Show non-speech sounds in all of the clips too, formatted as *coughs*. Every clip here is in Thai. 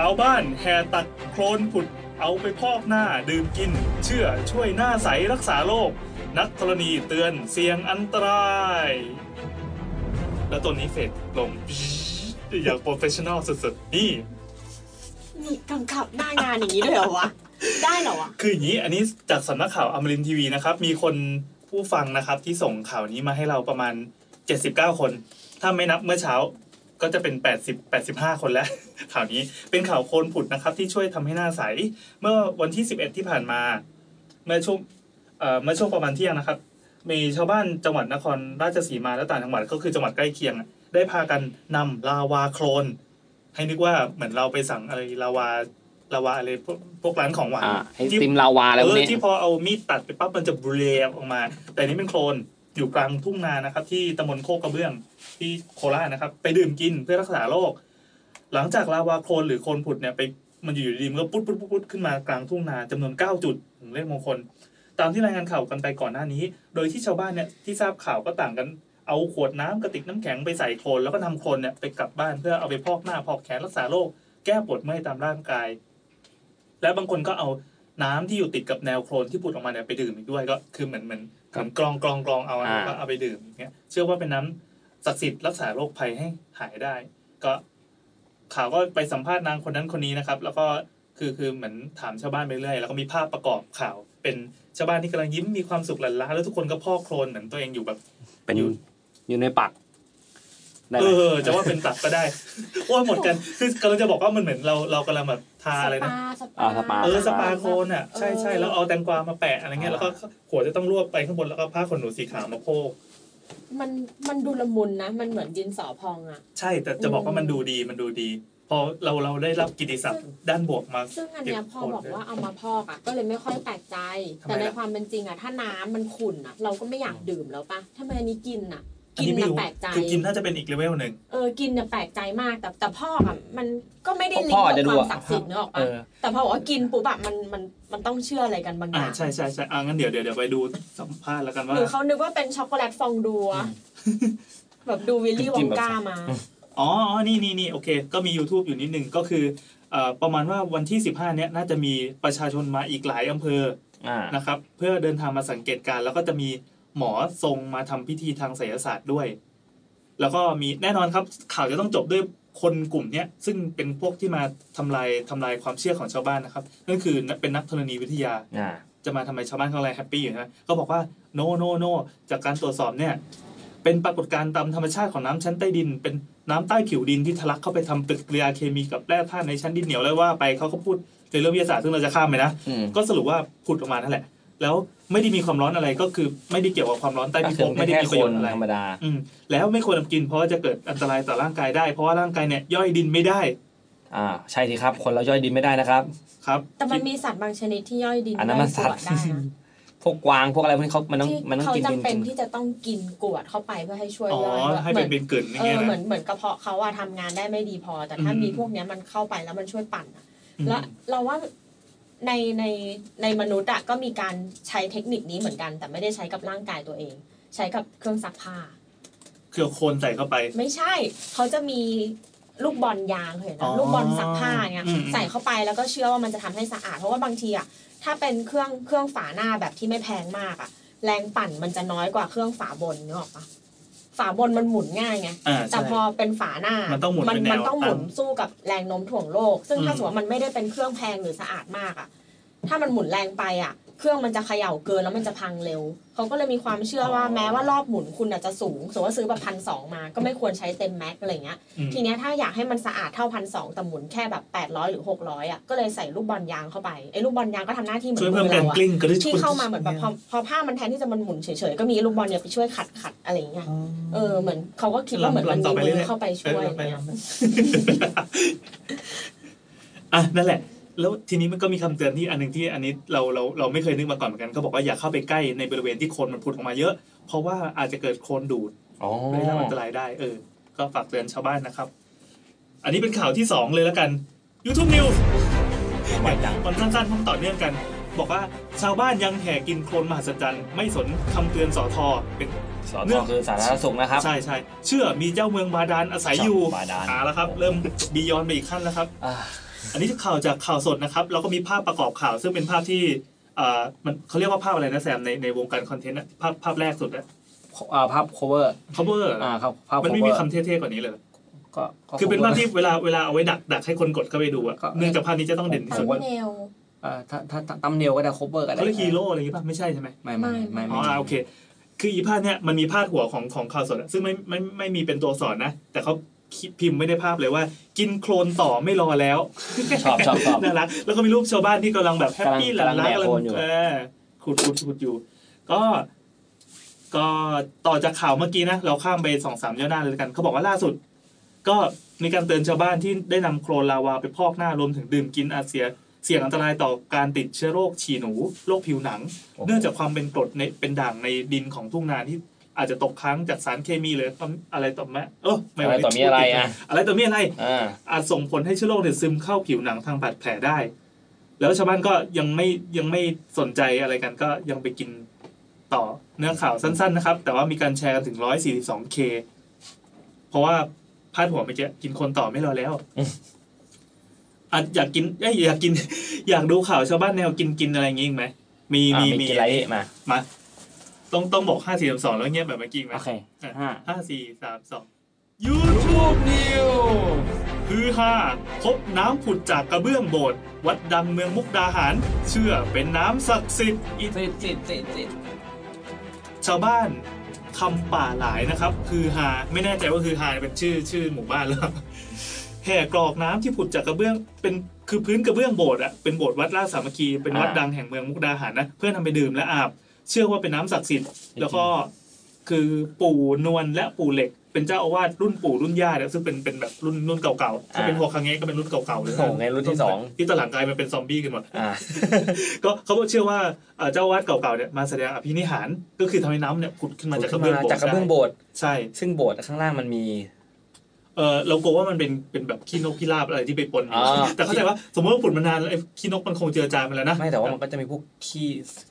าวบ้านแห่ตักโคลนผุดเอาไปพอกหน้าดื่มกิน เชื่อช่วยหน้าใสรักษาโรคนักธรณีเตือนเสี่ยงอันตราย แล้วตัวนี้เฟดลง *laughs* อย่างโปรเฟชชั่นอลสุดๆ นี่ นี่กำกับหน้างานอย่างนี้ด้วยเหรอวะ ได้เหรอวะ คืออย่างนี้อันนี้จากสำนักข่าวอมรินทร์ทีวีนะครับ มีคนผู้ฟังนะครับที่ส่งข่าวนี้มาให้เราประมาณ 79 คน ถ้าไม่นับเมื่อเช้าก็จะเป็น 80 85 คนแล้ว *laughs* ข่าวนี้เป็นข่าวโคลนผุดนะครับ ที่ช่วยทำให้หน้าใส เมื่อวันที่ 11 ที่ผ่านมา เมื่อช่วงเอ่อเมื่อช่วงประมาณเที่ยงนะครับ มีชาวบ้านจังหวัดนครราชสีมาและต่างจังหวัดก็คือจังหวัดใกล้เคียงอะได้พากันนำลาวาโคลน ให้นึกว่าเหมือนเราไปสั่งอะไรลาวาลาวาอะไรพวกพวกร้านของหวาน อ่าไอติมลาวาอะไร เอ พวก อ นี้ ที่พอเอามีดตัดไปปั๊บมันจะบุเรออกมา แต่นี่เป็นโคลนอยู่กลางทุ่งนานะครับ ที่ตำบลโคกระเบื้องที่โคราชนะครับ ไปดื่มกินเพื่อรักษาโรคหลังจากลาวาโคลนหรือโคลนผุดเนี่ยไปมันอยู่ดีๆมันก็ปุ๊ดปุ๊ดปุ๊ดปุ๊ดขึ้นมากลางทุ่งนาจำนวน 9 จุดถึงเลขมงคล ตามที่รายงานข่าวกันไปก่อนหน้านี้ โดยที่ชาวบ้านเนี่ยที่ทราบข่าวก็ต่างกัน เอาขวดน้ำกระติกน้ำแข็งไปใส่โคลนแล้วก็ทำโคลนเนี่ยไปกลับบ้านเพื่อเอาไปพอกหน้าพอกแขนรักษาโรคแก้ปวดเมื่อยตามร่างกาย และบางคนก็เอา น้ำที่อยู่ติดกับแนวโคลนที่ผุดออกมาเนี่ยไปดื่มอีกด้วยก็คือเหมือนเหมือนเหมือนกรองกรองกรองเอาอะแล้วก็เอาไปดื่มอย่างเงี้ยเชื่อว่าเป็นน้ำศักดิ์สิทธิ์รักษาโรคภัยให้หายได้ ก็ข่าวก็ไปสัมภาษณ์นางคนนั้นคนนี้นะครับ แล้วก็คือคือเหมือนถามชาวบ้านไปเรื่อยแล้วก็มีภาพประกอบข่าว เป็นชาวบ้านที่กำลังยิ้มมีความสุขหลั่นล้าแล้วทุกคนก็พอกโคลนเหมือนตัวเองอยู่แบบ เป็น อยู่ อยู่ในปักได้ไห เอ ม อจะว่าเป็นตับก็ *laughs* ได้ว่าหมดกันคือกำลังจะบอกว่ามันเหมือนเราเรากำลังแบบทาอะไรนะ สปา าสปา เออสปาโคนอ่ะใช่ใช่แล้วเอาแตงกวามาแปะอะไรเงี้ยแล้วก็หัวจะต้องรวบไปข้างบนแล้วก็ผ้าขนหนูสีขาวมาโพก มันมันดูละมุนนะ มันเหมือนดินสอพองอะ ใช่แต่จะบอกว่ามันดูดีมันดูดี พอเราเราได้รับกิตติศัพท์ด้านบวกมา ซึ่งอันเนี้ย เก็บ พอบอกว่าเอามาพอกอะก็เลยไม่ค่อยแปลกใจ ทำไม แต่ใน ล่ะ ความเป็นจริงอะถ้าน้ำมันขุ่นอะเราก็ไม่อยากดื่มแล้วปะทำไมอันนี้กินอะ อัน กิ นี้ น ไม่ น่ะ รู้ แปลกใจ คือกินน่าจะเป็นอีกเลเวลหนึ่ง เออ กินน่ะแปลกใจมาก แต่แต่พอกอะมันก็ไม่ได้ลิ พ่องก์ อาจ กั จะ บ ดูอะความศักดิ์สิทธิ์เนอะออก เอ ปะ อ แต่พอบอกว่ากินปุ๊บอะมันมันมันต้องเชื่ออะไรกันบางอ อ่า ย่าง ใช่ใช่ใช่อ่างั้นเดี๋ยวเดี๋ยวเดี๋ยวไปดูสัมภาษณ์แล้วกันว่า หรือเขานึกว่าเป็นช็อกโกแลตฟองดูอะแบบดูวิลลี่วองก้ามา อ๋ออ๋อนี่นี่นี่โอเค ก็มี YouTube อยู่นิดหนึงก็คือเอ่อประมาณว่าวันที่ 15เนี้ยน่าจะมีประชาชนมาอีกหลายอำเภอ อ่า นะครับเพื่อเดินทางมาสังเกตการณ์แล้วก็จะมีหมอทรงมาทำพิธีทางไสยศาสตร์ด้วย แล้วก็มีแน่นอนครับ ข่าวจะต้องจบด้วยคนกลุ่มเนี้ยซึ่งเป็นพวกที่มาทำลายทำลายความเชื่อของชาวบ้านนะครับ นั่นคือเป็นนักธรณีวิทยา อ่า จะมาทำไมชาวบ้านเขาอะไรแฮปปี้อยู่นะก็บอกว่า no no no จากการตรวจสอบเนี่ย เป็นปรากฏการณ์ตามธรรมชาติของน้ำชั้นใต้ดิน เป็นน้ำใต้ผิวดินที่ทะลักเข้าไปทำปฏิกิริยาเคมีกับแร่ธาตุในชั้นดินเหนียวแล้วว่าไปเขาก็พูดในเรื่องวิทยาศาสตร์ซึ่งเราจะข้ามไปนะ อืม ก็สรุปว่าผุดออกมานั่นแหละ แล้วไม่ได้มีความร้อนอะไรก็คือไม่ได้เกี่ยวกับความร้อนใต้พิภพไม่ได้มีประโยชน์อะไร ธรรมดา อืมแล้วไม่ควรนำกินเพราะว่าจะเกิดอันตรายต่อร่างกายได้ เพราะว่าร่างกายเนี่ยย่อยดินไม่ได้ อ่า ใช่สิครับ คนเราย่อยดินไม่ได้นะครับ ครับ แต่มันมีสัตว์บางชนิดที่ย่อยดิน อันนั้นมันสัตว์ ได้นะ พวกกวางพวกอะไรพวกนี้เขามันต้อง ที่ มันต้อง เขา กินดิน จำเป็น กิน ที่จะต้องกินกรวดเข้าไปเพื่อให้ช่วย อ๋อย่ อย ให้ เห เป็ มื น น เป็นเกลืนอย่าง เอ เงี้ย อเหมือนะนเหมือนกระเพาะเขาอะทำงานได้ไม่ดีพอ แต่ถ้า อืม มีพวกเนี้ยมันเข้าไปแล้วมันช่วยปั่นอะ อืม แล้วเราว่าในในในมนุษย์อะก็มีการใช้เทคนิคนี้เหมือนกัน แต่ไม่ได้ใช้กับร่างกายตัวเอง ใช้กับเครื่องซักผ้า คือเอาโคลนใส่เข้าไป ไม่ใช่เขาจะมีลูกบอลยางเห็น อ๋ นะ อ ลูกบอลซักผ้าเนี่ย อืมอืม ใส่เข้าไปแล้วก็เชื่อว่ามันจะทำให้สะอาด เพราะว่าบางทีอ่ะถ้าเป็นเครื่องเครื่องฝาหน้าแบบที่ไม่แพงมากอ่ะ แรงปั่นมันจะน้อยกว่าเครื่องฝาบนนึกออกปะฝาบนมันหมุนง่ายไง อ่า แต่ ใช่ พอเป็นฝาหน้ามัน ต้องหมุน มั เป็นแนว มันต้องหมุน ตั้ง สู้กับแรงโน้มถ่วงโลก ซึ่ง อืม ถ้าสมมติว่ามันไม่ได้เป็นเครื่องแพงหรือสะอาดมากอ่ะ ถ้ามันหมุนแรงไปอ่ะ เครื่องมันจะเขย่าเกินแล้วมันจะพังเร็ว เขาก็เลยมีความเชื่อว่า อ๋อ แม้ว่ารอบหมุนคุณอาจจะสูง สมมติว่าซื้อแบบพันสองมา ก็ไม่ควรใช้เต็มแม็กอะไรเงี้ย อืม ทีเนี้ยถ้าอยากให้มันสะอาดเท่าพันสองแต่หมุนแค่แบบแปดร้อยหรือหกร้อยอ่ะ ก็เลยใส่ลูกบอลยางเข้าไปไอ้ลูกบอลยางก็ทำหน้าที่เหมือ ช่วน ย มื เพิ่ม อ การ เราอ่ะ กลิ้งกระดิ่ง ที่เข้ามาเหมือนแบบพอพอผ้ามันแทนที่จะมันหมุนเฉยๆก็มีลูกบอลเนี่ยไปช่วยขัดขัดๆอะไรเงี้ย อ๋อ เออเหมือนเขาก็คิดว่าเหมือนมัน ลำต่ มี อไป มื เรื่ อ อยๆ เข้าไปช่วยอะไรเงี้ย อ่ะนั่นแหละ แล้วทีนี้มันก็มีคำเตือนที่อันหนึ่งที่อันนี้เราเราเราไม่เคยนึกมาก่อนเหมือนกันเขาบอกว่าอย่าเข้าไปใกล้ในบริเวณที่โคลนมันผุดออกมาเยอะ เพราะว่าอาจจะเกิดโคลนดูด อ๋อ ได้รับอันตรายได้ เออ ก็ฝากเตือนชาวบ้านนะครับ อันนี้เป็นข่าวที่สองเลยแล้วกัน YouTube News ไวจัง มันสั้นๆมันต่อเนื่องกัน บอกว่าชาวบ้านยังแห่กินโคลนมหัศจรรย์ไม่สนคำเตือนสอทอเป็น สอทอคือสาธารณสุขนะครับ ใช่ใช่เชื่อมีเจ้าเมืองบาดาลอาศัยอยู่ บาดาล หาแล้วครับ เริ่มบียอนไปอีกขั้นแล้วครับ อ่า อันนี้ข่าวจากข่าวสดนะครับ แล้วก็มีภาพประกอบข่าว ซึ่งเป็นภาพที่อ่ามันเขาเรียกว่าภาพอะไรนะแซมในในวงการคอนเทนต์อะภาพภาพแรกสุดอะ อ่าภาพ cover cover อ่าครับภาพ มัน cover ไม่มีคำเท่ๆกว่านี้เลย ก็ก็ คือเป็น cover ภาพที่เวลาเวลาเอาไว้ดักดักให้คนกดเข้าไปดูอะ ก็ เนื่องจากภาพนี้จะต้องเด่นที่ ตั สุด มเนล อ่าถ้าถ้าตัมเนลก็ได้ cover ก็ได้ เขาเรียกฮีโร่อะไรอย่างงี้ป่ะไม่ใช่ใช่ไหม ไม่ไม่ไม่ อ๋ ไม่ ออ่าโอเค คืออีพาดเนี่ยมันมีพาดหัวของของข่าวสดอะซึ่งไม่ไม่ไม่ไม่มีเป็นตัวสอนนะ แต่เขาคิดพิมพ์ไม่ได้ภาพเลยว่า กินโคลนต่อไม่รอแล้ว ชอบชอบชอบ น่ารักแล้วก็มีรูปชาวบ้านที่กำลังแบบแฮปปี้ห กำลั ลาง น กำลังแบกๆกำลั โคลน ง อยู่ เออขุดขุดขุดอยู่ ก็ ก็ต่อจากข่าวเมื่อกี้นะ เราข้ามไปสองสามย่อหน้าเลยละกัน เขาบอกว่าล่าสุด ก็มีการเตือนชาวบ้านที่ได้นำโคลนลาวาไปพอกหน้ารวมถึงดื่มกินอาเซีย เสี่ยงอันตรายต่อการติดเชื้อโรคฉี่หนูโรคผิวหนัง เนื่องจากความเป็นกรดในเป็นด่างในดินของทุ่งนาที่อาจจะตกค้างจากสารเคมีหรืออะไรต่อแม่เออไม่ อะไรต่อมีอะไรอะ อะไรต่อมีอะไร อ่า อาจส่งผลให้เชื้อโรคเนี่ยซึมเข้าผิวหนังทางบาดแผลได้ แล้วชาวบ้านก็ยังไม่ยังไม่สนใจอะไรกันก็ยังไปกินต่อเนื้อข่าวสั้น ๆ นะครับ แต่ว่ามีการแชร์กันถึง 142k เพราะว่าพาดหัวเมื่อกี้กินคนต่อไม่รอแล้ว อืม อะอยากกินเอ้ยอยากกิน อยากดูข่าวชาวบ้านแนวกินกินอะไรอย่างงี้อีกไหมมี อ่ะ มี มี มี กินอะไรมา มาต้องต้องบอก 5 4 3 2 แล้วเงียบแบบเมื่อกี้อีกไหม โอเคห้า ห้าสี่สามสองยูทูบนิวคือห้าพบน้ำผุดจากกระเบื้องโบสถ์วัดดังเมืองมุกดาหาร เชื่อเป็นน้ำศักดิ์สิทธิ์อีก สิบสิบสิบสิบ ชาวบ้านคำป่าหลายนะครับ คือฮาไม่แน่ใจว่าคือฮาเป็นชื่อชื่อหมู่บ้านหรือเปล่า *laughs* แห่กรอกน้ำที่ผุดจากกระเบื้องเป็นคือพื้นกระเบื้องโบสถ์อะเป็นโบสถ์วัดราชสามัคคีเป็นวัดดังแห่งเมืองมุกดาหารนะเพื่อนำไปดื่มและอาบ เชื่อว่าเป็นน้ำศักดิ์สิทธิ์ แล้วก็คือปู่นวลและปู่เหล็ก เป็นเจ้าอาวาสรุ่นปู่รุ่นย่าเนี่ยซึ่งเป็นเป็นแบบรุ่นรุ่นเก่าๆถ้าเป็นหัวครั้งนี้ก็เป็นรุ่นเก่าๆเลย โอ้โหไงรุ่นที่สอง ที่ตอนหลังกลายมาเป็นซอมบี้กันหมด อ่า ก็เขาบอกเชื่อว่าเอ่อเจ้าอาวาสเก่าๆเนี่ยมาแสดงอภินิหาร ก็คือทำให้น้ำเนี่ยขุดขึ้นมาจากกระเบื้องโบส จาก ถ์ กระเบื้องโบสถ์ ใช่ ซึ่งโบสถ์ข้างล่างมันมี เออเรากลัวว่ามันเป็นเป็นแบบขี้นกพิราบอะไรที่ไปปนอยู่ อ่า แต่เข้าใจว่าสมมติว่าขุดมานานแล้วไอ้ขี้นกมันคงเจือจางไปแล้วนะ ไม่แต่ว่ามันก็จะมีพวกขี้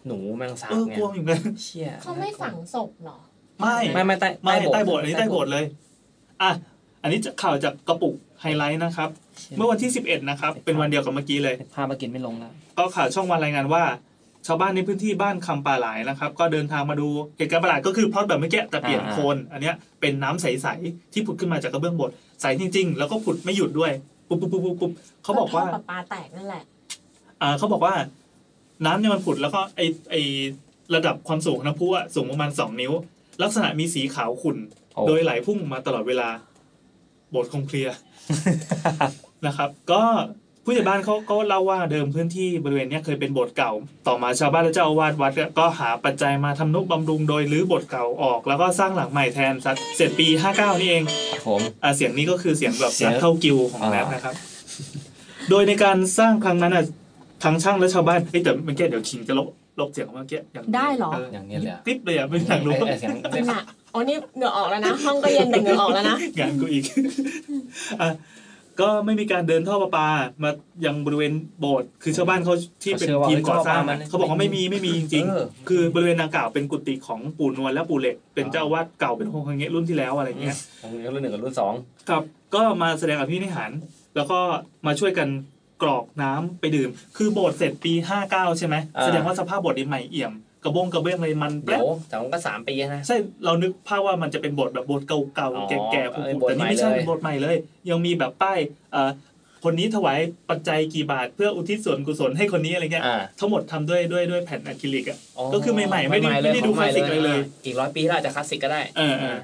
หนูแมงสาบ เออ ไง กลัวอยู่เหมือน *laughs* กัน เชี่ย เขาไม่ฝังศพเหรอ ไม่ ไม่ไม่ใต้ ไม่ใต้โบสถ์อันนี้ใต้โบสถ์เลย อ่ะ อันนี้จะข่าวจากกระปุกไฮไลท์นะครับ เมื่อวันที่ 11 นะครับ เป็นวันเดียวกับเมื่อกี้เลย พามากินไม่ลงแล้ว ก็ข่าวช่องวันรายงานว่า ชาวบ้านในพื้นที่บ้านคำปลาหลายนะครับ ก็เดินทางมาดูเหตุการณ์ประหลาดก็คือพลอตแบบเมื่อกี้แต่เปลี่ยน อ่า โคน อันเนี้ยเป็นน้ำใส ๆ ที่ผุดขึ้นมาจากกระเบื้องโบสถ์ใสจริง ๆ แล้วก็ผุดไม่หยุดด้วย ปุ๊บปุ๊บปุ๊บปุ๊บปุ๊บเขาบอกว่า ท่ประปาแตกนั่นแหละ อ่าเขาบอกว่า น้ำเนี่ยมันผุดแล้วก็ไอไอระดับความสูงของน้ำพุอะสูงประมาณสองนิ้ว ลักษณะมีสีขาวขุ่น โอ้ โดยไหลพุ่งมาตลอดเวลา โบทคงเคลียร์ นะครับ ก็ผู้ใหญ่บ้านเขาก็เล่าว่าเดิมพื้นที่บริเวณเนี้ยเคยเป็นโบสถ์เก่า ต่อมาชาวบ้านและเจ้าอาวาสวัดเนี่ยก็หาปัจจัยมาทำนุบำรุงโดยรื้อโบสถ์เก่าออก แล้วก็สร้างหลังใหม่แทนสักเสร็จปี 59 นี่เอง ครับผม อ่าเสียงนี้ก็คือเสียงแบบ เสียง นักเข้ากิวของ อ่า แรปนะครับ โดยในการสร้างครั้งนั้นอ่ะทั้งช่างและชาวบ้านเฮ้ยแต่เมื่อกี้เดี๋ยวคิงจะลบลบเสียงเมื่อกี้อย่างนี้ ได้เหรอ อย่างเงี้ยเลยอะ ติ๊บเลยอ่ะไม่อยากรู้ ไอ้ไอ้เสียง จริงอ่ะอ๋อนี่เหงื่อออกแล้วนะ ห้องก็เย็นแต่เหงื่อออกแล้วนะ งานกูอีก *laughs* อ่ะก็ไม่มีการเดินท่อประปา มายังบริเวณโบสถ์คือชาวบ้านเขาที่เป็นทีมก่อสร้างอะเขาบอกว่าไม่มีไม่มีจริง เออ คือบริเวณดังกล่าวเป็นกุฏิของปู่นวลและปู่เหล็ก เป็นเจ้าอาวาดเก่าเป็นโฮงคังเงะรุ่นที่แล้วอะไรเงี้ย ของรุ่นหนึ่งกับรุ่นสอง ครับก็มาแสดงอภินิหาร แล้วก็มาช่วยกันกรอกน้ำไปดื่ม คือโบสถ์เสร็จปี 59 ใช่ไหมแสดงว่าสภาพโบสถ์นี้ใหม่เอี่ยม กระบงกระเบื้องเลยมันแป๊ เดี๋ย บ วแต่มันก็สามปีนะ ใช่เรานึกภาพว่ามันจะเป็นโบสถ์แบบโบสถ์เก่า อ๋อ ๆแก่ๆผุ เออ ๆ โบส แต่ ถ์ใหม่ นี่ไม่ใช่ เลย เป็นโบสถ์ใหม่เลย ยังมีแบบป้ายเอ่อคนนี้ถวายปัจจัยกี่บาทเพื่ออุทิศส่วนกุศลให้คนนี้อะไรเงี้ย อ่า ทั้งหมดทำด้วยด้วยด้วยแผ่นอะคริลิกอ่ะ ก็คือใหม่ๆไม่ได้ไม่ได้ดู ของให คลาสสิกอะไรเลย อีกร้อยปีถ้าอาจจะคลาสสิกก็ได้ เออเออ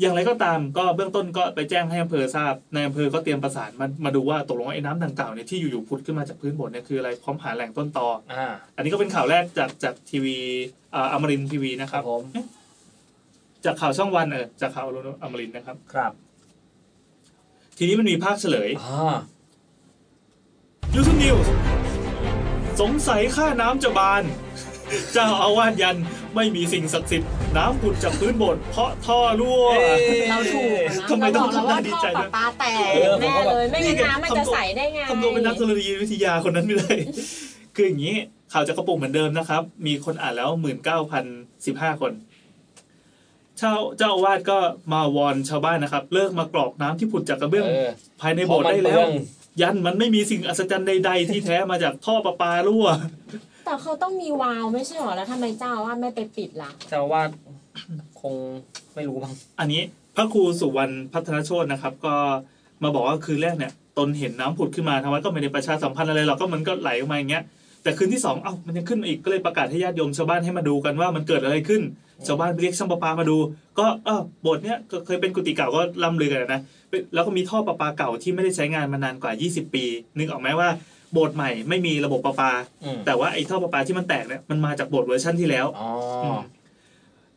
อย่างไรก็ตามก็เบื้องต้นก็ไปแจ้งให้อำเภอทราบในอำเภอก็เตรียมประสานมามาดูว่าตกลงไอ้น้ำดังกล่าวเนี่ยที่อยู่ๆพุดขึ้นมาจากพื้นบนเนี่ยคืออะไรพร้อมหาแหล่งต้นตอ อ่า อันนี้ก็เป็นข่าวแรกจากจากทีวีอ่าอมรินทีวีนะ ค ค รั รั บบ ผม จากข่าวช่องวันเออจากข่าวอมรินทร์นะครับ ครับ ทีนี้มันมีภาคเฉลย อ่า ยูทูบนิวส์สงสัยค่าน้ำจะบาน *laughs* เจ้าอาวาสยันไม่มีสิ่งศักดิ์สิทธิ์น้ำผุดจากพื้นบนเพราะท่อรั่ว เราถูกอะนะ ทำไมต้อง เราบอกแล้วว่า ดี ท่อ ใจ ป ด้ ระ วย ปาแตก เออ แน่เลย ผมไม่ก็แบบงั้นน้ำมัน นี่ไง จะใสได้ไง คำนวณเป็นนักธรณีวิทยาคนนั้นไป *laughs* เลย คืออย่างนี้ ข่าวจากกระปุกเหมือนเดิมนะครับ มีคนอ่านแล้วหมื่นเก้าพันสิบห้าคน เจ้าเจ้าอาวาสก็มาวอนชาวบ้านนะครับ เลิกมากรอกน้ำที่ผุดจากกระเบื้อง เออ ภายในโบสถ์ได้แล้ เพ ว ราะมันเปลือง ยันมันไม่มีสิ่งอัศจรรย์ใด ๆ ที่แท้มาจากท่อประปารั่ว แต่เขาต้องมีวาล์วไม่ใช่หรอแล้วทำไมเจ้าอาว่าสไม่ไปปิดล่ะ เจ้าอาวาดคงไม่รู้บ้าง อันนี้พระครูสุวรรณพัฒนโชตนะครับ ก็มาบอกว่าคืนแรกเนี่ยตนเห็นน้ำผุดขึ้นมาทางวัดก็ไม่ได้ประชาสัมพันธ์อะไรหรอกก็มันก็ไหลออกมาอย่างเงี้ยแต่คืนที่สองเอ้ามันยังขึ้นมาอีกก็เลยประกาศให้ญาติโยมชาวบ้านให้มาดูกันว่ามันเกิดอะไรขึ้นชาวบ้านไปเรียกช่างประปามาดู ก็เออโบสถ์เนี้ยก็เคยเป็นกุฏิเก่าก็ล่ำลือกันนะแล้วก็มีท่อประปาเก่าที่ไม่ได้ใช้งานมานานกว่า 20 ปี นึกออกไหมว่าโบสถ์ใหม่ไม่มีระบบประปา อืม แต่ว่าไอ้ท่อประปาที่มันแตกเนี่ยมันมาจากโบสถ์เวอร์ชันที่แล้ว อ๋ออ ม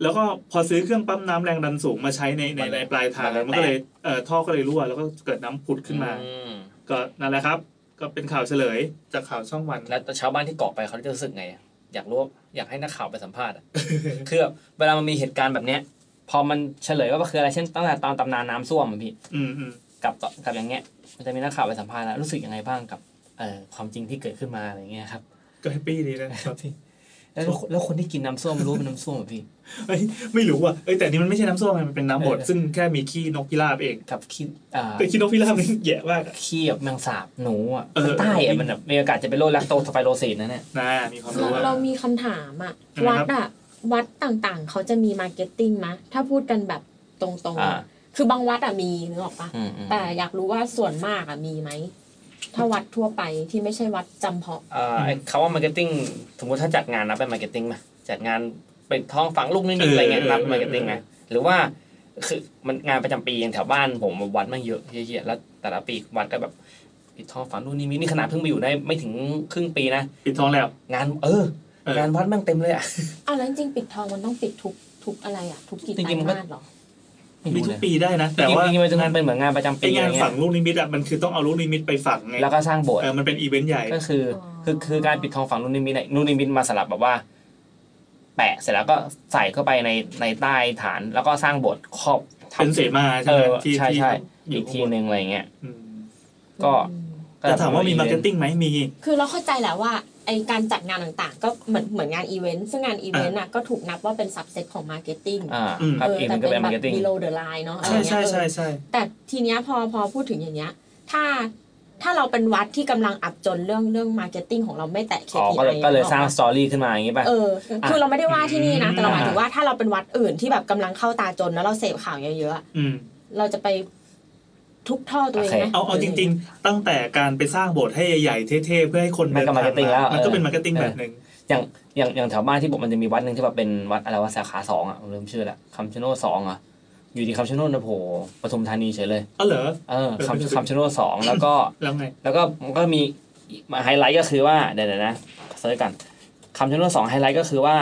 แล้วก็พอซื้อเครื่องปั๊มน้ำแรงดันสูงมาใช้ในใน มัน ใน เลย ปลายทาง มันเลย มันก็เลยเอ่อท่อก็เลยรั่วแล้วก็เกิดน้ำผุดขึ้นมา อืม ก็นั่นแหละครับ ก็เป็นข่าวเฉลยจากข่าวช่องวัน แล้วชาวบ้านที่เกาะไปเขาจะรู้สึกไงอะอยากรู้ว่าอยากให้นักข่าวไปสัมภาษณ์อะ *laughs* คือแบบเวลามันมีเหตุการณ์แบบเนี้ย พอมันเฉลยว่ามันคืออะไรเช่นตั้งแต่ตอนตำนานน้ำส้วมอะพี่ อืมอืม กับต่อกับอย่างเงี้ยมันจะมีนักข่าวไปสัมภาษณ์นะรู้สึกยังไงบ้างกับเอ่อความจริงที่เกิดขึ้นมาอะไรเงี้ยครับ ก็แฮปปี้ดีนะครับ แล้วแล้วแล้วคนที่กินน้ำส้วมรู้ว่าเป็นน้ำส้วมเหรอพี่ เอ้ยไม่รู้ว่ะเอ้ยแต่นี่มันไม่ใช่น้ำส้มมันเป็นน้ำบด เออ ซึ่งแค่มีขี้นกพิราบเอง กับขี้อ่า แต่ขี้นกพิราบนี่แย่มากอะ ขี้แบบแมงสาบหนูอ่ะ เออ ใต้ เอ อ่ะ อ มันแบบมีโอกาสจะเป็นโรคแลคโตสไปโรซิสนะเนี่ย นะมีความ เรา รู้อะ เรามีคำถามอะ ทำไม วั ครั ด บ อะวัดต่างๆ เขาจะมีมาร์เก็ตติ้งมะถ้าพูดกันแบบตรงๆอะ อ่า คือบางวัดอะมีนึกออกปะ อืมอืม แต่อยากรู้ว่าส่วนมากอะมีไหม ถ้าวัดทั่วไปที่ไม่ใช่วัดจำเพาะ อ่าไอ้คำว่ามาร์เก็ตติ้งสมมติถ้าจัดงานนับเป็นมาร์เก็ตติ้งไหมจัดงานเป็นท้องฝังลูกนิดๆอะไรเงี้ยนับเป็นมาร์เก็ตติ้งไหมหรือว่าคือมันงานประจำปีอย่างแถวบ้านผมวัดมันเยอะเยอะๆแล้วแต่ละปีวัดก็แบบปิดท้องฝังลูกนิมิตนี่ขนาดเพิ่งไปอยู่ได้ไม่ถึงครึ่งปีนะ ปิดทองแล้ว งานเออ เออ งานวัดแม่งเต็มเลยอ่ะ อ้าวแล้วจริงๆปิดทองมันต้องปิดทุกทุกอะไรอะทุกกี่ จ ไตร ริงๆมันก็ มาสเหรอ มีทุกปีได้นะ แต่ว่า จริงๆมันจะงานเป็นเหมือนงานประจำ ไอ้ ปี งาน อะไรเงี้ ฝั ย งลูกนิมิตอะมันคือต้องเอาลูกนิมิตไปฝังไง แล้วก็สร้างโบสถ์ เออมันเป็นอีเวนต์ใหญ่ ก็คือ อ๋อ คือคือการปิดทองฝังลูกนิมิตเนี่ยลูกนิมิตมาสลับแบบว่า แปะเสร็จแล้วก็ใส่เข้าไปในในใต้ฐาน แล้วก็สร้างโบสถ์ครอบทับ เป็นเสมาใช่ เอ ไหม อ ที่ ใช่ ที่ ใช่ อ อี ยู่ ก ข้า ที งบน หนึ่งอะไรเงี้ย อืม ก็ อืม แต่ถามว่ามีมาร์เก็ตติ้งไหมมี คือเราเข้าใจแหละว่าไอการจัดงานต่างๆ ก็เหมือนเหมือนงานอีเวนต์ซึ่งงานอีเวนต์น่ะก็ถูกนับว่าเป็น subset ของ marketing อ่า อืม ครับ เออ อีก แต่ มันก็ เป็ เป็น น มา แบ ร์เก็ต บ ติ้ง below the line เนาะอะไร ใช่ เงี้ย ใช่ เออ ใช่ใช่ แต่ทีเนี้ยพอพอพูดถึงอย่างเงี้ย ถ้าถ้าเราเป็นวัดที่กำลังอับจนเรื่องเรื่อง marketing ของเราไม่แตะ อ๋อ KPI ก็เลยก็เลยสร้าง หรอก สตอรี่ขึ้นมาอย่างงี้ป่ะ เออ คือเราไม่ได้ว่าที่นี่นะ แต่เราหมาย อ่า ถึงว่าถ้าเราเป็นวัดอื่นที่แบบกำลังเข้าตาจนแล้วเราเสพข่าวเยอะ อืม ๆเราจะไปทุบท่อตัวเองไหม เอาเอาจริง ๆ ตั้งแต่การไปสร้างโบสถ์ให้ใหญ่ๆ เท่ๆ เพื่อให้คน มัน เดิน ก็ ผ่าน marketing แล้ว มันก็เป็น เออ มาร์เก็ตติ้ง เออ แบบหนึ่ง อย่างอย่างอย่างแถวบ้านที่บอกมันจะมีวัดหนึ่งที่แบบเป็นวัดอะไรวัดสาขาสองอ่ะผมลืมชื่อละคำชะโนดสองอ่ะอยู่ดีคำชะโนดนะโผล่ปทุมธานีเฉยเลย อ๋อเหรอเอเอออเป็น คำ ชื่อ คำชะโนดสองแล้วก็ แล้วไง แล้วก็มันก็มีมาไฮไลท์ก็คือว่าเดี๋ยวเดี๋ยวนะเซิร์ชกันคำชะโนดสองไฮไลท์ก็คือว่า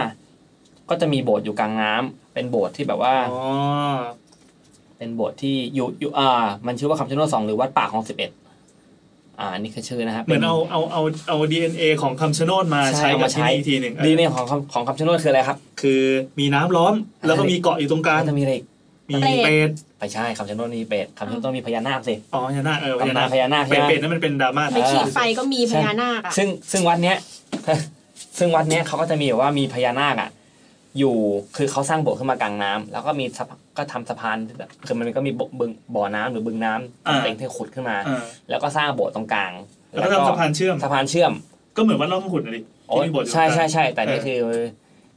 ก็จะมีโบสถ์อยู่กลางน้ำเป็นโบสถ์ที่แบบว่า อ๋อ เป็นโบสถ์ที่อยู่อยู่อ่า มันชื่อว่าคำชะโนดสองหรือวัดป่าของสิบเอ็ดอ่านี่คือชื่อนะฮะ เหมือน ป็ เอาเอาเอาเอาดีเอ็นเอของคำชะโนดมา ใช่ ใช้กับ เอามาใช้ ที่นี่อีกทีหนึ่ง ดีเนี่ยของคำของคำชะโนดคืออะไรครับ คือมีน้ำล้อม แล้วก็มีเกาะอยู่ตรงกลาง ก็จะมีอะไรอีก มีเป็ด ไปใช่คำชะโนดมีเป็ดคำชะโนดต้องมีพญานาคสิ อ๋อพญานาคเออพญา ตำนา นาคน พญานาคใช่ เป็ดเป็ดไหมนั่นมันเป็นดราม่า ไปขีด เออ ไฟก็มีพญานาคอะ ซึ่งซึ่งวัดเนี้ย *laughs* ซึ่งวัดเนี้ยเขาก็จะมีแบบว่ามีพญานาคอ่ะ อยู่คือเขาสร้างโบสถ์ขึ้นมากลางน้ำแล้วก็มีสะพานก็ทำสะพานที่แบบคือมันก็มีบ่บึงบ่อน้ำหรือบึงน้ำเป็นที่ขุดขึ้นมา อ่า แล้วก็สร้างโบสถ์ตรงกลาง แล้วก็ทำสะพานเชื่อม สะพานเชื่อม ก็เหมือนวัดร่องขุนนะดิ โอ้ ที่มีโบสถ์อยู่ ใช่ตรงกใช่ลาง ใช่แต่นี่คือ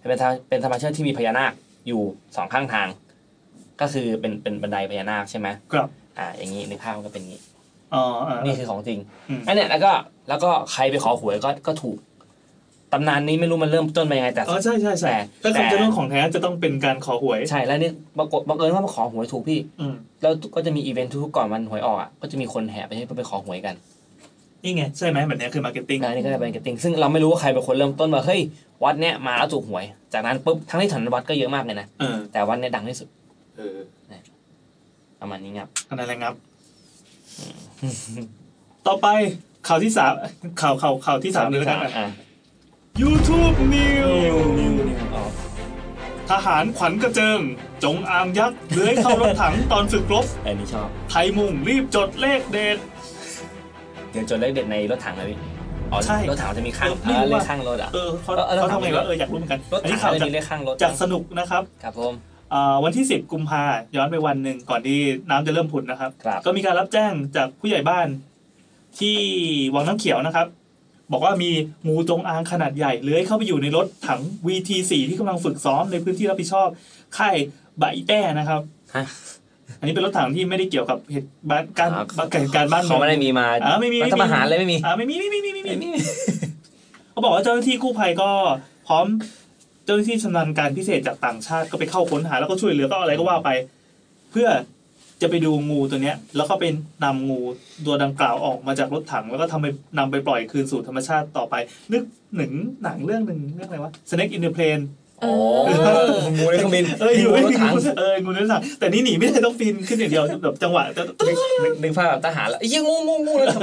เป็นทางเป็นสะพานเชื่อมที่มีพญานาคอยู่สองข้างทาง ก็คือเป็นเป็นบันไดพญานาคใช่ไหม ครับ อ่า อย่างนี้นึกภาพมันก็เป็นอย่างนี้ อ๋ออ่า นี่คือของจริง อืม อันเนี้ยแล้วก็แล้วก็ใครไปขอหวยก็ก็ถูก ตำนานนี้ไม่รู้มันเริ่มต้นไปยังไงแต่ อ๋อใช่ใช่ใช่ แต่ ถ้าคำชะโนดของแท้จะต้องเป็นการขอหวย ใช่แล้วนี่ปรากฏบังเอิญว่ามาขอหวยถูกพี่ อืม แล้วก็จะมีอีเวนต์ทุกๆก่อนวันหวยออกอ่ะก็จะมีคนแห่ไปให้ไปขอหวยกัน นี่ไงใช่ไหมแบบเนี้ยคือมาร์เก็ตติ้ง อันนี้ก็จะเป็นกระติงซึ่งเราไม่รู้ว่าใครเป็นคนเริ่มต้นว่าเฮ้ยวัดเนี้ยมาแล้วถูกหวย จากนั้นปุ๊บทั้งที่ถนนวัดก็เยอะมากเลยนะ เออ แต่วัดเนี้ยดังที่สุด เออ ประมาณนี้ครับ อันนั้นแหละครับ ต่อไปข่าวที่สามข่าวข่าวข่าวที่สามเลยแล้วกัน อ่ะ YouTube News อ๋อ ทหารขวัญกระเจิง จงอางยักษ์เลื้อยเข้ารถถังตอนฝึกรบ อันนี้ชอบ ไทยมุงรีบจดเลขเด็ด เดี๋ยวจดเลขเด็ดในรถถังเลยพี่อ๋อ ใช่ รถถังจะมีข้าง ไม่รู้ เออเล ว่า ขข้างรถอ่ะ เออเขา เออแล้ว เขา ทำ ทำ ไง ไงวะเอออยากรู้เหมือนกัน รถ อัน ถั นี้ ง ข่าวจากจะมีเลขข้างรถ จากสนุกนะครับ ครับผม เอ่อวันที่ 10 กุมภาย้อนไปวันหนึ่งก่อนที่น้ำจะเริ่มผุดนะครับ ครับ ก็มีการรับแจ้งจากผู้ใหญ่บ้าน ที่วังน้ำเขียวนะครับ บอกว่ามีงูจงอางขนาดใหญ่เลื้อยเข้าไปอยู่ในรถถัง VT4 ที่กำลังฝึกซ้อมในพื้นที่รับผิดชอบค่ายบะอีแต้นะครับ ฮะ อันนี้เป็นรถถังที่ไม่ได้เกี่ยวกับเหตุบ้านการ อ่า การบ้านเมื เขา อง ไม่ได้มีมา อ่าไม่มีไม่มี รัฐประหารเลยไม่มี อ่าไม่มีไม่มีไม่มีไม่ ไม่ มี มี เขาบอกว่าเจ้าหน้าที่กู้ภัยก็พร้อมเจ้าหน้าที่ชำนาญการพิเศษจากต่างชาติก็ไปเข้าค้นหาแล้วก็ช่วยเหลือก็อะไรก็ว่าไป เพื่อจะไปดูงูตัวเนี้ย แล้วก็เป็นนำงูตัวดังกล่าวออกมาจากรถถัง แล้วก็ทำไปนำไปปล่อยคืนสู่ธรรมชาติต่อไป นึกหนึ่งหนังเรื่องหนึ่งเรื่องอะไรวะ Snake in the Plane เอ อ๋อ อ งูในเครื่องบิน เอออยู่ งู ไม่ รถ มี ถัง งูเอองูในรถถังแต่นี่หนีไม่ได้ต้องปีนขึ้นอย่างเดียวแบบจังหวะจะ นึกนึกภาพแบบทหารแล้วไอ้เหี้ยงูงูงูแล้วทำ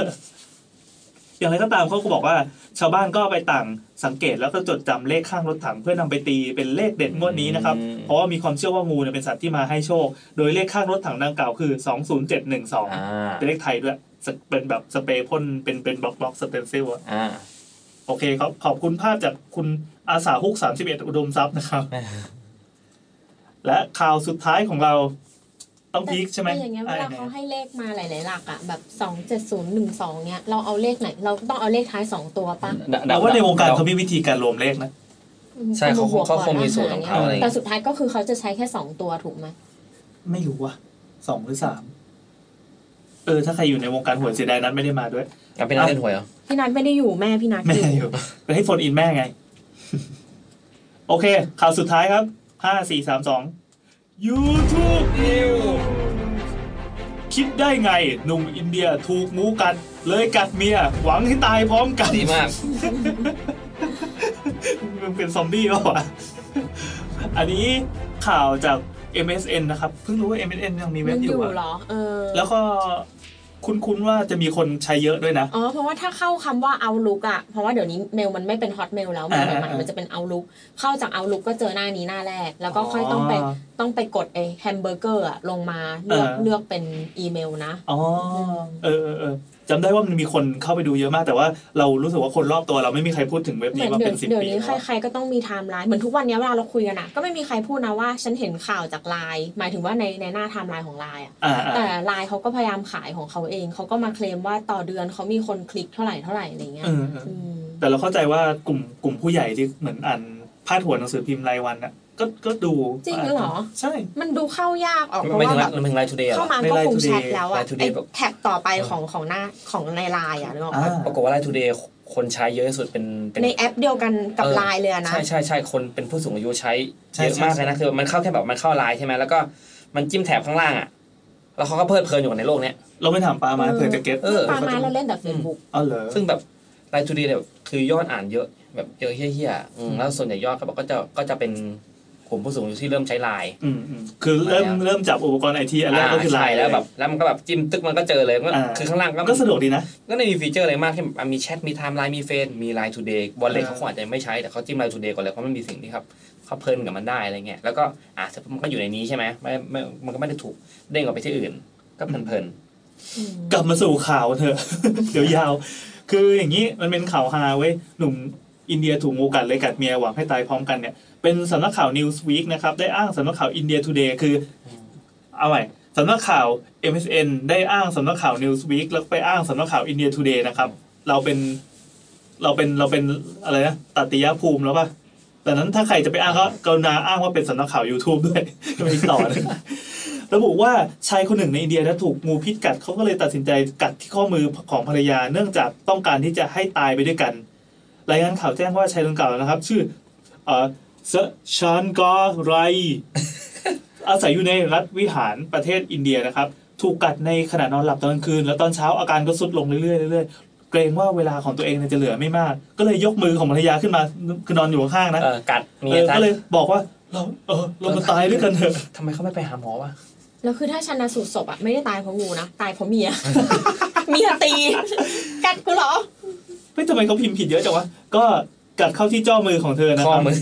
อย่างไรก็ตามเขาก็บอกว่าชาวบ้านก็ไปต่างสังเกตแล้วก็จดจำเลขข้างรถถังเพื่อนำไปตีเป็นเลขเด็ดงวดนี้นะครับ เพราะว่ามีความเชื่อว่างูเนี่ยเป็นสัตว์ที่มาให้โชค โดยเลขข้างรถถังดังกล่าวคือ อ่า 20712 เป็นเลขไทยด้วยสเปเป็นแบบสเปรย์พ่นเป็นเป็นบล็อกบล็อกสเตนซิลอะ อ่า โอเคครับขอบคุณภาพจากคุณอาสาฮุก 31 อุดมทรัพย์ *laughs* นะครับ และข่าวสุดท้ายของเราต้องพีคใช่ไหม แต่อย่างเงี้ยเวลาเขา อ่ะ ให้เลขมาหลายๆหลักอ่ะแบบสองเจ็ดศูนย์หนึ่งสองเนี้ยเราเอาเลขไหน เราต้องเอาเลขท้ายสองตัวปะ แต่ว่าในวงการเขามีวิธีการรวมเลขนะ ใช่เขาคงเขาคงมีสูตรของเขาอะไรอย่างเงี้ย แต่สุดท้ายก็คือเขาจะใช้แค่สองตัวถูกไหม ไม่รู้ว่ะสองหรือสามเออ ถ้าใครอยู่ในวงการหวยเสียดายนั้นไม่ได้มา *laughs* ด้วย เอาเป็นนักเล่นหวยเหรอ พี่นัทไม่ได้อยู่แม่พี่นัท แม่ อยู่ อยู่ไปให้โฟนอินแม่ไง *laughs* โอเค ข่าวสุดท้ายครับห้าสี่สามสอง YouTube คิดได้ไง หนุ่มอินเดียถูกหมูกัด เลยกัดเมีย หวังให้ตายพร้อมกัน ดีมาก *laughs* มึงเป็นซอมบี้ป่าวะ *laughs* อันนี้ข่าวจาก MSN นะครับ เพิ่งรู้ว่า MSN ยังมีเว็ มั บ น อ อยู่ยู่ อะ เหรอเออ แล้วก็คุ้นๆว่าจะมีคนใช้เยอะด้วยนะ อ๋อเพราะว่าถ้าเข้าคำว่าเอาลุกอ่ะเพราะว่าเดี๋ยวนี้เมลมันไม่เป็นฮอตเมลแล้วเมลใหม่ๆอ่าๆ มันจะเป็นเอาลุกเข้าจากเอาลุกก็เจอหน้านี้หน้าแรก แล้วก็ค่อยต้องไปต้องไปกดไอ้แฮมเบอร์เกอร์อะลงมาเลือกเลือกเป็นอีเมลนะ อ๋อเออเออเออจำได้ว่ามันมีคนเข้าไปดูเยอะมาก แต่ว่าเรารู้สึกว่าคนรอบตัวเราไม่มีใครพูดถึงเว็บ เหมื นี้ อน มา เดี๋ย เป็ วน สิบ เดี๋ยว ปี นี้ แล้วอะ ใครๆก็ต้องมีไทม์ไลน์เหมือนทุกวันนี้เวลาเราคุยกันอะก็ไม่มีใครพูดนะว่าฉันเห็นข่าวจากไลน์หมายถึงว่าในในหน้าไทม์ไลน์ของไลน์อะ อ่าอ่า แต่ไลน์เขาก็พยายามขายของเขาเองเขาก็มาเคลมว่าต่อเดือนเขามีคนคลิกเท่าไหร่เท่าไหร่อะไรเงี้ย เออเออ อืม แต่เราเข้าใจว่ากลุ่มกลุ่มผู้ใหญ่ที่เหมือนอ่านพาดหัวหนังสือพิมพ์รายวันน่ะก็ก็ดู จริงเหรอ ใช่ มันดูเข้ายากออกเพราะ ไม่ถึ ว่าง แบ ไล บ น์ไม่ถึงไลน์ทูเดย์หร เข้า อ มาก็คงแชทแล้วอะ ใน Line Today ไอ้ แบบ แท็กต่อไปของของหน้าของในไลน์อะนึกออก อ่า ปะ ปรากฏว่าไลน์ทูเดย์คนใช้เยอะที่สุดเป็นเป็น ในแอปเดียวกันกับ เออ ไลน์เลยอะนะ ใช่ใช่ใช่คนเป็นผู้สูงอายุใช้ ใช่ เยอะมากเลยนะคือมันเข้าแค่แบบมันเข้าไลน์ใช่ไหมแล้วก็มันจิ้มแถบข้างล่างอ่ะแล้วเขาก็เพลิดเพลินอยู่กับในโลกเนี้ย เราไปถามปามา เออ เผื่อจะเก็ต เออ ปามาเราเล่นแต่เฟซบุ๊ก อ๋อเหรอ ซึ่งแบบไลน์ทูเดย์เนี่ยคือยอดอ่านเยอะแบบเยอะเฮี้ยๆอืมแล้วส่วนใหญ่ยอดก็บอกก็จะก็จะเป็นกลุ่มผู้สูงอายุที่เริ่มใช้ไลน์ อืมอืมคือเริ่ม ไม่อะ เริ่มจับอุปกรณ์ไอทีอันแรกก็คือไล ใช่ น์ แล้วแบบแล้วมันก็แบบจิ้มตึกมันก็เจอเลยก็ อ่า คือข้างล่างก็ ก็สะดวกดีนะ ก็ไม่มีฟีเจอร์อะไรมากที่แบบอ่ะมีแชทมีไทม์ไลน์มีเฟซมีไลน์ทูเดย์บอลเล็ อ่า เขาคงอาจจะไม่ใช้แต่เขาจิ้มไลน์ทูเดย์ก่อนเลยเพราะมันมีสิ่งที่ครับเขาเพลินกับมันได้อะไรเงี้ยแล้วก็อ่ะมันก็อยู่ในนี้ใช่ไหมไม่ไม่มันก็ไม่ได้ถูกเด้งออกไปที่อื่น ก็เพลิน อืม กลับมาสู่ข่าวเถอะ *laughs* เดี๋ยวยาว คืออย่างนี้มันเป็นข่าวฮาเว้ย หนุ่มอินเดียถูกงูกัดเลยกัดเมียหวังให้ตายพร้อมกันเนี่ย เป็นสำนักข่าว Newsweek นะครับ ได้อ้างสำนักข่าว India Today คือ เอาใหม่สำนักข่าว MSN ได้อ้างสำนักข่าว Newsweek แล้วไปอ้างสำนักข่าว India Today นะครับ เราเป็นเราเป็นเราเป็นอะไรนะตัตติยภูมิแล้วป่ะแต่นั้นถ้าใครจะไปอ้างก็กรุณาอ้างว่าเป็นสำนักข่าว YouTube ด้วย *laughs* ไม่ต่อนะ *laughs* ระบุว่าชายคนหนึ่งในอินเดียนะถูกงูพิษกัดเขาก็เลยตัดสินใจกัดที่ข้อมือของภรรยา เนื่องจากต้องการที่จะให้ตายไปด้วยกัน รายงานข่าวแจ้งว่าชายดังกล่าวนะครับ ชื่อเอ่อเซชานกอไร *laughs* อาศัยอยู่ในรัฐวิหารประเทศอินเดียนะครับ ถูกกัดในขณะนอนหลับตอนกลางคืน แล้วตอนเช้าอาการก็ทรุดลงเรื่อยๆเรื่อยๆเกรงว่าเวลาของตัวเองเนี่ยจะเหลือไม่มาก ก็เลยยกมือของภรรยาขึ้นมาคือนอนอยู่ข้างๆ ๆ นะ เออกัดเมี เอย อ ซะ ก็เลยบอกว่าเราเออเรามาตายด้วยกันเถอะ ทำไมเขาไม่ไปหาหมอวะ แล้วคือถ้าชันสูตรศพอะไม่ได้ตายเพราะงูนะตายเพราะเมีย เมียตีกัดกูเหรอ เฮ้ยทำไมเขาพิมพ์ผิดเยอะจังวะ ก็กัดเข้าที่จ้อมือของเธอนะ ข้ ค อ รับ มือ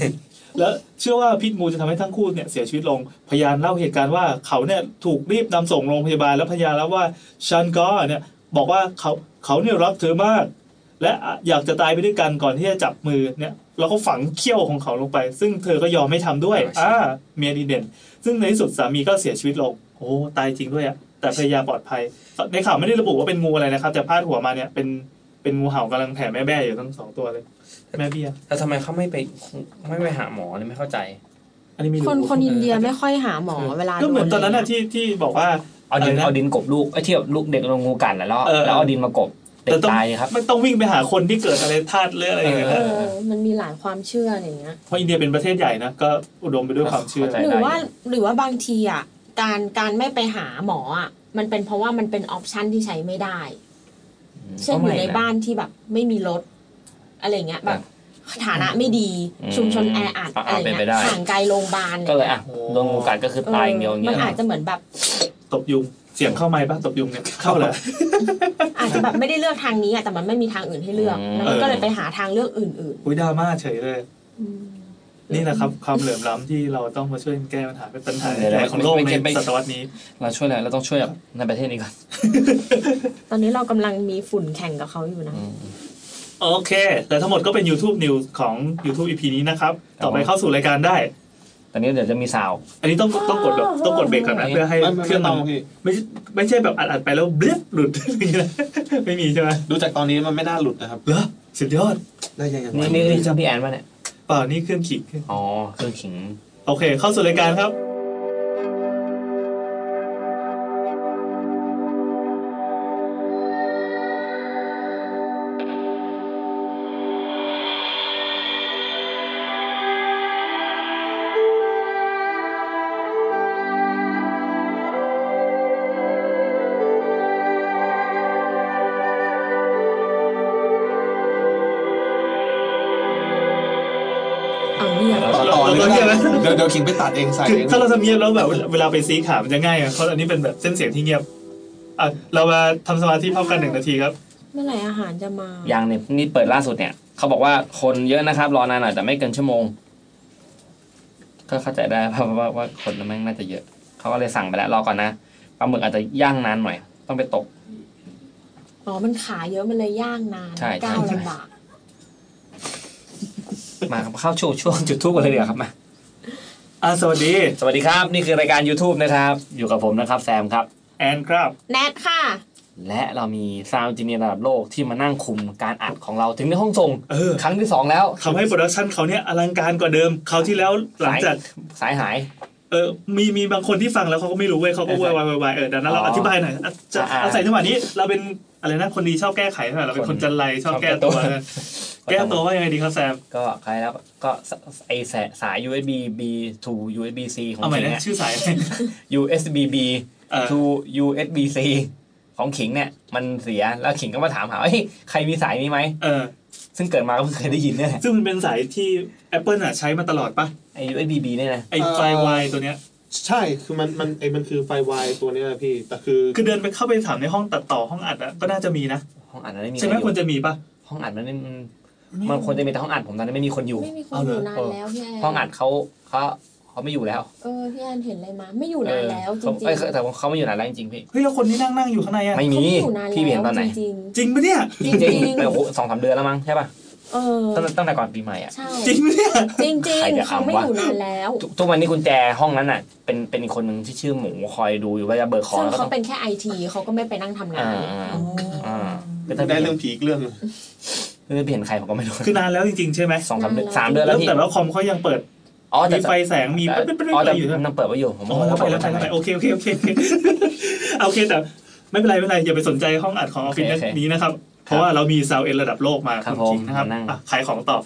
แล้วเชื่อว่าพิษงูจะทำให้ทั้งคู่เนี่ยเสียชีวิตลง พยานเล่าเหตุการณ์ว่าเขาเนี่ยถูกรีบนำส่งโรงพยาบาลแล้วพยานเล่าว่าชันก็เนี่ยบอกว่าเขาเขาเนี่ยรักเธอมาก และอยากจะตายไปด้วยกันก่อนที่จะจับมือเนี่ยแล้วก็ฝังเขี้ยวของเขาลงไป ซึ่งเธอก็ยอมไม่ทำด้วย อ่าใช่ อ่าเมียดีเด่น ซึ่งในที่สุดสามีก็เสียชีวิตลง โอ้ตายจริงด้วยอะ แต่พยายามปลอดภัย ในข่าวไม่ได้ระบุว่าเป็นงูอะไรนะครับ แต่พาดหัวมาเนี่ยเป็นเป็นงูเห่ากำลังแผ่แม่แบ้อยู่ทั้งสองตัวเลย แม่เบี้ย แล้วทำไมเขาไม่ไปไม่ไปหาหมอเลยไม่เข้าใจ อันนี้ไมี คนคนอินเดียไม่ค่อยหาหมอเวลา ก็เหมือน โด ตอนนั้นอะที่ที่บอกว่า เอาดิน อะไรนะ เอาดินกบลูกไอ้ที่แบบลูกเด็กลงงูกัดน่ะแล้ว เออ แล้วเอาดินมากบเด็ก แต่ต้อง ตายครับ มันต้องวิ่งไปหาคนที่เกิดอะไรธาตุเลืออะไรอย่างเงี้ย เอ นะ อ มันมีหลายความเชื่ออย่างเงี้ย เพราะอินเดียเป็นประเทศใหญ่นะก็อุดมไปด้วยความเชื่อ เข้าใจ หรือ ได้ ว่า อยู่ หรือว่าบางทีอ่ะการการไม่ไปหาหมออ่ะมันเป็นเพราะว่ามันเป็นออปชันที่ใช้ไม่ได้ เช่นอยู่ในบ้านที่แบบไม่มีรถ อะไรเงี้ยแบบฐานะไม่ดี อืม ชุมชนแออัด อ่า อะไร เป็นไป เงี้ย ได้ ห่างไกลโรงพยาบาล ก็เลยอ่ะ โอ้ โดนงูกัดก็คือตายอย่างเดียวอย่าง มั เงี้ น ย อาจจะเหมือนแบบ ตบยุงเสียงเข้าไม้ป่ะตบยุงเนี่ยเข้าเหรอ อาจจะแบบไม่ได้เลือกทางนี้อ่ะแต่มันไม่มีทางอื่นให้เลือกแล้วมันก็เลยไปหาทางเลือกอื่น อุ้ยดราม่าเฉยเลย ๆอืม นี่แหละครับ ความเหลื่อมล้ำที่เราต้องมาช่วยแก้ปัญหาเป็นปัญหาใหญ่ของโลกในศตวรรษนี้ เราช่วยอะไรเราต้องช่วยแบบในประเทศนี้ก่อน ตอนนี้เรากำลังมีฝุ่นแข่งกับเขาอยู่นะ โอเค แต่ทั้งหมดก็เป็น YouTube News ของ YouTube EP นี้นะครับ ต่อไปเข้าสู่รายการได้ ตอนนี้เดี๋ยวจะมีสาว อันนี้ต้องต้องกดแบบต้องกดเบรกก่อนนะ เพื่อให้ ไม่ไม่ เครื่ ไม่ องมันต้องพี่ ไม่ใช่ไม่ใช่แบบอัดอัดไปแล้วเบลิบหลุด *laughs* อะไรอย่างเงี้ยนะไม่มีใช่ไหม ดูจากตอนนี้มันไม่น่าหลุดนะครับ เหรอสุดยอด ได้ยังไง นี่นี่นี่ช่างพี่แอนป่ะเนี่ย เปล่านี่เครื่องขีด อ๋อเครื่องขิง โอเค เข้าสู่รายการครับ เอาเงียบ ต่อต่อเลย เราเงียบไหม เดี๋ยวเดี๋ยวขิงไปตัดเองใส่ คือ เอง ถ้าเราทำเงียบแล้วแบบเวลาไปซีขามันจะง่ายอะเพราะอันนี้เป็นแบบเส้นเสียงที่เงียบอ่ะเรามาทำสมาธิพร้อมกันหนึ่งนาทีครับ เมื่อไหร่อาหารจะมา อย่างเนี่ยนี่เปิดล่าสุดเนี่ยเขาบอกว่าคนเยอะนะครับ รอนานหน่อยแต่ไม่เกินชั่วโมง ก็เข้าใจได้เพราะ *laughs* ว่าว่าคนมันน่าจะเยอะเขาก็เลยสั่งไปแล้วรอก่อนนะปลาหมึกอาจจะย่างนานหน่อย ต้องไปตก อ๋อ มันขาเยอะมันเลยย่างนาน ใช่ใช่ ก้าว ใช่ ลำบาก มาครับเข้าช่วงช่วงจุดทูบกันเลยเดี๋ยวาครับมา อ่ะสวัสดี สวัสดีครับ นี่คือรายการ YouTube นะครับ อยู่กับผมนะครับแซมครับ แอนครับ แนทค่ะ และเรามีซาวด์จีเนียระดับโลกที่มานั่งคุมการอัดของเราถึงในห้องส่ง เออ ครั้งที่สองแล้ว ทำให้โปรดักชันเขาเนี่ยอลังการกว่าเดิมเขาวที่แล้วหลังจาก สายหาย เออมีมีบางคนที่ฟังแล้วเขาก็ไม่รู้เว้ยเขาก็ ใช่ วายวายวายวายเออดังนั้นเรา อ๋อ อ อ ธิบายหน่อยอ่ะจะ อ่า อาศัยจังหวะนี้เราเป็นอะไรนะคนดีชอบแก้ไขหน่อยเราเป็น ค คน นจันไรชอบแก้ตัว ชอบแก้แก้ตัวตัวว่ายังไงดีครับแซม ก็ใครแล้วก็สไอสายสาย USB B to USB C ของ เอาใหม่ ขิง นะ เนี่ย ชื่อสาย *laughs* USB B เออ to USB C ของขิงเนี่ย มันเสียแล้วขิงก็มาถามหาว่าเฮ้ยใครมีสายนี้ไหม เออ ซึ่งเกิดมาก็เพิ่งเคยได้ยินเนี่ยแหละ ซึ่งมันเป็นสายที่ Apple อ่ะใช้มาตลอดปะ ไอ USB B เนี่ยนะ ไอ้ไฟวายตัวเนี้ย ใช่คือมันมันไอ้มันคือไฟวายตัวเนี้ยพี่แต่คือ คือเดินไปเข้าไปถามในห้องตัดต่อห้องอัดอะก็น่าจะมีนะ ห้องอัดนั้นไม่มี ใช่ไหม ใครอ ควร ยู่ จะมีปะ ห้องอัดมันไม่มันมันควรจะมีแต่ห้องอัดผมตอนนั้นไม่มีคนอยู่ ไม่มีคนอยู่นานแล้วพี่แอน ห้องอัดเขาเขาเขาไม่อยู่แล้ว เออพี่แอนเห็นอะไรมา ไม่อเอนยู่าน อ แล้วจ เขา ริง เอ้ย ๆ แต่ว่าเขาไม่อยู่นานแล้วจริงๆพี่ เฮ้ยแล้วคนที่นั่งนั่งอยู่ข้างในอะ ไม่มี เขาไม่อยู่นาน พี่เห็นต แล้ อน ว ไหน จริง จริงปะเนี่ย จริงๆ ๆโอ้โหสองสามเดือนแล้วมั้งใช่ป่ะ ๆ เออ ตั้งแต่ตั้งแต่ก่อนปีใหม่อ่ะ ใช่ จริงปะเนี่ย จริง ใครจะ ๆเขาไม่ออ่ำวะยู่นานแล้ว ทุกทุกวันนี้กุญแจห้องนั้นน่ะเป็นเป็นอีกคนหนึ่งที่ชื่อหมูคอยดูอยู่ว่าจะเบิกของ ซึ่ง แล้วก็ เขา ต้อง เป็นแค่ไอทีเขาก็ไม่ไปนั่งทำงาน อ่า อ่าก็ถ้า ได้ ได้ เรื่ เรื่อ อง งผีอีกเรื่องหนึ่ง ไม่ได้เปลี่ยนใครผมก็ไม่รู้ คือนานแล้วจริงๆใช่ไหม สองสามเดือน นานแล้ว สามเดือนแล้ แล้ว ว พี่ แต่ว่าคอมเขายังเปิด อ๋อแต่ มีไฟแสงมี แต่ เป็นเป็น อ๋อแต่ ๆๆอยู่ใช่ไหม นังเปิดไว้อยู่ผม อ๋อ ว่า แล้วไป เปิด แล้ว ไว้ ไป ทำ แล้วไป ไม โอเคโอเคโอเคโอเคโอเคแต่ไม่เป็นไรไม่เป็นไรอย่าไปสนใจห้องอัดของออฟฟิศ โอเคโอเค นี้นะครับ เพราะว่าเรามีซาวเอ็นระดับโลกมา ครับ ณคิงนะครับ ผมนั่ง อ่ะขายของต่อ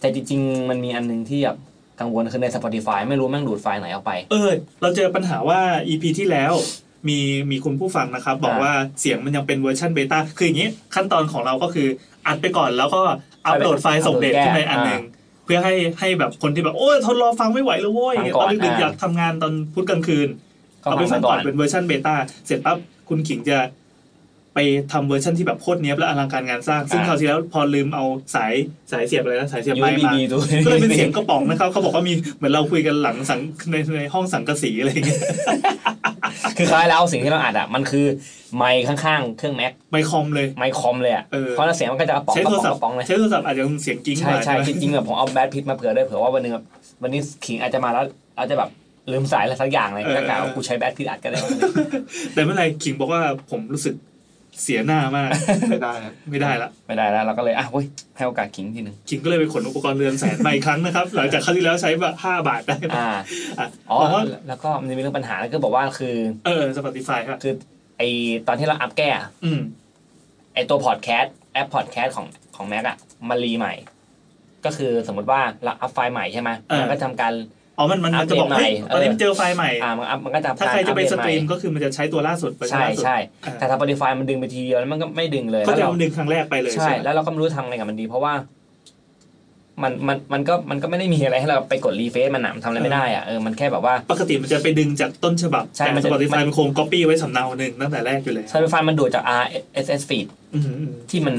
แต่จริงๆมันมีอันหนึงที่แบบกังวลคือใน Spotify ไม่รู้แม่งดูดไฟล์ไหนออกไป เออเราเจอปัญหาว่า EP ที่แล้ว มีมีคุณผู้ฟังนะครับ บอก อ่า ว่าเสียงมันยังเป็นเวอร์ชันเบต้าคืออย่างนี้ขั้นตอนของเราก็คืออัดไปก่อนแล้วก็อัปโหลดไฟล์ส่งเดทขึ้นไปอันหนึ่งเพื่อให้ให้แบบคนที่แบบโอ้ยทนรอฟังไม่ไหวแล้วโว้ยตอนดึกๆอยากทำงานตอนพุธกลางคืน ก็ เอาไป ฟั ฟั ง ง ก่ ก่ อ อน นเป็นเวอร์ชันเบต้าเสร็จปั๊บคุณขิงจะไปทำเวอร์ชันที่แบบโคตรเนี้ยบและอลังการงานสร้าง ซึ่งคราวที่แล้วพอลืมเอาสายสายเสียบอะไรนะสายเสียบ ยู ไม้ บี มา บีดู ก็เลยเป็นเสียงกระป๋องนะครับเขาบอกว่ามีเหมือนเราคุยกันหลังสังในในห้องสังกะสีอะไรอย่างเงี้ย คือคล้ายแล้วสิ่งที่เราอัดอ่ะมันคือไมค์ข้างๆเครื่องแม็ก ไมค์คอมเลย ไมค์คอมเลยอ่ะ เออ เพราะฉะนั้นเสียงมันก็จะกระป๋อง ใช้ ก โท ระ ร ป๋อง ศัพ ก ท์ ระป๋องเลย ใช้โทรศัพท์อาจจะเสียงกิ้ง ใช่ มา ใช่ ใช่ไหม จริงๆแบบผมเอาแบทพิทมาเผื่อได้วยเผื่อว่าวันหนึงแบบวันนี้ขิงอาจจะมาแล้วอาจจะแบบ ลืมสายอะไรสักอย่างเลย เออ ก็กล่าวว่ากูใช้แบตที่อัดก็ได้ แต่ไม่เป็นไรขิงบอกว่าผมรู้สึกเสียหน้ามาก ไม่ได้ครับ ไม่ได้ละ ไม่ได้แล้วเราก็เลยอ่ะเว้ยให้โอกาสขิงทีหนึ่ง ขิงก็เลยไปขนอุปกรณ์เรือนแสนมาอีกครั้งนะครับ หลังจากครั้งที่แล้วใช้แบบห้าบาทได้ อ่า อ่ะ อ๋อ บอกว่า แล้วก็มันจะมีเรื่องปัญหาแล้วก็บอกว่าคือ เออสปอติฟายครับ คือไอตอนที่เราอัพแก้อะ อืม ไอตัวพอดแคสต์แอปพอดแคสต์ของของแม็กอะมารีใหม่ ก็คือสมมติว่าเราอัพไฟล์ใหม่ใช่ไหม เออ มันก็ทำการ อ๋อมันมันมันจะบอก อัปเดตใหม่ เฮ้ยตอนนี้ เออ มันเจอไฟล์ใหม่ อ่ามันอัพมันก็จะทำ ถ้า การ ใครจะไป อัปเดต ส ใหม่ ตรีมก็คือมันจะใช้ตัวล่าสุดเวอร์ชัน ใช่ ล่าสุด ใช่ อ่า แต่ทาง Spotify มันดึงไปทีเดียวแล้วมันก็ไม่ดึงเลย ก็ แล้ว จะ เรา เอาหนึ่งครั้งแรกไปเลย ใช่ ใช่ไหม แล้วเราก็ไม่รู้ทำอะไรกับมันดี เพราะว่ามันมันมันก็มันก็ไม่ได้มีอะไรให้เราไปกดรีเฟซมันหนามนทำอะไรไม่ได้อะเออมันแค่แบบว่า ปกติมันจะไปดึงจากต้นฉบับ ใช่มั แต่ นจะ Spotify มัน มันคง copy ไว้สำเนาหนึ่งตั้งแต่แรกอยู่แล้ว Spotify มันดูดจาก RSS feed อืมอืม ที่มัน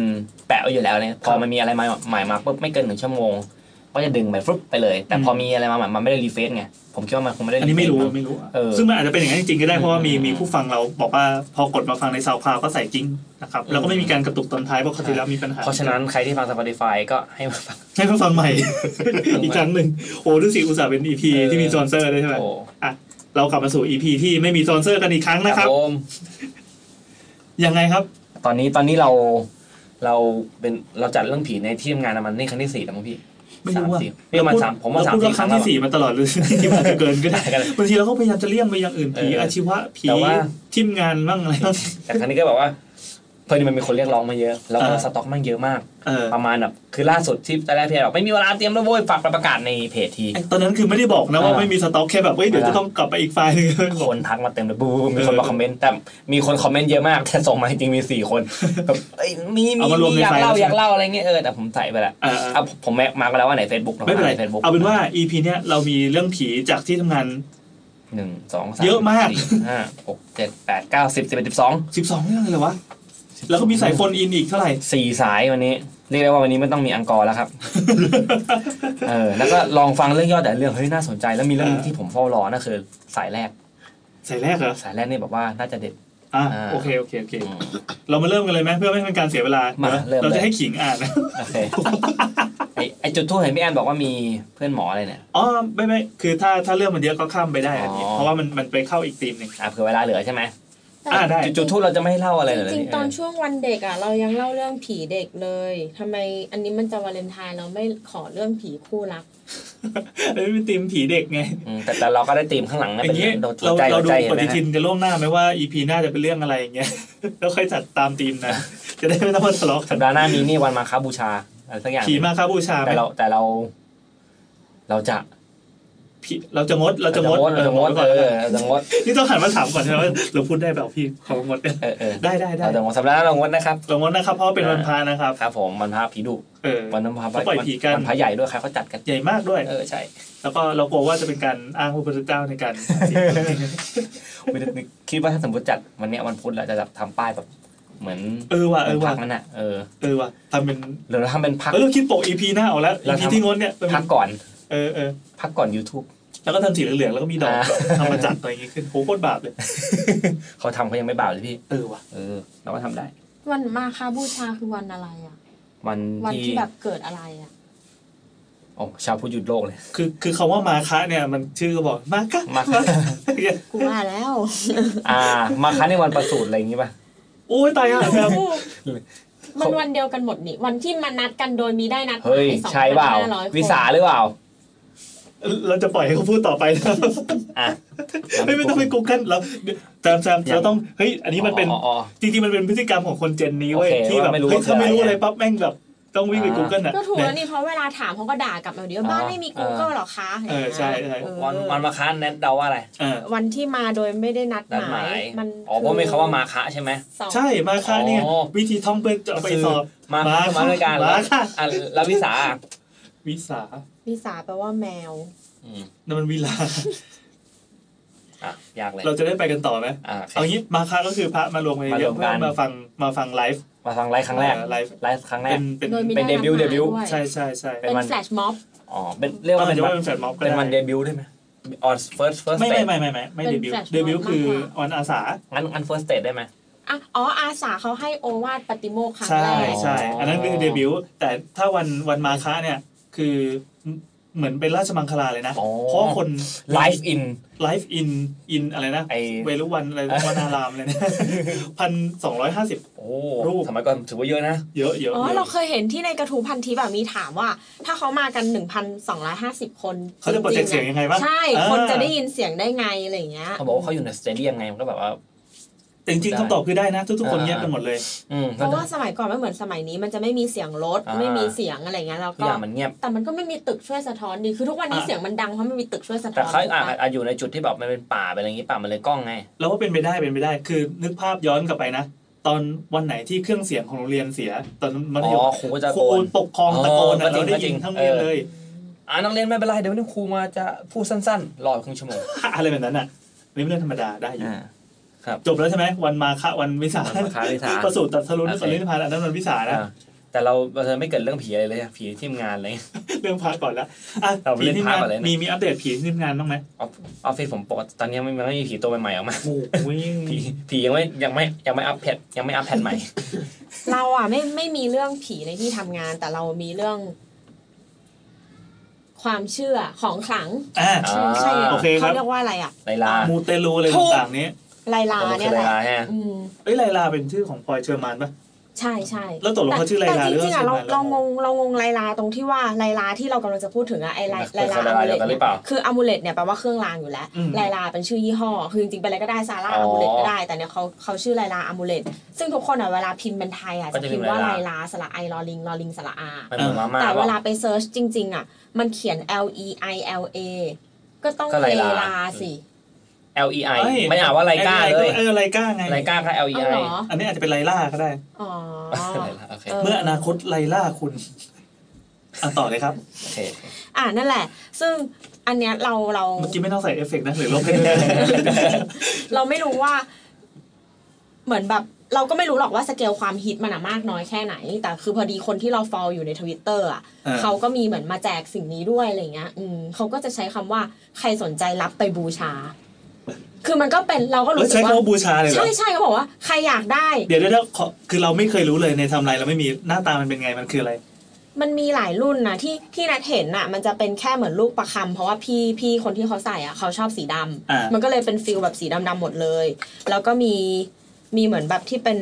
แปะไว้อยู่แล้วเนี่ยพอมันมีอะไรมาใหม่มาปุ๊บไม่เกินหนึ่งชั่วโมง ก็จะดึงไปฟึบไปเลย แต่ อืม พอมีอะไรมาใหม่มันไม่ได้รีเฟซไงผมคิดว่ามันคงไม่ได้ อันนี้ไม่รู้ refresh มั้ง ไม่รู้อะ เออ ซึ่งมันอาจจะเป็นอย่างนั้นจริงๆก็ได้ อืม เพราะว่ามี อืม มีผู้ฟังเราบอกว่าพอกดมาฟังในซาวคลาวก็ใส่จริงนะครับ แล้วก็ไม่มีการกระตุกตอนท้ายเพราะคราวที่แล้วมีปัญหา เพราะฉะนั้นใครที่ฟัง Spotify ก็ให้มาฟัง ให้ผู้ฟังใหม่ *laughs* อีกครั้งหนึ่งโอ้ดูสิอุตส่าห์เป็น EP เออ ที่มีจอนเซอร์ด้วยใช่ไหม โอ้ อ่ะเรากลับมาสู่ EP ที่ไม่มีจอนเซอร์กันอีกครั้งนะค ครั รั บบ ผม ยังไงครับ ตอนนี้ตอนนี้เราเราเป็นเราจัดเรื่องผีในที่ทำงานอะมันนี่ครั้งที่สี่แล้วมั้งพี่ ไม่รู้ว่า สาสี่นี่ประมาณสามผมว่าสาม พูด สี่ ว่าครั้งที่สี่มาตลอด *laughs* เลยที่มันอาจจะเกินก็ได้ ได้กันเลย บางทีเราก็พยายามจะเลี่ยงไปอย่างอื่นผี เออ อาชีวะผี แต่ว่า ทิมงานบ้างอะไรบ้าง แต่ครั้งนี้ก็แบบว่าเพิ่นมันมีคนเรียกร้องมาเยอะ แล้วก็ อ่า สต็อกมันเยอะมาก เออ ประมาณแบบคือล่าสุดที่ตอนแรกพี่แอนบอกไม่มีเวลาเตรียมแล้วโว้ยฝากไปประกาศในเพจที ไอ้ตอนนั้นคือไม่ได้บอกนะว่า อ่า ไม่มีสต็อกแค่แบบเฮ้ยเดี๋ยว เวลา จะต้องกลับไปอีกไฟล์หนึง คนทักมาเต็มเลยบูมมีคนมาคอมเมนต์แต่มีคนคอมเมนต์เยอะมาก แต่ส่งมาจริงๆมีสี่คนแบบเอ้ยมีมี เอามารวม มีอยาก ในไฟล์ เล่า แล้วใช่ไหม อยากเล่าอะไรเงี้ยเออแต่ผมใส่ไปละ เออ อ่ะผมแม็กมาก็แล้วว่าไหนเฟซบุ๊ก ไม่เป็นไร เฟซบุ๊ก เอาเป็นว่า EP เนี้ยเรามีเรื่องผีจากที่ทำงาน หนึ่งสองสาม เยอะมาก สี่ห้าหกเจ็ดแปดเก้าสิบสิบเอ็ดสิบสอง 12 เรื่องเลยเหรอวะ แล้วก็มีสายโฟนอินอีกเท่าไหร่ สี่สายวันนี้เรียกได้ว่าวันนี้ไม่ต้องมีอังกอ *laughs* ร์แล้วครับ เออแล้วก็ลองฟังเรื่องย่อแต่เรื่องเฮ้ยน่าสนใจแล้วมีเรื่องหนึ่ง อ่า ที่ผมเฝ้ารอนั่นคือสายแรก สายแรกเหรอ สายแรกนี่แบบว่าน่าจะเด็ด อ่ะ อ่า โอเคโอเคโอเค อืม เรามาเริ่มกันเลยไหมเพื่อไม่ให้เป็นการเสียเวลา มา นะ เริ่มเลย เราจะให้ขิงอ่านนะ โอเคไอไอจุดทู่เห็นพี่แอนบอกว่ามีเพื่อนหมออะไรเนี่ย อ๋อไม่ไม่คือถ้าถ้าเรื่องมันเยอะก็ข้ามไปได้อันนี้ อ๋อ เพราะว่ามันมันไปเข้าอีกธีมหนึ่ง อ่ะเผื่อเวลาเหลือใช่ไหม อ่าได้ จุดจุดทู่เราจะไม่เล่าอะไร จ เลย ริงๆ ตอน เออ ช่วงวันเด็กอ่ะ เรายังเล่าเรื่องผีเด็กเลยทำไมอันนี้มันจะวาเลนไทน์เราไม่ขอเรื่องผีคู่รัก เอ้ยเป็นธีมผีเด็กไง อืมแต่แต่เราก็ได้ตีมข้างหลังนะ อ เป็ ย่าน งนี้ โดน เรา ใจ เรา หัว ดู ใจเห็น ป ไหม ฏิทิ ฮะ นกันล่วงหน้าไหมว่า EP หน้าจะเป็นเรื่องอะไรอย่างเงี้ย *laughs* แล้วค่อยจัดตามธีมนะ *laughs* จะได้ไม่ต้องมาทะเลาะกั สั น ปดาห์หน้ามีนี่วันมาคาบูชาอะไรสักอย่าง ผีมาครับบูชาไหม แต่เราแต่เรา เราจะ ผีเราจะงดเราจะงด เราจะงด เอ เอ อ อเราจะงด นี่ต้องหันมาถามก่อนใช่ไหมว่าเราพูดได้แบบพี่ของงดเนี่ย เออเออ ได้ได้ได้ เราจะงดสัปดาห์หน้าเรางดนะครับ เรางดนะครับเพราะว่าเป็น อ่า วันพานะครับ ครับผมวันพระผีดุ เออ วันน้ำพระ เขาปล่อยผีกัน วันพระใหญ่ด้วยใครเขาจัดกัน ใหญ่มากด้วย เออใช่ แล้วก็เรากลัวว่าจะเป็นการอ้างพระพุทธเจ้าในการ ไม่ได้นึกคิดว่าถ้าสมมติจัดวันเนี้ยวันพุธเราจะแบบทำป้ายแบบเหมือน เออว่ะเออ พั ว่ะ กนั้นอ่ะเออ เออว่ะทำเป็น หรือเราทำเป็นพัก เออเราคิดปก EP หน้าเอาแล้ว เรา EP ทำ ที่งดเนี่ยเป็น พักก่อน เออเออ พักก่อน YouTube แล้วก็ทำสีเหลืองๆแล้วก็มีดอก อ่า ทำมาจัดอะไรอย่างงี้ขึ้นโหโคตรบาปเลย เขาทำเขายังไม่บ่าวเลยพี่ เออว่ะ เออ เราก็ทำได้ วันมาคาบูชาคือวันอะไรอ่ะ วัน วัน ที่ ที่แบบเกิดอะไรอ่ะ โอ้ชาวพุทธหยุดโลกเลย *laughs* คือคือคาว่ามาคะเนี่ยมันชื่อก็บอกมาคะ มาคะ กูว่าแล้ว อ่า มาคันในวันประสูติอะไรอย่างงี้ป่ะ โอ้ยตายอ่ะครับ มันวันเดียวกันหมดนี่วันที่มานัดกันโดยมีได้นัดหมาย เฮ้ย สองพัน ใช่เปล่า ห้ร้อยคน วิสาหรือเปล่า เราจะปล่อยให้เขาพูดต่อไปนะ อ่ะ ไม่ไม่ต้องไปกูเกิลเราแซมแซมเราต้องเฮ้ยอันนี้มันเป็น อ๋ออ๋อ จริงๆมันเป็นพฤติกรรมของคนเจนนี้เว้ย โอเค ที่แบบ ว่าไม่รู้ เฮ้ยถ้าไม่รู้ ว่าคือ อะ อะไร ไร ปั๊บแม่งแบบต้องวิ่งไป อ่า กูเกิลอ่ะ ก็ถูกแล้ว เนี่ย นี่เพราะเวลาถามเขาก็ด่ากลับมาเดี๋ยวบ้านไม่มีกูเกิลหรอคะ เออใช่ใช่ เออ วันวันมาคันแนทเดาว่าอะไร เออ วันที่มาโดยไม่ได้นัด นัด ห ห มาม าย ย มัน อ๋อเพราะไม่เขาว่ามาคะใช่ไหม สอง ใช่มาคะเนี่ย อ๋อ วิธีท่องเพื่อจะเอาไปสอบ มา มา มาด้วยกัน มาค่ะ อ่ะแล้ววิสาอ่ะ วิสา วิสาแปลว่าแมว อืม นั่นมันวิลา อ่ะยากเลย เราจะได้ไปกันต่อไหม อ่ะโอ เอา เค งี้มาคะก็คือพระมารวมกันเยอะ มารวม เพื่อนกัมาฟังมาฟังไลฟ์ มาฟังไลฟ์ครั้งแรก เอ่อไลฟ์ ไลฟ์ครั้งแร เป็ ก นเป็น โดยมี เป็น ได้นั เดบิวต์ หมาย เดบิวต์ ด้วย ใช่ใช่ใช่ เป็ เป็น น วัน แฟลชม็อบ อ๋อเป็นเรียก ก็ ว่า อาจ เป็น จะ วั ว่าน เป็นแฟนม็อบก็ เป็น ได้ วันเดบิวต์ได้ไหมออน first first ไม่ stage ไม่ไม่ไม่ไม่ไม่เดบิวต์ เป็น flash เดบิวต์ mob คือ มากกว่า วันอาสา งั้นงั้น first stage ได้ไหม อ่ะอ๋ออาสาเขาให้โอวาทปฏิโมกข์ครั้ง ใช่ แรก ใช่ อ๋ออั อันนั้นคือเดบิวต์แต่ถ้าวันวันมาคะเนี่ยคือ เหมือนเป็นราชมังคลาเลยนะ อ๋อ เพราะว่าคน ไลฟ์อิน ไลฟ์อินอินอะไรนะ ไอ้ เวรุวันอะไร *laughs* วนารามอะไรเนี่ยพันสองร้อยห้าสิบ โอ้ รูป สมัยก่อนถือว่าเยอะนะ เยอะเยอะ อ๋อ เยอะ เราเคยเห็นที่ในกระทู้พันทิปแบบมีถามว่า ถ้าเขามากัน 1,250 คน เขาจะโปรเจกต์เสียงยังไงบ้าง ใช่ อ่า คนจะได้ยินเสียงได้ไงอะไรอย่างเงี้ย เขาบอกว่าเขาอยู่ในสเตเดียมไงมันก็แบบว่า แต่จริงๆคำตอบคือได้นะ ทุกๆคน อ่า เงียบกันหมดเลย อืม เพ ก็ ราะ ทุ ว่าสมัยก่อนไม่เหมือนสมัยนี้มันจะไม่มีเสียงรถ อ่า ไม่มีเสียงอะไรเงี้ยแล้ว ก ก็ อย่างมันเงียบ แต่มันก็ไม่มีตึกช่วยสะท้อนดีคือทุกวันนี้ อ่ะ เสียงมันดังเพราะมันมีตึกช่วยสะท้ แต่ อน เขา ถูก อ่ะ ปะ อ่ะอยู่ในจุดที่แบบมันเป็นป่าเป็นอะไรอย่างงี้ป่ามันเลยกล้องไง เราว่าเป็นไปได้เป็นไปได้ คือนึกภาพย้อนกลับไปนะ ตอนวันไหนที่เครื่องเสียงของโรงเรียนเสีย ตอนมัธย อ๋ ม อครูก็จะ ค โก รู น ปกครองตะโกน อ๋ อะ อ เรา ก็ ได้ จริงก็จยินริง ทั้งโรงเรียนเลย อ่านักเรียนไม่เป็นไรเดี๋ยววันนี้ครูมาจะพูดสั้นๆรออีกครึ่งชั่วโมง *laughs* อะไรแบบนั้นอ่ะอันนี่เป็นเรื่องธรรมดาได้อยู่ อ่า จบแล้วใช่ไหมวันมาฆะวันวิสา วันมาฆะวิสา *laughs* ประสูติตรัสรุน โอ ส เค รินพานอันนั้นวันวิสานะ อ่าแต่เราเราไม่เกิดเรื่องผีอะไรเลยอะผีทีมงานอะไรเงี้ย เรื่องพาก่อนละอ่ะ เราไป ผี เล่น ที่ พาก่ งา อนเลย น นะ มีมีอัปเดตผีที่งานบ้างไหม ออฟออฟฟิศผมปกติตอนนี้ยังไม่ไม่มีผีตัวใหม่ๆออกมา *laughs* โอ้ย ผีผียังไม่ยังไม่ยังไม่อัพแพทยังไม่อัพแพทใหม่ เราอ่ะไม่ไม่มีเรื่องผีในที่ทำงาน แต่เรามีเรื่อง ความเชื่อของขลัง อ่ะ อ่า ใช่ โอเคครับ เขาเรียกว่าอะไรอ่ะ ไลลา มูเตลูอะไร ถูก ต่างๆนี้ ลายลา ตัวมันคื เนี่ อย ไล แหละ ลาฮะ อืม เอ้ยไลลาเป็นชื่อของพลอยเชอร์มานปะ ใช่ใช่ แล้วตกลงเขาชื่อไลลา แต่จริงๆอะ หรือ เรา ว่าชื่อ เรา ไลลาง งเรางงไลลาตรงที่ว่าไลลาที่เรากำลังจะพูดถึงอะไอไลไล เป็น ลา คนละลายเดียวกันหรือเปล่า คืออามูเลตเนี่ยแปลว่าเครื่องรางอยู่แล้ว อืม ไลลาเป็นชื่อยี่ห้อ คือจริงๆเป็นอะไรก็ได้ซาร่า อ๋ออ อามูเลตก็ได้แต่เนี่ยเขาเขาชื่อไลลาอามูเลตซึ่งทุกคนอะเวลาพิมพ์เป็นไทยอะ ก็ จะ จะพิ พิ ม ม พ์ พ์ว่า ไล ไล ลา ลาสระไอลอลิงลอลิงสระอา มันเหมือนมาม่า แต่เว ปะ ลาไปเซิร์ชจริง ๆอะมันเขียน L E I L A ก็ต้อง ก็ไล เล ลา ลาสิ L E I เอ้ย ไม่อ่านว่าไลกาเลย เออไลกาไง ไลกาค่ะ L E เอาเหร I อ อันนี้อาจจะเป็นไลล่าก็ได้ อ๋อ โอเค เอ เมื่ออนาคตไลล่าคุณอ่ะต่อเลยครับ โอเค อ่ะนั่นแหละ ซึ่งอันเนี้ยเราเรา เมื่อกี้ไม่ต้องใส่เอฟเฟกต์นะ *laughs* หรือลบให้ด้วย *laughs* เราไม่รู้ว่า เหมือนแบบ เราก็ไม่รู้หรอกว่าสเกลความฮิตมันอะมากน้อยแค่ไหน แต่คือพอดีคนที่เราฟอลอยู่ในทวิตเตอร์อ่ะ อ่า เขาก็มีเหมือนมาแจกสิ่งนี้ด้วยอะไรเงี้ย อืมเขาก็จะใช้คำว่าใครสนใจรับไปบูชา คือมันก็เป็นเราก็ แล้ว รู้สึ ใช้ กว่า คำว่าบูชาเลยเหรอ ใช่ใช่เขาบอกว่า ใครอยากได้ เดี๋ยวเดี๋ยวเดี๋ยวขอคือเราไม่เคยรู้เลยในไทำไรเราไม่มีหน้าตามันเป็นไงมันคืออะไร มันมีหลายรุ่นนะที่ที่นัดเห็นน่ะ มันจะเป็นแค่เหมือนลูกประคำเพราะว่าพี่พี่คนที่เขาใส่อ่ะเขาชอบสีดำ อ่ามั มันก็เลยเป็นฟิลแบบสีดำๆหมดเลย แล้วก็มีมีเหมือนแบบที่เป็น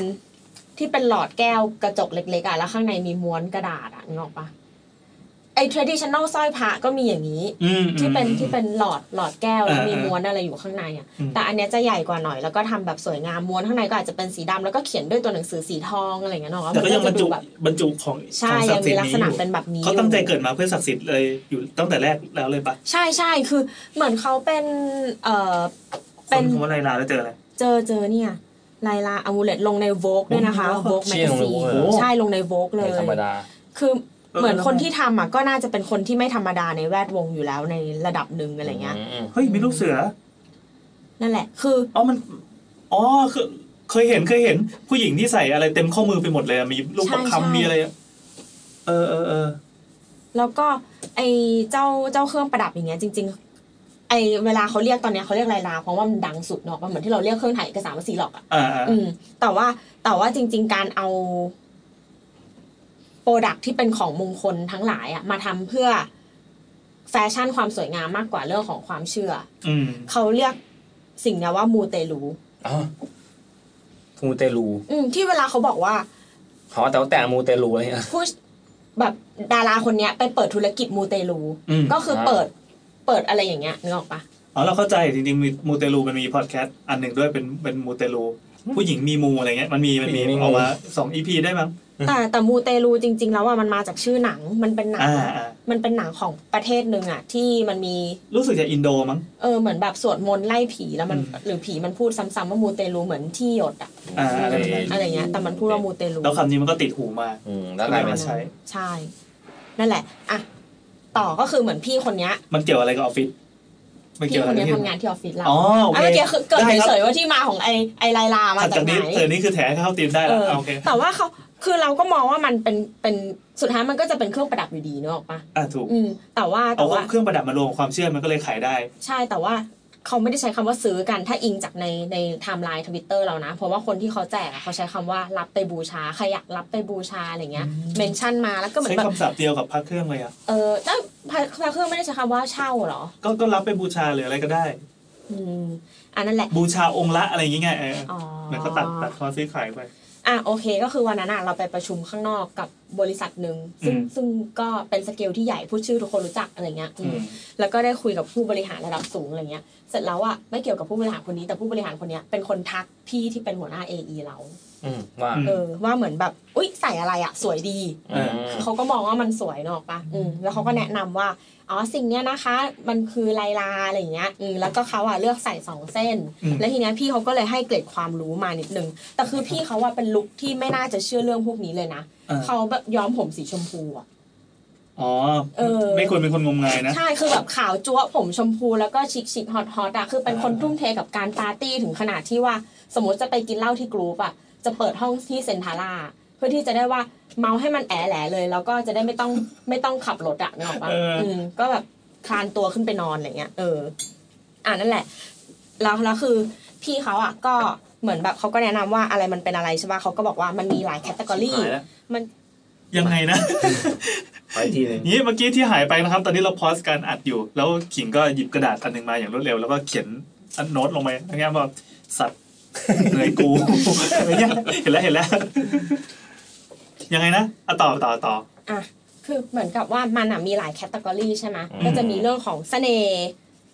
ที่เป็นหลอดแก้วกระจกเล็กๆอ่ะแล้วข้างในมีม้วนกระดาษอ่ะนึกออกปะไอ้ traditional สร้อยพระก็มีอย่างนี้ อืม ที่เป็นที่เป็นหลอดหลอดแก้วแล้ว อ่ามี มีม้วนอะไรอยู่ข้างในอ่ะ อืม แต่อันเนี้ยจะใหญ่กว่าหน่อย แล้วก็ทำแบบสวยงามม้วนข้างในก็อาจจะเป็นสีดำแล้วก็เขียนด้วยตัวหนังสือสีทองอะไรอย่างเงี้ยเนาะ แต่ก็ยังบรรจุ มันจะดูแบบ บรรจุของ ใช่ ของศั ยั ก ง ดิ์สิ มี ทธิ์ ลักษนี้ณะ อยู่ เป็นแบบนี้ เขาตั้งใจ อยู่ เกิดมาเพื่อศักดิ์สิทธิ์เลยอยู่ตั้งแต่แรกแล้วเลยปะ ใช่ใช่คือเหมือนเขาเป็นเออ ค เป็น น คำว่าไลลาแล้วเจออะไร เจอเจอเนี่ยลายลาอามูเลตลงในโวกด้วยนะคะโวก เชี่ยลแมกกางใน Vogue ซีนเลยเหรอ ใช่ลงในโวกเล ไม่ ย ธรรมดา คือเหมือน เออ คนที่ทำอ่ะก็น่าจะเป็นคนที่ไม่ธรรมดาในแวดวงอยู่แล้วในระดับหนึ่งอะไรเงี้ย เฮ้ยมีลูกเสือ นั่นแหละ คือ อ๋อ มัน อ๋อคือเคยเห็น เคยเห็น ผู้หญิงที่ใส่อะไรเต็มข้อมือไปหมดเลยอะมีลูกประคำมีอะไรอะเออเออเออ แล้วก็ไอเจ้าเจ้าเครื่องประดับอย่างเงี้ยจริง ๆ ไอเวลาเขาเรียกตอนเนี้ยเขาเรียกลายลาเพราะว่ามันดังสุดเนาะมันเหมือนที่เราเรียกเครื่องถ่ายเอกสารภาษีหรอกอะ อ่าอ่า อืมแต่ว่าแต่ว่าจริง ๆ การเอาโปรดักที่เป็นของมงคลทั้งหลายอะมาทำเพื่อแฟชั่นความสวยงามมากกว่าเรื่องของความเชื่อ อืม เขาเรียกสิ่งเนี้ยว่ามูเตลู อ๋อมูเตลู อืมที่เวลาเขาบอกว่า เพราะแต่ว่าแต่มูเตลูอะไรเงี้ย ผู้แบบดาราคนเนี้ย ไปเปิดธุรกิจมูเตลู อืม ก็คืออา เปิดเปิดอะไรอย่างเงี้ยนึกออกปะ อ๋อ เราเข้าใจ จริงๆมีมูเตลูมันมีพอดแคสต์อันหนึ่งด้วย เป็น เป็นมูเตลู ผู้หญิงมีมูอะไรเงี้ย มันมี มันมี ผู้หญิงมีมู ออกมาสองอีพีได้มั้ง แต่แต่มูเตลูจริง ๆ แล้วว่ามันมาจากชื่อหนังมันเป็นหนัง อ่าอ่า มันเป็นหนังของประเทศหนึ่งอะที่มันมี รู้สึกจะอินโดมั้ง เออเหมือนแบบสวดมนต์ไล่ผีแล้วมัน อืม หรือผีมันพูดซ้ำๆว่ามูเตลูเหมือนที่หยดอะ อ่า อะไรแบบนั้น อะไรเงี้ยแต่มันพูดว่ามูเตลู แล้วคำนี้มันก็ติดหูมา อืมแล้วกลายเป็น ใช้ ใช่ นั่นแหละอ่ะต่อก็คือเหมือนพี่คนเนี้ย มันเกี่ยวอะไรกับออฟฟิศมันเกี่ย พี่ วอะ คนไรกั เนี้ บ ย ที่ ทำงานที่ออฟฟิศเรา อ๋อโอเค เมื่อกี้คือเกิด ได้ค เฉ รับ ยๆว่าที่มาของไอไอไลลามา ถัด จา จาก กไหน นี้เออนี่คือแถให้เข้าตีมได้ เอ แล้ว อ อ่ะโอเค แต่ว่าเขาคือเราก็มองว่ามันเป็นเป็นสุดท้ายมันก็จะเป็นเครื่องประดับอยู่ดีเนกอะปะ อ่าถูก อืม แต่ว่าแต่ เอา ว่า เครื่องประดับมารวมกับความเชื่อมันก็เลยขายได้ ใช่แต่ว่า เขาไม่ได้ใช้คำว่าซื้อกันถ้าอิงจากในในไทม์ไลน์ทวิตเตอร์เรานะ เพราะว่าคนที่เขาแจกอะเขาใช้คำว่ารับไปบูชาใครอยากรับไปบูชาอะไรเงี้ยเมนชั่นมาแล้วก็เหมือ ใช้ นแบบ คำศัพท์เดียวกับพระเครื่องเลยอ่ะ เออแต่พระเครื่องไม่ได้ใช้คำว่าเช่าเหรอ ก็ก็รับไปบูชาหรืออะไรก็ได้ อืมอันนั้นแหละ บูชาองค์ละอะไรอย่างเงี้ยเออ อ๋อ เหมือนเขาตัดตัดคอนซื้อขายไป อ่ะโอเคก็คือวันนั้นอ่ะเราไปประชุมข้างนอกกับบริษัทหนึ่งซึ่ง อืม ซึ่งก็เป็นสเกลที่ใหญ่พูดชื่อทุกคนรู้จักอะไรเงี้ยอืมแล้วก็ได้คุยกับผู้บริหารระดับสูงอะไรเงี้ยเสร็จแล้วอ่ะไม่เกี่ยวกับผู้บริหารคนนี้แต่ผู้บริหารคนเนี้ยเป็นคนทักพี่ที่เป็นหัวหน้า AE เรา อืมว่า อืม เออว่าเหมือนแบบอุ้ยใส่อะไรอ่ะสวยดี เออ ม เขาก็มองว่ามันสวยเนกอะปะอืมแล้วเขาก็แนะนำว่าอ๋อสิ่งเนี้ยนะคะ มันคือลายลาอะไรเงี้ยอืมแล้วก็เขาอ่ะเลือกใส่สองเส้น อืม แล้วทีเนี้ยพี่เขาก็เลยให้เกร็ดความรู้มานิดนึง แต่คือพี่เขาว่าเป็นลุคที่ไม่น่าจะเชื่อเรื่องพวกนี้เลยนะ เออ เขาแบบย้อมผมสีชมพูอ่ะ อ๋อ เออ ไม่ควรเป็นคนงมงายนะ ใช่ คือแบบขาวจั๊วะผมชมพูแล้วก็ชิคชิคฮอตฮอตๆอะคือเป็นคนทุ่มเทกับการปาร์ตี้ถึงขนาดที่ว่า สมมติจะไปกินเหล้าที่กรุ๊ปอะจะเปิดห้องที่เซนทาร่าเพื่อที่จะได้ว่าเมาให้มันแอะแหละเลย แล้วก็จะได้ไม่ต้องไม่ต้องขับรถอะนึกออกปะ เอออื มก็แบบคลานตัวขึ้นไปนอนอะไรเงี้ย เออ อ่านั่นแหละ แล้วแล้วคือพี่เขาอะก็เหมือนแบบเขาก็แนะนำว่าอะไรมันเป็นอะไรใช่ป่ะเขาก็บอกว่ามันมีหลายแคตตากรี หายแล้ว ยังไงนะ ไปทีหนึ่ง นี่เมื่อกี้ที่หายไปนะครับ ตอนนี้เราพอสการอัดอยู่ แล้วขิงก็หยิบกระดาษอันหนึ่งมาอย่างรวดเร็ว แล้วก็เขียนอันโน้ตลงไปทั้งนี้ว่าสัตว์ *laughs* เหนื่อยกู *laughs* อะไรเงี้ยเห็นแล้วเห็นแล้ว ยังไงนะอ่ะต่อต่อต่อ อ่ะคือเหมือนกับว่ามันอ่ะมีหลายแคตตากรีใช่ไหม อืม ก็จะมีเรื่องของเสน่ห์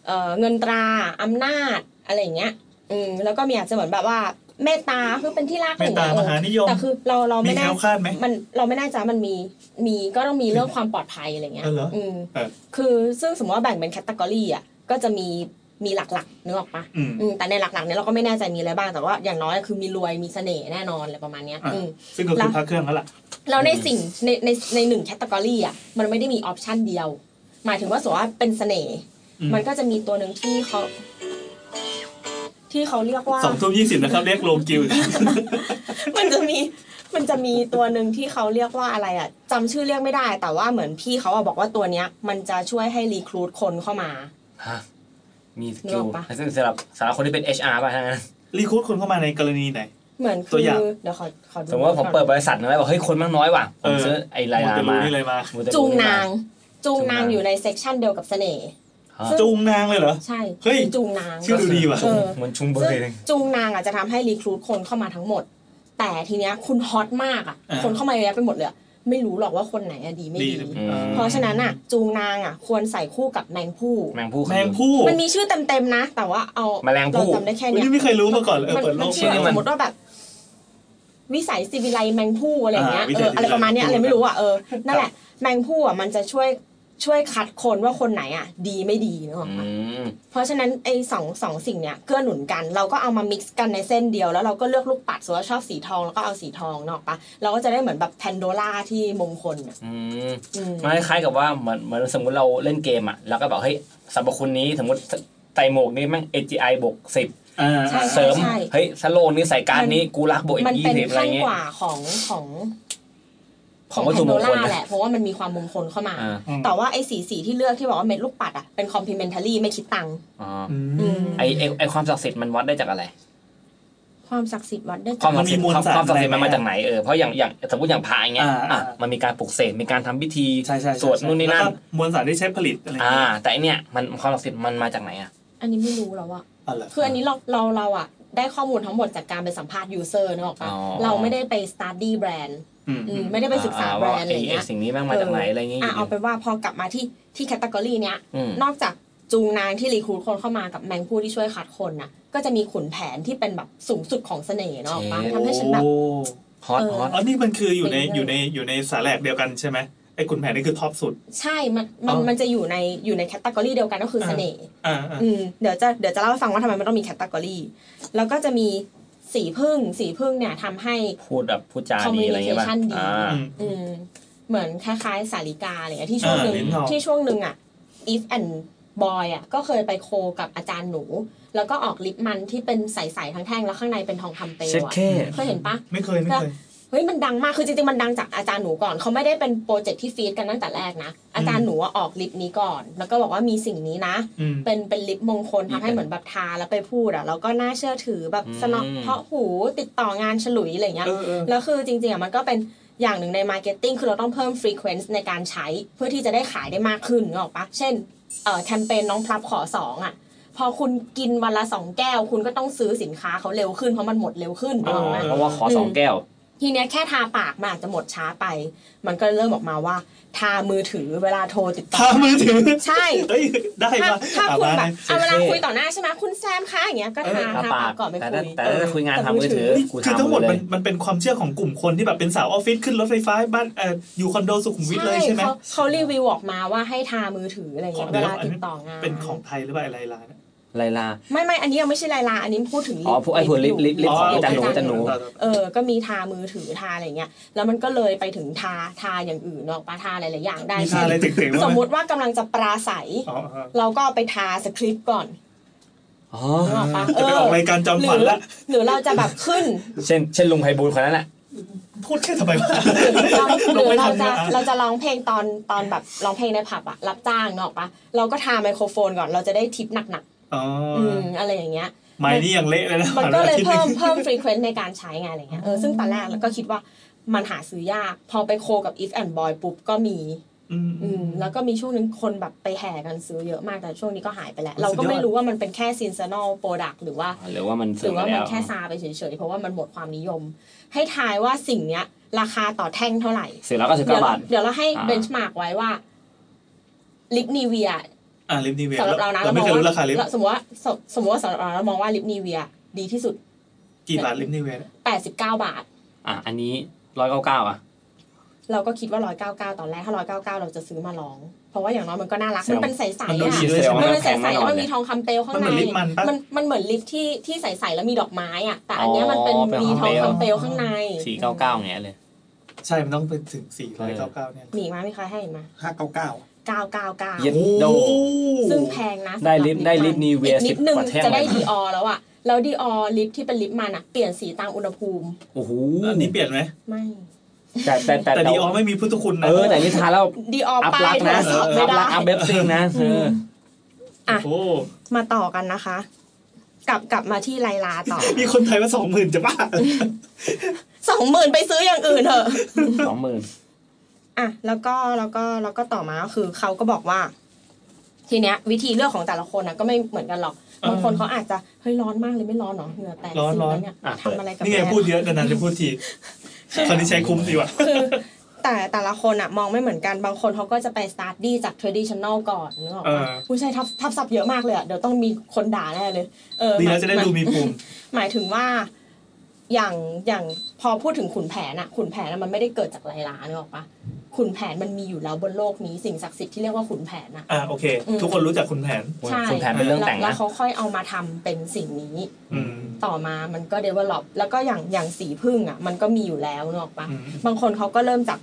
เอ่อเงินตราอำนาจอะไรอย่างเงี้ยอืมแล้วก็มีอาจจะเหมือนแบบว่าเมตตาคือเป็นที่รักอะ เม ไรอ ต ย่าง ตา เงี้ยเอมหา อ นิยม แต่คือเราเรา มี ไม่ แน แน่ วคาดไหม มันเราไม่แน่ใจมันมีมีก็ต้องมีเรื่องความปลอดภัยอะไรเงี้ย เออเหรอ อืม เออ คือซึ่งสมมติว่าแบ่งเป็นแคตตากรีอ่ะก็จะมีมีหลักๆนึกออกปะ อืม อืมแต่ในหลักๆเนี่ยเราก็ไม่แน่ใจมีอะไรบ้างแต่ว่าอย่างน้อยคือมีรวยมีเสน่ห์แน่นอนอะไรประมาณเนี้ย อ่ะ อืม ซึ่งก็คือพระเครื่องแล้วล่ะ แล้วในสิ่งในในในหนึ่งแคตตากรีอ่ะมันไม่ได้มีออปชันเดียว หมายถึงว่าสมมติว่าเป็นเสน่ห์ อืม มันก็จะมีตัวหนึ่งที่เขา ที่เขาเรียกว่า สองทุ่มยี่สิบนะครับ เรียกโรมกิวอีก *laughs* มันจะมีมันจะมีตัวหนึ่งที่เขาเรียกว่าอะไรอ่ะจำชื่อเรียกไม่ได้ แต่ว่าเหมือนพี่เขาอะบอกว่าตัวเนี้ย มันจะช่วยให้รีครูดคนเข้ามา ฮะมีส นึก กิ อ ล อกปะ สำหรับสำหรับคนที่เป็น HR ป่ะทั้งนั้น รีครูดคนเข้ามาในกรณีไหน เหมือน ตั คื ว อ อย่าง เดี๋ยวขอขอดู สมมติว่าผมเปิดบริษัทนะแล้วบอกเฮ้ยคนมันน้อยว่ะ ผมซื้อไอ้ลาย หมด ลา จะรู้ มา นี่เลยมา มูเตลู จูงนาง จูง จู นางอยู่ในเซกชันเดียวกับเสน่ห์ ฮะ ซึ่ง จูงนางเลยเหรอ ใช่ เฮ้ย จูงนาง ชื่อดูดีว่ะ เออ เหมือนชุมเบอ ซึ่ ร์ ง เลย จูงนางอ่ะจะทำให้รีครูทคนเข้ามาทั้งหมด แต่ทีเนี้ยคุณฮอตมากอ่ะ อ่า คนเข้ามาเยอะแยะไปหมดเลยอะไม่รู้หรอกว่าคนไหนอะดีไม่ ดี ดี เลย อืม เพราะฉะนั้นอ่ะ จูงนางอ่ะ ควรใส่คู่กับแมงผู้ แมงผู้ แมงผู้ มันมีชื่อเต็มๆนะ แต่ว่าเอา แมลง เรา ผู้ จำได้แค่ อุ๊ย เนี้ย นี่ไม่เคยรู้มาก่อนเลยเออ มัน เปิดโล มัน ก ชื่อ ชื่อมั ส น มมติว่าแบบ วิสัยสิวิไลแมงผู้อะไรอย่างเงี้ย อ่าวิ เอ สัย ออะไรประมาณเนี้ย สิ อะ วิไล ไรไม่รู้อ่ะเออนั่นแหละแมงผู้อ่ะมันจะช่วยช่วยคัดคนว่าคนไหนอ่ะ ดีไม่ดีนึกออก อื ปะ ม เพราะฉะนั้นไอ้สองสองสิ่งเนี้ยเกื้อหนุนกันเราก็เอามามิกซ์กันในเส้นเดียวแล้วเราก็เลือกลูกปัดสมมุติว่าชอบสีทองแล้วก็เอาสีทองเนกอะปะเราก็จะได้เหมือนแบบแพนโดล่าที่มงคลน่ะ อืม อืม มันคล้ายๆกับว่าเหมือนเหมือนสมมติเราเล่นเกมอ่ะแล้วก็บอกเฮ้ยสรรพคุณนี้สมมติไตรหมวกนี้แม่ง AGI บวกสิบ อ่า ใช่ เส ใช่ ริม ใช่ เฮ้ยสโลนนี้ใส่การดนี้กูรักบวกอี มั ก น ยี่ เป็น สิบอะไร ขั้น เงี้ ก ย ว่าของของ ของวัตถุมนโด งคล ล่า นะ แหละเพราะว่ามันมีความมงคลเข้ามา อ่า แต่ว่าไอ้สีสีที่เลือกที่บอกว่าเม็ดลูกปัดอ่ะเป็นคอมพ l เมน t ารีไม่คิดตังค์ อ๋อ อื อื ม ม ไอไอ้ไอความศักดิ์สิทธิ์มันวัดได้จากอะไร ความศักดิ์สิทธิ์วัดได้ ควา จาม ก ศักดิ์สิทธิ์ มันมีมวล ความ สาร ความศักดิ์สิทธิ์มัน อะไรมาไหมจากไหนเออเพราะอย่างอย่างสมมติอย่างพระอย่างเงี้ย อ่า อ่ะ อ่ามั มันมีการปลุกเสกมีการทำพิธี ใช่ใช่ใช่ สวดนู่นนี่นั่น แล้วก็มวลสารที่ใช้ผลิตอะไรอย่าง อ่า เงี้ย แต่อันเนี่ยมันความศักดิ์สิทธิ์มันมาจากไหนอ่ะ อันนี้ไม่รู้แล้วว่า อ๋อเหรอ คืออันนี้เราเราเราอ่ะได้ข้อมูลทั้งหมดจากการไปสัมภาษณ์ยูเซอร์นึกออกปะเราไม่ได้ไปสตาร์ดี้แบรนด์ อืม ไม่ได้ไปศึกษา อ่ แบร ว่าน ด์อะไรเงี้ย ไสิ่งนี้แม่งมาจากไหน เอออ อะไรเงี้ย อ่ะเอาไปนว่าพอกลับมาที่ที่แคตตากรีเนี้ย อืม นอกจากจูงนางที่รีครูดคนเข้ามากับแมงผู้ที่ช่วยคัดคนน่ะ ก็จะมีขุนแผนที่เป็นแบบสูงสุดของเสน่ห์เนาะออกปะทำให้ฉันแบบ โอ้ ฮอต เออ ฮอต อ๋อนี่มันคืออยู่ใน เป็นเรื่อง อยู่ในอยู่ในสาแหลกเดียวกันใช่ไหมไอ้ขุนแผนนี่คือท็อปสุด ใช่มันมั อ๋ น อ มันจะอยู่ในอยู่ในแคตตากรีเดียวกันก็คือ เออ เสน่ห์ อ่าอ่า อืมเดี๋ยวจะเดี๋ยวจะเล่าให้ฟังว่าทำไมมันต้องมีแคตตากรีแล้วก็จะมีสีพึ่งสีพึ่งเนี่ยทำให้ พูดแบบพูดจาดีอะไรเงี้ยป่ะ communication ดี อ่า อืม อืมเหมือนคล้ายๆ สาริกาอะไรเงี้ยที่ช่วงหนึ่ง อ่าลิ้นทอง ที่ช่วงหนึ่งอ่ะ if and boy อ่ะก็เคยไปโคกับอาจารย์หนู แล้วก็ออกลิปมันที่เป็นใสๆทั้งแท่งแล้วข้างในเป็นทองคำเปลวอ่ะเคยเห็นปะ ไม่เคยไม่เคย เฮ้ยมันดังมากคือจริงๆมันดังจากอาจารย์หนูก่อนเขาไม่ได้เป็นโปรเจกต์ที่ฟีดกันตั้งแต่แรกนะ อ่า อาจารย์หนูว่าออกลิปนี้ก่อน แล้วก็บอกว่ามีสิ่งนี้นะ อืม เป็นเป็นลิปมงคลทำให้เหมือนแบบทาแล้วไปพูดอ่ะแล้วก็น่าเชื่อถือแบบ อืม สนอเพาะหูติดต่องานฉลุยอะไรเงี้ย เออเออ แล้วคือจริงๆอ่ะมันก็เป็นอย่างหนึ่งในมาร์เก็ตติ้งคือเราต้องเพิ่มฟรีเควนซ์ในการใช้เพื่อที่จะได้ขายได้มากขึ้นนึกออกปะเช่นเอ่อแคมเปญน้องพลับขอสองอ่ะ พอคุณกินวันละสองแก้ว คุณก็ต้องซื้อสินค้าเขาเร็วขึ้นเพราะมันหมดเร็วขึ้นนึกออกปะ เพราะว่าขอสองแก้ว ทีเนี้ยแค่ทาปากมันอาจจะหมดช้าไป มันก็เริ่มออกมาว่า ทามือถือเวลาโทรติดต่อ ทามือถือ ใช่ เฮ้ยได้ ถ้า มา ถ้า อ่ะ คุณ มา แบบ นะ เอาเวลาคุยต่อหน้าใช่ไหมคุณแซมคะอย่างเงี้ยก็ทา เออทา ทา ปา ปาก กก่อนไป แต่ คุย ถ้าแต่ถ้า เออ คุยงานทางมือถือ แต่ กู คือทั้งหมด ทำหมดเลย มันมันเป็นความเชื่อของกลุ่มคนที่แบบเป็นสาวออฟฟิศขึ้นรถไฟฟ้าบ้านเอ่ออยู่คอนโดสุขุมวิทเลยใช่ไหม เขาเขารีวิวออกมาว่าให้ทามือถืออะไรเงี้ย ของเดิ เว ม ลาติดต่องาน เป็นของไทยหรือเปล่าอะไรร้านอะ ไลลา ไม่ไม่อันนี้ยังไม่ใช่ลายลาอันนี้พูดถึงลิป อ๋อพูดไอ้พูดลิปลิปลิป ยู่ ของอาจารย์หนู ข อาจารย์หนู เออก็มีทามือถือทาอะไรเงี้ยแล้วมันก็เลยไปถึงทาทาอย่างอื่นเนอะปะทาหลายๆอย่างได้ มีทา เช่น อะไรตึงๆบ้างไห สมมติว่ากำลังจะปราศัย อ๋ออ๋อ เราก็เอาไปทาสคริปต์ก่อน อ๋อ นึกออกปะ จะไปออกรายการจอม หรื ขวัญ อ ละ หรือเราจะแบบขึ้น เช่น เช่นลุงไพบูลย์คนนั้นแหละ พูดแค่ทำไมวะ เราห ลรืงอ ไม่ เรา ทัน จะ นะอ่ะ เราจะร้องเพลงตอนตอนแบบร้องเพลงในผับอะรับจ้างเนกอะปะเราก็ทาไมโครโฟนก่อนเราจะได้ทิปหนัก อ๋อ ๆ อ อืมอะไรอย่างเงี้ย ไม่นี่ยังเละเลยนะ มันก็เลย อาทิต เพิ่ม *laughs* หนึ่ง เพิ่มฟรีเควนต์ในการใช้งานอะไรเงี้ยเออซึ่งตอนแรกเราก็คิดว่ามันหาซื้อยาก พอไปโคกับ if and boy ปุ๊บก็มี อืม อืมแล้วก็มีช่วงนึงคนแบบไปแห่กันซื้อเยอะมากแต่ช่วงนี้ก็หายไปแล้ว เราก็ไม่รู้ว่ามันเป็นแค่ซีซันอลโปรดักหรือว่า หรือว่ามัน ถือว่า ไป มัน ล้ว แค่ซาไปเฉยๆ เพราะว่ามันหมดความนิยม ให้ทายว่าสิ่งเนี้ย ราคาต่อแท่งเท่าไหร่ สิบแล้วก็สิบ เดี๋ยเก้าวเรา บาท เดี๋ยวเราให้ อ่า เบนช์มาร์กไว้ว่าลิปนีเวีย อ่าลิฟต์นีเวล สำหรับเรานะ เราไม่เคยรู้ราคาลิฟต์ สมมติว่าสสมมติว่าสำหรับเราเรามองว่าลิปนีเวียดีที่สุด กี่บาทลิฟต์นีเวล 89 บาท อ่ะ อันนี้ร้อยเก้าเก้าอ่ะ เราก็คิดว่า 199 ตอนแรก ถ้า 199 เราจะซื้อมาลอง เพราะว่าอย่างน้อยมันก็น่ารัก ใช่ มันเป็นใส มัน ๆ ดู อ่ะ ดีด้วยมันเป็นใช่ไหมใส แพงแน่ ๆแล้นอนวมัน เนี่ย มีทองคำเปลวข้าง มันเห ใน มือนลิปมันปะ มันมันเหมือนลิปที่ที่ใสๆแล้วมีดอกไม้อ่ะแต่อันเนี้ย อ๋อ มันเป็น เป็น มี ท ท อ อง ง คำคำเปเปลวลวข้างใน สี่เก้าเก้าอย่างเงี้ยเลย ใช่มันต้องเป็นถึงสี่ร้อยเก้าเก้าเนี่ย หนีมาไม่เคยให้มา ห้าเก้าเก้า 999 เย็ด โอ้โห ซึ่งแพงนะ ได้ลิปได้ลิป Nivea อีกนิดนึง 10กว่าแท่ง จะได้ เลยนะ ดีออแล้วอะแล้วดีออลิปที่เป็นลิปมันอะเปลี่ยนสีตามอุณหภูมิ โอ้โห อันนี้เปลี่ยนไหม ไม่ แต่แต่แต่ แต่ดีออไม่มีพุทธคุณนะ เออแต่นี่ทาแล้ว ดีออ อัพ ป้า ลัก ย ษณ์ โทร นะ ศัพท์ไม่อัพลั ได้ กษณ์อัพเว็บซิงนะเออ อ่ะ โอ้โห มาต่อกันนะคะ กลับกลับมาที่ไลลาต่อ มีคนไทยว่าสองหมื่น *laughs* จะบ้า สองหมื่นไปซื้ออย่างอื่นเถอะ สองหมื่น อ่ะแล้วก็แล้วก็แล้วก็ต่อมาก็คือเขาก็บอกว่า ทีเนี้ย วิธีเลือกของแต่ละคนนะก็ไม่เหมือนกันหรอกบางคนเขาอาจจะเฮ้ยร้อนมากเลยไม่ร้อนเหรอเหงื่อแตก ร้อน สิ ร้อน แล้วเนี่ย อ่ะ ทำอะไรกับ นี่ไง แม่ พูดเยอะนานๆจะพูดทีคราวนี้ใช้คุ้มดีว่ะ คือ *laughs* แต่แต่ละคนอะมองไม่เหมือนกันบางคนเขาก็จะไปสตาร์ทดีจาก traditional ก่อนนึกออกปะ เออ ผู้ชายทับทับศัพท์เยอะมากเลยอะเดี๋ยวต้องมีคนด่าแน่เลยเออ ดี หมายวแล้จะได้ดูมีภูมิ หมายถึงว่าอย่างอย่างพอพูดถึงขุนแผนอะขุนแผนอะมันไม่ได้เกิดจากไรล้านึกออกปะขุนแผนมันมีอยู่แล้วบนโลกนี้สิ่งศักดิ์สิทธิ์ที่เรียกว่าขุนแผนอะ อ่าโอเค อืม ทุกคนรู้จักคุณแผน ใช่ ขุนแผนเป็นเรื่องแต่งนะ ล้วเขาค่อยเอามาทำเป็นสิ่งนี้ อืม ต่อมามันก็ develop แล้วก็อย่างอย่างสีพึ่งอ่ะ มันก็มีอยู่แล้วนึกออกปะ อืม บางคนเขาก็เริ่มจาก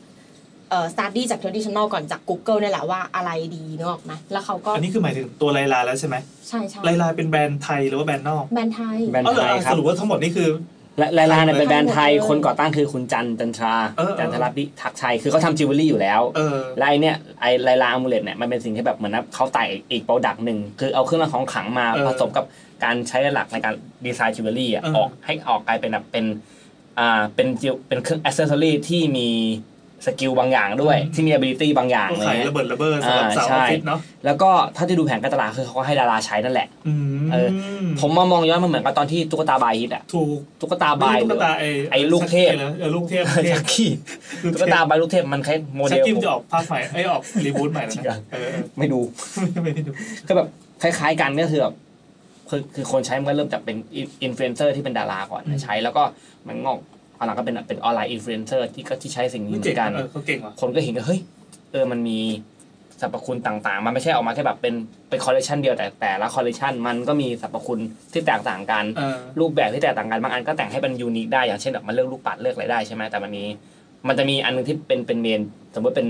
เอ่อ study จาก traditional ก่อนจาก Google เนี่ยแหละว่าอะไรดีนึกออกไหมแล้วเขาก็ อันนี้คือหมายถึงตัวไลลาแล้วใช่ไหม ใช่ใช่ ไลลาเป็นแบรนด์ไทยหรือว่าแบรนด์นอก แบรนด์ไทย แบรนด์ อ๋อเหรอ ไทยครับ สรุปว่าทั้งหมดนี่คือ และลายลาเนี่ยเป็นแบรนด์ไทย ทั้งหมดเลย คนก่อตั้งคือคุณจันจันทรา เออเออ จันทราพิทักษ์ชัย คือเขาทำจิวเวลรี่อยู่แล้ว เออ และไอเนี่ยไอลายลาอามูเลตเนี่ยมันเป็นสิ่งที่แบบเหมือนนะเขาไต่อีกโปรดักต์หนึ่งคือเอาเครื่องรางของขลังมา เออ ผสมกับการใช้หลักในการดีไซน์จิวเวลรี่อ่ะ เออ ออกให้ออกกลายเป็นแบบเป็นอ่าเป็นจิวเป็นเครื่องอ c เซสซอรี่ที่มีสกิลบางอย่างด้วย ที่มี ability บางอย่าง ก็ เล ขาย ย ระเบิดระเบิดสำหรับ อ่า สาวออใช่ฟฟิศเนาะ แล้วก็ถ้าจะดูแผนการตลาดคือเขาก็ให้ดาราใช้นั่นแหละ อืม เออ ผมมามองย้อนมาเหมือนกับตอนที่ตุ๊กตาบายฮิตอ่ะ ถูก ตุ๊กตาบาย *laughs* ลู ห ก รือ ตาไอ ไอ้ลูกเทพ อะไรนะเออลูกเทพ ชักกี้ ลู ตุ๊ เท ก พ ตาบายลูกเทพมันคล้ายโมเด ชัก ล กิมจะออกภาคใหม่ไอยออกรีบูทใหม่แล้ว จริงเหรอ นะเออ ไม่ดู เออไม่ได้ดู ก็แบบคล้าย ๆ กันก็คือแบบคือคือคนใช้มันก็เริ่มจากเป็นอินฟลูเอนเซอร์ที่เป็นดาราก่อน อืม ใช้ แล้วก็มันงอกตอนหลังก็เป็นเป็นออนไลน์อินฟลูเอนเซอร์ที่ก็ที่ใช้สิ่งนี้ นี่ เหมื เจ๋ อง นกัน เออเขาเก่งว่ะ คนก็เห็นว่าเฮ้ยเออมันมีสรรพคุณต่างๆ มันไม่ใช่ออกมาแค่แบบเป็นเป็นคอลเลคชันเดียวแต่แต่ละคอลเลคชันมันก็มีสรรพคุณที่แตกต่างกัน เออ รูปแบบที่แตกต่างกันบางอันก็แต่งให้มันยูนิคได้อย่างเช่นแบบมันเลือกลูกปัดเลือกอะไรได้ใช่ไหมแต่มันมี มันจะมีอันหนึงที่เป็นเป็นเมนสมมติเป็น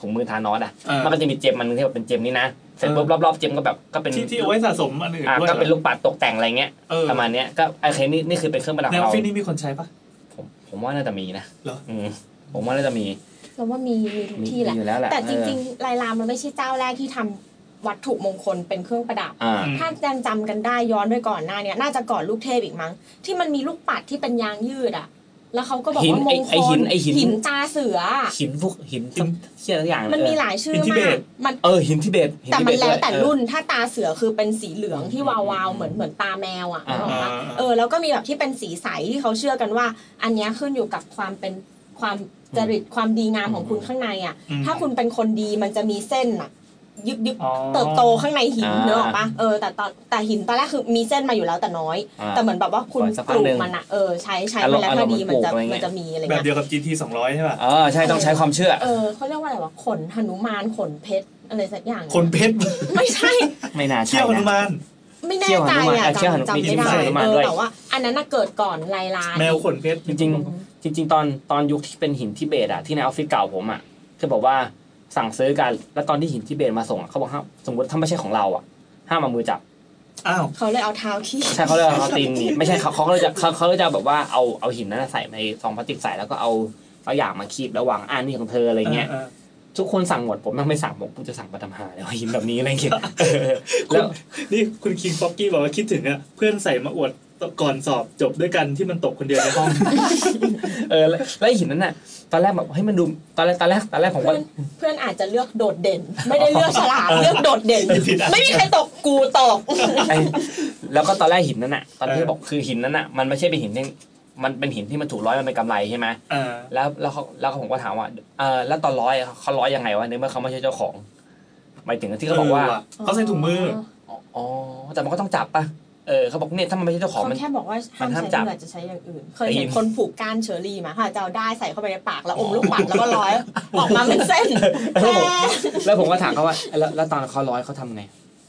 ถุงมือทานอสอ่ะ เออ มันก็จะมีเจมอันหนึงที่แบบเป็นเจมนี่นะเสร็จปุ๊บรอบๆเจมก็แบบก็เป็น ที่ที่เอาไว้สะสมอันอื่น อ่ะ ด้วย ก็เป็นลูกปัดตกแต่งอะไรเงี้ย เออ ประมาณเนี้ยก็โอเคนี่นี่คือเป็นเครื่องประดับ ใน ข อ อง อฟ เรา ฟิศนี่มีคนใช้ปะ ผมผมว่าน่าจะมีนะ เหรอ มผมว่าน่าจะมี เราว่ามีมีทุก มี ที่แหละ อยู่แล้วแหละ แต่จริงๆลายลามันไม่ใช่เจ้าแรกที่ทำวัตถุมงคลเป็นเครื่องประดับ อ่า อืม ถ้ายังจำกันได้ย้อนไปก่อนหน้าเนี้ยน่าจะก่อนลูกเทพอีกมั้ง ที่มันมีลูกปัดที่เป็นยางยืดอ่ะ แล้วเขาก็บอก หิน ว่าม ไอ้ งค ไอ้ ล หินไอ้หิน ตาเสืออะ หินพวกหินสักเชี่ยสักอย่าง มันมี เออ หลายชื่อ หินทิเบ มา ต กมัน เออหินทิเบตหิ แต่ ทิ มั เบ นแล้วแต่ เออ รุ่นถ้าตาเสือคือเป็นสีเหลืองที่วาวาวๆเหมือนเหมือนตาแมวอ่ะ อ่า นึกออกปะ อ่า เออแล้วก็มีแบบที่เป็นสีใสที่เขาเชื่อกันว่า อันเนี้ยขึ้นอยู่กับความเป็นความจริตความดีงามของคุณข้างในอ่ะ อืม ถ้าคุณเป็นคนดีมันจะมีเส้นอะยึกยึกๆ อ๋อ เติบโตข้างในหิน อ่า เนกอะปะเออแต่ตอนแต่หินตอนแรกคือมีเส้นมาอยู่แล้วแต่น้อย อ่า แต่เหมือนแบบว่าคุณ ปล่อยสัก ป พัก ลู หนึ่ ก ง มันอะเออใช้ใช้ อาร มันมณ์ แล้วถ้าดี อารมณ์ มันจะ ปลูกอะไรเงี้ย มันจะมีอะไร แบบเดี เงี้ย ยวกับ GT 200 ใช่ป่ะ เออใช่ต้องใช้ความเชื่อ เออเขาเรียกว่าอะไรวะขนหนุมานขนเพชรอะไรสักอย่าง คนเพ *laughs* ชร ไม่ใช่ ไม่น่าใช่ เที่ยวฮนุ นะ มาน ไม่แน่ เขี้ยวห ใจ นุมาน อะ อ่ะเขี้ยวหนุ จำจำไม่ได้ มีเขี้ยวหนุมาน เออ ด้วย แต่ว่า อันนั้นน่ะเกิดก่อนลายลาน แมวขนเพชร จริง จริง ๆ ตอนตอนยุคที่เป็นหินทิเบตอะที่ในออฟฟิศเก่าผมอะคือบอกว่าสั่งซื้อกันแล้วตอนที่หินทิเบตมาส่งอะเขาบอกห้ามสมมติถ้าไม่ใช่ของเราอะห้ามเอามือจับ อ้าว เขาเลยเอาเท้าขี้ ใช่เขาเรียกว่าเอาตีนหนีบ *laughs* ไม่ใช่เขาเขาก็เลยจะเขาเขาเลยจะแบบว่าเอาเอาหินนั้นนะใส่ในซองพลาสติกใส่แล้วก็เอาเอาอย่างมาคีบแล้ววางอ่านี่ของเธออะไรเงี้ยทุกคนสั่งหมดผมแม่งไม่สั่งผมกูจะสั่งมาทำหาแล้วหินแบบนี้อะไรเงี้ยเออแล้ว นี่คุณคิงฟอกกี้บอกว่าคิดถึงอะเพื่อนใส่มาอวดก่อนสอบจบด้วยกันที่มันตกคนเดียวในห้อง เออแล้วแล้วไอ้หินนั้นน่ะตอนแรกแบบเฮ้ยมันดูตอนแรกตอนแรกตอนแรกผมก็ เพื่อนเพื่อนอาจจะเลือกโดดเด่น ไม่ได้เลือกฉลาด เลือกโดดเด่น ผิดอ่ะ ไม่มีใครตกกูตก ไอ้ *laughs* แล้วก็ตอนแรกหินนั้นน่ะ ตอนที่ เออ บอกคือหินนั้นน่ะ มันไม่ใช่เป็นหินที่มันเป็นหินที่มันถูกร้อยมันเป็นกำไรใช่ไหม อ่า แล้วแล้วเขาแล้วผมก็ถามว่าเออแล้วตอนร้อยอ่ะเขาร้อยยังไงวะในเมื่อเขาไม่ใช่เจ้าของหมายถึงที่เขาบอกว่า เขาใส่ถุงมือ อ๋อ แต่มันก็ต้องจับป่ะ เออเขาบอกเนี่ยถ้ามันไม่ใช่เจ้าของ เขา มัน แค่บอกว่าห้าม มันห้ามจั ใช้เหบงื่อจะใช้อย่างอื่น เคย ได้ยิน เห็นคนผูกก้านเชอรี่มาค่ะจะเอาได้ใส่เข้าไปในปากแล้วอมลูกปัดแล้วก็ร้อย ออกมาเป็นเส้น แล้วผม แต่ แล้วผมก็ถามเขาว่าแล้วแล้วตอนเขาร้อยเขาทำไง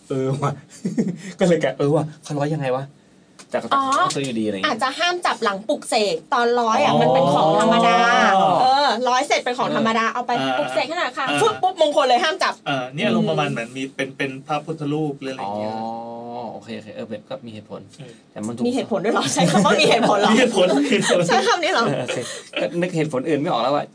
เออว่ะ *laughs* ก็เลยแกะเออว่ะเขาร้อยยังไงวะแต่ก็ต้องต้องซื้ออยู่ดีอะไรอย่าง อา เงี้ จ ย จะห้ามจับหลังปลุกเสกตอนร้อยอ่ะมันเป็นของธรรมดา อ๋อ เออร้อยเสร็จเป็นของธรรมดาเอาไป อ่า ปลุกเสกขนาดค่ะ อ่า ฟึบปุ๊บมงคลเลยห้ามจับ อ่าเนี่ยลงประมาณเหมือนมีเป็นเป็นพระพุทธรูปหรืออะไรอ อ๋อย่าง เงี้ย โอเคโอเคเออแบบก็มีเหตุผล เออ แต่มันถูก มีเหตุผลด้วยเหรอใช้คำว่า *laughs* มีเหตุผลเหรอ มีเหตุผลมีเหตุผล ใช้คำนี้เหรอ เออโอเคก็นึกเหตุผลอื่นไม่ออกแล้วว่า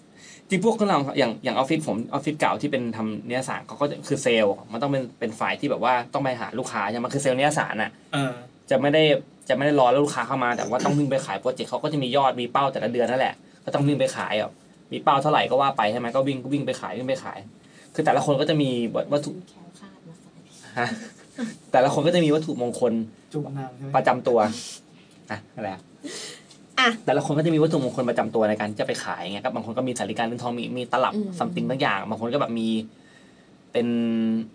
จริงพวกคนเราอย่างอย่างออฟฟิศผมออฟฟิศเก่าที่เป็นทำเนื้อสารเขาก็จะคือเซลล์มันต้องเป็นเป็นฝ่ายที่แบบว่าต้องไปหาลูกค้าใช่ไหมคือเซลล์เนื้อสารน่ะ อ่า จะไม่ได้จะไม่ได้รอแล้วลูกค้าเข้ามาแต่ว่าต้องวิ่งไปขายโปรเจกต์เขาก็จะมียอดมีเป้าแต่ละเดือนนั่นแหละก็ต้องวิ่งไปขายอ่ะมีเป้าเท่าไหร่ก็ว่าไปใช่ไหมก็วิ่งก็วิ่งไปขายวิ่งไปขาย คือแต่ละคนก็จะมีวัตถุฮะแต่ละคนก็จะมีวัตถุมงคล จุ่มน้ำใช่ไหม ประจำตัวอะอะไรอะ อ่ะ แต่ละคนก็จะมีวัตถุมงคลประจำตัวในการที่จะไปขายไงครับ บางคนก็มีสาริการเรือนทองมีมีตลับ อืม ซัมติงบางอย่าง บางคนก็แบบมีเป็น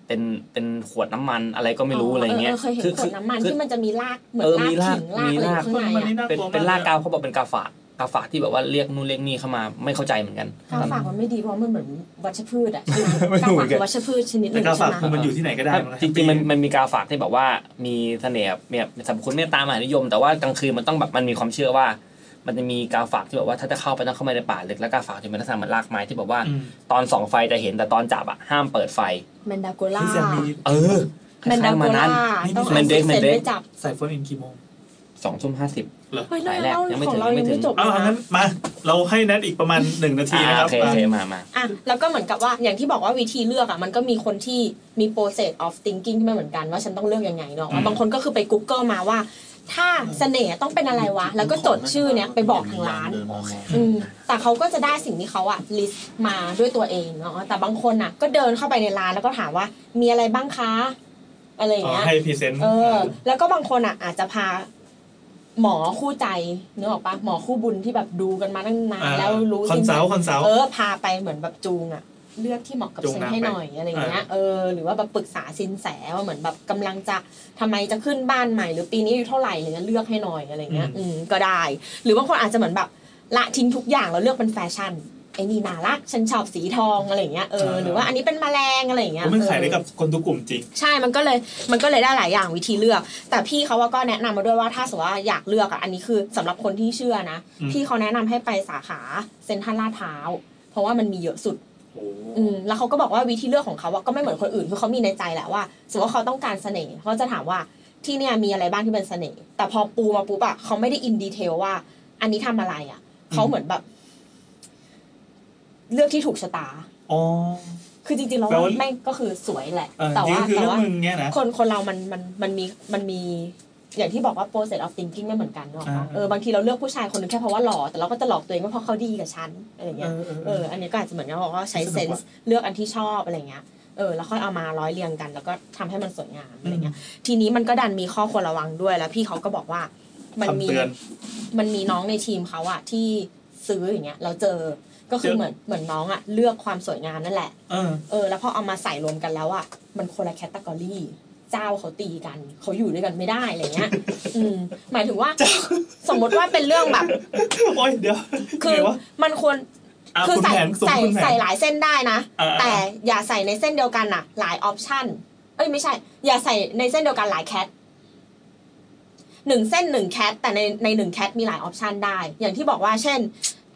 เป็นเป็นขวดน้ำมันอะไรก็ไม่รู้อะไรเงี้ย เคยเห็นขวดน้ำมัน คือ ที่มันจะมีรากเหมือน เออ ราก มีราก ขิงราก มี อะไรอยู่ข้างในอะมันรากนี่น่า เป็น กลัว เป็มารนาก ก กาวเขาบอกเป็นกาฝากกาฝากที่แบบว่าเรียกนู่นเรียกนี่เข้ามาไม่เข้าใจเหมือนกัน กาฝากมันไม่ดีเพราะมันเหมือนวัชพืชอะ ไม่ กา รู้เหมื ฝาก อนกั คื น อวัชพืชชนิดห แต่ นึ่ง กา ใช่ ฝาก ไหม คือมันอยู่ที่ไหนก็ได้มัน จริงๆมันมันมีกาฝากที่แบบว่ามีเสน่ห์แบบเนี่ยสรรพคุณเมตตามหานิยม แต่ว่ากลางคืนมันต้องแบบมันมีความเชื่อว่า มันจะมีกาฝากที่แบบว่าถ้าจะเข้าไปต้องเข้าไปในป่าลึกแล้วกาฝากจะเป็นลักษณะเหมือนรากไม้ที่แบบว่า อืม ตอนส่องไฟจะเห็นแต่ตอนจับอะห้ามเปิดไฟ แมนดาโกล่า ที่แซมมี เออค แมนดาโกล้ายๆมา ล่า นั้น ต้อง แม เอา นเด เซ็นกแมนเดก ไปจับ ใส่โฟนอินกี่โมง สองทุ่มห้าสิบ เฮ้ย สายแรก เรา ยังไม่ ของเรา ถึ ยัง ง ไม่จบ อ้าว เลย งั้ นะ นมา เราให้แนทอีกประมาณหนึ่งนาทีนะครั โอบ เคโอเคมามา อ่ะแล้วก็เหมือนกับว่าอย่างที่บอกว่าวิธีเลือกอ่ะมันก็มีคนที่มี process of thinking ที่ไม่เหมือนกันว่าฉันต้องเลือกยังไงเนาะ อืม บางคนก็คือไป Google มาว่า ถ้าเสน่ห์ต้องเป็นอะไรวะแล้วก็จดชื่อเนี้ยไปบอกทางร้าน เดิมมอง อืมแต่เขาก็จะได้สิ่งที่เขาอะลิสต์มาด้วยตัวเองเนาะแต่บางคนอะก็เดินเข้าไปในร้านแล้วก็ถามว่ามีอะไรบ้างคะ อะไรอย่าง อ๋อ เงี้ย ให้พรีเซนต์ เออ แล้วก็บางคนอะอาจจะพาหมอคู่ใจเนื้อออกปะหมอคู่บุญที่แบบดูกันมาตั้งนานแล้วรู้ คอน สิ่ง เซิลท์คอนเซิลท์ เออพาไปเหมือนแบบจูงอะเลือกที่เหมาะกับ จูง ฉัน นาง ให้ ไป หน่อยอะไรอย่างเงี้ย อ่า เออหรือว่าแบบปรึกษาสินแสว่าเหมือนแบบกำลังจะทำไมจะขึ้นบ้านใหม่หรือปีนี้อายู่เท่าไหร่อะไรเงี้ยเลือกให้หน่อยอะไรเงี้ยอืมก็ได้ หรือบางคนอาจจะเหมือนแบบ ละทิ้งทุกอย่างแล้วเลือกเป็นแฟชั่นไอ้นี่น่ารักฉันชอบสีทองอะไรอย่างเงี้ยเออ อ่า หรือว่าอันนี้เป็นแมลงอะไรอย่างเงี้ย ผมไม่ขาย เออ ได้กับคนทุกกลุ่มจริง ใช่มันก็เลยมันก็เลยได้หลายอย่างวิธีเลือก แต่พี่เขาว่าก็แนะนำมาด้วยว่าถ้าสมมติว่าอยากเลือกอ่ะอันนี้คือสำหรับคนที่เชื่อนะ อืม พี่เขาแนะนำให้ไปสาขาเซ็นทรัลลาดพร้าวเพราะว่ามันมีเยอะสุด โอ้ อืมแล้วเขาก็บอกว่าวิธีเลือกของเขาอะก็ไม่เหมือนคนอื่นคือเขามีในใจแหละว่าสมมติว่าเขาต้องการเสน่ห์เขาจะถามว่าที่เนี่ยมีอะไรบ้างที่เป็นเสน่ห์แต่พอปูมาปุ๊บอะเขาไม่ได้อินดีเทลว่า อันนี้ทำอะไรอะเขาเหมือนแบบ เลือกที่ถูกชะตา อ๋อ คือจริงๆแล้ว แปลว่า ว่าแม่งก็คือสวยแหละ เออ แต่ จริง ว่า ๆแต่คือเรื่อง ว่า มึงเนี้ยนะ คนคนเรามันมันมันมีมันมีอย่างที่บอกว่า process of thinking ไม่เหมือนกันเนาะ อ่า เออบางทีเราเลือกผู้ชายคนหนึงแค่เพราะว่าหล่อแต่เราก็จะหลอกตัวเองว่าเพราะเขาดีกับฉันอะไรอย่างเงี้ย เออเอ เอ อ อ อันนี้ก็อาจจะเหมือนกับว่าใช้ สนุก เซน ว่ะ ส์เลือกอันที่ชอบอะไรเงี้ย เออ แล้วค่อยเอามาร้อยเรียงกัน แล้วก็ทำให้มันสวยงามอะไรเงี้ย ทีนี้มันก็ดันมีข้อควรระวังด้วย แล้วพี่เขาก็บอกว่า มันมี คำเตือน มันมีน้องในทีมเขาอะที่ซื้ออย่างเงี้ย แล้วเจอ ก็คือ เจอ เหมือน เหมือนน้องอะเลือกความสวยงามนั่นแหละ เออ เออ แล้วพอเอามาใส่รวมกันแล้วอะมันคนละแคตตากรีเจ้าเขาตีกัน เขาอยู่ด้วยกันไม่ได้อะไร *laughs* เงี้ย อืม หมายถึงว่า สมมติว่าเป็นเรื่อง *laughs* แบบ โอ้ยเดี๋ยว คือ ไงวะ มันควร อ่ะ คือ คุณ ใส่ แผน ใส่ คุณแผน ใส่หลายเส้นได้นะ อ่ะอ่ะ แต่อย่าใส่ในเส้นเดียวกันน่ะ หลายออปชันเอ้ยไม่ใช่ อย่าใส่ในเส้นเดียวกันหลายแคทหนึ่งเส้นหนึ่งแคทแต่ในในหนึ่งแคทมีหลายออปชันได้ อย่างที่บอกว่าเช่น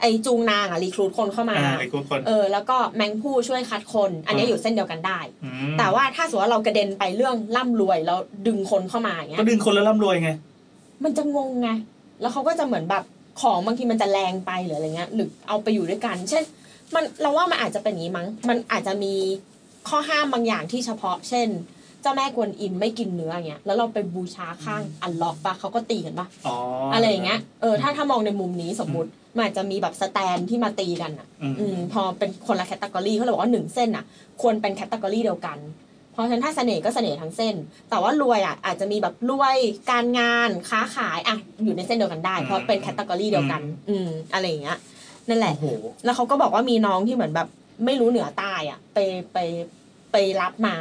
ไอจูงนางอะรีครูดคนเข้ามา อ่ะไอ้คนคน เออ แล้วก็แมงผู้ช่วยคัดคน อันเนี้ยอยู่เส้นเดียวกันได้ ม แต่ว่าถ้าสมมติว่าเรากระเด็นไปเรื่องร่ำรวยแล้วดึงคนเข้ามาอย่างเงี้ ก็ ย ดึงคนแล้วร่ำรวยไง มันจะงงไงแล้วเขาก็จะเหมือนแบบของบางทีมันจะแรงไปหรืออะไรเงี้ยหรือเอาไปอยู่ด้วยกัน เช่น มันเราว่ามันอาจจะเป็นอย่างนี้มั้ง มันอาจจะมีข้อห้ามบางอย่างที่เฉพาะ เช่น เจ้าแม่กวนอิมไม่กินเนื้ออย่างเงี้ย แล้วเราไปบูชาข้างอันล็อกปะเขาก็ตีกันปะ อ๋อ อะไรอย่างเงี้ย เออ ถ้าถ้ามองในมุมนี้สมมติมันอาจจะมีแบบสแตนที่มาตีกันอ่ะ อืม อืม พอเป็นคนละแคตตากรีเขาเลยบอกว่าหนึ่งเส้นอ่ะ ควรเป็นแคตตากรีเดียวกัน เพราะฉะนั้นถ้าเสน่ห์ก็เสน่ห์ทั้งเส้น แต่ว่ารวยอ่ะอาจจะมีแบบรวยการงานค้าขายอ่ะอยู่ในเส้นเดียวกันได้ เพราะเป็นแคตตากรีเดียวกัน อืม อะไรอย่างเงี้ย นั่นแหละ โอ้โห แล้วเขาก็บอกว่ามีน้องที่เหมือนแบบ ไม่รู้เหนือใต้อะไปไปไปรับมา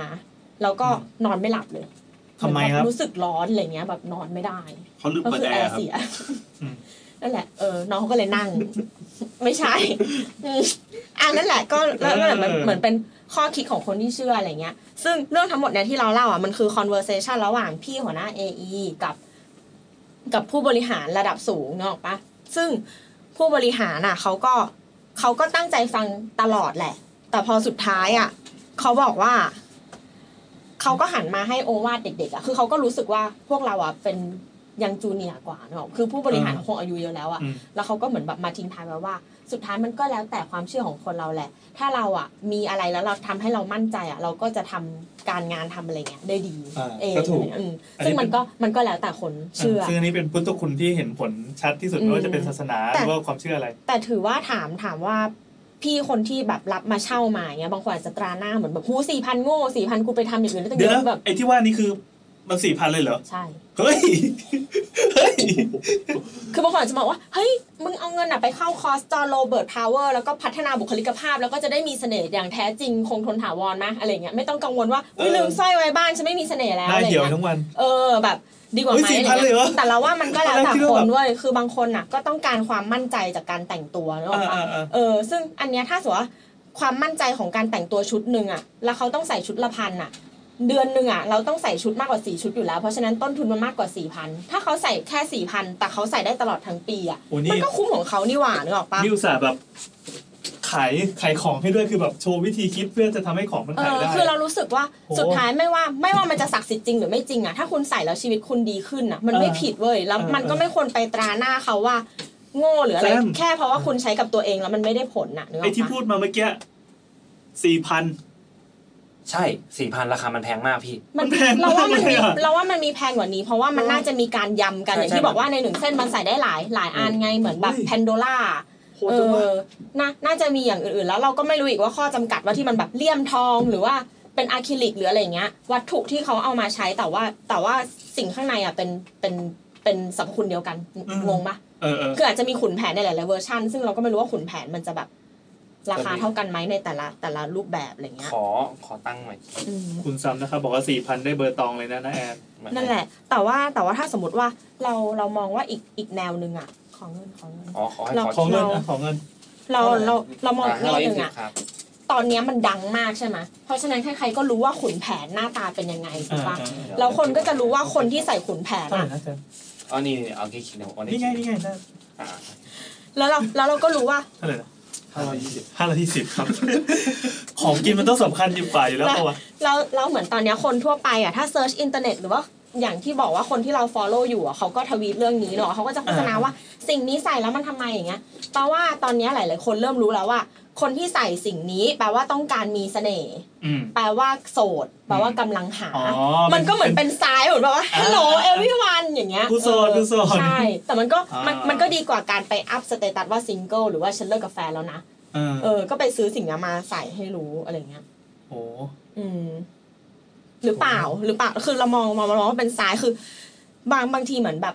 แล้วก็นอนไม่หลับเลย ทำไมครัเหอบนแรู้สึกร้อนอะไรเงี้ย แบบนอนไม่ได้ เขาลืม ก็ เปิด คือ แอ แอ ร์ ร์ ครับ เสีย อืม นั่นแหละเออน้องเขาก็เลย *laughs* นั่ง ไม่ใช่อืมอ่ะนั่นแหละ ก็แล้วก็เหมือนเหมือนเป็นข้อคิดของคนที่เชื่ออะไรเงี้ย ซึ่งเรื่องทั้งหมดเนี่ยที่เราเล่าอ่ะมันคือ conversation ระหว่างพี่หัวหน้า AE กับ กับผู้บริหารระดับสูงเนกอะปะซึ่งผู้บริหารน่ะเขาก็เขาก็ตั้งใจฟังตลอดแหละ แต่พอสุดท้ายอ่ะเขาบอกว่า เขาก็หันมาให้โอวาดเด็กๆอ่ะ คือเขาก็รู้สึกว่าพวกเราอ่ะเป็นยังจูเนียร์กว่าเนอะคือผู้บริหารคงอายุเยอะแล้วอ่ะ อืม แล้วเขาก็เหมือนแบบมาทิ้งท้ายไว้ว่า สุดท้ายมันก็แล้วแต่ความเชื่อของคนเราแหละ ถ้าเราอ่ะ มีอะไรแล้วเราทำให้เรามั่นใจอ่ะ เราก็จะทำการงานทำอะไรเงี้ยได้ดี อ่า เอง ก็ถูก อืม อันนี้ ซึ่งมัน เป็น ก็มันก็แล้วแต่คนเชื่อ ซึ่งอันนี้เป็นพุทธคุณที่เห็นผลชัดที่สุด อืม ไม่ว่าจะเป็นศาสนาห แต่ รือว่าความเชื่ออะไร แต่ถือว่าถามถามว่าพี่คนที่แบบรับมาเช่ามาเงี้ยบางคนอาจจะตราหน้าเหมือนแบบหูสี่พันโง่สี่พันกูไปทำอย่างอื่นแล้วตั้ง เดี๋ยว เย นะ อะแบบ ไอ้ที่ว่านี่คือมันสี่พันเลยเหรอ ใช่ เฮ้ย เฮ้ย คือบางคนอาจจะมองว่า เฮ้ย มึงเอาเงินอะไปเข้าคอร์สจอโรเบิร์ตพาวเวอร์แล้วก็พัฒนาบุคลิกภาพ แล้วก็จะได้มีเสน่ห์อย่างแท้จริงคงทนถาวรนะอะไรเงี้ยไม่ต้องกังวลว่าอุ้ย เออ ลืมสร้อยไว้บ้านฉันไม่มีเสน่ห์แล้ว หน้า อะไร เหี่ยว เงี้ย ทั้งวัน เออแบบดีกว่า เฮ้ย ไหมอะไร 4,000เลเงี้ยเหรอย แต่เราว่ามันก็แล้ว ตอนแร แต่ กคิด ค ว่าแบบ นเว้ยคือบางคนน่ะก็ต้องการความมั่นใจจากการแต่งตัวนึกออก อ่า ปะ อ่าอ่า เออซึ่งอันเนี้ยถ้าสมมติว่าความมั่นใจของการแต่งตัวชุดหนึ่งอะแล้วเขาต้องใส่ชุดละพันอะเดือนหนึ่งอะเราต้องใส่ชุดมากกว่าสี่ชุดอยู่แล้วเพราะฉะนั้นต้นทุนมันมากกว่าสี่พันถ้าเขาใส่แค่สี่พันแต่เขาใส่ได้ตลอดทั้งปีอะ โอ้นี่ มันก็คุ้มของเขานี่หว่านึกออกปะ นี่อุตส่าห์แบบขายขายของให้ด้วยคือแบบโชว์วิธีคิดเพื่อจะทำให้ของมัน เอ ขาย อ ได้ คือเรารู้สึกว่า โอ้ สุดท้ายไม่ว่าไม่ว่ามันจะศักดิ์สิทธิ์จริงหรือไม่จริงอะถ้าคุณใส่แล้วชีวิตคุณดีขึ้นอะมันไม่ เออ ผิดเว้ยแล้ว เออ มันก็ไม่ควรไปตราหน้าเขาว่า โง่หรืออะไร แซม แค่เพราะว่าคุณใช้กับตัวเองแล้วมันไม่ได้ผลน่ะนึกอ ไอ้ อก ที่ ปะ พูดมาเมื่อกี้สี่พัน ใช่สี่พันราคามันแพงมากพี่ มัน มันแพง เราว่ามัน มากเล มี ยอะ เราว่ามันมีแพงกว่านี้ เพราะว่ามันน่าจะมีการยำกัน ใช่ อย่าง ใช่ ที่บอกว่าในหนึ่งเส้นมันใส่ได้หลายหลายอันไงเหมือนแบบแพนโดล่า โค เอ ตรว่า อน่าน่าจะมีอย่างอื่นๆ แล้วเราก็ไม่รู้อีกว่าข้อจำกัดว่าที่มันแบบเลี่ยมทองหรือว่าเป็นอะคริลิกหรืออะไรอย่างเงี้ย วัตถุที่เขาเอามาใช้แต่ว่าแต่ว่าสิ่งข้างในอ่ะเป็นเป็นเป็นสรรพคุณเดียวกันงงปะ เออเออ คืออาจจะมีขุนแผนในหลายๆเวอร์ชันซึ่งเราก็ไม่รู้ว่าขุนแผนมันจะแบบราคาเท่ากันไหมในแต่ละแต่ละรูปแบบอะไรเงี้ย ขอขอตั้งหน่อย อืม คุณซ้ำนะครับบอกว่าสี่พันได้เบอร์ตองเลยนะนะแอน นั่นแหละ แต่ว่าแต่ว่าถ้าสมมติว่าเราเรามองว่าอีกอีกแนวหนึ่งอะของเงินของเงิน อ๋อขอให้ เรา ของเงินอ่ะของเงิน เราเราเรามองอีก ห้า แน ร้อวย ห ยี่ นึ่สิงบ อะ ครับ ตอนเนี้ยมันดังมากใช่ไหมเพราะฉะนั้นใครๆก็รู้ว่าขุนแผนหน้าตาเป็นยังไงถูกปะ อ่า แล้วคนก็จะรู้ว่าคนที่ใส่ขุนแผน เท่าไหร่ อะ นะแซม อ๋อนี่นี่เอาที่คิดเอาอัน นี่ นี้ ไงนี่ไงนะ อ่า แล้วเราแล้วเราก็รู้ว่า เท่าไหร่นะ ห้าร้อยยี่สิบ ห้าร้อยยี่สิบครับ *laughs* ของกินมันต้องสำคัญยิ่งกว่า *laughs* อยู่แล้วปะวะ เราเราเหมือนตอนเนี้ยคนทั่วไปอะถ้าเซิร์ชอินเทอร์เน็ตหรือว่าอย่างที่บอกว่าคนที่เรา follow อยู่อะเขาก็ทวีตเรื่องนี้เนาะเขาก็จะโฆษณาว่าสิ่งนี้ใส่แล้วมันทำไมอย่างเงี้ยแปลว่าตอนเนี้ยหลาย ๆ คนเริ่มรู้แล้วว่า คนที่ใส่สิ่งนี้ แปลว่าต้องการมีเสน่ห์ อืม แปลว่าโสด แปลว่ากำลังหา อ๋อ มันก็เหมือนเป็นซ้ายเหมือนแบบว่า อ่า hello everyone อย่างเงี้ย ผู้โสดผู้โสด ใช่ แต่มันก็มัน อ่ามั มันก็ดีกว่าการไปอัพสเตตัสว่าซิงเกิลหรือว่าฉันเลิกกับแฟนแล้วนะ เออ เออ ก็ไปซื้อสิ่งนี้มาใส่ให้รู้อะไรเงี้ย โอ้ อืม หรือเปล่า หรือเปล่า คือเรามองมองมองว่าเป็นซ้ายคือ บางบางทีเหมือนแบบ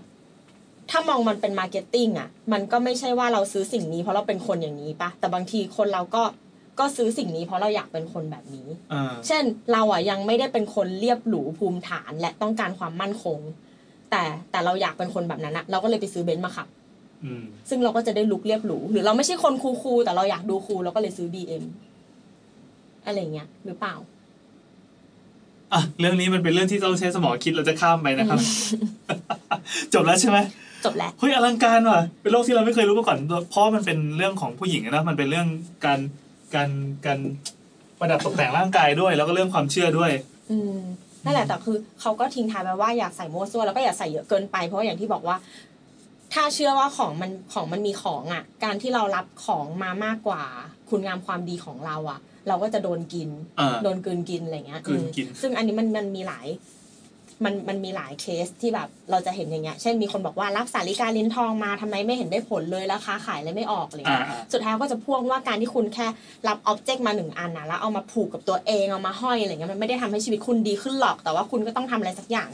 ถ้ามองมันเป็นมาร์เก็ตติ้งอ่ะ มันก็ไม่ใช่ว่าเราซื้อสิ่งนี้เพราะเราเป็นคนอย่างนี้ปะแต่บางทีคนเราก็ก็ซื้อสิ่งนี้เพราะเราอยากเป็นคนแบบนี้ อ่า เช่น เราอ่ะยังไม่ได้เป็นคนเรียบหรูภูมิฐานและต้องการความมั่นคง แต่แต่เราอยากเป็นคนแบบนั้นอะเราก็เลยไปซื้อเบนซ์มาขับ อืม ซึ่งเราก็จะได้ลุกเรียบหรู หรือเราไม่ใช่คนคูลๆแต่เราอยากดูคูลเราก็เลยซื้อ BM อะไรเงี้ยหรือเปล่า อ่ะ เรื่องนี้มันเป็นเรื่องที่ต้องใช้สมองคิดเราจะข้ามไปนะครับ *laughs* จบแล้วใช่ไหม จบแล้ว เฮ้ยอลังการว่ะ เป็นโลกที่เราไม่เคยรู้มาก่อน เพราะมันเป็นเรื่องของผู้หญิงอะนะมันเป็นเรื่องการการการประดับตกแต่งร่างกายด้วย แล้วก็เรื่องความเชื่อด้วย อืมนั่นแหละแต่คือเขาก็ทิ้งท้ายไปว่าอยากใส่โม้ซั่วแล้วก็อย่าใส่เยอะเกินไป เพราะว่าอย่างที่บอกว่า ถ้าเชื่อว่าของมันของมันมีของอะ่ะ การที่เรารับของมามากกว่า คุณงามความดีของเราอะ่ะ เราก็จะโดนกิน อ่า โดนกลืนกินอะไรเงี้ย กลืนกิน อืมซึ่งอันนี้มันมันมีหลาย มันมันมีหลายเคสที่แบบเราจะเห็นอย่างเงี้ย เช่นมีคนบอกว่ารับสาริกาลิ้นทองมาทำไมไม่เห็นได้ผลเลยราคาขายเลยไม่ออกเลย อ่า อะสุดท้ายก็จะพ่วงว่าการที่คุณแค่รับอ็อบเจกต์มาหนึ่งอันนะแล้วเอามาผูกกับตัวเองเอามาห้อยอะไรเงี้ยมันไม่ได้ทำให้ชีวิตคุณดีขึ้นหรอกแต่ว่าคุณก็ต้องทำอะไรสักอย่าง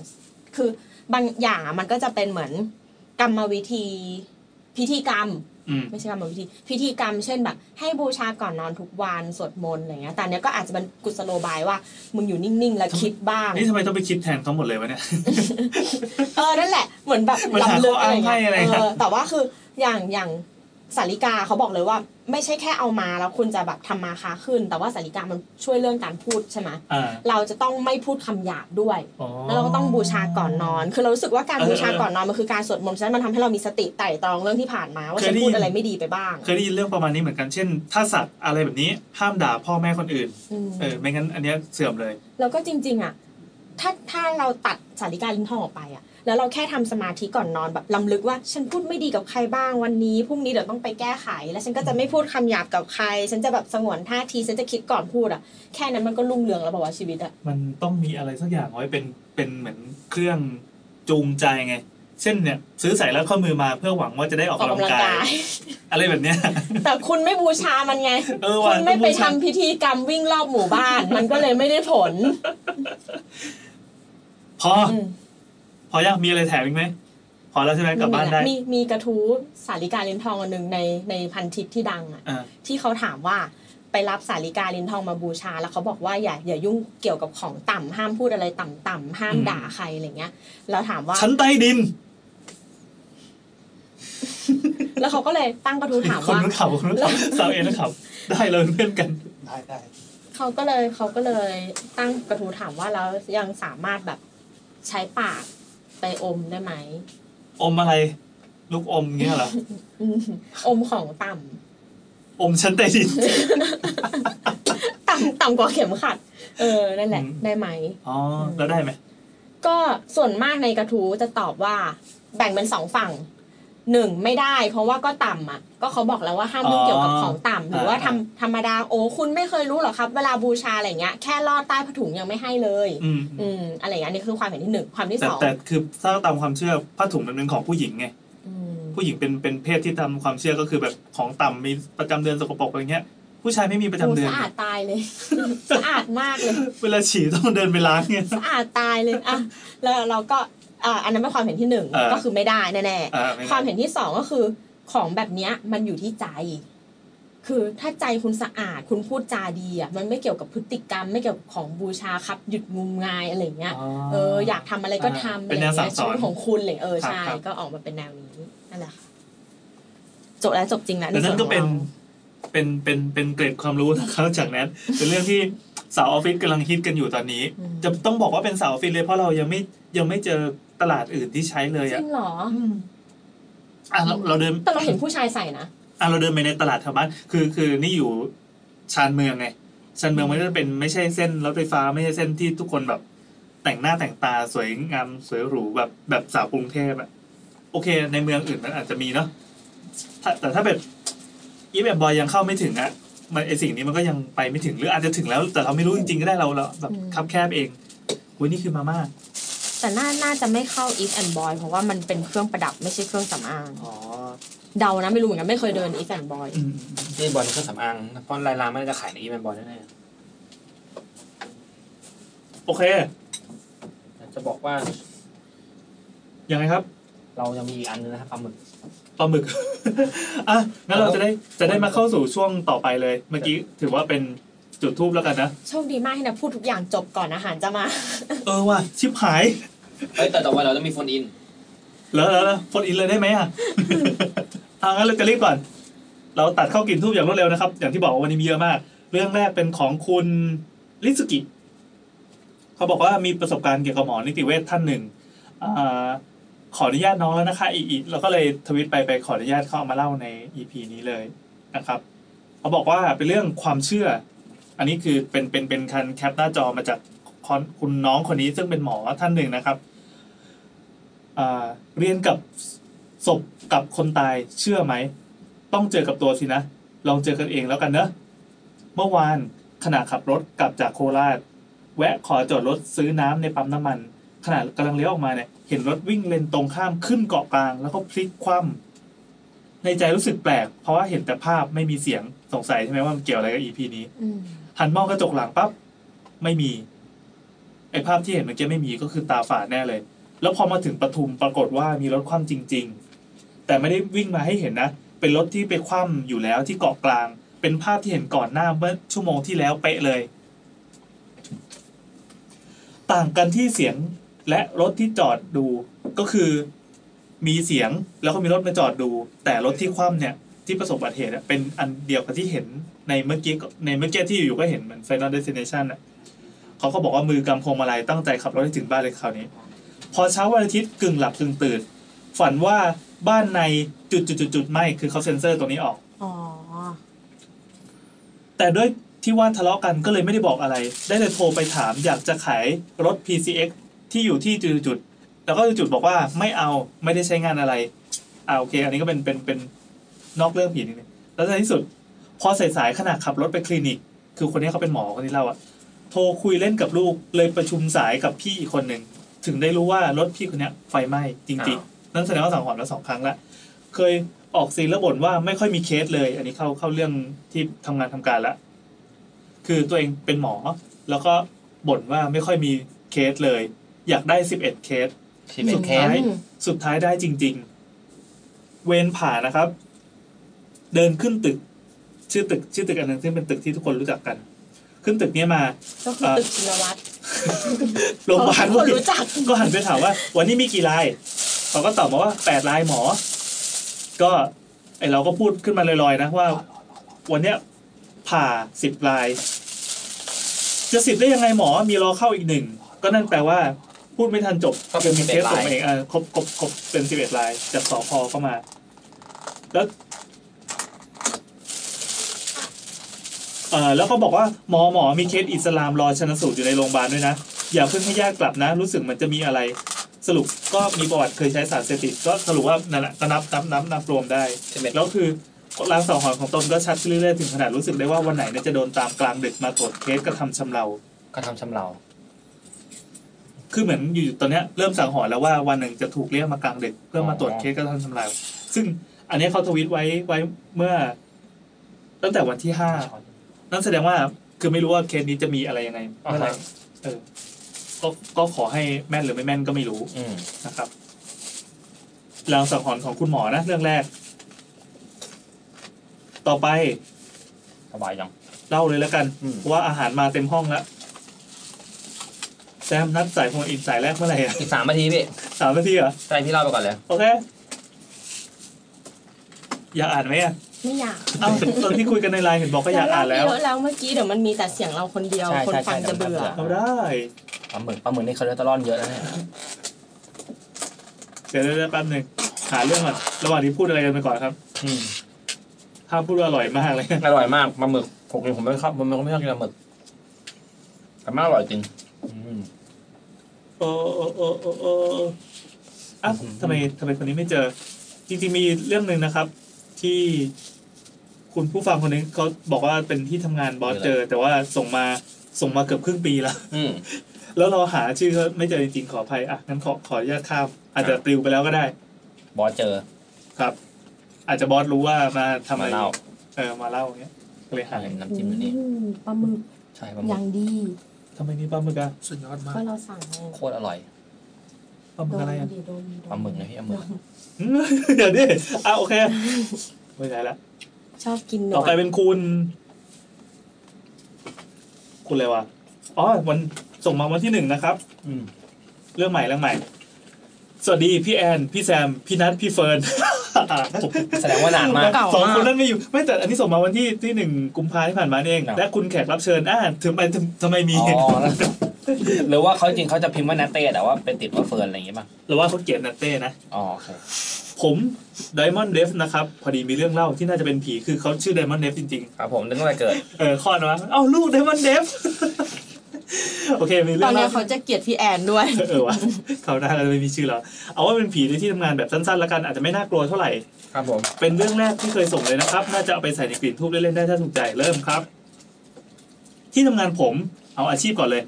คือบางอย่างอะมันก็จะเป็นเหมือนกรรมวิธีพิธีกรรม อืม ไม่ใช่กรรมวิธีพิธีกรรมเช่นแบบ ให้บูชาก่อนนอนทุกวันสวดมนต์อะไรเงี้ยแต่อันเนี้ยก็อาจจะเป็นกุศโลบายว่า มึงอยู่นิ่งๆ แล้วคิดบ้าง นี่ทำไมต้องไปคิดแทนเขาหมดเลยวะเนี่ย เออ นั่นแหละเหมือนแบบ มันหาข้ออ้างให้อะไร เอ ครั อบ แต่ว่าคืออย่างอย่างสาริกาเขาบอกเลยว่า ไม่ใช่แค่เอามาแล้วคุณจะแบบทำมาค้าขึ้น แต่ว่าสาริกามันช่วยเรื่องการพูดใช่ไหม อ่า เราจะต้องไม่พูดคำหยาบด้วย อ๋อ แล้วเราก็ต้องบูชาก่อนนอน คือเรารู้สึกว่าการ เออ บูชาก่อนนอนมันคือการสวดมนต์ฉะนั้นมันทำให้เรามีสติไต่ตรองเรื่องที่ผ่านมา ว่า เคย ฉัน ได้ พูด ยิน อะไรไม่ดีไปบ้าง เคยได้ยินเรื่องประมาณนี้เหมือนกัน เช่น ถ้าสัตว์อะไรแบบนี้ห้ามด่าพ่อแม่คนอื่น ม เออ ไม่งั้นอันเนี้ยเสื่อมเลย แล้วก็จริง ๆ อ่ะ ถ้าถ้าเราตัดสาริกาลิ้นทองออกไปอ่ะ แล้วเราแค่ทำสมาธิก่อนนอนแบบลำลึกว่า ฉันพูดไม่ดีกับใครบ้างวันนี้พรุ่งนี้เดี๋ยวต้องไปแก้ไข แล้วฉันก็จะไม่พูดคำหยาบกับใคร ฉันจะแบบสงวนท่าที ฉันจะคิดก่อนพูดอ่ะ แค่นั้นมันก็รุ่งเรืองแล้วบอกว่าวะชีวิตอ่ะ มันต้องมีอะไรสักอย่างไว้เป็นเป็นเหมือนเครื่องจูงใจไง เช่นเนี่ย ซื้อใส่แล้วข้อมือมาเพื่อหวังว่าจะได้ออกกำลังกาย อะไรแบบเนี้ย แต่คุณไม่บูชามันไง เออ คุ ว่ะ ณไม่ ต้องบูชา ไปทำพิธีกรรมวิ่งรอบหมู่บ้าน มันก็เลยไม่ได้ผล พอ อืม พอยังมีอะไรแถมอีกไหมพอแล้วใช่ไหมกลับบ้านได้ มีมีกระทู้สาริกาลิ้นทองอันหนึ่งในในพันทิปที่ดังอ่ะ อ่า ที่เขาถามว่าไปรับสาริกาลิ้นทองมาบูชา แล้วเขาบอกว่าอย่าอย่ายุ่งเกี่ยวกับของต่ำห้ามพูดอะไรต่ำต่ำห้ามด่าใครอะไรเงี้ย แล้วถามว่า ชั้นใต้ดิน แล้วเขาก็เลยตั้งกระทู้ถาม คน ว่า นู้นขับคนนู้ *laughs* นขับสาวเอ็นนนขับ ได้เราเป็นเพื่อนกัน ได้ได้ เขาก็เลยเขาก็เลยตั้งกระทู้ถามว่าแล้วยังสามารถแบบใช้ปากไปอมได้ไหม *laughs* อมอะไร ลูกอมเงี้ยเหรอ อืมอมของต่ำ อมชั้นใต้ดิน ต่ำต่ำกว่าเข็มขัด เออนั่นแหละ อืม ได้ไหม อ๋อแล้วได้ไหม ก็ส่วนมากในกระทู้จะตอบว่าแบ่งเป็นสองฝั่งหนึ่งไม่ได้ เพราะว่าก็ต่ำอ่ะ ก็เขาบอกแล้วว่าห้ามยุ่งเกี่ยวกับของต่ำหรือว่าทำธรรมดาโอ้คุณไม่เคยรู้หรอครับ เวลาบูชาอะไรเงี้ยแค่ลอดใต้ผ้าถุงยังไม่ให้เลย อืม อืมอะไรอย่างเงี้ยอันนี้คือความเห็นที่หนึ่งความที่ แต่ สอง แต่คือถ้าตามความเชื่อผ้าถุงมันเป็นของผู้หญิงไง อืม ผู้หญิงเป็นเป็นเพศที่ตามความเชื่อก็คือแบบของต่ำมีประจำเดือนสกปรกอะไรเงี้ย ผู้ชายไม่มีประจำ โอ้ เดือน สะอาดตายเลย *laughs* สะอาดมากเลย เวลาฉี่ต้องเดินไปล้างเนี่ย สะอาดตายเลยอ่ะแล้วเราก็อ่ะอันนั้นเป็นความเห็นที่หนึ่ง เออ ก็คือไม่ได้แน่ๆ อ่าไได้ ความเห็นที่สองก็คือของแบบเนี้ยมันอยู่ที่ใจ คือถ้าใจคุณสะอาดคุณพูดจาดีอ่ะมันไม่เกี่ยวกับพฤติกรรม ไม่เกี่ยวกับของบูชาครับหยุดงมงายอะไรอย่างเงี้ย เอออยากทำอะไรก็ทำอะไร เป็น อ แน ย่าว ง สั่ เงี้ ง ย ส ชี อน วิตของคุณเลยเออใช่ ครับครับ ก็ออกมาเป็นแนวนี้นั่นแหละค่ะจบแล้วจบจริงแล้ว แต่นั่นก็เป็น ใส่วนของรา เป็นเป็นเป็นเกร็ดความรู้นะครับจากนั้นเป็นเรื่องที่สาวออฟฟิศกำลังฮิตกันอยู่ตอนนี้ อืม จะต้องบอกว่าเป็นสาวออฟฟิศเลยเพราะเรายังไม่ยังไม่เจอตลาดอื่นที่ใช้เลย จริ อ่ะ งเหรอ อืมอ่ะเราเราเดิน แต่เราเห็นผู้ชายใส่นะ อ่ะเราเดินไปในตลาดแถวบ้านคือคือนี่อยู่ชานเมืองไงชานเมืองไม่ได้เป็นไม่ใช่เส้นรถไฟฟ้าไม่ใช่เส้นที่ทุกคนแบบ แต่งหน้าแต่งตาสวยงามสวยหรูแบบแบบสาวกรุงเทพอะโอเค ในเมืองอื่นมันอาจจะมีเนาะถ้าแต่ถ้าแบบอีแบบบอยยังเข้าไม่ถึงอะ มันไอสิ่งนี้มันก็ยังไปไม่ถึงหรืออาจจะถึงแล้ว แต่เราไม่รู้จริงๆก็ได้เราเราแบบ อืม คับแคบเองโอ้ยนี่คือมาม่า แต่น่าน่าจะไม่เข้า East and Boy เพราะว่ามันเป็นเครื่องประดับไม่ใช่เครื่องสำอาง อ๋อ เดานะไม่รู้เหมือนกันไม่เคยเดิน East and Boy อืม นี่บอลเครื่องสำอางเพราะลายลามไม่น่าจะขายในอีเมลบอลแน่ โอเค ๆจะบอกว่า ยังไงครับ เรายังมีอีกอันนึงนะครับปลาหมึก ปลาหมึก *laughs* อ่ะงั้นเราจะได้จะได้มาเข้าสู่ช่วงต่อไปเลย เมื่อกี้ถือว่าเป็นจุดทูบแล้วกันนะ โชคดีมากที่นะพูดทุกอย่างจบก่อนอาหารจะมา เออว่ะชิบหาย เฮ้ยแต่ต่อไปเราจะมีโฟนอิน แล้วแล้วแล้วโฟนอินเลยได้ไหมอ่ะ เอางั้นเราจะรีบก่อน เราตัดเข้ากลิ่นทูบอย่างรวดเร็วนะครับ อย่างที่บอกว่าวันนี้มีเยอะมาก เรื่องแรกเป็นของคุณลิสกิ เขาบอกว่ามีประสบการณ์เกี่ยวกับหมอนิติเวชท่านหนึ่งอาขออนุญาตน้องแล้วนะคะอีอีแล้วก็เลยทวิตไปไปขออนุญาตเขาเอามาเล่าในอีพีนี้เลยนะครับ เขาบอกว่าเป็นเรื่องความเชื่อ อันนี้คือเป็นเป็นเป็นคันแคปหน้าจอมาจากคอนคุณน้องคนนี้ซึ่งเป็นหมอท่านหนึ่งนะครับ อ่าเรียนกับศพกับคนตายเชื่อไหม ต้องเจอกับตัวสินะ ลองเจอกันเองแล้วกันเนอะเมื่อวานขณะขับรถกลับจากโคราช แวะขอจอดรถซื้อน้ำในปั๊มน้ำมัน ขณะกำลังเลี้ยวออกมาเนี่ยเห็นรถวิ่งเลนตรงข้ามขึ้นเกาะกลาง แล้วก็พลิกคว่ำในใจรู้สึกแปลก เพราะว่าเห็นแต่ภาพไม่มีเสียงสงสัยใช่ไหมว่ามันเกี่ยวอะไรกับ EP นี้ อืม หันมองกระจกหลังปั๊บไม่มี ไอภาพที่เห็นเมื่อกี้ไม่มีก็คือตาฝาดแน่เลย แล้วพอมาถึงปทุมปรากฏว่ามีรถคว่ำจริง ๆ แต่ไม่ได้วิ่งมาให้เห็นนะ เป็นรถที่ไปคว่ำอยู่แล้วที่เกาะกลาง เป็นภาพที่เห็นก่อนหน้าเมื่อชั่วโมงที่แล้วเป๊ะเลย ต่างกันที่เสียงและรถที่จอดดูก็คือมีเสียงแล้วก็มีรถมาจอดดู แต่รถที่คว่ำเนี่ย ที่ประสบอุบัติเหตุอะเป็นอันเดียวกับที่เห็นในเมื่อกี้ก็ในเมื่อกี้ที่อยู่ๆก็เห็นเหมือน Final Destination อ่ะเขาก็บอกว่ามือกำพวงมาลัยตั้งใจขับรถให้ถึงบ้านเลยคราวนี้ พอเช้าวันอาทิตย์กึ่งหลับกึ่งตื่น ฝันว่าบ้านในจุดจุดจุดจุดๆๆๆไม่คือเขาเซ็นเซอร์ตรงนี้ออก อ๋อ แต่ด้วยที่ว่าทะเลาะกันก็เลยไม่ได้บอกอะไร ได้แต่โทรไปถามอยากจะขายรถ PCX ที่อยู่ที่จุดจุดๆแล้วก็จุดๆบอกว่าไม่เอาไม่ได้ใช้งานอะไร อ่าโอเค อันนี้ก็เป็นเป็นเป็นนอกเรื่องผีนิดนึงแล้วในที่สุด พอสายๆขณะขับรถไปคลินิก คือคนนี้เขาเป็นหมอคนที่เล่าอะโทรคุยเล่นกับลูกเลยประชุมสายกับพี่อีกคนหนึ่งถึงได้รู้ว่ารถพี่คนเนี้ยไฟไหม้จริง อ้าว ๆ นั่นแสดงว่าสังหรณ์มาสองครั้งละ เคยออกซีนแล้วบ่นว่าไม่ค่อยมีเคสเลย อันนี้เข้าเข้าเรื่องที่ทำงานทำการละ คือตัวเองเป็นหมอ แล้วก็บ่นว่าไม่ค่อยมีเคสเลย อยากได้สิบเอ็ดเคส ที่เป็น สุด แค่ ท้าย อืม สุดท้ายได้จริง ๆ เวนผ่านะครับ เดินขึ้นตึก ชื่อตึก ชื่อตึกอันหนึ่งซึ่งเป็นตึกที่ทุกคนรู้จักกัน ขึ้นตึกเนี้ยมา ก็คือตึกชินวัตร โรงพยาบาล คนรู้จัก ก็หันไปถามว่า วันนี้มีกี่รายเขาก็ตอบมาว่าแปดรายหมอ ก็ไอเราก็พูดขึ้นมาลอยๆนะว่า วันเนี้ยผ่าสิบราย จะสิบได้ยังไงหมอมีรอเข้าอีกหนึ่งก็นั่นแปลว่า พูดไม่ทันจบ ก็เป็น ยัมีเคส 11 ส่รางย มาเองเออครบครบครบเป็นสิบเอ็ดรายจากสพเข้ามา แล้วเออแล้วก็บอกว่าหมอหมอมีเคสอิสลามรอชนสูตรอยู่ในโรงพยาบาลด้วยนะ อย่าเพิ่งให้ญาติกลับนะ รู้สึกเหมันจะมีอะไร สรุปก็มีประวัติเคยใช้สารเสพติดก็สรุปว่านั่นแหละก็นับนับนับนับรวมได้ ใช่ไหม แล้วคือลางสังหรณ์ของตนก็ชัดขึ้นเรื่อยๆถึงขนาดรู้สึกได้ว่าวันไหนเนี่ยจะโดนตามกลางดึกมาตรวจเคสกระทำชำเรา ก็ทำชำเรา คือเหมือนอยู่ตอนเนี้ยเริ่มสังหรณ์แล้วว่าวันหนึ่งจะถูกเรียกมากลางดึกเพื่อมาตรวจเคสกระทำชำเราซึ่งอันเนี้ยเขาทวีตไว้ไว้เมื่อ ตั้งแต่วันที่ห้านั่นแสดงว่าคือไม่รู้ว่าเคสนี้จะมีอะไรยังไงเมื่อไหร่ อ่าฮะ เออก็ก็ขอให้แม่นหรือไม่แม่นก็ไม่รู้ อืม นะครับรางสังหรณ์ของคุณหมอนะเรื่องแรก ต่อไป สบายจัง เล่าเลยแล้วกัน อืม ว่าอาหารมาเต็มห้องแล้วแซมนัดสายโฟนอินสายแรกเมื่อไหร่อะ อีกสามนาทีพี่ สามนาทีเหรอ ใช่พี่เล่าไปก่อนเลย โอเค อยากอ่านไหมอ่ะ ไม่อยาก เอ้าตอนที่คุยกันในไลน์เห็นบอกก็อยากอ่านแล้ว เยอะแล้วเมื่อกี้เดี๋ยวมันมีแต่เสียงเราคนเดียว ใช่ คน ใช่ ฟัง ใช่ จะเบื่อ เดี๋ยวมันจะเบื่อ เอาได้ ปลาหมึกปลาหมึกนี่คอเลสเตอรอลเยอะนะเนี่ย เดี๋ยวเดี๋ยวเดี๋ยวแป๊บหนึ่งหาเรื่องก่อนระหว่างนี้พูดอะไรกันไปก่อนครับ อืม ห้ามพูดว่าอร่อยมากเลย อร่อยมากปลาหมึกผมกินผมไม่ชอบผมไม่ชอบกินปลาหมึกแต่มันอร่อยจริงอืม โอ้โอ้โอ้โอ้โอ้อ่ะทำไมทำไมคนนี้ไม่เจอ จริงๆมีเรื่องหนึ่งนะครับ ที่ คุณผู้ฟังคนนึงเขาบอกว่าเป็นที่ทำงานบอสเจอ แต่ว่าส่งมาส่งมาเกือบครึ่งปีแล้ว *laughs* อืม แล้วเราหาชื่อเขาไม่เจอจริงๆขออภัยอ่ะงั้นขอขออนุญาตข้ามอาจจะปลิวไปแล้วก็ได้ บอสเจอ ครับ อาจจะบอสรู้ว่ามาทำอะ มา ไร เล่า เออมาเล่าอย่างเงี้ยก็เลยหาย น้ำจิ้มอยู่นี่ อืมปลาหมึก ใช่ปลาหมึ อก ย่างดี ทำไมนี่ปลาหมึกอะสุดยอดมาก ก็เราสั่งไง โคตรอร่อย ปลาหมึกอะไร *laughs* อะ โดนดิโดนดิโด ปลาหมึกนะพี่ปลาหมึก อืมเดี๋ยวดิอ่ะโอเคไม่ได้ละ ชอบกินหน ต่อ วด ไปเป็นคุณ คุณอะไรวะอ๋อวันส่งมาวันที่หนึ่งนะครับ อืม เรื่องใหม่เรื่องใหม่ สวัสดีพี่แอน พี่แซม พี่นัทพี่เฟิร์น *laughs* แสดงว่านานมาก เก่า สอง มา คน ก นั้นไม่อยู่ ไม่แต่อันนี้ส่งมาวันที่ที่หนึ่งกุมภาที่ผ่านมานี่เอง ครับ และคุณแขกรับเชิญอ่าถึงไปทำไมมี อ๋อแล้วหรือว่าเขาจริงเขาจะพิมพ์ว่านาเต้แต่ว่าเป็นติดว่าเฟิร์นอะไรอย่างเงี้ยป่ะ หรือว่าเขาเกลียดนัตเต้นะ อ๋อโอเค ผมไดมอนด์เดฟนะครับ พอดีมีเรื่องเล่าที่น่าจะเป็นผีคือเขาชื่อไดมอนด์เดฟจริง ครับผมนึกว่าเกิด ๆ เออข้อนะเอ้าลูกไดมอนด์เดฟ *laughs* โอเคมี ต เรื่ อ อน ง เนี้ เล่า ยเขาจะเกลียดพี่แอนด้วย เออวะเขาวหน้าเราไม่มีชื่อแล้วเอาว่าเป็นผีในที่ทำงานแบบสั้นๆแล้วกันอาจจะไม่น่ากลัวเท่าไหร่ ครับผม เป็นเรื่องแรกที่เคยส่งเลยนะครับ น่าจะเอาไปใส่ในกลิ่นทูบเล่นๆได้ถ้าถูกใจเริ่มครับ ที่ทำงานผมเอาอาชีพก่อนเลย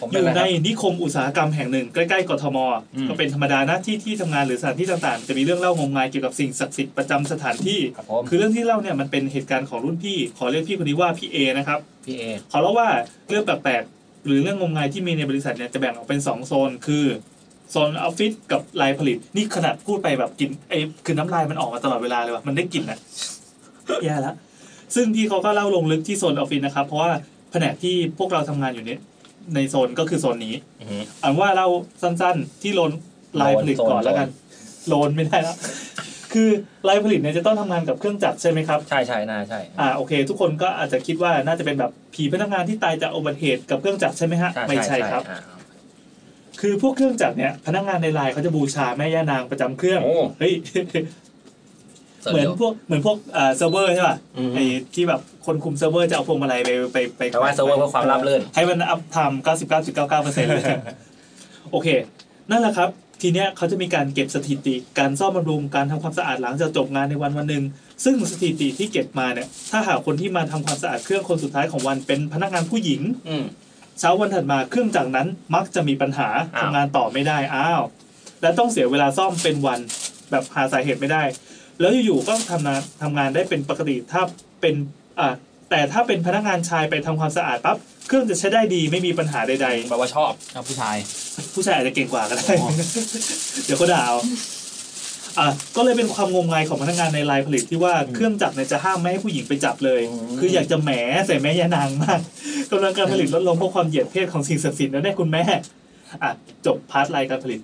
ผม อ เป็น ยู่ อะไรค ใน รับ นิคมอุตสาหกรรมแห่งหนึ่งใกล้ๆกทม อืม ก็เป็นธรรมดานะที่ที่ทำงานหรือสถานที่ต่างๆ จะมีเรื่องเล่างมงายเกี่ยวกับสิ่งศักดิ์สิทธิ์ประจำสถานที่ ครับผม คือเรื่องที่เล่าเนี่ยมันเป็นเหตุการณ์ของรุ่นพี่ ขอเรียกพี่คนนี้ว่าพี่เอนะครับ พี่เอ ขอเล่าว่าเรื่องแปลกๆหรือเรื่องงมงายที่มีในบริษัทเนี่ยจะแบ่งออกเป็น 2 โซน คือ โซนออฟฟิศกับลายผลิต นี่ขนาดพูดไปแบบกลิ่นไอ้คือน้ำลายมันออกมาตลอดเวลาเลยว่ะมันได้กลิ่นอ่ะ *laughs* แย่แล้วซึ่งพี่เขาก็เล่าลงลึกที่โซนออฟฟิศนะครับ เพราะว่าแผนกที่พวกเราทำงานอยู่เนี่ยในโซนก็คือโซนนี้ อือหือ อันว่าเราสั้นๆที่โลนลายผลิตก่อนแล้วกันโลนไม่ได้แล้ว *laughs* คือลายผลิตเนี่ยจะต้องทำงานกับเครื่องจักรใช่ไหมครับ ใช่ใช่น่าใช่ อ่าโอเค ทุกคนก็อาจจะคิดว่าน่าจะเป็นแบบผีพนักงานที่ตายจากอุบัติเหตุกับเครื่องจักรใช่ไหมฮะไม่ใช่ครับ อ่า คือพวกเครื่องจักรเนี่ยพนักงานในไลน์เขาจะบูชาแม่ย่านางประจำเครื่อง โอ้ เฮ้ย เสิร์ฟ เหมือน เดียว พวกเหมือนพวกอ่าเซิร์ฟเวอร์ใช่ป่ะ อือหื ไอ้ อ ที่แบบคนคุมเซิร์ฟเวอร์จะเอาพวงมาลัยไปไปไป แต่ว่าเซิร์ฟเวอร์เพื่อความราบรื่น ให้มันอัพทำ99.99%เลย *laughs* โอเค นั่นแหละครับ ทีเนี้ยเขาจะมีการเก็บสถิติ การซ่อมบำรุงการทำความสะอาดหลังจากจบงานในวันวันหนึ่ง ซึ่งสถิติที่เก็บมาเนี่ย ถ้าหากคนที่มาทำความสะอาดเครื่องคนสุดท้ายของวันเป็นพนักงานผู้หญิง อืม เช้าวันถัดมาเครื่องจักรนั้นมักจะมีปัญหา อ้าว ทำงานต่อไม่ได้อ้าวและต้องเสียเวลาซ่อมเป็นวันแบบหาสาเหตุไม่ได้ แล้วอยู่ๆก็ทำงานทำงานได้เป็นปกติถ้าเป็นอ่าแต่ถ้าเป็นพนักงานชายไปทำความสะอาดปั๊บเครื่องจะใช้ได้ดีไม่มีปัญหาใด ๆ แปลว่าชอบชอบผู้ชาย ผู้ชายอาจจะเก่งกว่าก็ได้ อ๋อ เดี๋ยวเขาด่าเอาอ่ะก็เลยเป็นความงมงายของพนักงานในไลน์ผลิตที่ว่าเครื่องจักรเนี่ยจะห้ามไม่ให้ผู้หญิงไปจับเลย คืออยากจะแหมใส่แม่ยานางมากกำลังการผลิตลดลงเพราะความเหยียดเพศของสิ่งศักดิ์สิทธิ์นั่นแน่คุณแม่อ่ะจบพาร์ทไลน์การผลิต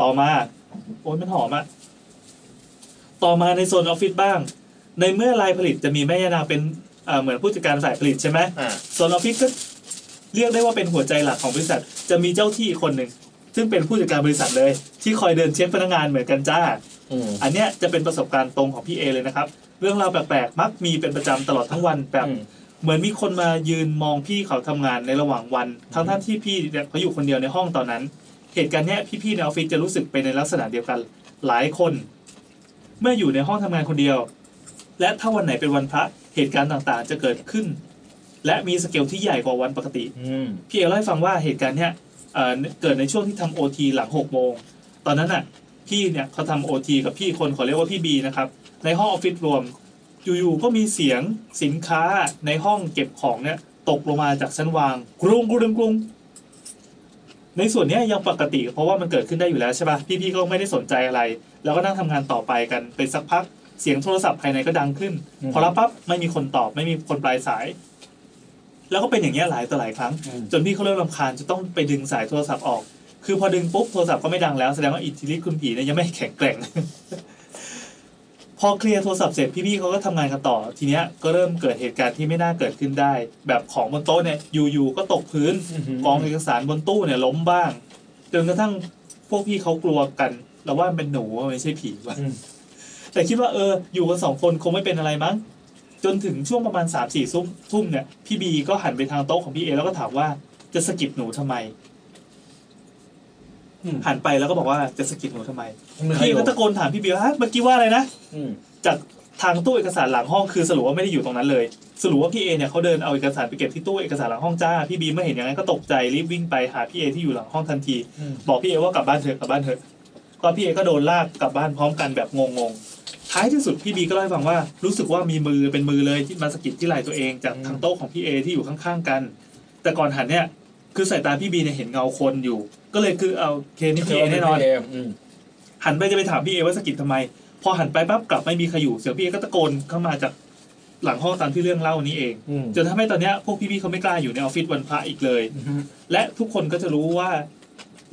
ต่อมา โอ้ยมันหอมอะต่อมาในโซนออฟฟิศบ้าง ในเมื่อไลน์ผลิตจะมีแม่ยานางเป็นอ่าเหมือนผู้จัดการฝ่ายผลิตใช่ไหม อ่า โซนออฟฟิศก็เรียกได้ว่าเป็นหัวใจหลักของบริษัท จะมีเจ้าที่อีกคนหนึ่ง ซึ่งเป็นผู้จัดการบริษัทเลย ที่คอยเดินเช็คพนักงานเหมือนกันจ้า อืม อันเนี้ยจะเป็นประสบการณ์ตรงของพี่เอเลยนะครับ เรื่องราวแปลกๆ มักมีเป็นประจำตลอดทั้งวันแบบ อืม เหมือนมีคนมายืนมองพี่เขาทำงานในระหว่างวัน ทั้งท่านที่พี่เนี่ยเขาอยู่คนเดียวในห้องตอนนั้น เหตุการณ์เนี้ยพี่ๆในออฟฟิศจะรู้สึกไปในลักษณะเดียวกันหลายคน เมื่ออยู่ในห้องทำงานคนเดียว และถ้าวันไหนเป็นวันพระเหตุการณ์ต่างๆ จะเกิดขึ้น และมีสเกลที่ใหญ่กว่าวันปกติ อืม พี่เอเล่าให้ฟังว่าเหตุการณ์เนี้ยเอ่อเกิดในช่วงที่ทำโอทีหลังหกโมง ตอนนั้นน่ะ พี่เนี่ยเขาทำโอทีกับพี่คนขอเรียกว่าพี่บีนะครับ ในห้องออฟฟิศรวม อยู่ๆก็มีเสียงสินค้าในห้องเก็บของเนี่ย ตกลงมาจากชั้นวางกรุงกรุงกรุงในส่วนเนี้ยยังปกติ เพราะว่ามันเกิดขึ้นได้อยู่แล้วใช่ปะพี่ๆก็ไม่ได้สนใจอะไร แล้วก็นั่งทำงานต่อไปกันเป็นสักพักเสียงโทรศัพท์ภายในก็ดังขึ้น อืม พอรับปั๊บไม่มีคนตอบไม่มีคนปลายสาย แล้วก็เป็นอย่างเงี้ยหลายต่อหลายครั้ง จนพี่เขาเริ่มรำคาญจะต้องไปดึงสายโทรศัพท์ออก คือพอดึงปุ๊บโทรศัพท์ก็ไม่ดังแล้วแสดงว่าอิทธิฤทธิ์คุณผีเนี่ยยังไม่แข็งแกร่ง *laughs* พอเคลียร์โทรศัพท์เสร็จพี่ๆเขาก็ทำงานกันต่อ ทีเนี้ยก็เริ่มเกิดเหตุการณ์ที่ไม่น่าเกิดขึ้นได้ แบบของบนโต๊ะเนี่ยอยู่ๆก็ตกพื้น กองเอกสารบนตู้เนี่ยล้มบ้างจนกระทั่งพวกพี่เขากลัวกันเราว่ามันเป็นหนูอะไม่ใช่ผีว่ะ อืม แต่คิดว่าเอออยู่กันสองคนคงไม่เป็นอะไรมั้ง จนถึงช่วงประมาณสามสี่ทุ่มทุ่มเนี่ยพี่บีก็หันไปทางโต๊ะของพี่เอแล้วก็ถามว่าจะสะกิปหนูทำไม อืม หันไปแล้วก็บอกว่าจะสะกิปหนูทำไม เหนื่อย พี่ อยู่ ก็ตะโกนถามพี่บีว่าฮะเมื่อกี้ว่าอะไรนะ อืม จาก ทางตู้เอกสารหลังห้องคือสรุปว่าไม่ได้อยู่ตรงนั้นเลย สรุปว่าพี่เอเนี่ยเขาเดินเอาเอกสารไปเก็บที่ตู้เอกสารหลังห้องจ้าพี่บีเมื่อเห็นอย่างนั้นก็ตกใจรีบวิ่งไปหาพี่เอที่อยู่หลังห้องทันที อืม บอกพี่เอว่ากลับบ้านเถอะกลับบ้านเถอะก็พี่เอก็โดนลากกลับบ้านพร้อมกันแบบงงๆท้ายที่สุดพี่บีก็เล่าให้ฟังว่ารู้สึกว่ามีมือเป็นมือเลยที่มาสะกิดที่ไหล่ตัวเองจากทางโต๊ะของพี่เอที่อยู่ข้างๆกัน แต่ก่อนหันเนี่ยคือสายตาพี่บีเนี่ยเห็นเงาคนอยู่ ก็เลยคือเอาเคสนี่พี่เอแน่นอน หันไปจะไปถามพี่เอว่าสะกิดทำไม พอหันไปปั๊บกลับไม่มีใครอยู่เสียงพี่เอก็ตะโกนเข้ามาจากหลังห้องตามที่เรื่องเล่านี้เอง อืม จนทำให้ตอนเนี้ยพวกพี่ๆเขาไม่กล้าอยู่ในออฟฟิศวันพระอีกเลย และทุกคนก็จะรู้ว่า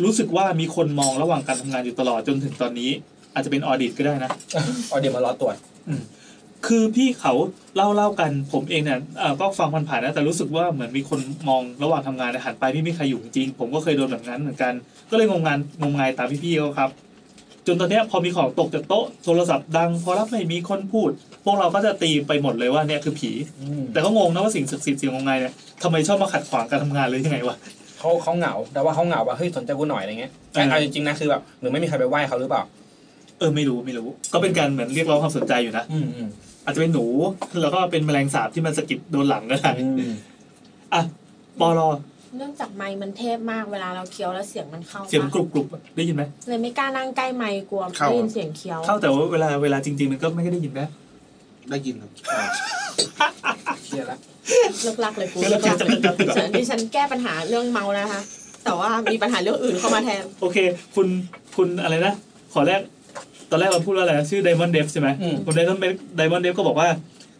รู้สึกว่ามีคนมองระหว่างการทำงานอยู่ตลอดจนถึงตอนนี้ อาจจะเป็นออดิตก็ได้นะ เอาเดี๋ยวมารอตรวจ คือพี่เขาเล่าเล่าๆกันผมเองเนี่ยเอ่อก็ฟังผ่านๆนะแต่รู้สึกว่าเหมือนมีคนมองระหว่างทำงานเนี่ยหันไปไม่มีใครอยู่จริงผมก็เคยโดนแบบนั้นเหมือนกัน ก็เลยงงงานงมงายตามพี่ๆเขาครับ จนตอนเนี้ยพอมีของตกจากโต๊ะโทรศัพท์ดัง พอรับไม่มีคนพูด พวกเราก็จะตีไปหมดเลยว่าเนี่ยคือผี แต่ก็งงนะว่าสิ่งศักดิ์สิทธิ์สิ่งงมงายเนี่ยทำไมชอบมาขัดขวางการทำงานเลยยังไงวะ เขาเขาเหงา แต่ว่าเขาเหงาว่าเฮ้ยสนใจกูหน่อยอะไรเงี้ยแต่ เออ เอาจริงๆนะคือแบบหรือไม่มีใครไปไหว้เขาหรือเปล่า เออไม่รู้ไม่รู้ ก็เป็นการเหมือนเรียกร้องความสนใจอยู่นะ อืมอืม อาจจะเป็นหนูแล้วก็เป็นแมลงสาบที่มันสะกิดโดนหลังก็ได้อ่ะปอรอ เนื่องจากไมค์มันเทพมากเวลาเราเคี้ยวแล้วเสียงมันเข้า เสียงกรุบกรุบได้ยินไหม เลยไม่กล้านั่งใกล้ไมค์กลัว เข้า ได้ยินเสียงเคี้ยว เข้าแต่ว่าเวลาเวลาจริงๆ มันก็ไม่ค่อยได้ยินนะ ได้ยินครับ เครียดละ เลิกลักเลยกู เว เลิ ลาก จะ ลัก จะเป็นการ เดี๋ยวดิฉันแก้ปัญหาเรื่องเมานะคะ แต่ว่ามีปัญหาเรื่องอื่นเข้ามาแทน โอเค คุณคุณอะไรนะ ขอแรก ตอนแรกเราพูดว่าอะไรนะชื่อ Diamond d e v ใช่ไหม อืม คุณ Diamond Dev Diamond d e v ก็บอกว่า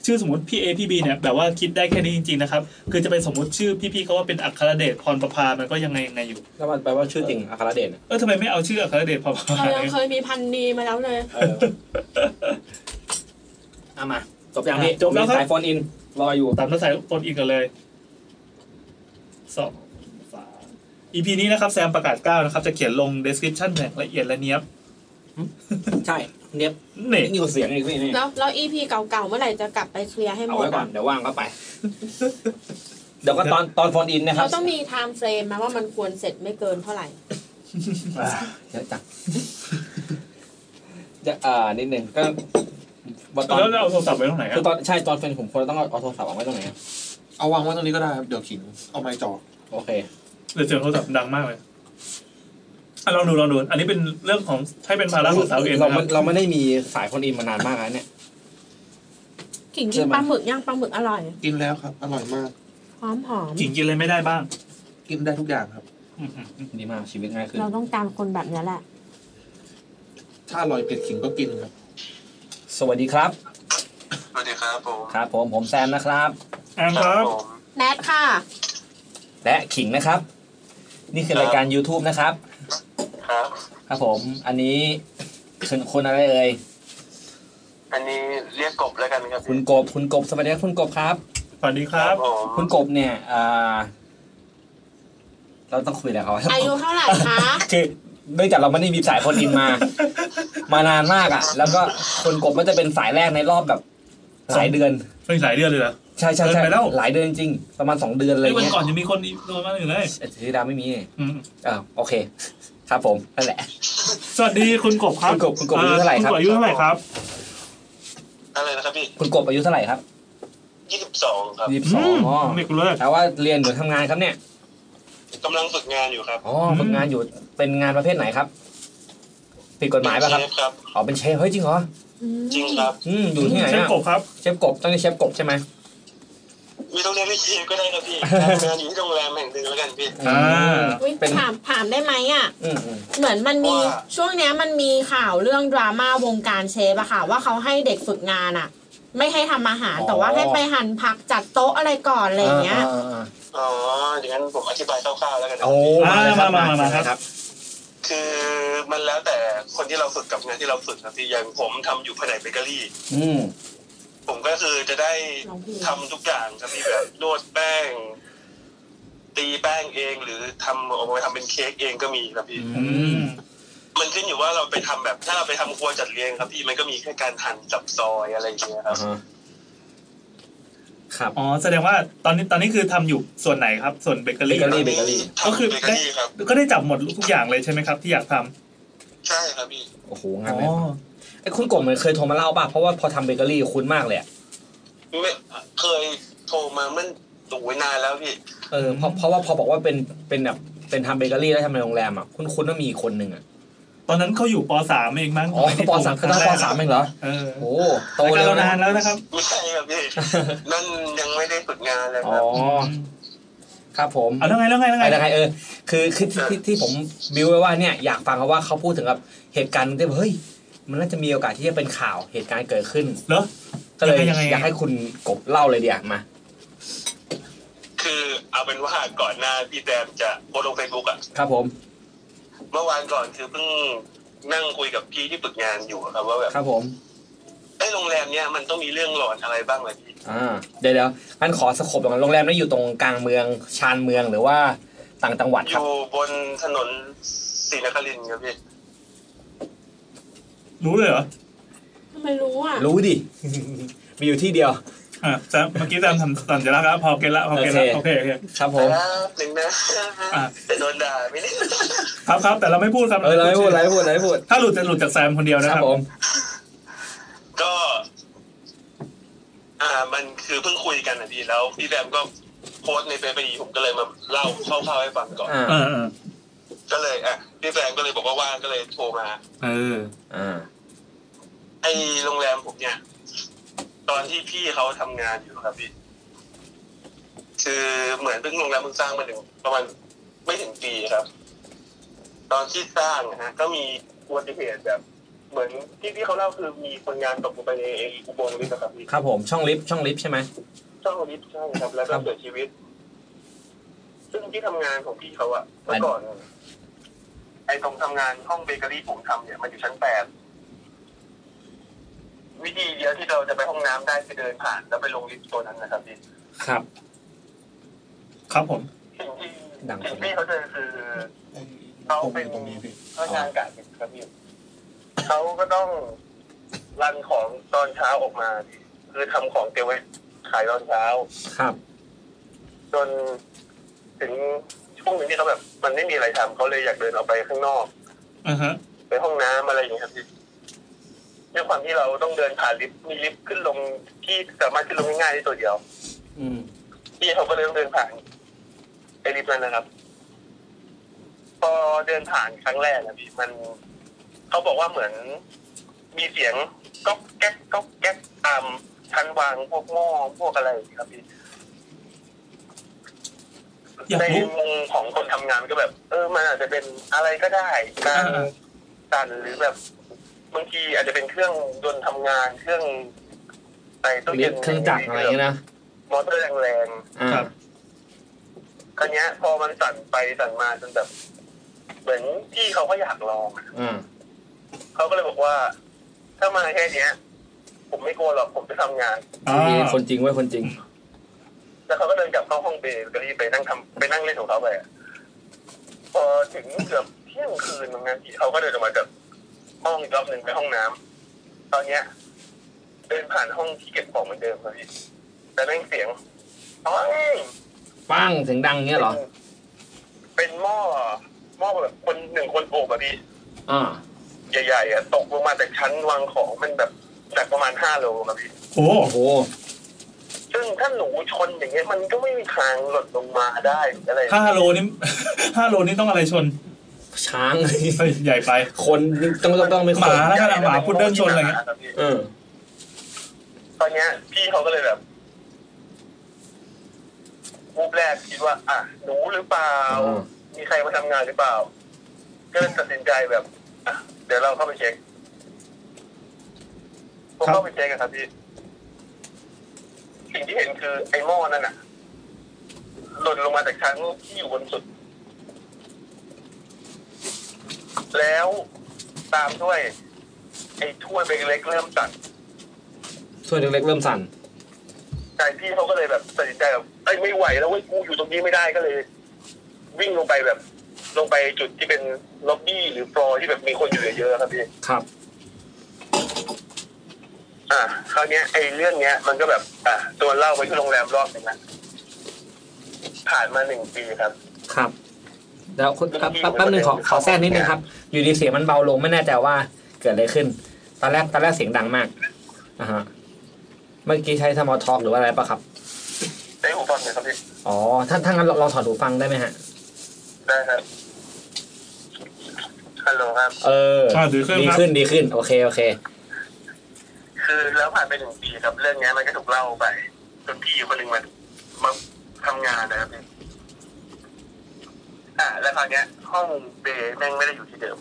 ชื่อสมมติพี่เอพี่บีเนี่ย แบบว่าคิดได้แค่นี้จริงๆนะครับ คือจะเป็นสมมติชื่อพี่ๆเขาว่าเป็นอัครเดชพรประภา มันก็ยังไงยังไงอยู่ แล้วมันแปลว่าชื่อจริงอัครเดชน่ะ เออทำไมไม่เอาชื่ออัครเดชพรประภา เรายัง เนี่ย เคยมีพันดีมาแล้วเลย เออเอามาจบยังพี่ จบแล้วครับ มีสายโฟนอินรออยู่ ตามนักสายคนอีกกันเลยสองสาม EP นี้นะครับแซมประกาศเก้านะครับ จะเขียนลง description อย่างละเอียดและเนี้ยบ ใช่เนี้ย นี่ นี่เสียงอีกพี่นี่ แล้วแล้วอีพีเก่าๆเมื่อไหร่จะกลับไปเคลียร์ให้ห เอา มด ไว้ก่อน อะ เดี๋ยวว่างก็ไป เดี๋ยวก็ตอนตอนโฟนอินนะครับ เราต้องมีไทม์เฟรมมาว่ามันควรเสร็จไม่เกินเท่าไหร่ อ่าเยอะจังจะอ่านิดนึงก็ว่าตอน แล้วเราเอาโทรศัพท์ไว้ตรงไหนอะ คือตอนใช่ตอนเป็นผมควรต้องเอาโทรศัพท์วางไว้ตรงไหนอะ เอาวางไว้ตรงนี้ก็ได้ครับเดี๋ยวขิงเอาไม้จ่อ โอเค เดี๋ยวเสียงโทรศัพท์ดังมากเลยอ่ะลองดูลองดู อันนี้เป็นเรื่องของให้เป็นภาระของสาวเอ็น เรา นะค ไม่ รับ เราไม่ได้มีสายคนอินมานานมากแล้วเนี่ย กิ่ง ใช่ กิน ไหม ปลาหมึกย่างปลาหมึกอร่อย กินแล้วครับ อร่อยมาก หอมหอม หญิงกินอะไรไม่ได้บ้าง กินได้ทุกอย่างครับ อืมอืมอืม ดีมากชีวิตง่ายขึ้น เราต้องการคนแบบนี้แหละ ถ้าอร่อยเผ็ดขิงก็กินครับ สวัสดีครับ สวัสดีครับผม ครับ ผมผมแซมนะครับ อ่านครับ ผม แนทค่ะ และขิงนะครับ นี่คือรายการ YouTube นะครับ ครับ ครับผมอันนี้คุณคุณอะไรเอ่ย อันนี้เรียกกบแล้วกันครับ คุณกบคุณกบสวัสดีครับคุณกบครับ สวัสดีค ค รั รั บบ ผม คุณกบเนี่ยอ่าเราต้องคุยแล้วเขา อายุเท่าไหร่คะ *laughs* คือเนื่องจากเราไม่ได้มีสายคนอินมา *laughs* มานานมากอ่ะ แล้วก็คุณกบก็จะเป็นสายแรกในรอบแบบหลายเดือน เฮ้ยหลายเดือนเลยเหรอ ใช่ใช่ใช่ เกินไปแล้ว หลายเดือนจริงๆประมาณสองเดือนอะไร ไอ้ยวัน เงี้ย ก่อนยังมีคนอีกโดนมาอยู่เลย เอ้ยธิดาไม่มี อืม อ่าโอเค ครับผมนั่นแหละ สวัสดีคุณกบครับ คุณกบคุณกบอายุเท่าไหร่ครับ คุณกบอายุเท่าไหร่ครับ อะไรนะครับพี่ คุณกบอายุเท่าไหร่ครับ ยี่สิบสองครับ ยี่สิบสองอ๋อ มไม่กลัวเลย แปลว่าเรียนหรือทำงานครับเนี่ย กำลังฝึกงานอยู่ครับ อ๋อ อืม ฝึกงานอยู่เป็นงานประเภทไหนครับผิดกฎหมายป่ะครับ เชฟครับ อ๋อเป็นเชฟเฮ้ยจริงเหรอ จริงครับ อืมอยู่ที่ไหน เช่น อ่ะ กบครับ เชฟกบต้องเรียกเชฟกบใช่ไหม ไม่ต้องเรียกพี่เชฟก็ได้ครับพี่ทำงานอยู่ที่โรงแรมแห่งหนึ่งแล้วกันพี่ อ่า อุ๊ย เป็น ถามถามได้ไหมอ่ะ อืมอืม เหมือนมันมี ว่า ช่วงเนี้ยมันมีข่าวเรื่องดราม่าวงการเชฟอะค่ะ ว่าเขาให้เด็กฝึกงานอะไม่ให้ทำอาหารแต่ว่าให้ไปหั่นผักจัดโต๊ะอะไรก่อนอะไรอย่างเงี้ย อ่าอ่าอ่า อ๋ออย่างนั้นผมอธิบายคร่าวๆแล้วกันนะค โอ้ รับพี่ มาเลยครับ มามามา เล มา ยครับ คือมันแล้วแต่คนที่เราฝึกกับงานที่เราฝึกครับพี่อย่างผมทำอยู่แผนกเบเกอรี่ อืม ผมก็คือจะได้ ลองพูด ทำทุกอย่างครับพี่แบบนวดแป้ง ตีแป้งเองหรือทำเอาไปทำเป็นเค้กเองก็มีครับพี่ อื อื ม ม มันขึ้นอยู่ว่าเราไปทำแบบถ้าเราไปทำครัวจัดเลี้ยงครับพี่มันก็มีแค่การหั่นจับซอยอะไรอย่างเงี้ยค อ่า รับ ฮะครับ อ๋อแสดงว่าตอนนี้ตอนนี้คือทำอยู่ส่วนไหนครับ ส่วนเบเกอรี่ เบเกอรี่ ครับ ทำ ก็คือ เบเกอรี่ครับ ก็ได้จับหมดทุกอย่างเลยใช่ไหมครับ ที่อยากทำ ใช่ครับพี่ โอ้โหงาน อ๋ เลย อ ไอ้คุณกบเหมือนเคยโทรมาเล่าป่ะ เพราะว่าพอทำเบเกอรี่คุ้นมากเลยอะ ไม่เคยโทรมาเมื่อโอ้ยนานแล้วพี่ เออเพราะเพราะว่าพอบอกว่าเป็นเป็นแบบเป็นทำเบเกอรี่แล้วทำในโรงแรมอ่ะคุณคุ้นว่ามีอีกคนหนึ่งอ่ะ ตอนนั้นเขาอยู่ปสามเองมั้ง อ๋อปสามเขาต้องปสามเองเหรอ เออ โอ้โต รายการ เร็ เรา วนะ นานแล้วนะครับ ไม่ใช่ครับ *laughs* พี่ นั่นยังไม่ได้ฝึกงานเลย อ๋ ค อ รับ ครับผม เอาแล้วไงแล้วไงแล้วไง ไปยังไงเออคือคือที่ที่ที่ผมบิวไว้ว่าเนี่ยอยากฟังเขาว่าเขาพูดถึงกับเหตุการณ์ที่เฮ้ยมันน่าจะมีโอกาสที่จะเป็นข่าวเหตุการณ์เกิดขึ้น เหรอ ก็เลย ยังไงยังไง อยากให้คุณกบเล่าเลยเดียวมา คือเอาเป็นว่าก่อนหน้าพี่แจมจะโพสต์ลงเฟซบุ๊กอะ ครับผม เมื่อวานก่อนคือเพิ่งนั่งคุยกับพี่ที่ฝึกงานอยู่อะครับว่าแบบ ครับผม ไอ้ยโรงแรมเนี้ยมันต้องมีเรื่องหลอนอะไรบ้างเลยพี่ อ่าเดี๋ยวเดี๋ยวงั้นขอสโคบก่อนโรงแรมนั้นอยู่ตรงกลางเมืองชานเมืองหรือว่าต่างจังหวัด อ ครับ ยู่บนถนนศรีนครินทร์ครับพี่ รู้เลยเหรอ ทำไมรู้อ่ะ รู้ดิ มีอยู่ที่เดียว อ่ะแซมเมื่อกี้แซมทำสัญลักษณ์แล้วพอเกณฑ์ละพอเกณฑ์ละโอ โอ เค เค โอเค ครับผม ครับหนึ่งนะ *laughs* อ่ะ แต่โดนด่าไหมเนี่ย ครับครับแต่เราไม่พูดครับ เออเราไม่พูดเราไม่พูดเราไม่พูด ถ้าหลุดจะหลุดจากแซมคนเดียวนะ ค ค รั รั บบ ผม ก็ อ่า มันคือเพิ่งคุยกันอะพี่แล้ว พี่แจมก็โพสต์ในเฟซไปดีผมก็เลยมาเล่าคร่าวๆให้ฟังก่อน อ่า เออเออ ก็เลยอ่ะพี่แฟนก็เลยบอกว่าว่างก็เลยโทรมา เออ อ่า ไอโรงแรมผมเนี่ย ตอนที่พี่เขาทำงานอยู่ครับพี่ คือเหมือนเพิ่งโรงแรมเพิ่งสร้างมาถึงประมาณไม่ถึงปีครับ ตอนที่สร้างนะฮะ ก็มีอุบัติเหตุแบบ เหมือนที่ที่เขาเล่าคือมีคนงานตกลงไปในไอ้อุโมงค์นี่นะครับพี่ ครับผมช่องลิฟต์ช่องลิฟต์ใช่ไหม ช่องลิฟต์ใช่ครับ แล้วก็เสียชีวิต ซึ่งที่ทำงานของพี่เขาอะเมื่อก่อน ไอ้ตรงทำงานห้องเบเกอรี่ผมทำเนี่ย มันอยู่ชั้นแปด วิธีเดียวที่เราจะไปห้องน้ำได้คือเดินผ่านแล้วไปลงลิฟต์ตัวนั้นนะครับพี่ ครับ ครับผม สิ่งที่สิ่งที่เขาเจอคือ เขาเป็นพนักงานกะดึกครับพี่เขาก็ต้องรันของตอนเช้าออกมา คือทำของเตรียมไว้ขายตอนเช้า ครับ จนถึงช่วงหนึงที่เขาแบบ มันไม่มีอะไรทำเขาเลยอยากเดินออกไปข้างนอก อือฮะ ไปห้องน้ำอะไรอย่างเงี้ยครับพี่ด้วยความที่เราต้องเดินผ่านลิฟต์มีลิฟต์ขึ้นลงที่สามารถขึ้นลงง่ายๆได้ตัวเดียว อืม พี่เขาก็เลยต้องเดินผ่านไอ้ลิฟต์นั้นนะครับ พอเดินผ่านครั้งแรกนะพี่มันเขาบอกว่าเหมือน มีเสียงก๊อกแก๊กก๊อกแก๊กตามชั้นวางพวกหม้อพวกอะไรอย่างเงี้ยครับพี่ อยาก ใน รู้ มุมของคนทำงานก็แบบ เออ มันอาจจะเป็นอะไรก็ได้การสั่นหรือแบบบางทีอาจจะเป็นเครื่องยนต์ทำงานเครื่องใส่ตู้ เรี เย็ ยก น เครื่องจักรอะไรอย่างเงี้ยนะ มอเตอร์แรงๆ อ่า ครับ ครั้งเนี้ยพอมันสั่นไปสั่นมาจนแบบเหมือนพี่เขาก็อยากลองอะ อ่า เขาก็เลยบอกว่า ถ้ามาแค่เนี้ย ผมไม่กลัวหรอกผมจะทำงาน อ่า คนจริงเว้ยคนจริง แล้วเขาก็เดินกลับเข้าห้องเบเกอรี่ไปนั่งทำไปนั่งเล่นของเขาไปอะพอถึงเกือบเที่ยงคืนของงานพี่เขาก็เดินออกมาจากห้องอีกรอบหนึ่งไปห้องน้ำตอนเนี้ย เดินผ่านห้องที่เก็บของเหมือนเดิมครับพี่แต่แม่งเสียงอ้อย ปั้งเสียงดังเงี้ยเหรอ เป็นหม้อหม้อแบบคนหนึ่งคนโอบอะพี่ อ่า ใหญ่ๆอะตกลงมาจากชั้นวางของมันแบบหนักประมาณห้าโลครับพี่ โอ้ โอ้โห ซึ่งถ้าหนูชนอย่างเงี้ยมันก็ไม่มีทางหล่นลงมาได้หรืออะไร ห้าโลนี่ *laughs* ห้าโลนี่ต้องอะไรชน *laughs* ช้าง *laughs* เฮ้ยใหญ่ไป คนต้องต้องต้องเป็น ห ค มาน แล้วกันอะหมาพุดเดิ้ลชนอะไรเงี้ย ครับพี่ เออ ตอนเนี้ย พี่เขาก็เลยแบบวูบแรกคิดว่า อ่ะหนูหรือเปล่า อ๋อ มีใครมาทำงานหรือเปล่า ก็เลยตัดสินใจแบบอ่ะเดี๋ยวเราเข้าไปเช็คผมเข้าไปเช็คกันครับพี่ สิ่งที่เห็นคือไอ้หม้อนั่นน่ะ หล่นลงมาจากชั้นที่อยู่บนสุด แล้วตามด้วย ไอ้ถ้วยเบเล็กๆเริ่มสั่น ส่วนเล็กๆเริ่มสั่น ใจพี่เขาก็เลยแบบตัดสินใจแบบไอ้ยไม่ไหวแล้วเว้ยกูอยู่ตรงนี้ไม่ได้ก็เลย วิ่งลงไปแบบ ลงไปจุดที่เป็นล็อบบี้หรือฟลอร์ที่แบบมีคนอยู่เยอะๆครับพี่ ครับ อ่าคราวเนี้ยไอ้เรื่องเนี้ย มันก็แบบอ่าตัวเล่าไปที่โรงแรมรอบหนึ่งนะผ่านมาหนึ่งปีครับ ครับ แล้วคุณแป๊บแป๊บแป๊บนึงขอขอแทรกนิดนึงครับ อยู่ดีเสียงมันเบาลงไม่แน่ใจว่าเกิดอะไรขึ้น ตอนแรกตอนแรกเสียงดังมากอ่าฮะเมื่อกี้ใช้สมอลทอกหรือว่าอะไรปะครับ ได้หูฟังไหมครับพี่ อ๋อ ถ้าถ้างั้นเราเราถอดหูฟังได้ไหมฮะ ได้ครับฮัลโหลครับ เออ อ่าดีขึ้น ดี ครับ ขึ้นดีขึ้น โอเค โอเค คือแล้วผ่านไปหนึ่งปีครับ เรื่องเนี้ยมันก็ถูกเล่าไปจนพี่คนหนึ่งมันมาทำงานนะครับพี่อ่าแล้วคราวเนี้ย ห้องเบย์แม่งไม่ได้อยู่ที่เดิม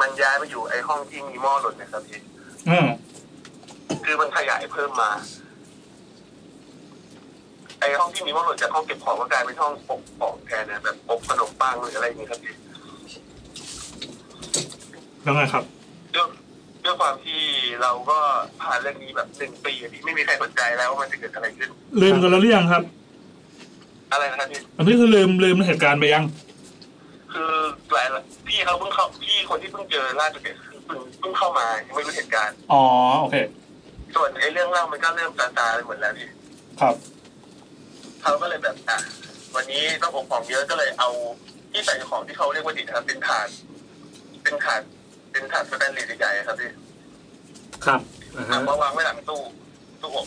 มันย้ายไปอยู่ไอ้ห้องที่มีหม้อหล่นเนะครับพี่ อืม คือมันขยายเพิ่มมา ไอ้ห้องที่มีหม้อหล่นจากห้องเก็บของก็กลายเป็นห้องปกของแทนนะแบบปกขนมปังหรืออะไรอย่างเงี้ยครับพี่ แล้วไงครับ ด้วยด้วยความที่เราก็ผ่านเรื่องนี้แบบหนึ่งปีอะพี่ไม่มีใครสนใจแล้วว่ามันจะเกิดอะไรขึ้น ลืมกันแล้วหรือยังครับ อะไรนะครับพี่ อันนี้คือลืมลืมเหตุการณ์ไปยัง คือหลายพี่เขาเพิ่งเข้าพี่คนที่เพิ่งเจอล่าสุดเนี่ยคือเพิ่งเพิ่งเข้ามายังไม่รู้เหตุการณ์ อ๋อ โอเค ส่วนไอ้เรื่องเล่ามันก็เริ่มซาซาๆไปหมดแล้วพี่ ครับ เขาก็เลยแบบอ่ะวันนี้ต้องอบของเยอะก็เลยเอาที่ใส่ของที่เขาเรียกว่าดินครับเป็นถาดเป็นถาดเป็นถาดสแตนเลสใหญ่ๆครับพี่ ครับอ่าฮะ เอามาวางไว้หลังตู้ตู้อบ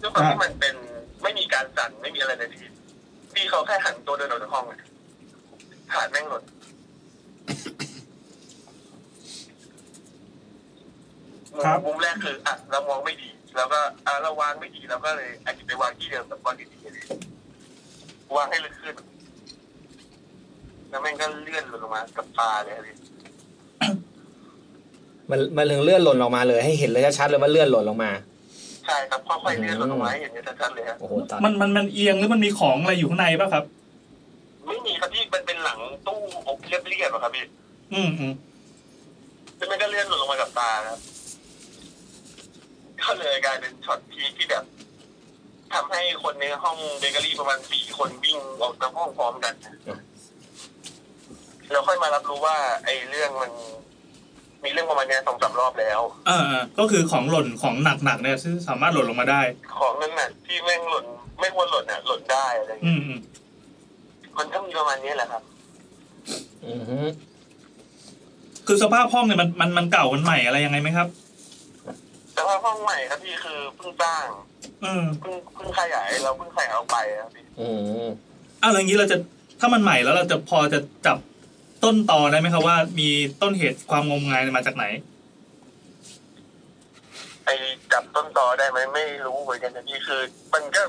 ด้วยความที่มันเป็นไม่มีการสั่นไม่มีอะไรเลยพี่พี่เขาแค่หันตัวเดินออกจากห้องอะถาดแม่งหล่น ครับ มุมแรกคืออ่ะเรามองไม่ดี แล้วก็อ่ะเราวางไม่ดีเราก็เลยอาจจะไปวางที่เดิมแต่วางที่ดีเลย วางให้ลึกขึ้น แล้วแม่งก็เลื่อนหล่นลงมากับปลาเลยครับพี่ มันมันถึงเลื่อนหล่นออกมาเลย ให้เห็นเลยชัดๆเลยว่าเลื่อนหล่นลงมา ใช่ครับค่อยๆเลื่อนลงมาให้เห็นชัดๆเลยครับ โอ้โหตอน มันมันมันเอียงหรือมันมีของอะไรอยู่ข้างในป่ะครับ ไม่มีครับพี่มันเป็นหลังตู้อบเรียบๆอะครับพี่ อืมอืม แล้วมันก็เลื่อนหล่นลงมากับตาครับก็เลยกลายเป็นช็อตพีคที่แบบทำให้คนในห้องเบเกอรี่ประมาณสี่คนวิ่งออกจากห้องพร้อมกันแล้วค่อยมารับรู้ว่า ไอ้เรื่องมัน มีเรื่องประมาณเนี้ยสองสามรอบแล้ว เออเออก็คือของหล่นของหนักหนักๆเนี่ยซึ่งสามารถหล่นลงมาได้ ของนั่นน่ะที่แม่งหล่นไม่ควรหล่นอ่ะ หล่นได้อะไรอย่าง อื เงี้ย มอืม มันก็มีประมาณนี้แหละครับ อือฮึ คือสภาพห้องเนี่ยมันมันมันเก่ามันใหม่อะไรยังไงไหมครับ แต่ว่าห้องใหม่ครับพี่คือเพิ่งสร้าง อืม เพิ่งเพิ่งขยายเราเพิ่งขยายออกไปครับพี่ อืม อ้าวแล้วอย่างนี้เราจะถ้ามันใหม่แล้วเราจะพอจะจับต้นตอได้ไหมครับว่า มีต้นเหตุความงมงายมาจากไหน ไอจับต้นตอได้ไหมไม่รู้เหมือนกันนะพี่คือ มันก็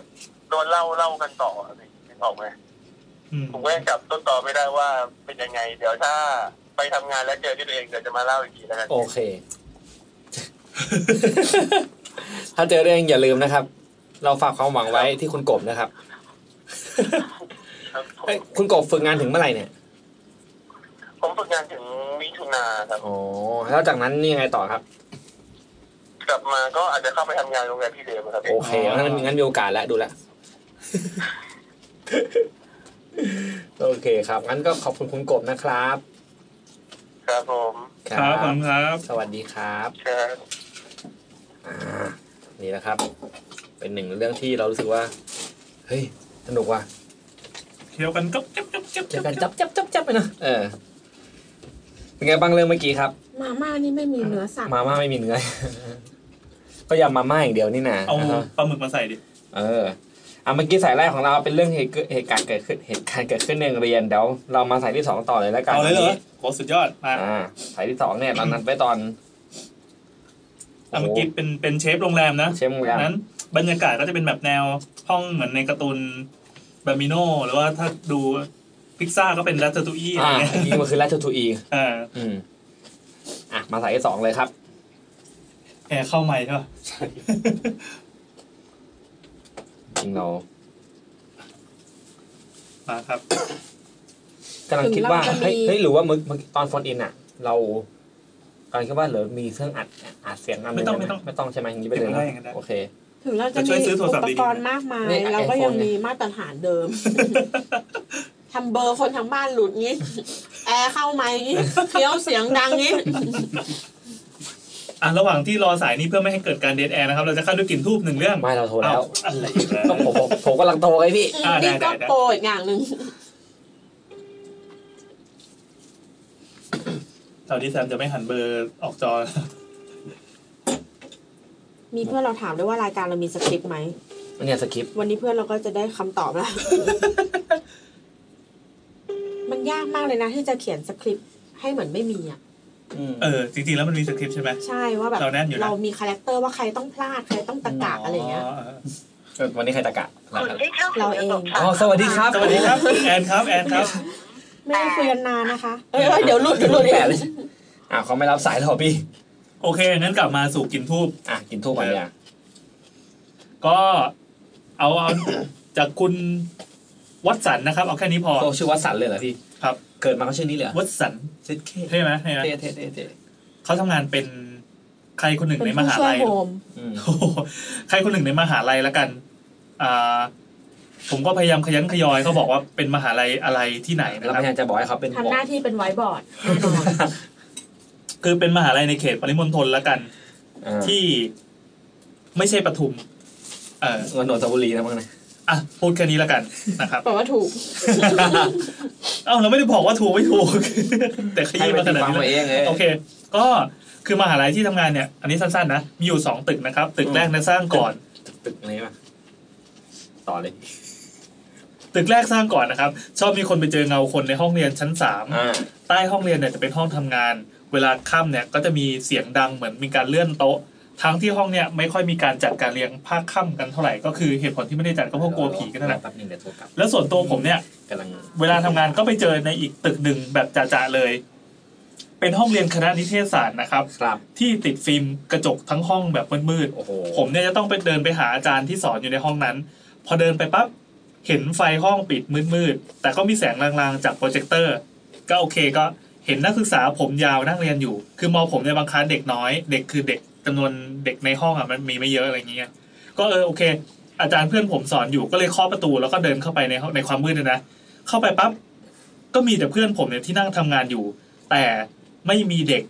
โดนเล่าเล่ากันต่อครับพี่นึกออกไหม อืม ผมก็ยังจับต้นตอไม่ได้ว่าเป็นยังไง เดี๋ยวถ้าไปทำงานแล้วเจอที่ตัวเองเดี๋ยวจะมาเล่าอีกทีแล้วกัน โอเค *laughs* ถ้าเจอเรื่องอย่าลืมนะครับ เราฝากความหวังไว้ที่คุณกบ *laughs* นะครับ ครับผม เอ้ยคุณกบฝึกงานถึงเมื่อไหร่เนี่ย ผมฝึกงานถึงมิถุนาครับ อ๋อ แล้วจากนั้นนี่ยังไงต่อครับ กลับมาก็อาจจะเข้าไปทำงานโรงแรมที่เดิมครับพี่ โอเคงั้นงั้นมีโอกาสแล้วดู *laughs* แลวโอเคครับ งั้นก็ขอบคุณคุณกบนะครับ ครับผม ครับผมครับ สวัสดีครับ ครับ อ่านี่นะครับ เป็นหนึ่งเรื่องที่เรารู้สึกว่า เฮ้ย สนุกว่ะ เคี้ยวกันก็จับจับจับ เจอกันจับจับจับจับไปนะเออ เป็นไงบ้างเรื่องเมื่อกี้ครับ มาม่านี่ไม่มีเนื้อสัตว์ มาม่าไม่มีเนื้อ *laughs* ก็ยำมาม่าอย่างเดียวนี่นะ เอา นะครับ ปลาหมึกมาใส่ดิ เอออ่ะเมื่อกี้สายแรกของเราเป็นเรื่องเหตุเกิดเหตุการณ์เกิดขึ้นเหตุการณ์เกิดขึ้นในโรงเรียนเดี๋ยวเรามาสายที่สองต่อเลยแล้วกัน เอาเลยเหรอโหสุดยอดมา อ่าสายที่สองเนี่ยเรานัดไว้ตอน อ่ะเมื่อกี้เป็นเป็นเชฟโรงแรมนะ เชฟโรงแรม นั้นบรรยากาศก็จะเป็นแบบแนวห้องเหมือนในการ์ตูนบามิโนหรือว่าถ้าดูพิกซ่าก็เป็นรัตตุอี้อะไร อ่า เงี้ย อีกมันคือราชทูอี อ่า อืมอ่ะมาสายที่สองเลยครับ แอร์เข้าใหม่ใช่ป่ะ จริงเรา มาครับ *laughs* กำลังคิดว่าเฮ้ยเฮ้ยหรือว่าเมื่อเมื่อตอนฟอนอินอ่ะ เรากำลังคิดว่าเหรือมีเครื่องอัดอัดเสียงอันหนึ่ ไม่ต้องไม่ต้อง ไม่ต้องใช่ไหมอย่างนี้ไปเลย เก็บไว้ได้อย่างนั้นได้ นะโอเค ถึงเราจะ จะช่ มี วยซื้อโทร อุ ศัพท์ ป ดีๆ กรณ์มากมาย เนี่ย เราก็ iPhone ยัง เนี่ย มีมาตรฐานเดิมทำเบอร์คนทางบ้านหลุดงี้แอร์เข้าไหมงี้เคี้ยวเสียงดังงี้ อ่ะระหว่างที่รอสายนี้เพื่อไม่ให้เกิดการเดทแอร์นะครับ เราจะเข้าด้วยกลิ่นทูบหนึ่งเรื่อง ไม่เราโทรแล้ว อ้าอะไรอีกแล้ว ผมผมผมกำลังโตไงพี่ อ่าได้ นี่ ได้ ก็ ได้ โปรอีกอย่างหนึ่ง คราวนี้แซมจะไม่หันเบอร์ออกจอ มีเพื่อนเราถามด้วยว่ารายการเรามีสคริปต์ไหม เนี่ยสคริปต์ วันนี้เพื่อนเราก็จะได้คำตอบแล้ว มันยากมากเลยนะที่จะเขียนสคริปต์ให้เหมือนไม่มีอ่ะ เออ จริงๆ แล้วมันมีสคริปต์ใช่ไหม ใช่ว่าแบบ เราแน่นอยู่นะ มีคาแรคเตอร์ว่าใครต้องพลาด ใครต้องตะกะอะไรเงี้ย อ เออวันนี้ใครตะกะ คุณได้เข้าสู่ระบบ อ๋อสวัสดีครับ สวัสดีครับ แอนครับ แอนครับ ไม่ได้คุยกันนานนะคะ เอ้ยเอ้ยเดี๋ยวหลุดเดี๋ยวหลุด แปะเลยอ่ะเขาไม่รับสายแล้วเหรอพี่ โอเค งั้นกลับมาสู่กินทูบ อ่ะกินทูบก่อนเนี่ย ก็เอาเอา *coughs* จากคุณวัตสันนะครับ เอาแค่นี้พอ โตชื่อวัดสันเลยเหรอพี่ ครับ เกิดมาเขาชื่อนี้เลยเหรอ วัตสัน เซ็ตเค ใช่ไหมใช่ไหม เท่เท่เท่เท่ เขาทำงานเป็นใครคนหนึ่ง เป็น ในม ผู้ หา ช่วย ลัย โฮม อืม โอ้โหใครคนหนึ่งในมหาลัยละกัน อ่า ผมก็พยายามขยันขยอยเขาบอกว่าเป็นมหาลัยอะไรที่ไหนนะ เรา ครับพยายามจะบอกให้เขาเป็น ทำหน้าที่เป็นไวท์บอร์ดแน่น *laughs* อน คือเป็นมหาลัยในเขตปริมณฑลละกัน อ่า ที่ไม่ใช่ปทุม เออ เงินนนทบุรีนะมั้งนะ อ่ะพูดแค่นี้ละกันนะครับ *laughs* บอกว่าถูก เอ้าเราไม่ได้บอกว่าถูกไม่ถูก *laughs* แต่ข ให้ ยี้ ไป มาข ตี นาด ฟัง นี้ มา แล้ว เองเลย โอเค ก็คือมหาลัยที่ทำงานเนี่ย อันนี้สั้นๆนะ มีอยู่สองตึกนะครับ ตึกแรกเนยสร้างก่อน ตึกนี้ป่ะต่อเลย ตึกแรกสร้างก่อนนะครับ ชอบมีคนไปเจอเงาคนในห้องเรียนชั้นสาม อ่า ใต้ห้องเรียนเนี่ยจะเป็นห้องทำงาน เวลาค่ำเนี่ยก็จะมีเสียงดังเหมือนมีการเลื่อนโต๊ะ ทั้งที่ห้องเนี่ยไม่ค่อยมีการจัดการเรียงภาคค่ำกันเท่าไหร่ ก็คือเหตุผลที่ไม่ได้จัดก็เพราะกลัวผีกันนั่นแหละ แป๊บนึงเดี๋ยวโทรกลับ แล้วส่วนตัวผมเนี่ย กำลัง เวลาทำงานก็ไปเจอในอีกตึกหนึ่งแบบจ่าๆเลย เป็นห้องเรียนคณะนิเทศศาสตร์นะครับ ครับ ที่ติดฟิล์มกระจกทั้งห้องแบบมืด โอ้โห ๆ ผมเนี่ยจะต้องไปเดินไปหาอาจารย์ที่สอนอยู่ในห้องนั้น พอเดินไปปั๊บเห็นไฟห้องปิดมืดๆ แต่ก็มีแสงลางๆ จากโปรเจคเตอร์ ก็โอเคก็เห็นนักศึกษาผมยาวนั่งเรียนอยู่ คือมอผมเนี่ยบางครั้งเด็กน้อย เด็กคือเด็กจำนวนเด็กในห้องอ่ะมันมีไม่เยอะอะไรเงี้ย ก็เออโอเค อาจารย์เพื่อนผมสอนอยู่ก็เลยเคาะประตูแล้วก็เดินเข้าไปในห้องในความมืดเนยนะ เข้าไปปั๊บก็มีแต่เพื่อนผมเนี่ยที่นั่งทำงานอยู่ แต่ไม่มีเด็ก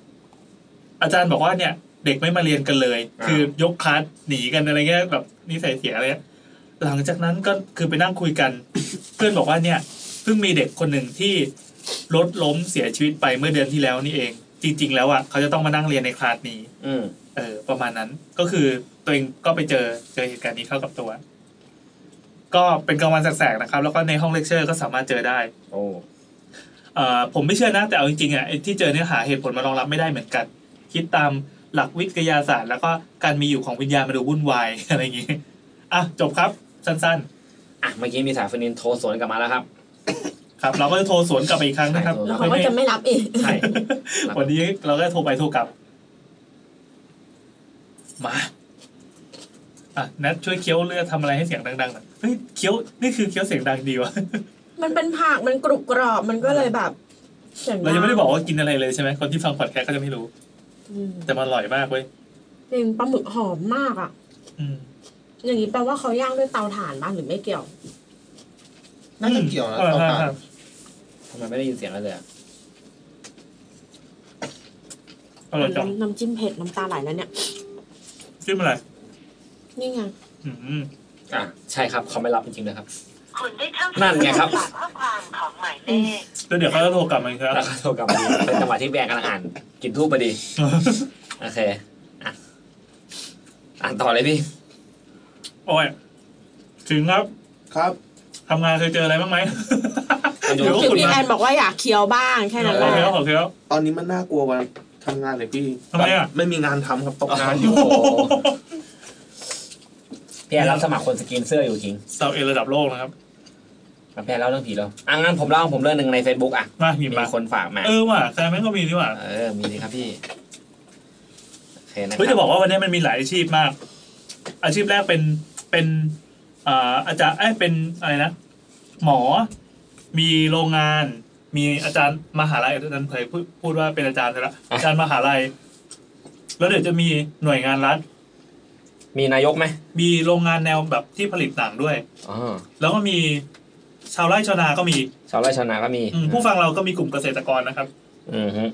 อาจารย์บอกว่าเนี่ย เด็กไม่มาเรียนกันเลย อ้าว คือยกคลาสหนีกันอะไรเงี้ยแบบนิสัยเสียอะไรเงี้ยหลังจากนั้นก็คือไปนั่งคุยกัน เพื่อนบอกว่าเนี่ยเพิ่งมีเด็กคนหนึ่งที่รถล้มเสียชีวิตไปเมื่อเดือนที่แล้วนี่เอง จริง ๆ แล้วอ่ะเขาจะต้องมานั่งเรียนในคลาสนี้ อืม เออประมาณนั้นก็คือตัวเองก็ไปเจอเจอเหตุการณ์นี้เข้ากับตัว ก็เป็นกลางวันแสกๆนะครับ แล้วก็ในห้องเลคเชอร์ก็สามารถเจอได้ โอ้ เอ่อผมไม่เชื่อนะ แต่เอาจริงๆอ่ะไอ้ที่เจอเนี่ยหาเหตุผลมารองรับไม่ได้เหมือนกัน คิดตามหลักวิทยาศาสตร์ แล้วก็การมีอยู่ของวิญญาณมาดูวุ่นวาย อะไรอย่างงี้อ่ะจบครับ สั้น อ่ะเมื่อกี้มีสายฟนินโทรสวนกลับมาแล้วครับ ๆ ครับ เราก็จะโทรสวนกลับไปอีกครั้งนะครับ ใช่ แล้วเขาก็จะไม่รับอีก ใช่ วันนี้เราก็โทรไปโทรกลับ มาอ่ะนัทช่วยเคี้ยวเลือดทำอะไรให้เสียงดังๆหน่อยเฮ้ยเคี้ยวนี่คือเคี้ยวเสียงดังดีวะ มันเป็นผักมันกรุบกรอบมันก็เลยแบบเสียงดั เรายังไม่ได้บอกว่ากินอะไรเลยใช่ไหมคนที่ฟังพอดแคสต์ก็จะไม่รู้ อืม แต่มันอร่อยมากเว้ย จริงปลาหมึกหอมมากอ่ะ อืม อย่างนี้แปลว่าเขาย่างด้วยเตาถ่านบ้างหรือไม่เกี่ยว น่าจะเกี่ยวนะ อืม เตาถ่าน ครับ ทำไมไม่ได้ยินเสียงแล้วเลยอะ ๆอร่อยจัง น้ำน้ำจิ้มเผ็ดน้ำตาไหลแล้วเนี่ย จิ้มอะไร นี่ไง อืม อ่ะใช่ครับเขาไม่รับจริงๆนะครับ คุณได้เข้าสู่ นั่นไงครับ ฝากข้อความของหมายเลข แล้วเดี๋ยวเขาจะโทรกลับมาอีกครับ *laughs* แล้วก็โทรกลับมาดีเป็นจังหวะที่แบงกำลังอ่าน กินทูบพอดีโอเคอ่ะอ่านต่อเลยพี่ โอ้ยถึงครับ ครับ ทำงานเคยเจออะไรบ้างไหม ไปดู เดี๋ยวก็ คือ คุณ พี่ มา แอนบอกว่าอยากเคี้ยวบ้างแค่นั้นแห ขอ ละ เคี้ยวขอเคี้ยว ตอนนี้มันน่ากลัวกว่าทำงานเลยพี่ ทำไมอ่ะ ไม่มีงานทำครับตกงานอ โอ้ ยู่ โหพี่แอนรับสมัครคนสกินเสื้ออยู่จริง สาวเอระดับโลกนะครับ อ่ะพี่แอนเล่าเรื่องผีแล้วอ่ะงั้นผมเล่าของผมเรื่องหนึ่งใน Facebook อ่ะ มาหยิบ มี มา คนฝากมา เออว่ะแต่แม่งก็มีนี่ว่ะ เออมีสิครับพี่โอเคนะค เฮ้ย รั จะ บ บอกว่าวันนี้มันมีหลายอาชีพมาก อาชีพแรกเป็นเป็นอ่าอาจารย์เอ้ยเป็นอะไรนะหมอ มีโรงงาน มีอาจารย์มหาลัยอาจารย์เผยพูดพูดว่าเป็นอาจารย์ไปละ อ่ะ อาจารย์มหาลัย แล้วเดี๋ยวจะมีหน่วยงานรัฐ มีนายกไหม มีโรงงานแนวแบบที่ผลิตหนังด้วย อ๋อ แล้วก็มีชาวไร่ชาวนาก็มี ชาวไร่ชาวนาก็มี อืมผู้ฟังเราก็มีกลุ่มเกษตรกรนะครับ อืมฮึ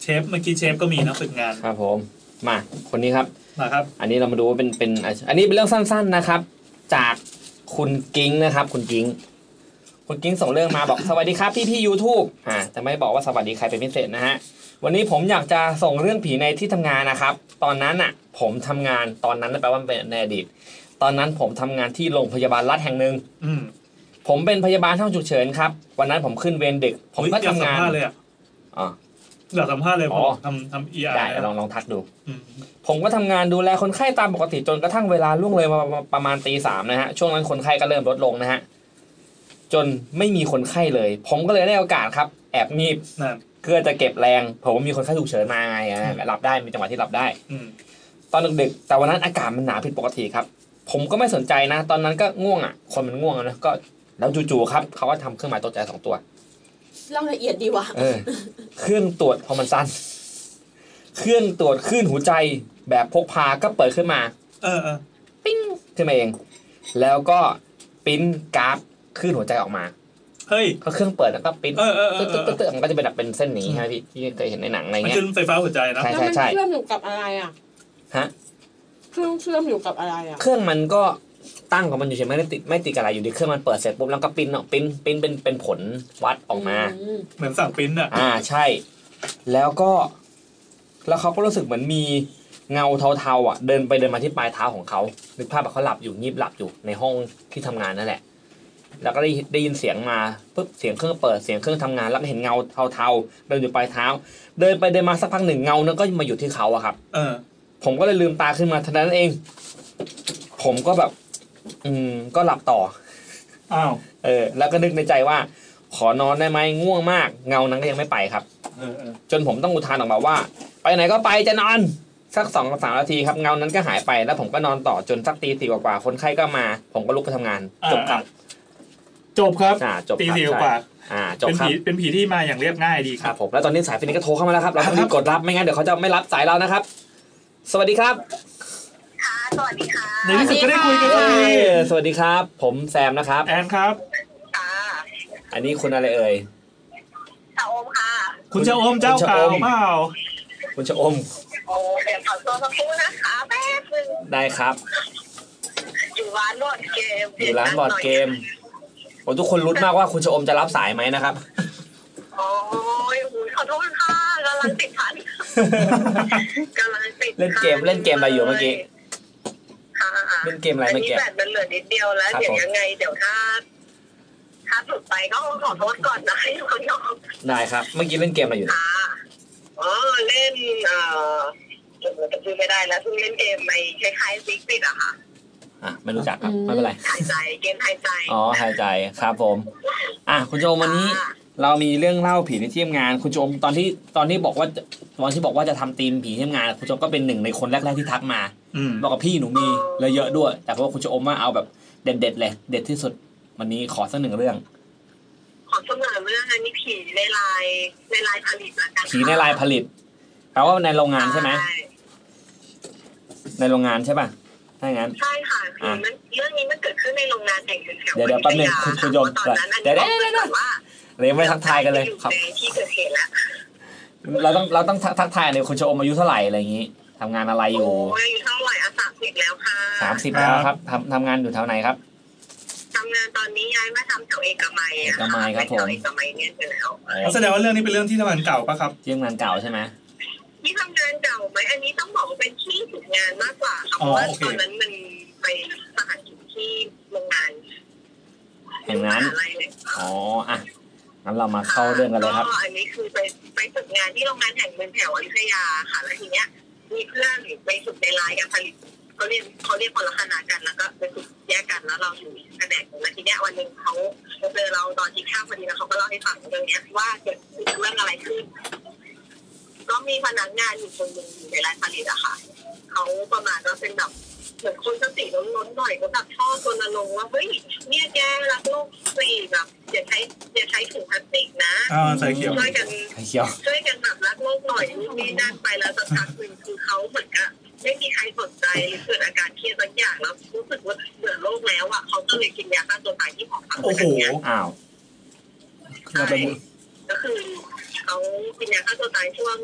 เชฟเมื่อกี้เชฟก็มีนะฝึกงาน ครับผมมาคนนี้ครับ นะครับ อันนี้เรามาดูว่าเป็นเป็นอาชีพอันนี้เป็นเรื่องสั้น ๆนะครับ จากคุณกิ้งนะครับ คุณกิ้ง คุณกิ้งส่งเรื่องมาบอก สวัสดีครับพี่พี่ยูทูบอ่าแต่ไม่บอกว่าสวัสดีใครเป็นพิเศษนะฮะ วันนี้ผมอยากจะส่งเรื่องผีในที่ทำงานนะครับ ตอนนั้นอ่ะ ผมทำงานตอนนั้นแปลว่ามันเป็นในอดีต ตอนนั้นผมทำงานที่โรงพยาบาลรัฐแห่งหนึ่ง อืม ผมเป็นพยาบาลห้องฉุกเฉินครับ วันนั้นผมขึ้นเวรดึก ผมก็ เฮ้ยอย ทำงาน สัมภษณ์เลยอ่ะ อ๋อ อยากสัมภาษณ์เลยผอ๋อ มทำทำเอไอ ได้ลองลองทักดู อืม ผมก็ทำงานดูแลคนไข้ตามปกติจนกระทั่งเวลาล่วงเลยมาประมาณประมาณตีสามนะฮะ ช่วงนั้นคนไข้ก็เริ่มลดลงนะฮะ จนไม่มีคนไข้เลย ผมก็เลยได้โอกาสครับ แอบงีบ นั่น เพื่อจะเก็บแรงผมว่ามีคนไข้ฉุกเฉินมาไงอ่ะหลับได้มีจังหวะที่หลับได้ อืม ตอนดึกๆแต่วันนั้นอากาศมันหนาวผิดปกติครับ ผมก็ไม่สนใจนะ ตอนนั้นก็ง่วงอ่ะ คนมันง่วงอะนะก็แล้วจู่ๆครับเขาก็ทำเครื่องหมายตกใจสองตัว เล่าละเอียดดีว่ะ เออ เครื่องตรวจพอมันสั้น เครื่องตรวจคลื่นหัวใจแบบพกพาก็เปิดขึ้นมา เออเออ ปิ้งขึ้นมาเอง แล้วก็ปริ้นกราฟคลื่นหัวใจออกมา เฮ้ย เพราะเครื่องเปิดแล้วก็ปริ้น เออเออเอ ตึ๊ อ ด เอ ตึ๊ด อ ตึ๊ดตึ๊ดมันก็จะเป็นแบบเป็นเส้นนี้ใช่ไหมพี่ที่เคยเห็นในหนังอะไร มัน เงี้ย ขึ้นไฟฟ้าหัวใจนะ ใช่ แล้ว ใช่ มัน ใช่ เชื่อมอยู่กับอะไรอ่ะ ฮะ เครื่องเชื่อมอยู่กับอะไรอ่ะ เครื่องมันก็ตั้งของมันอยู่ใช่ไหมไม่ได้ติดไม่ติดกับอะไรอยู่ดีเครื่องมันเปิดเสร็จปุ๊บแล้วก็ปริ้นออกปริ้นปริ้นเป็นเป็นผลวัดออกมา เหมือนสั่งปริ้นอ่ะ อ่าใช่ แล้วก็ แล้วเขาก็รู้สึกเหมือนมีเงาเทาๆอ่ะ เดินไปเดินมาที่ปลายเท้าของเขานึกภาพแบบเขาหลับอยู่งีบหลับอยู่ในห้องที่ทำงานนั่นแหละ แล้วก็ได้ได้ยินเสียงมาปุ๊บเสียงเครื่องเปิดเสียงเครื่องทำงานแล้วก็เห็นเงาเทาๆเดินอยู่ปลายเท้า เดินไปเดินมาสักพักหนึ่งเงานั้นก็มาอยู่ที่เขาอะครับ เออ ผมก็เลยลืมตาขึ้นมาเท่านั้นเอง ผมก็แบบ อืม ก็หลับต่อ อ้าว เออ แล้วก็นึกในใจว่า ขอนอนได้ไหมง่วงมาก เงานั้นก็ยังไม่ไปครับ เออเออ จนผมต้องอุทานออกมาว่า ไปไหนก็ไปจะนอนสักสองสามนาทีครับเงานั้นก็หายไปแล้วผมก็นอนต่อจนสักตีสี่กว่าๆคนไข้ก็มา ผมก็ลุกไปทำงานจบครับ จบครับ อ่าจบ ตี ครับ เดียว ใช่ กว่า อ่าจบ เป็น ครับ ผี เป็นผีที่มาอย่างเรียบง่ายดี ค ครั รับบ ผมแล้วตอนนี้สายฟินิกก็โทรเข้ามาแล้วครับเราต้อง *laughs* รีบกดรับไม่งั้นเดี๋ยวเขาจะไม่รับสายเรานะครับ สวัสดีครับ ค่ะสวัสดีค่ะ ในที่สุดก็ได้คุยกัน เ ที ย้สวัสดีครับ ผมแซมนะครับ แอนครับ ค่ะ อันนี้คุณอะไรเอ่ย ชาโอมค่ะ คุณเจ้าอมเจ้า คุณชะ เก่า อม เปล่า คุณชะอม โอ้เดี๋ยวขอตัวสักครู่นะคะแป๊บนึง ได้ครับ อยู่ร้านบอร์ดเกม อยู่ร้านบอร์ดเกมผมทุกคนลุ้นมากว่าคุณชะอมจะรับสายไหมนะครับ *laughs* โอ้ยอุ๊ยขอโทษค่ะกำลังติดพันกำลังติด เล่นเกมเล่นเกมอะไรอยู่เมื่อกี้ ค่ะ เล่นเกมอะไร อัน เมื่อ นี้ กี้ แบตมันเหลือนิดเดียวแล้ว ครับ เดี๋ย ผ ว ม ยังไง เดี๋ยวถ้าถ้าหลุดไปก็ขอโทษก่อนนะที่ข้างนอก ได้ครับ เมื่อกี้เล่นเกมอะไรอยู่นะ ค่ะอ๋อเล่นเอ่อจำชื่อไม่ได้แล้วเพิ่งเล่นเกมไอ้คล้ายๆซิกปิดอะค่ะ อ่ะไม่รู้จักครับไม่เป็นไร หายใจเกมหายใจ อ๋อหายใจครับผม อ่ะคุณโจมวันนี้ เรามีเรื่องเล่าผีในที่ทำงาน คุณโจมตอนที่ตอนที่บอกว่าตอนที่บอกว่าจะทำธีมผีที่ทำงาน คุณโจมก็เป็นหนึ่งในคนแรกๆที่ทักมา อืม บอกกับพี่หนูมีเลยเยอะด้วย แต่เพราะว่าคุณโจมว่าเอาแบบเด็ดๆเลยเด็ดที่สุดวันนี้ขอสักหนึ่งเรื่อง ขอเสนอเรื่องอันนี้ผีในลายในลายผลิตละกันค่ะ ผีในลายผลิตแปลว่าในโรงงานใช่ไหมในโรงงานใช่ป่ะถ้าอย่างนั้น ใช่ค่ะคือ อ่ะ มันเรื่องนี้มันเกิดขึ้นในโรงงานแห่งหนึ่งแถว เดี๋ยวเดี๋ยวแป๊บนึงคุณคุณโยม ตอนนั้นอัน เดี๋ยวเดี๋ยวเดี๋ยวเดี๋ยว ว่า เลยงไม่ทักทายกันเลย อยู่ ครับ ในที่เกิดเหตุแล้ว เราต้องเราต้องทักทักทายเลยคุณโจมอายุเท่าไหร่อะไรอย่างนี้ทำงานอะไรอ โอ้ ยู่ ยอายู่เท่าไหร่อาสาสิบแล้วค่ะ สามสิบแล้วครับทำทำงานอยู่แถวไหนครับ ทำงานตอนนี้ย้ายมาทำแถวเอกมัยอะะ เอกมัยครับผม แถวเอกมัยเนี่ยไปแล้ว แล้วแสดงว่าเรื่องนี้เป็นเรื่องที่ทำงานเก่าปะครับ เรื่องงานเก่าใช่ไหม ที่ทำงานเก่าไหมอันนี้ต้องบอกว่าเป็นที่ฝึกงานมากกว่าค่ะเพราะว่า อ๋อโอเค ตอนนั้นมันไปสถานที่ที่โรงงาน แห่งนั้น อะไรเลยค่ะ อ๋ออ่ะงั้นเรามาเข้าเรื่องกันเลยครับ ก็อันนี้คือไปไปฝึกงานที่โรงงานแห่งหนึ่งแถวอยุธยาค่ะ แล้วทีเนี้ย มีเพื่อนไปฝึกในไลน์กับผลิตเขาเรียนเขาเรียกคนละคณะกันแล้วก็ไปฝึกแยกกันแล้วเราอยู่แผนกแล้วทีเนี้ยวันหนึ่งเขาเจอเราตอนกินข้าวพอดีแล้วเขาก็เล่าให้ฟังเรื่องเนี้ยว่าเกิดเรื่องอะไรขึ้น ก็มีพนักงานอยู่คนหนึ่งอยู่ในร้านผลิตอะค่ะ เขาประมาณว่าเป็นแบบเหมือนคนสติล้นๆหน่อยก็แบบชอบรณรงค์ว่าเฮ้ยเนี่ยแกรักโลกสิแบบอย่าใช้อย่าใช้ถุงพลาสติกนะ อ่าใส่เขียว ช่วยกัน ไอ้เขียว ช่วยกันแบบรักโลกหน่อยนู่นนี่นั่นไปแล้วสักพักหนึ่งคือเขาเหมือนกับไม่มีใครสนใจหรือเกิดอาการเครียดสักอย่างแล้วรู้สึกว่าเบื่อโลกแล้วอะเขาก็เลยกินยาฆ่าตัวตายที่หอพัก โอ้โห แบบเนี้ย อ้าวเราไปบุ ก็คือเขากินยาฆ่าตัวตายช่วง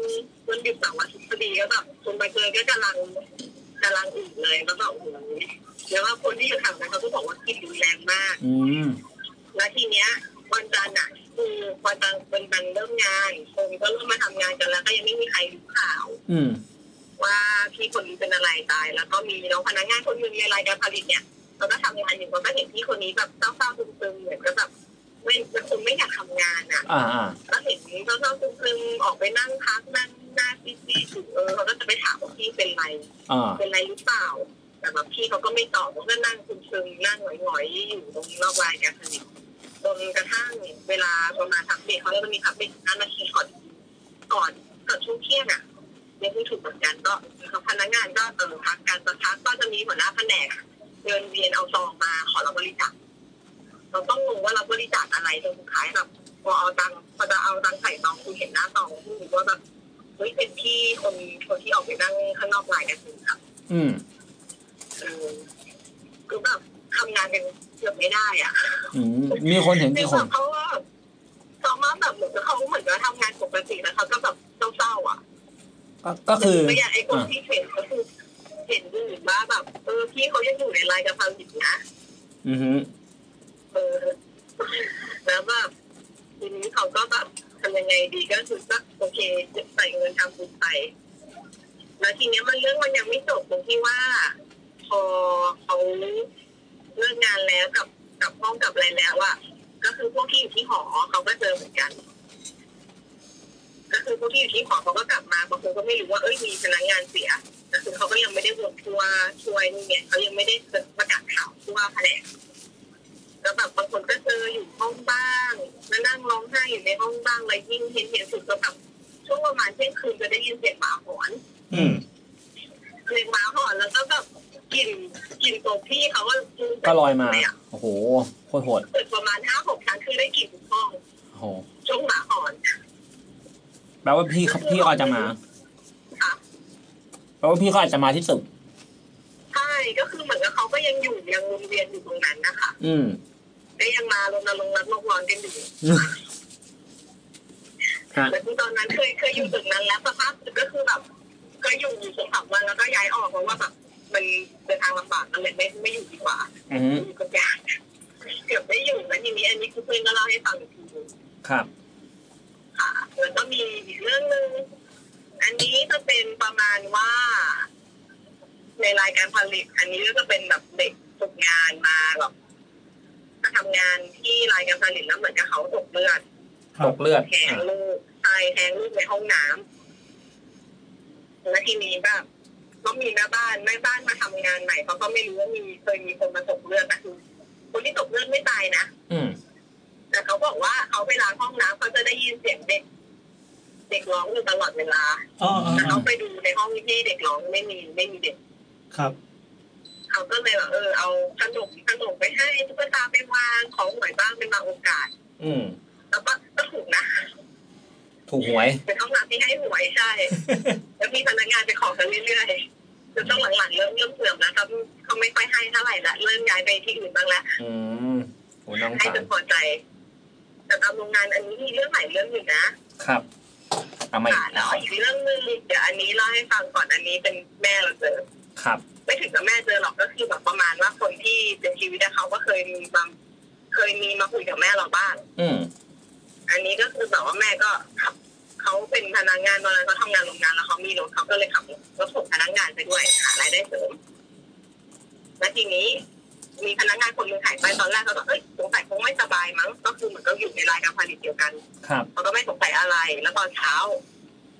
วันหยุดเสาร์อาทิตย์พอดีก็แบบคนไปเจอก็กำลังกำลังอึเลยแล้วแบบโอ้โหแล้วว่าคนที่อยู่แถวนั้นเขาก็บอกว่ากลินรุนแรงมาก อืม แล้วทีเนี้ย อืม ว่าพี่คนนี้เป็นอะไรตาย แล้วก็มีน้องพนักงานคนหนึ่งในรายการผลิตเนี่ยเราก็ทำงานอยู่เราก็เห็นพี่คนนี้แบบเศร้าๆซึมๆเหมือนก็แบบไม่เป็นคนไม่อยากทำงานอ่ะ อ่าอ่า ก็เห็นเศร้าๆซึมๆออกไปนั่งพักนั่งหน้าซีซีอยู่เออเขาก็จะไปถามว่าพี่เป็นไร อ่า เป็นไรหรือเปล่า แต่แบบพี่เขาก็ไม่ตอบเขาก็นั่งซึมๆนั่งหงอยๆอยู่ตรงนอกวายกันสนิทจนกระทั่งเวลาประมาณพักเบรกเขาเรียกว่ามีพักเบรกนั้นมาทีก่อนก่อนก่อนช่วงเที่ยงอ่ะยังไม่ถูกเหมือนกันก็พนักงานก็เออพักการสักพักก็จะมีหัวหน้าแผนกอะเดินเวียนเอาซองมาขอรับบริจาคเราต้องงงว่าเราบริจาคอะไรจนสุดท้ายแบบพอเอาตังค์พอจะเอาตังค์ใส่ซองคุณเห็นหน้าซองคุณรู้ว่าแบบเฮ้ยเป็นพี่คนคนที่ออกไปนั่งข้างนอกลายกันสิครับ อืม คือแบบทำงานกันเกือบไม่ได้อ่ะ อืมมีคนเห็นกี่คน เขาว่าสองมาแบบเหมือนกับเขาเหมือนกับทำงานปกติแล้วเขาก็แบบเศร้าๆอ่ะ ก็ก็คือ แต่อย่างไอ้คน อ่า ที่เห็นก็คือเห็นอื่นว่าแบบเออพี่เขายังอยู่ในรายกับเราอยู่นะ อือฮึ เออแล้วแบบทีนี้เขาก็แบบทำยังไงดีก็คือก็โอเคใส่เงินทำบุญไปแล้วทีเนี้ยมันเรื่องมันยังไม่จบตรงที่ว่า พอเขาเลิกงานแล้วกับกับห้องกับอะไรแล้วอะก็คือพวกที่อยู่ที่หอเขาก็เจอเหมือนกัน ก็คือพวกที่อยู่ที่หอเขาก็กลับมาบางคนก็ไม่รู้ว่าเอ้ยมีพนักงานเสียแต่คือเขาก็ยังไม่ได้วนทัวร์ช่วยนี่เนี่ยเขายังไม่ได้ประกาศข่าวทั่วแผนกแล้วแบบบางคนก็เจออยู่ห้องบ้างแล้วนั่งร้องไห้อยู่ในห้องบ้างอะไรยิ่งเห็นเห็นสุดก็แบบช่วงประมาณเที่ยงคืนจะได้ยินเสียงหมาหอน อืม เลี้ยงม้าห่อนแล้วก็แบบกลิ่นกลิ่นตัวพี่เขาว่า ก็ลอยมา เนี่ย โอ้โหโคตรโหด ตึกประมาณห้าหกครั้งคือได้กลิ่นทุกห้อง โอ้โห ช่วงหมาห่อน แปลว่าพี่เขาพี่ก็อาจจะมา ค่ะ แปลว่าพี่เขาอาจจะมาที่ตึก ใช่ก็คือเหมือนกับเขาก็ยังอยู่ยังวนเวียนอยู่ตรงนั้นนะคะ อืม *laughs* ก็ยังมารณรงค์รับโลกร้อนกันอยู่ ฮะ แต่คือตอนนั้นเคยเคยอยู่ตึกนั้นแล้วสภาพตึกก็คือแบบก็อยู่อยู่สองสามวันแล้วก็ย้ายออกเพราะว่าแบบมันเดินทางลำบากกันเลยไม่ไม่อยู่ดีกว่า อือฮึ อยู่กับยากเกือบไม่อยู่แล้วทีนี้อันนี้คือเพื่อนก็เล่าให้ฟังอีกทีหนึง ครับ ค่ะแล้วก็มีอีกเรื่องหนึ่ง อันนี้จะเป็นประมาณว่า ในรายการผลิต อันนี้ก็จะเป็นแบบเด็กฝึกงานมาแบบมาทำงานที่รายการผลิตแล้วเหมือนกับเขาตกเลือด ตกเลือด แทงลูกตายแทงลูกในห้องน้ำแล้วทีนี้แบบก็มีแม่บ้านแม่บ้านมาทำงานใหม่เขาก็ไม่รู้ว่ามีเคยมีคนมาตกเลือดแต่คือคนที่ตกเลือดไม่ตายนะ อืม แต่เขาบอกว่าเขาไปล้างห้องน้ำเขาจะได้ยินเสียงเด็ก เด็กร้องอยู่ตลอดเวลา อ๋ออ๋อ แต่ อ๋ เขา อ ไปดูในห้องที่เด็กร้องไม่มีไม่มีเด็ก ครับ เขาก็เลยแบบเออเอาขนมขนมไปให้ตุ๊กตาไปวางของหวยบ้างเป็นบางโอกาส อืม แล้วก็ก็ถูกนะ ถูกหวย เป็นห้องน้ำที่ให้หวย *laughs* ใช่ แล้วมีพนักงานไปขอกันเรื่อยๆจนต้องหลังๆเริ่มเริ่มเสื่อมแล้วครับเขาไม่ค่อยให้เท่าไหร่ละเริ่มย้ายไปที่อื่นบ้างละ อืมโหน้อง ให้ สา จ ร นพอใจ แต่ตามโรงงานอันนี้มีเรื่องใหม่เรื่องหนึ่งนะครับ เอามา ค่ะแล้วอีกเรื่องหนึ่งเดี๋ยวอันนี้เล่าให้ฟังก่อนอันนี้เป็นแม่เราเจอ ครับ ไม่ถึงกับแม่เจอหรอกก็คือแบบประมาณว่าคนที่เสียชีวิตอะเขาก็เคยมีบางเคยมีมาคุยกับแม่เราบ้าง อืม อันนี้ก็คือแบบว่าแม่ก็ขับเขาเป็นพนักงานตอนนั้นเขาทำงานโรงงานแล้วเขามีรถเขาก็เลยขับรถส่งพนักงานไปด้วยหารายได้เสริมแล้วทีนี้ มีพนักงานคนหนึงหายไปตอนแรกเขาก็เอ้ยสงสัยคงไม่สบายมั้งก็คือเหมือนก็อยู่ในรายการผลิตเดียวกัน ครับ เขาก็ไม่สงสัยอะไร แล้วตอนเช้า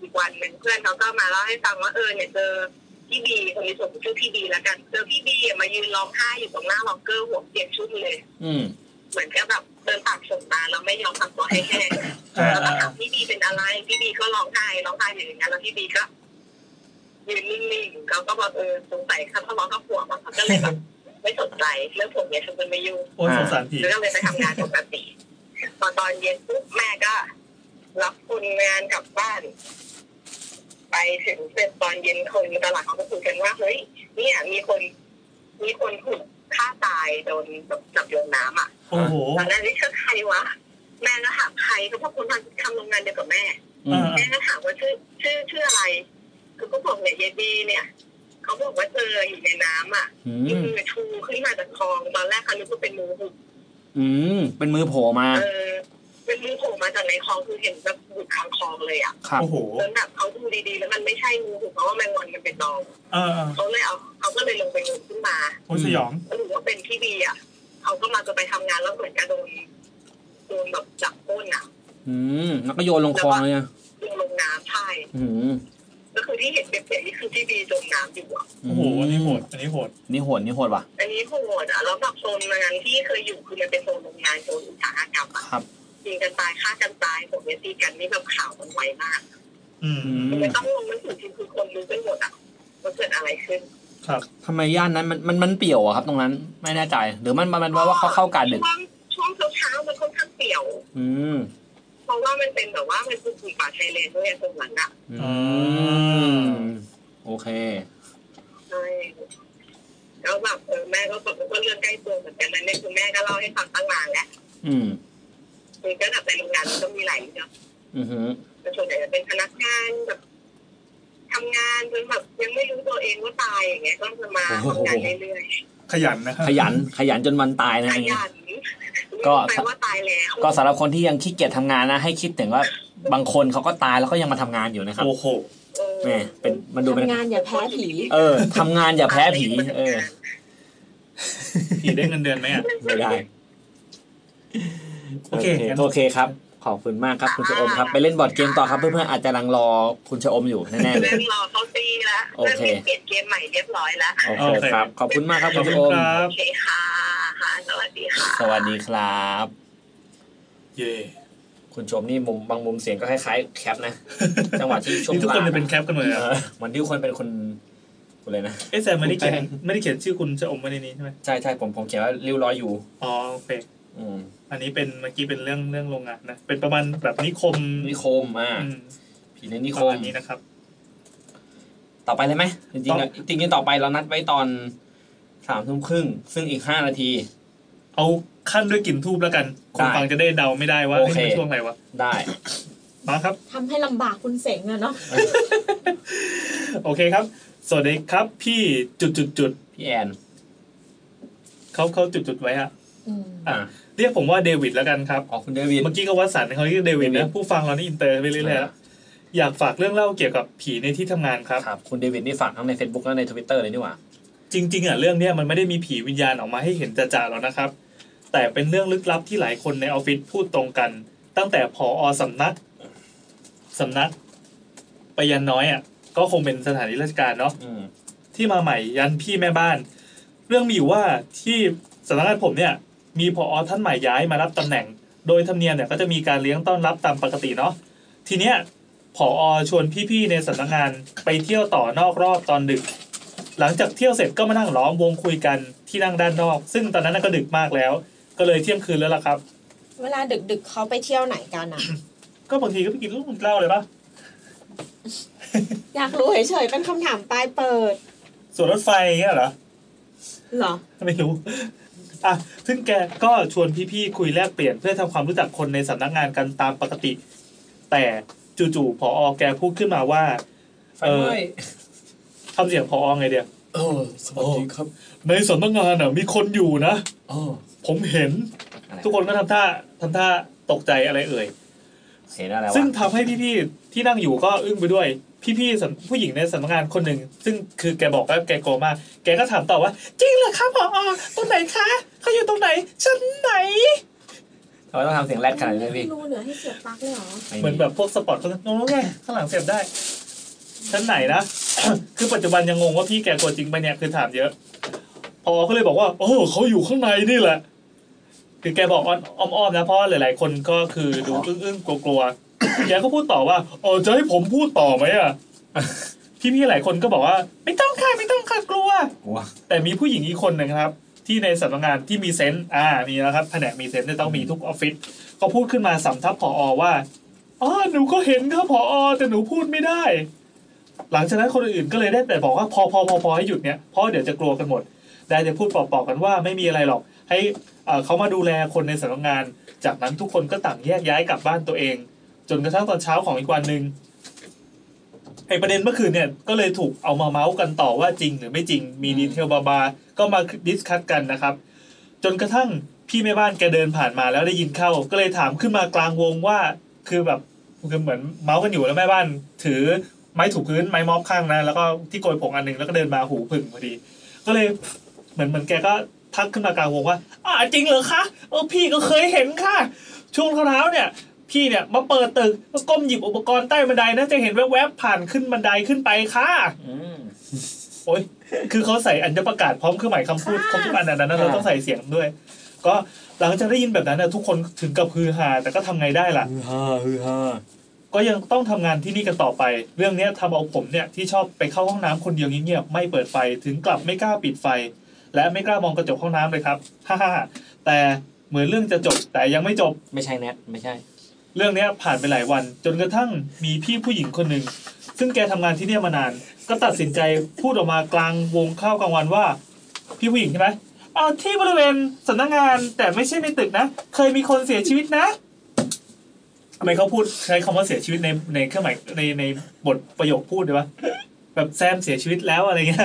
อีกวันหนึ่งเพื่อนเขาก็มาเล่าให้ฟังว่าเออเนี่ยเจอพี่บีคนนี้สมมติชื่อพี่บีแล้วกัน เจอพี่บีอะมายืนร้องไห้อยู่ตรงหน้าล็อกเกอร์หัวเตียงชุ่มเลย อืม เหมือนกับแบบเดินปากสนมาแล้วไม่ยอมทำตัวให้แห้งแล้วก็ถามพี่บีเป็นอะไร พี่บีก็ร้องไห้ร้องไห้อยู่อย่างนั้นแล้วพี่บีก็ยืนนิ่งๆเขาก็บอกเออสงสัยเขาทะเลาะกับผัวมาเขาก็เลยแบบไม่สนใจเรื่องผมเนี่ยฉันเป็นไม่ยุ่ง โอ้ยสงสารผี แล้วก็เลยไปทำงานปกติพอตอนเย็นปุ๊บแม่ก็รับคนงานกลับบ้าน ไปถึงเสร็จตอนเย็นคนในตลาดเขาก็คุยกันว่าเฮ้ยเนี่ยมีคน มีคนถูกฆ่าตายโดนแบบจับโยนน้ำอ่ะ โอ้โห ตอนนั้นนี่คือใครวะ แม่ก็ถามใครก็เพราะคุณทำทำโรงงานเดียวกับแม่ อืม แม่ก็ถามว่าชื่อชื่อชื่ออะไรคือก็บอกเนี่ยเยบีเนี่ยเขาบอกว่าเจออยู่ในน้ำอ่ะ อื ที่ ม มือชูขึ้นมาจากคลองตอนแรกเขาคิดว่าเป็นมือหุบ อืมเป็นมือโผล่มา เออเป็นมือโผล่มาจาก ในคลองคือเห็นแบบบุดกลางคลองเลยอ่ะ โอ้โห แล้วแบบเขาดูดีๆ แล้วมันไม่ใช่งูถูกเพราะว่าแมงวันมันเป็นนอง เออเออ เขาเลยเอาเขาก็เลยลงไปงมขึ้นมา โอ้ยสยอง แล้วหรือว่าเป็นพี่บีอ่ะเขาก็มาจะไปทำงานแล้วเหมือนจะโดนโดนแบบจับก้นอ่ะ อืมแล้วก็โยนลงคลองเลยอะ ลงลงน้ำใช่ อืม ก็คือที่เห็นเปียกๆนี่คือพี่บีจมน้ำอยู่อ่ะ โอ้โหอันนี้โหดอันนี้โหด นี่โหดนี่โหดว่ะ อันนี้โหดอ่ะแล้วแบบโซนงานที่เคยอยู่คือมันเป็นโซนโรงงานโซนอุตสาหกรรมอ่ะ ครับ ยิงกันตายฆ่ากันตายผมเนี่ยตีกันนี่แบบข่าวมันไวมาก อืม อืม มันต้องลงหนังสือพิมพ์คือคนรู้ไปหมดอ่ะว่าเกิดอะไรขึ้น ครับ ทำไมย่านนั้นมันมันมันเปี่ยวอะครับ ตรงนั้นไม่แน่ใจ หรือมันมันมันว่าว่าเขาเข้ากาดดึก ช่วงช่วงเช้าๆมันค่อนข้างเสี่ยว อืม เพราะว่ามันเป็นแบบว่ามันคือป่าชายเลนด้วยตรงนั้นอ่ะ อืมโอเค ใช่แล้วแบบเออแม่ก็บอกว่าเรื่องใกล้ตัวเหมือนกันนะเนี่ยคือแม่ก็เล่าให้ฟังตั้งนานแล้ว อืม คือก็แบบไปโรงงานมันก็มีหลายเรื่อง อือหือ แต่ส่วนใหญ่จะเป็นพนักงานแบบทำงานจนแบบยังไม่รู้ตัวเองว่าตายอย่างเงี้ยก็จะมา โอ้ ทำ โห งานเรื่อย ขยันนะครับ ขยันขยันจนวันตาย ๆ นะ ข อย่างเงี้ย ยัน ก็ แปลว่าตายแล้ว ก็สำหรับคนที่ยังขี้เกียจทำงานนะ ให้คิดถึงว่าบางคนเขาก็ตายแล้วก็ยังมาทำงานอยู่นะครับ โอ้โห เออ แหมเป็นมันดูเป็น ทำงานอย่าแพ้ผี เออทำงานอย่าแพ้ผี เออ ผีได้เงินเดือนไหมอ่ะ ไม่ได้ โอเคงั้น โอเคครับ ขอบคุณมากครับคุณชะอมครับ ไปเล่นบอร์ดเกมต่อครับ เพื่อนๆอาจจะรังรอคุณชะอมอยู่แน่ๆเล เริ่ ย มรอเขาตีแล้ว โอ เริ่ม เค เปลี่ยนเกมใหม่เรียบร้อยแล้ว โอเคครับ ขอบคุณมากครับ ข คุ อบ ณ คุณชะอม ครับ โอเคค่ะค่ะสวัสดีค่ะ สวัสดีครับ เย่ คุณชะอมนี่มุมบางมุมเสียงก็คล้ายๆแคปนะจังหวะที่ช่วง นี่ทุก ลา คนจะเป็นแคปกันหมดเลย เอ อะ อเหมือนที่คนเป็นคนคนเลยนะ เอ๊ะแต่ไม่ได้เขียนไม่ได้เขียนชื่อคุณจะอมไว้ในนี้ใช่ไหม ใช่ใช่ผมผมเขียนว่าริ้วร้อยอยู่ อ๋อโอเค อืม อันนี้เป็นเมื่อกี้เป็นเรื่องเรื่องโรงงานนะ เป็นประมาณแบบนิคม นิคมอ่า อืม ผีในนิ ป ค ระ ม มาณนี้นะครับ ต่อไปเลยไหมจริงๆ ต่ อะ อ จริงๆต่อไปเรานัดไว้ตอนสามทุ่มครึ่งซึ่งอีกห้านาที เอาขั้นด้วยกลิ่นทูบแล้วกัน คนฟังจะได้เดาไม่ได้ว่า โอ เอ้ย เค เป็นช่วงอะไรวะ ได้ มาครับ ทำให้ลำบากคุณเสงอะเนาะ โอเคครับ สวัสดีครับ พี่จุดจุดจุด พี่แอน เขาเขาจุดจุดไว้ฮะ อืม อ่ะ เรียกผมว่าเดวิดแล้วกันครับ อ๋อคุณเดวิด เมื่อกี้ก็วัดสันเขาเรียกเดวิด เดวิ นะ ด ผู้ฟังเรานี่อินเตอร์ไปเรื่อยๆแล้วอยากฝากเรื่องเล่าเกี่ยวกับผีในที่ทำงานครับ ครับคุณเดวิดนี่ฝากทั้งใน Facebook และใน Twitter เลยนี่หว่า จริงๆอ่ะเรื่องเนี้ยมันไม่ได้มีผีวิญญาณออกมาให้เห็นจ่าๆแล้วนะครับ แต่เป็นเรื่องลึกลับที่หลายคนในออฟฟิศพูดตรงกัน ตั้งแต่ผอสำนักสำนัก ไปยันน้อยอ่ะก็คงเป็นสถานีราชการเนาะ อืม ที่มาใหม่ยันพี่แม่บ้าน เรื่องมีอยู่ว่าที่สำนักงานผมเนี่ย มีพออท่านใหม่ย้ายมารับตำแหน่ง โดยธรรมเนียมเนี่ยก็จะมีการเลี้ยงต้อนรับตามปกติเนาะทีเนี้ยผออชวนพี่ๆในสำนักงานไปเที่ยวต่อนอกรอบตอนดึก หลังจากเที่ยวเสร็จก็มานั่งล้อมวงคุยกันที่นั่งด้านนอก ซึ่งตอนนั้นนะก็ดึกมากแล้ว ก็เลยเที่ยงคืนแล้วล่ะครับ เวลาดึกๆเขาไปเที่ยวไหนกันอ่ะ ก็บางทีก็ไปกินลูกเหล้าเลยปะ อยากรู้เฉยๆเป็นคำถามปลายเปิด ส่วนรถไฟอย่างเงี้ยเหรอ เหรอ ไม่รู้ อ่ะ ซึ่งแกก็ชวนพี่ๆคุยแลกเปลี่ยนเพื่อทำความรู้จักคนในสำนักงานกันตามปกติ แต่จู่ๆ พออแกพูดขึ้นมาว่า ไฟ เออ ไหม้ ทำเสียงพออไงเดียว เออสวัสดีครับ ในสำนักงานอ่ะมีคนอยู่นะ อ๋อ ผมเห็น ทุกคนก็ทำท่าทำท่าตกใจอะไรเอ่ย เห็นอะไรวะ ซึ่งทำให้พี่ๆที่นั่งอยู่ก็อึ้งไปด้วย พี่ๆสำผู้หญิงในสำนักงานคนหนึ่ง ซึ่งคือแกบอกว่าแกโกลัวมาก แกก็ถามต่อว่า จริงเหรอคะพออตรงไหนคะเขาอยู่ตรงไหนชั้นไหน ทำไมต้องทำเสียงแรดขนาดนี้ด้วยพี่ ไม่รู้เหนือให้เสียบปลั๊กเลยเหรอ เหมือนแบบพวกสปอร์ตเขาจะน้องๆไงข้างหลังเสียบได้ชั้นไหนนะ *coughs* คือปัจจุบันยังงงว่าพี่แกกลัวจริงไปะเนี่ยคือถามเยอะพอก็เลยบอกว่าโอ้เขาอยู่ข้างในนี่แหละ คือแกบอกอ้อมๆนะเพราะหลายๆ คนก็คือดูอึ้งๆกลัวๆแกก็พูดต่อว่าเออจะให้ผมพูดต่อไหมอ่ *laughs* ะพี่ๆหลายคนก็บอกว่า ไม่ต้องค่ะไม่ต้องค่ะกลัว กลัว แต่มีผู้หญิงอีกคนหนึ่งครับ ที่ในสำนักงานที่มีเซนต์อ่ามีแล้วครับแผนกมีเซนต์เนี่ยต้องมีทุกออฟฟิศก็พูดขึ้นมาสำทับผออว่าอ๋อหนูก็เห็นครับผออแต่หนูพูดไม่ได้ หลังจากนั้นคนอื่นก็เลยได้แต่บอกว่าพอพอพอพอให้หยุดเนี่ยเพราะเดี๋ยวจะกลัวกันหมด ได้แต่พูดปลอบๆกันว่าไม่มีอะไรหรอก ให้เอ่อเขามาดูแลคนในสำนักงาน จากนั้นทุกคนก็ต่างแยกย้ายกลับบ้านตัวเอง จนกระทั่งตอนเช้าของอีกวันหนึ่งไอประเด็นเมื่อคืนเนี่ยก็เลยถูกเอามาเมาส์กันต่อว่าจริงหรือไม่จริงมีดีเทลบาบาๆก็มาดิสคัตกันนะครับ จนกระทั่งพี่แม่บ้านแกเดินผ่านมาแล้วได้ยินเข้า ก็เลยถามขึ้นมากลางวงว่า คือแบบคือเหมือนเมาส์กันอยู่แล้วแม่บ้าน ถือไม้ถูพื้นไม้มอบข้างนะ แล้วก็ที่โกยผงอันหนึ่งแล้วก็เดินมาหูผึ่งพอดี ก็เลยเหมือนเหมือนแกก็ทักขึ้นมากลางวงว่าอ่าจริงเหรอคะเออพี่ก็เคยเห็นค่ะ ช่วงเท้าๆเนี่ย พี่เนี่ยมาเปิดตึกแล้วก้มหยิบอุปกรณ์ใต้บันไดนะจะเห็นแวบๆผ่านขึ้นบันไดขึ้นไปค่ะโอ้ยคือเขาใส่อัญญประกาศพร้อมเครื่องหมายคำพูดครบทุกอันอันนั้นนะเราต้องใส่เสียงด้วย ก็หลังจากได้ยินแบบนั้นนะทุกคนถึงกับฮือฮาแต่ก็ทำไงได้ล่ะ ฮือฮาฮือฮา ก็ยังต้องทำงานที่นี่กันต่อไป เรื่องเนี้ยทำเอาผมเนี่ยที่ชอบไปเข้าห้องน้ำคนเดียวเงียบๆไม่เปิดไฟถึงกลับไม่กล้าปิดไฟ และไม่กล้ามองกระจกห้องน้ำเลยครับ *laughs* ฮ่าๆแต่เหมือนเรื่องจะจบแต่ยังไม่จบ ไม่ใช่แนทไม่ใช่ เรื่องเนี้ยผ่านไปหลายวัน จนกระทั่งมีพี่ผู้หญิงคนหนึ่ง ซึ่งแกทำงานที่เนี่ยมานาน ก็ตัดสินใจพูดออกมากลางวงข้าวกลางวันว่า พี่ผู้หญิงใช่ไหมเอาที่บริเวณสำนักงานแต่ไม่ใช่ในตึกนะ เคยมีคนเสียชีวิตนะทำไมเขาพูดใช้คำว่าเสียชีวิตในในเครื่องหมายในในบทประโยคพูดเลยวะแบบแซมเสียชีวิตแล้วอะไรเงี้ย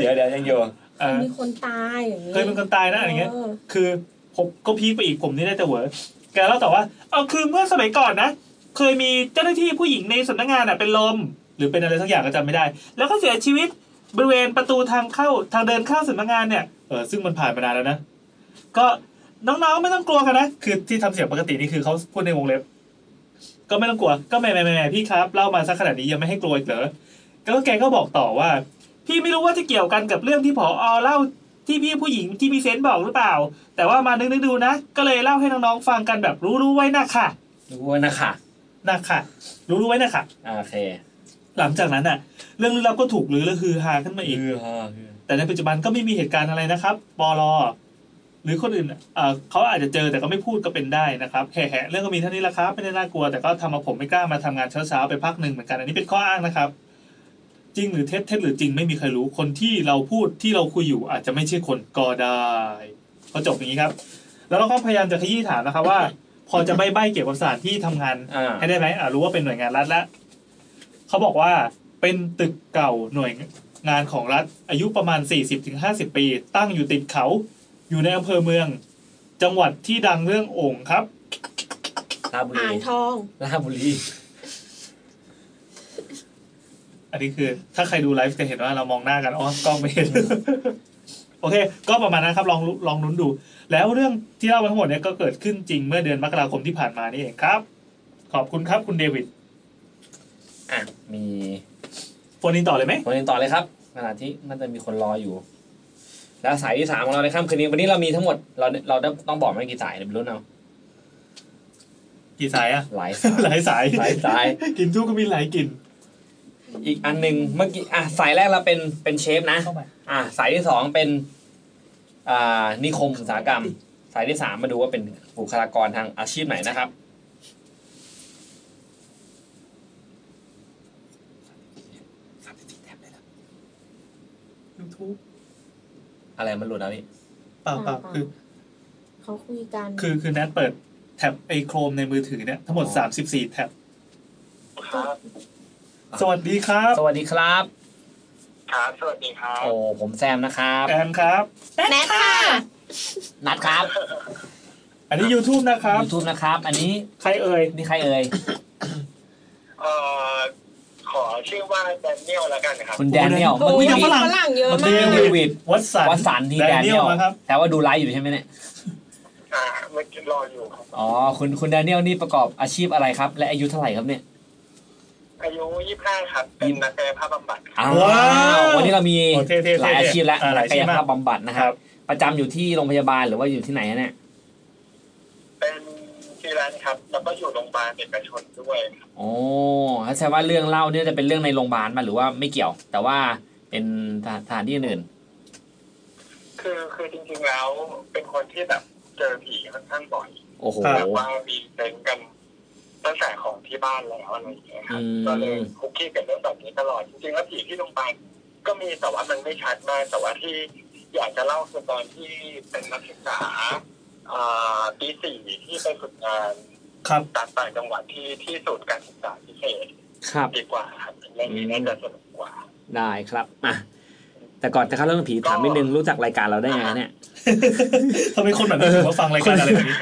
เดี๋ยวเดี๋ยวยังอยู่ เออ มีคนตายอย่างนี้ เคยเป็นคนตายนะอะไรเงี้ย เออ คือผมก็พีคไปอีกผมนี่ได้แต่เหวอแกเล่าต่อว่าเอาคือเมื่อสมัยก่อนนะ เคยมีเจ้าหน้าที่ผู้หญิงในสำนักงานอ่ะเป็นลม หรือเป็นอะไรสักอย่างก็จำไม่ได้ แล้วก็เสียชีวิตบริเวณประตูทางเข้าทางเดินเข้าสำนักงานเนี่ยเออซึ่งมันผ่านมานานแล้วนะ ก็น้องๆไม่ต้องกลัวกันนะคือที่ทำเสียงปกตินี่คือเขาพูดในวงเล็บ ก็ไม่ต้องกลัวก็แม่แม่แม่พี่ครับเล่ามาสักขนาดนี้ยังไม่ให้กลัวอีกเหรอแล้วแกก็บอกต่อว่า พี่ไม่รู้ว่าจะเกี่ยวกันกับเรื่องที่ผอเล่าที่พี่ผู้หญิงที่มีเซนส์บอกหรือเปล่า แต่ว่ามานึกนึกๆดูนะ ก็เลยเล่าให้น้องๆฟังกันแบบรู้รู้ๆไว้นะค่ะ รู้ว่านะค่ะ นะค่ะ รู้รู้ๆไว้นะค่ะ อ่าโอเค หลังจากนั้นน่ะ เรื่องลึกลับก็ถูกลือและฮือฮาขึ้นมาอีก ฮือฮา แต่ในปัจจุบันก็ไม่มีเหตุการณ์อะไรนะครับปอลอหรือคนอื่นน่ะเอ่อเขาอาจจะเจอแต่ก็ไม่พูดก็เป็นได้นะครับแห่ๆเรื่องก็มีเท่านี้ละครับไม่ได้น่ากลัว แต่ก็ทำมาผมไม่กล้ามาทำงานเช้าๆไปพักหนึ่งเหมือนกันอันนี้เป็นข้ออ้างนะครับ จริงหรือเท็จเท็จหรือจริงไม่มีใครรู้คนที่เราพูดที่เราคุยอยู่อาจจะไม่ใช่คนก็ได้ก็จบอย่างนี้ครับ แล้วเราก็พยายามจะขยี้ถามนะครับ *coughs* ว่า พอจะใบ้ๆเกี่ยวกับสถานที่ทำงาน อ่า ให้ได้ไหมอ่ารู้ว่าเป็นหน่วยงานรัฐแล้วเขาบอกว่าเป็นตึกเก่าหน่วยงานของรัฐ อายุประมาณ 40-50 ปี ตั้งอยู่ติดเขา อยู่ในอำเภอเมือง จังหวัดที่ดังเรื่องโอ่งครับ ลาบุรี อ่างทอง ลาบุรี อันนี้คือ ถ้าใครดูไลฟ์จะเห็นว่าเรามองหน้ากันอ๋อกล้องไม่ *laughs* เห็น โอเค ก็ประมาณนั้นครับ ลองลองลุ้นดู แล้วเรื่องที่เล่าไปทั้งหมดเนี่ยก็เกิดขึ้นจริงเมื่อเดือนมกราคมที่ผ่านมานี่เองครับ ขอบคุณครับคุณเดวิด อ่ะมี โฟนอินต่อเลยไหม คนอื่นต่อเลยครับขณะที่น่าจะมีคนรออยู่ แล้วสายที่สามของเราในค่ำคืนนี้วันนี้เรามีทั้งหมดเราเราได้ต้องบอกไหมกี่สายเดี๋ยวไปรุ่นเอา กี่สายอะ หลายสาย หลายสาย หลายสาย กินทุกก็มีหลายกลิ่น อีกอันหนึ่งเมื่อกี้อ่ะสายแรกเราเป็นเป็นเชฟนะ เข้ามา อ่ะสายที่สองเป็นอ่านิคมอุตสาหกรรม สายที่สามมาดูว่าเป็นบุคลากรทางอาชีพไหนนะครับ ยูทูบ อะไรมันหลุดแล้วนี่ เปล่าเปล่าคือ เขาคุยกัน คือคือแนทเปิดแท็บไอโครมในมือถือเนี่ย ทั้งหมด 34 แท็บ ครับ สวัสดีครับ สวัสดีครับ ครับสวัสดีครับ โอ้ผมแซมนะครับ แอมครับ แนทค่ะ นัดครับ อันนี้ YouTube นะครับ ยูทูบนะครับ อันนี้ ใครเอ่ย นี่ใครเอ่ย เอ่อขอชื่อว่าแดเนียลแล้วกันครับ คุณแดเนียล โอ้ เมื่อยกี้ ฝรั่งเยอะ เมื่อ มา กี้ ก เดวิด วัดสัน วัดสันที่แดเนียล นะครับ แต่ว่าดูไลฟ์อยู่ใช่ไหมเนี่ย อ่าเมื่อกี้รออยู่ครับ อ๋อคุณคุณแดเนียลนี่ประกอบอาชีพอะไรครับ และอายุเท่าไหร่ครับเนี่ย อายุยี่ห้าครับเป็นนักกายภาพบำบัดครับ อ้าว ว้าว วันนี้เรามี โอ้เท่เท่เท่ หลายอาชีพและ เออหลายอาชีพกาย มาก ภาพบำบัดนะครับ ประจำอยู่ที่โรงพยาบาลหรือว่าอยู่ที่ไหนฮะเนี่ย เป็นฟรีแลนซ์ครับ แล้วก็อยู่โรงพยาบาลเอกชนด้วยครับ โอ้ถ้าแสดงว่าเรื่องเล่าเนี่ยจะเป็นเรื่องในโรงพยาบาลมาหรือว่าไม่เกี่ยว แต่ว่าเป็นสถานที่อื่น คือคือจริงๆแล้วเป็นคนที่แบบเจอผีค่อนข้างบ่อย โอ้โห แบบว่ามีเซนส์กันตั้งแต่ของที่บ้านแล้วอะไรอย่างเงี้ยครับ อืม ก็เลยคุกคีกับเรื่องแบบนี้ตลอดจริงๆแล้วผีที่โรงพยาบาลก็มีแต่ว่ามันไม่ชัดมากแต่ว่าที่อยากจะเล่าคือตอนที่เป็นนักศึกษาอ่าปีสี่ที่ไปฝึกงาน ครับ ตามต่างจังหวัดที่ที่ศูนย์การศึกษาพิเศษ ครับ ดีกว่าครับเรื่องนี้น่าจะสนุกกว่า ได้ครับอ่ะแต่ก่อนจะเข้าเรื่องผีถามนิดนึงรู้จักรายการเราได้ไงเนี่ย ทำไมคนแบบนี้ถึงว่าฟังรายการอะไรแบบนี้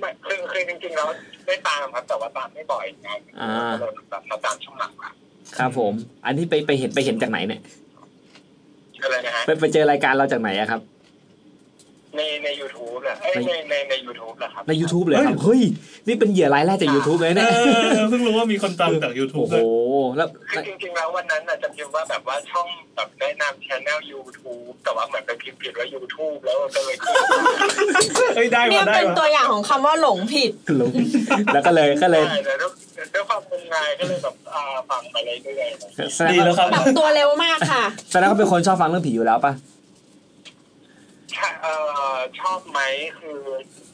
ไม่คือคือจริงๆแล้วใน ได้ตามครับ แต่ว่าตามไม่บ่อยนะ อ่า ก็เลยแบบมาตามช่วงหลังอะ ครับผม อันนี้ไปไปเห็นไปเห็นจากไหนเนี่ย อะไรนะฮะ ไปไปเจอรายการเราจากไหนอะครับ ในในยูทูบแหละเอ้ยในในในยูทูบแหละครับ ใน YouTube เลยครับ เฮ้ย นี่เป็นเหยื่อรายแรกจาก YouTube เลย เอ เนี่ย อเพิ่งรู้ว่ามีคนตามจาก YouTube โอ้โห ด้วย แล้ว คือจริงๆแล้ววันนั้นน่ะจะพิมพ์ว่าแบบว่าช่องแบบแนะนำชแนล YouTube แต่ว่าเหมือนไปพิมพ์ผิดว่า YouTube แล้วก็เลยขึ้น เอ้ยได้ เนี่ย มาได้ เป็น มา ตัวอย่างของคำว่าหลงผิด หลงแล้วก็เลยก็เลย ใช่แต่ด้วยด้วยความงมงายก็เลยแบบอ่าฟังไปเลยเรื่อยๆนะ แสดง ดีแล้ว ว่า ครับ ปรับตัวเร็วมากค่ะ แสดงว่าเป็นคนชอบฟังเรื่องผีอยู่แล้วป่ะ ถ้าเอ่อชอบไหมคือ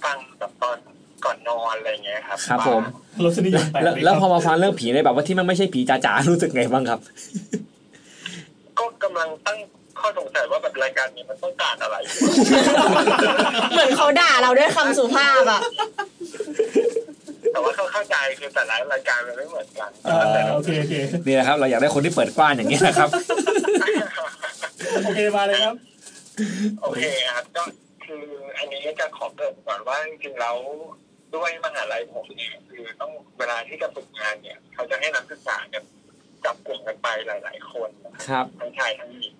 ฟังแบบตอนก่อนนอนอะไรเงี้ยครับ ครับผม รสนิยมแปลก แล้ว ดี แล้ว ครับ พอมาฟังเรื่องผีในแบบว่าที่มันไม่ใช่ผีจ๋าๆรู้สึกไงบ้างครับ ก็กำลังตั้งข้อสงสัยว่าแบบรายการนี้มันต้องการอะไร เหมือนเขาด่าเราด้วยคำสุภาพอ่ะ แต่ว่าเขาเข้าใจคือแต่ละรายการมันไม่เหมือนกัน อ่า แต่ละ โอเคโอเค นี่แหละครับ เราอยากได้คนที่เปิดกว้างอย่างนี้ยนะครับ โอเคมาเลยครับ โอเคครับก็คืออันนี้จะขอเกรินก่อนว่าจริงๆแล้วด้วยมหาลัยผมเนี่ยคือต้องเวลาที่จะฝึกงานเนี่ย เขาจะให้นักศึกษาเนี่ยจับกลุ่มกันไปหลาย ๆ คนนะครับ ทั้งชายทั้งหญิง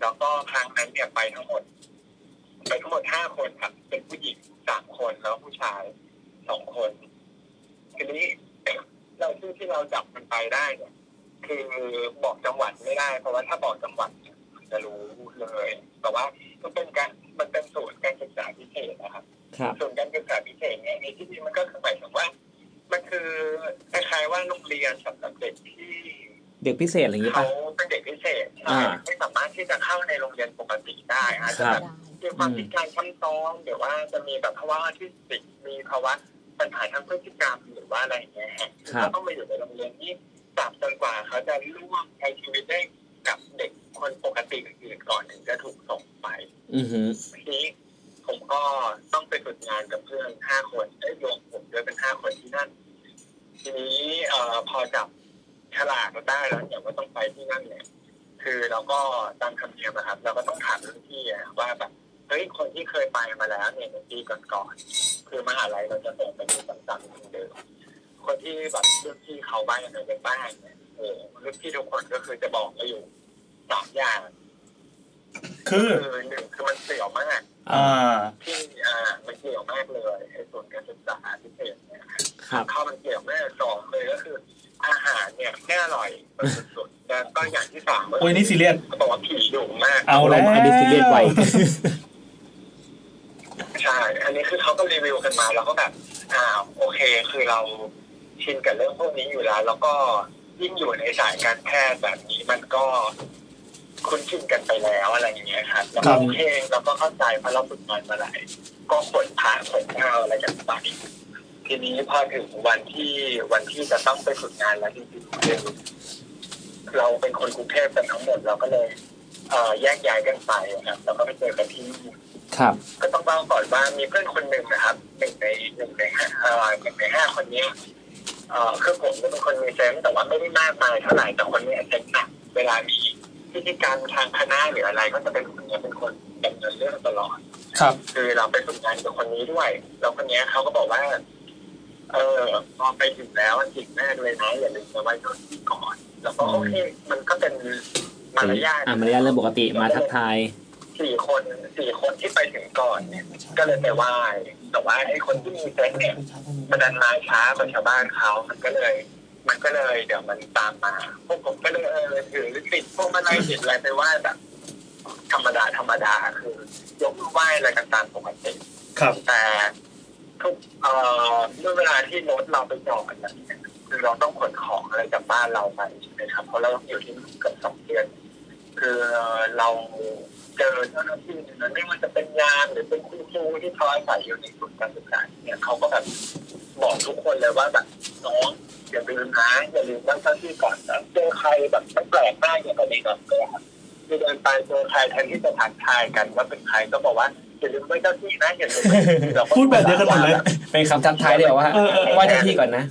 แล้วก็ครั้งนั้นเนี่ยไปทั้งหมด ไปทั้งหมดห้าคนครับ เป็นผู้หญิงสามคนแล้วผู้ชายสองคน ทีนี้ เราชื่อที่เราจับมันไปได้เนี่ยคือบอกจังหวัดไม่ได้ เพราะว่าถ้าบอกจังหวัดเนี่ยมันจะรู้เลย แต่ว่ามันเป็นการมันเป็นศูนย์การศึกษาพิเศษนะครับ ครับ ศูนย์การศึกษาพิเศษเนี่ยในที่นี้มันก็คือหมายถึงว่า มันคือคล้ายๆว่าโรงเรียนสำหรับเด็กที่ เด็กพิเศษอะไรอย่างนี้ เขา ป่ะ เป็นเด็กพิเศษ อ่า ไม่สามารถที่จะเข้าในโรงเรียนปกติได้อาจจะแบบมีความพิการซ้ำซ้อนหรือว่าจะมีแบบภาวะที่ติดมีภาวะปัญหาทางพฤติกรรมหรือว่าอะไรอย่างเงี้ยฮะ ครับ ก็ต้องมาอยู่ในโรงเรียนที่ปรับจนกว่าเขาจะร่วมใช้ชีวิตได้กับเด็กคนปกติอื่นๆก่อนถึงจะถูกส่งไป อือหือ ทีนี้ผมก็ต้องไปฝึกงานกับเพื่อนห้าคนได้ยรวมผมด้วยเป็นห้าคนที่นั่น ทีนี้เอ่อพอจับฉลากได้แล้วเนี่ยว่าต้องไปที่นั่นเนี่ยคือเราก็ตามคำเนียมนะครับ เราก็ต้องถามรุ่นพี่อะว่าแบบเฮ้ยคนที่เคยไปมาแล้วเนี่ยในปีก่อนๆคือมหาลัยเราจะส่งไปที่ต่างๆเหมือนเดิมคนที่แบบรุ่นพี่เขาบ้างอะไรกันบ้างเนี่ยเออรุ่นพี่ทุกคนก็คือจะบอกเราอยู่สามอย่าง คือ คือหนึ่งคือมันเสี่ยวมาก อ่า ที่อ่ามันเกี่ยวมากเลยไอ้ส่วนการศึกษาพิเศษเนี่ย ครับ เข้ามันเกี่ยวมากสองเลยก็คือ อาหารเนี่ยแน่อร่อยสุดๆแล้วก็อย่างที่สามก็ โอ้ยนี่ซีเรียส เขาบอกว่าผีดุมาก เอาแล้ว อันนี้ซีเรียสไป ใช่อันนี้คือเขาก็รีวิวกันมาแล้วก็แบบอ่าโอเคคือเราชินกับเรื่องพวกนี้อยู่แล้ว แล้วก็ยิ่งอยู่ในสายการแพทย์แบบนี้มันก็คุ้นชินกันไปแล้วอะไรอย่างเงี้ยครับแล้วก็โอเคเราก็เข้าใจเพราะเราฝึกงานมาหลาย ก็ขนพระขนเท้าอะไรกันไปทีนี้พอถึงวันที่วันที่จะต้องไปฝึกงานแล้วจริงๆคือเราเป็นคนกรุงเทพกันทั้งหมดเราก็เลยเอ่อแยกย้ายกันไปนะครับแล้วก็ไปเจอกันที่นี่ *laughs* ครับ ก็ต้องเล่าก่อนว่ามีเพื่อนคนหนึ่งนะครับหนึ่งในหนึ่งในห้าเอ่อหนึ่งในห้าคนเนี้ยเอ่อคือผมก็เป็นคนมีเซนส์แต่ว่าไม่ได้มากมายเท่าไหร่แต่คนเนี้ยเซนส์หนักเวลามีพิธีการทางคณะหรืออะไร ก็จะเป็นคนเนี้ยเป็นคนดำเนินเรื่องตลอด ครับ คือเราไปฝึกงานกับคนนี้ด้วย แล้วคนเนี้ยเขาก็บอกว่า เออพอไปถึงแล้วสิ่งแรกเลยนะอย่าลืมไปไหว้ตัวที่ก่อน แล้วก็โอเคมันก็เป็นมารยาท อ่ะมารยาทเรื่องปกติมาทักทาย สี่คนสี่คนที่ไปถึงก่อนเนี่ยก็เลยไปไหว้แต่ว่าไอ้คนที่มีเซนส์เนี่ยมันดันมาช้ากว่าชาวบ้านเขามันก็เลย มันก็เลยเดี๋ยวมันตามมาพวกผมก็เลยเออถือติดพวกมาลัยติดอะไรไปไหว้แบบธรรมดาธรรมดาคือยกมือไหว้อะไรกันตามปกติ ครับ แต่ทุกเอ่อเมื่อเวลาที่รถเราไปจอดนะคือเราต้องขนของอะไรจากบ้านเราไปใช่ไหมครับเพราะเราอยู่ที่นี่เกือบสองเดือน คือเราเจอเจ้าหน้าที่นั้นไม่ว่าจะเป็นยามหรือเป็นคุณครูที่เขาอาศัยอยู่ในศูนย์การศึกษาเนี่ยเขาก็แบบบอกทุกคนเลยว่าแบบน้องอย่าลืมนะอย่าลืมนั่งเจ้าที่ก่อนนะเจอใครแบบไม่แปลกหน้าอย่างกับในหนังเลยครับคือเดินไปเจอใครแทนที่จะทักทายกันว่าเป็นใครก็บอกว่าอย่าลืมไหว้เจ้าที่นะอย่าลืมไหว้เจ้าที่ราก็ พูดแบบเดียวกันหมดเลย เป็นคำทักทายเดียวว่า เออเออ ว่าเจ้าที่ก่อนนะ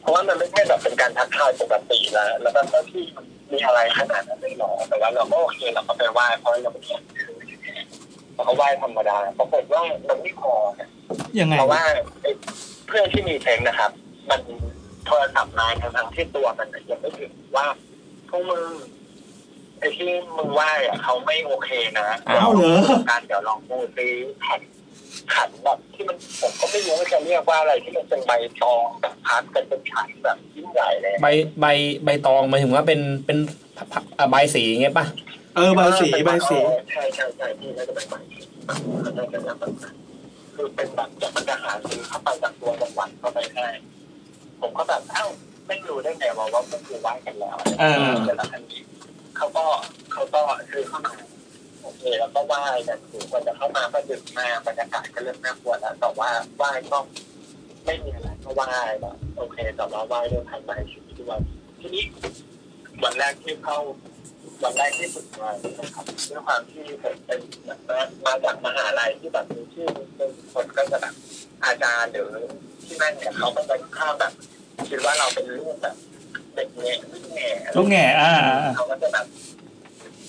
เพราะว่ามันไม่ใช่แบบเป็นการทักทายปกติแล้ว แล้วก็เจ้าที่มีอะไรขนาดนั้นไม่หรอกแต่ว่าเราก็โอเคเราก็ไปไหว้เพราะเราไม่อยากเจอเราก็ไหว้ธรรมดาปรากฏว่ามันไม่พอนะ ยังไง เพราะว่าไอ้ เพื่อนที่มีเซนส์นะครับ มันโทรศัพท์นายทั้งๆที่ตัวมันน่ะยังไม่ถึงว่าพวกมึงไอ้ที่มึงว่าอ่ะเขาไม่โอเคนะ อ้าวเหรอ การเดี๋ยวลองพูดซิแผ่นขันแบบที่มันผมก็ไม่รู้ว่าจะเรียกว่าอะไรที่มันเป็นใบตองกับพัดกันเป็นขันแบบยิ่งใหญ่เลย ใบใบใบตองหมายถึงว่าเป็นเป็นพะพะอ่ะใบสีอย่างเงี้ยป่ะ เออใบสีใบสี ใช่ใช่ใช่ที่น่าจะเป็นใบสีน่าจะเป็นแบบนั้นคือเป็นแบบจากมันจะหาซื้อเข้าไปจากตัวจังหวัดเข้าไปได้ ผมก็แบบเอ้าไม่รู้ได้ไงว่าว่ามันคือไหว้กันแล้วอะไรอย่างเงี้ย อ่า แต่ละทันทีเขาก็เขาก็คือเข้ามาโอเคแล้วก็ไหว้กันถูกกว่าจะเข้ามาก็ดึกมากบรรยากาศก็เริ่มน่ากลัวแล้วแต่ว่าไหว้ก็ไม่มีอะไรก็ไหว้แบบโอเคแต่ว่าไหว้ด้วยทางใจชีวิตด้วยทีนี้วันแรกที่เข้า วันแรกที่ฝึกงานนะครับด้วยความที่ผมเป็นแบบว่ามาจากมหาลัยที่แบบมีชื่อเป็นคนก็จะแบบอาจารย์หรือที่นั่นเนี่ยเขาก็จะข้ามแบบคิดว่าเราเป็นลูกแบบเด็กเนี้ยลูกแง่ลูกแง่อะไรอ่าอ่าอ่า เขาก็จะแบบ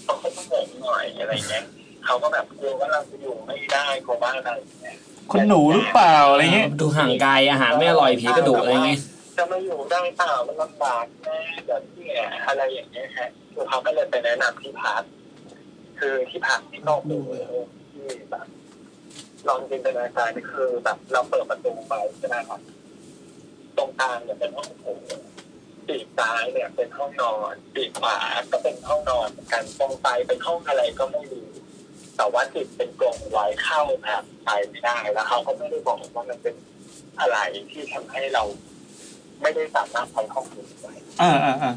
เขาก็ต้องหงหน่อยอะไรเงี้ยเขาก็แบบกลัวว่าเราจะอยู่ไม่ได้กลัวว่าอะไรอย่างเงี้ย คุณหนูหรือเปล่าอะไรเงี้ย ดูห่างไกลอาหารไม่อร่อยผีกระดูกอะไรเงี้ย จะมาอยู่ได้เปล่ามันลำบากแน่แบบที่อะไรอย่างเงี้ยฮะคือเขาก็เลยไปแนะนำที่พักคือที่พักที่นอกดูที่แบบลองจินตนาการคือแบบเราเปิดประตูไปใช่ไหมครับตรงกลางเนี่ยเป็นห้องโถงปีกซ้ายเนี่ยเป็นห้องนอนปีกขวาก็เป็นห้องนอนเหมือนกันตรงไปเป็นห้องอะไรก็ไม่รู้แต่ว่าติดเป็นกรงไว้เข้าแบบไปไม่ได้แล้วเขาก็ไม่ได้บอกว่ามันเป็นอะไรที่ทำให้เรา ไม่ได้สามารถไปห้องอื่นได้ อ่าอ่าอ่า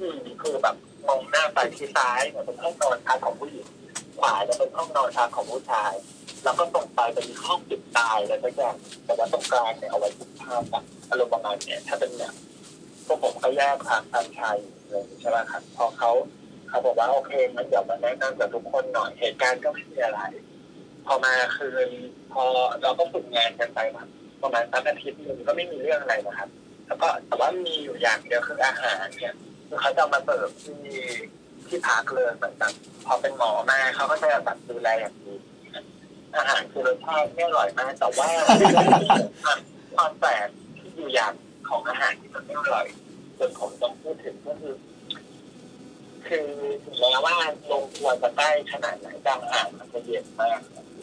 อืมคือแบบมองหน้าไปที่ซ้ายเนี่ยเป็นห้องนอนชายของผู้หญิง ขวาจะเป็นห้องนอนชายของผู้ชาย แล้วก็ตรงไปเป็นห้องปิดตายอะไรสักอย่างแต่ว่าตรงกลางเนี่ยเอาไว้ปิดภาพแบบอารมณ์ประมาณเนี่ยถ้าเป็นแบบพวกผมก็แยกทางทางชายเลยใช่ไหมครับพอเขาเขาบอกว่าโอเคงั้นเดี๋ยวมาแนะนำกับทุกคนหน่อยเหตุการณ์ก็ไม่มีอะไร พอมาคืนพอเราก็ฝึกงานกันไปแบบประมาณสักอาทิตย์หนึงก็ไม่มีเรื่องอะไรนะครับ แล้วก็แต่ว่ามีอยู่อย่างเดียวคืออาหารเนี่ยคือเขาจะเอามาเสิร์ฟที่ที่พักเลยเหมือนแบบพอเป็นหมอมาเขาก็จะแบบดูแลอย่างดีอาหารคือรสชาติไม่อร่อยมากแต่ว่า *laughs* ความแปลกที่อยู่อย่างของอาหารที่มันไม่อร่อยส่วนผมต้องพูดถึงก็คือ คือถึงแม้ว่าลงครัวจะใกล้ขนาดไหนแต่อาหารมันจะเย็นมาก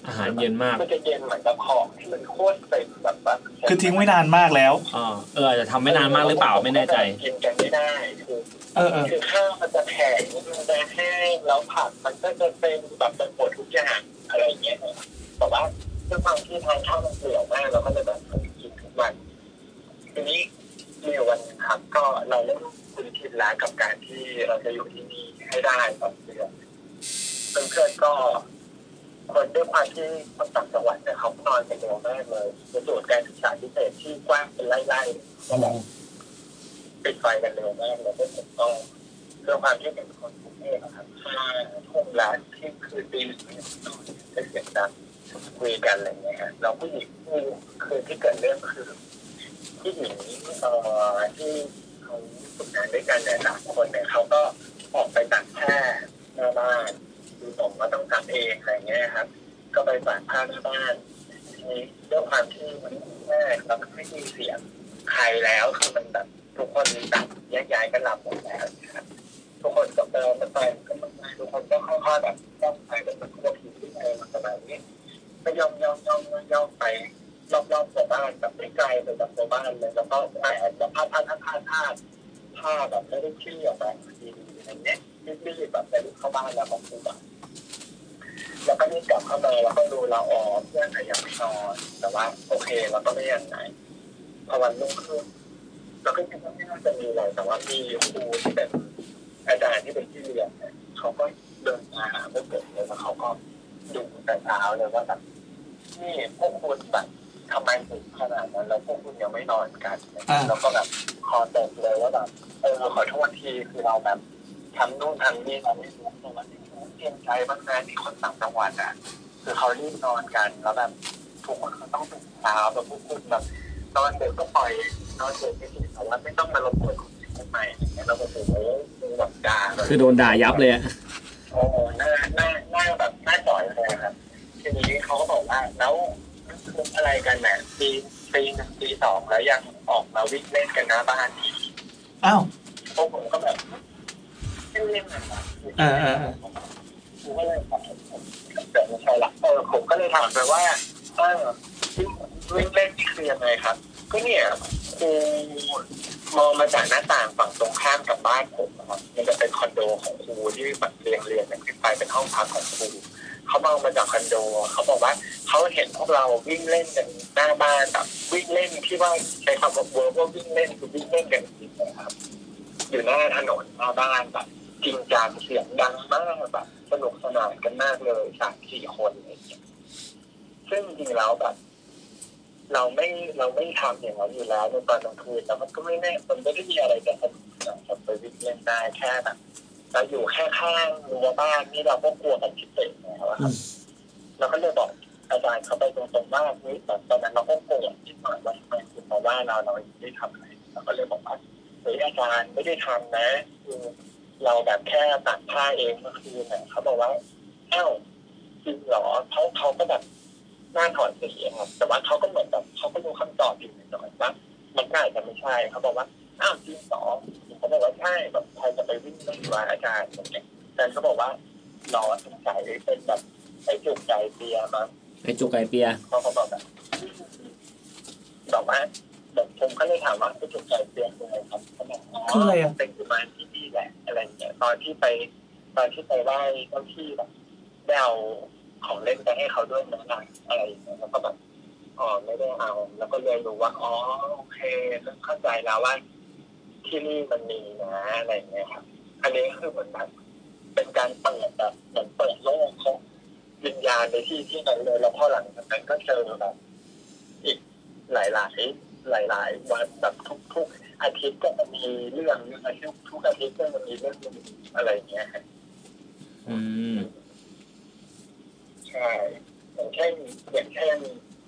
อาหารเย็นมาก มันจะเย็นเหมือนกับของที่มันโคตรเป็นแบบว่า คือทิ้งไว้นานมากแล้ว อ่าเอออาจจะทำไม่นานมากหรือเปล่าไม่แน่ใจ กินกันไม่ได้คือ เออเออ คือข้าวมันจะแข็งมันจะแห้งแล้วผักมันก็จะเป็นแบบเป็นหมดทุกอย่างอะไรอย่างเงี้ยนะครับแต่ว่าด้วยความที่ทานข้าวมันเปลี่ยวมากเราก็เลยแบบกินทุกวันทีนี้มีอยู่วันหนึงครับ ก็เราเริ่มคุ้นชินแล้วกับการที่เราจะอยู่ที่นี่ให้ได้ตอนเดือนเพื่อนๆก็ คนด้วยความที่คนต่างจังหวัดเนี่ยเขานอนกันเร็วมากเลยในส่วนย์การศึกษาพิเศษที่กว้างเป็นไร่ๆก็แบบปิดไฟกันเร็วมากแล้วก็ผมต้องเรื่องความที่เป็นคนกรุงเทพอะครับห้าทุ่มร้านที่คือตีหนึ่งเนี่ยนอนจะเสียงดังคุยกันอะไรเงี้ยฮะเราผู้หญิงผู้คือที่เกิดเรื่องคือผู้หญิงเอ่อที่เขาฝึกงานด้วยกันเนี่ยสามคนเนี่ยเขาก็ออกไปตัดแค่หน้าบ้าน คือผมก็ต้องทำเองอะไรเงี้ยครับ ก็ไปฝากผ้าที่บ้านทีนี้ด้วยความที่มันแม่เราก็ไม่มีเสียงใครแล้วคือมันแบบทุกคนตับแยกย้ายกันหลับหมดแล้วนะครับทุกคนก็เดินมาไปก็มาไปทุกคนก็ค่อยๆแบบย่องไปแบบมันก็ผีที่ไหนมันประมาณนี้ก็ย่องย่องย่องย่องย่องไปรอบๆตัวบ้านแบบไม่ไกลไปจากตัวบ้านเลยแล้วก็แอบจะพาดพาดพาดพาดพาดผ้าแบบไม่ได้ขี้ออกมาดีๆอะไรเงี้ยรีบๆแบบไปลุกเข้าบ้านแล้วก็คือแบบ แล้วก็นี่กลับเข้ามาแล้วก็ดูเราออกเพื่อนแต่ยังไม่นอนแต่ว่าโอเคเราก็ไม่ยังไงพอวันรุ่งขึ้นเราก็คิดว่าไม่น่าจะมีอะไรแต่ว่ามีครูที่เป็นอาจารย์ที่เป็นที่เรียนเนี่ยเขาก็เดินมาหาพวกผมเลยแล้วเขาก็ดูแต่เช้าเลยว่าแบบนี่พวกคุณแบบทำไมถึงขนาดนั้นแล้วพวกคุณยังไม่นอนกันแล้วก็แบบคอตกเลยว่าแบบเออขอโทษทีคือเราแบบ ทำนู่นทำนี่ทำนี่ทำนู่นทำนี่เตรียมใจบ้างนะที่คนต่างจังหวัดอ่ะ คือเขารีบนอนกัน แล้วแบบทุกคนเขาต้องตื่นเช้าแบบพวกคุณแบบนอนเด็กก็ปล่อยนอนเด็กไม่ติดแต่ว่าไม่ต้องมารบกวนคนอื่นทำไมอะไรเงี้ยเราก็ถือว่าคือแบบด่าแบบ คือโดนด่ายับเลยอะ โอ้โหหน้าหน้าหน้าแบบหน้าจ่อยเลยครับทีนี้เขาก็บอกว่าแล้วมันคืออะไรกันเนี่ยตีตีหนึ่งตี แล้วยังออกมาวิ่งเล่นกันหน้าบ้าน อ้าว พวกผมก็แบบเล่นเล่นกันนะ อ่าอ่า ผมก็เลยแบบแต่ไม่ใช่ละเออผมก็เลยถามไปว่าเออวิ่งวิ่งเล่นนี่คือยังไงครับ ก็เนี่ยครูมองมาจากหน้าต่างฝั่งตรงข้ามกับบ้านผมนะครับมันจะเป็นคอนโดของครูที่แบบเรียงเรียงกันขึ้นไปเป็นห้องพักของครู เขามองมาจากคอนโด เขาบอกว่าเขาเห็นพวกเราวิ่งเล่นกันหน้าบ้านแบบวิ่งเล่นที่ว่าใช้คำว่าเวิร์กว่าวิ่งเล่นคือวิ่งเล่นกันจริงๆนะครับ อยู่หน้าถนนหน้าบ้านแบบจริงจังเสียงดังมากแบบสนุกสนานกันมากเลยสามสี่คนอะไรอย่างเงี้ยซึ่งจริงๆแล้วแบบ เราไม่เราไม่ทำอย่างนั้นอยู่แล้วในตอนกลางคืนแต่มันก็ไม่แน่มันไม่ได้มีอะไรจะสนุกสนานกับไปวิ่งเล่นได้แค่แบบเราอยู่แค่ข้างรั้วบ้านนี่เราก็กลัวกันชิบเป่งแล้วอะครับ เราก็เลยบอกอาจารย์เข้าไปตรงๆว่าเฮ้ยแบบตอนนั้นเราก็โกรธที่หน่อยว่าทำไมคุณมาว่าเราเราไม่ได้ทำอะไรเราก็เลยบอกว่าเฮ้ยอาจารย์ไม่ได้ทำนะคือเราแบบแค่ตัดผ้าเองเมื่อคืนน่ะเขาบอกว่าเอ้าจริงเหรอเขาเขาก็แบบหน้าถอดสีอะครับแต่ว่าเขาก็เหมือนแบบเขาก็รู้คำตอบอยู่ในใจว่ามันน่าจะไม่ใช่เขาบอกว่าอ้าวจริงเหรอผมก็บอกว่าใช่แบบใครจะไปวิ่งเล่นวาอาจารย์อย่างเงี้ยอาจารย์เขาบอกว่ารอสงสัยเป็นแบบ ไอ้จุกไก่เบียร์มั้ง ไอจุกไก่เปีย เขาก็บอกแบบบอกว่าแบบผมก็เลยถามว่าไอ้จุกไก่เบียร์คืออะไรครับเขาบอกอ๋ คือ อ อะไรอ่ะ เป็นกุมารที่นี่แหละอะไรอย่างเงี้ยตอนที่ไป ตอนที่ไปไหว้เจ้าที่แบบได้เอาของเล่นไปให้เขาด้วยนะอะไรอย่างเงี้ยแล้วก็แบบอ๋อไม่ได้เอา แล้วก็เลยรู้ว่าอ๋อโอเคเริ่มเข้าใจแล้วว่า ที่นี่มันมีนะอะไรอย่างเงี้ยครับ อันนี้คือเหมือนแบบเป็นการเปิดแบบเหมือนเปิดโลกของวิญญาณในที่ที่นั้นเลยแล้วพอหลังจากนั้นก็เจอแบบอีกหลายหลายหลายหลายๆวันแบบทุกทุกๆอาทิตย์ก็จะมีเรื่องนึงอาทิตย์ทุกอาทิตย์ก็จะมีเรื่องนึงอะไรอย่างเงี้ยครับ อืม ใช่อย่างเช่นอย่างเช่น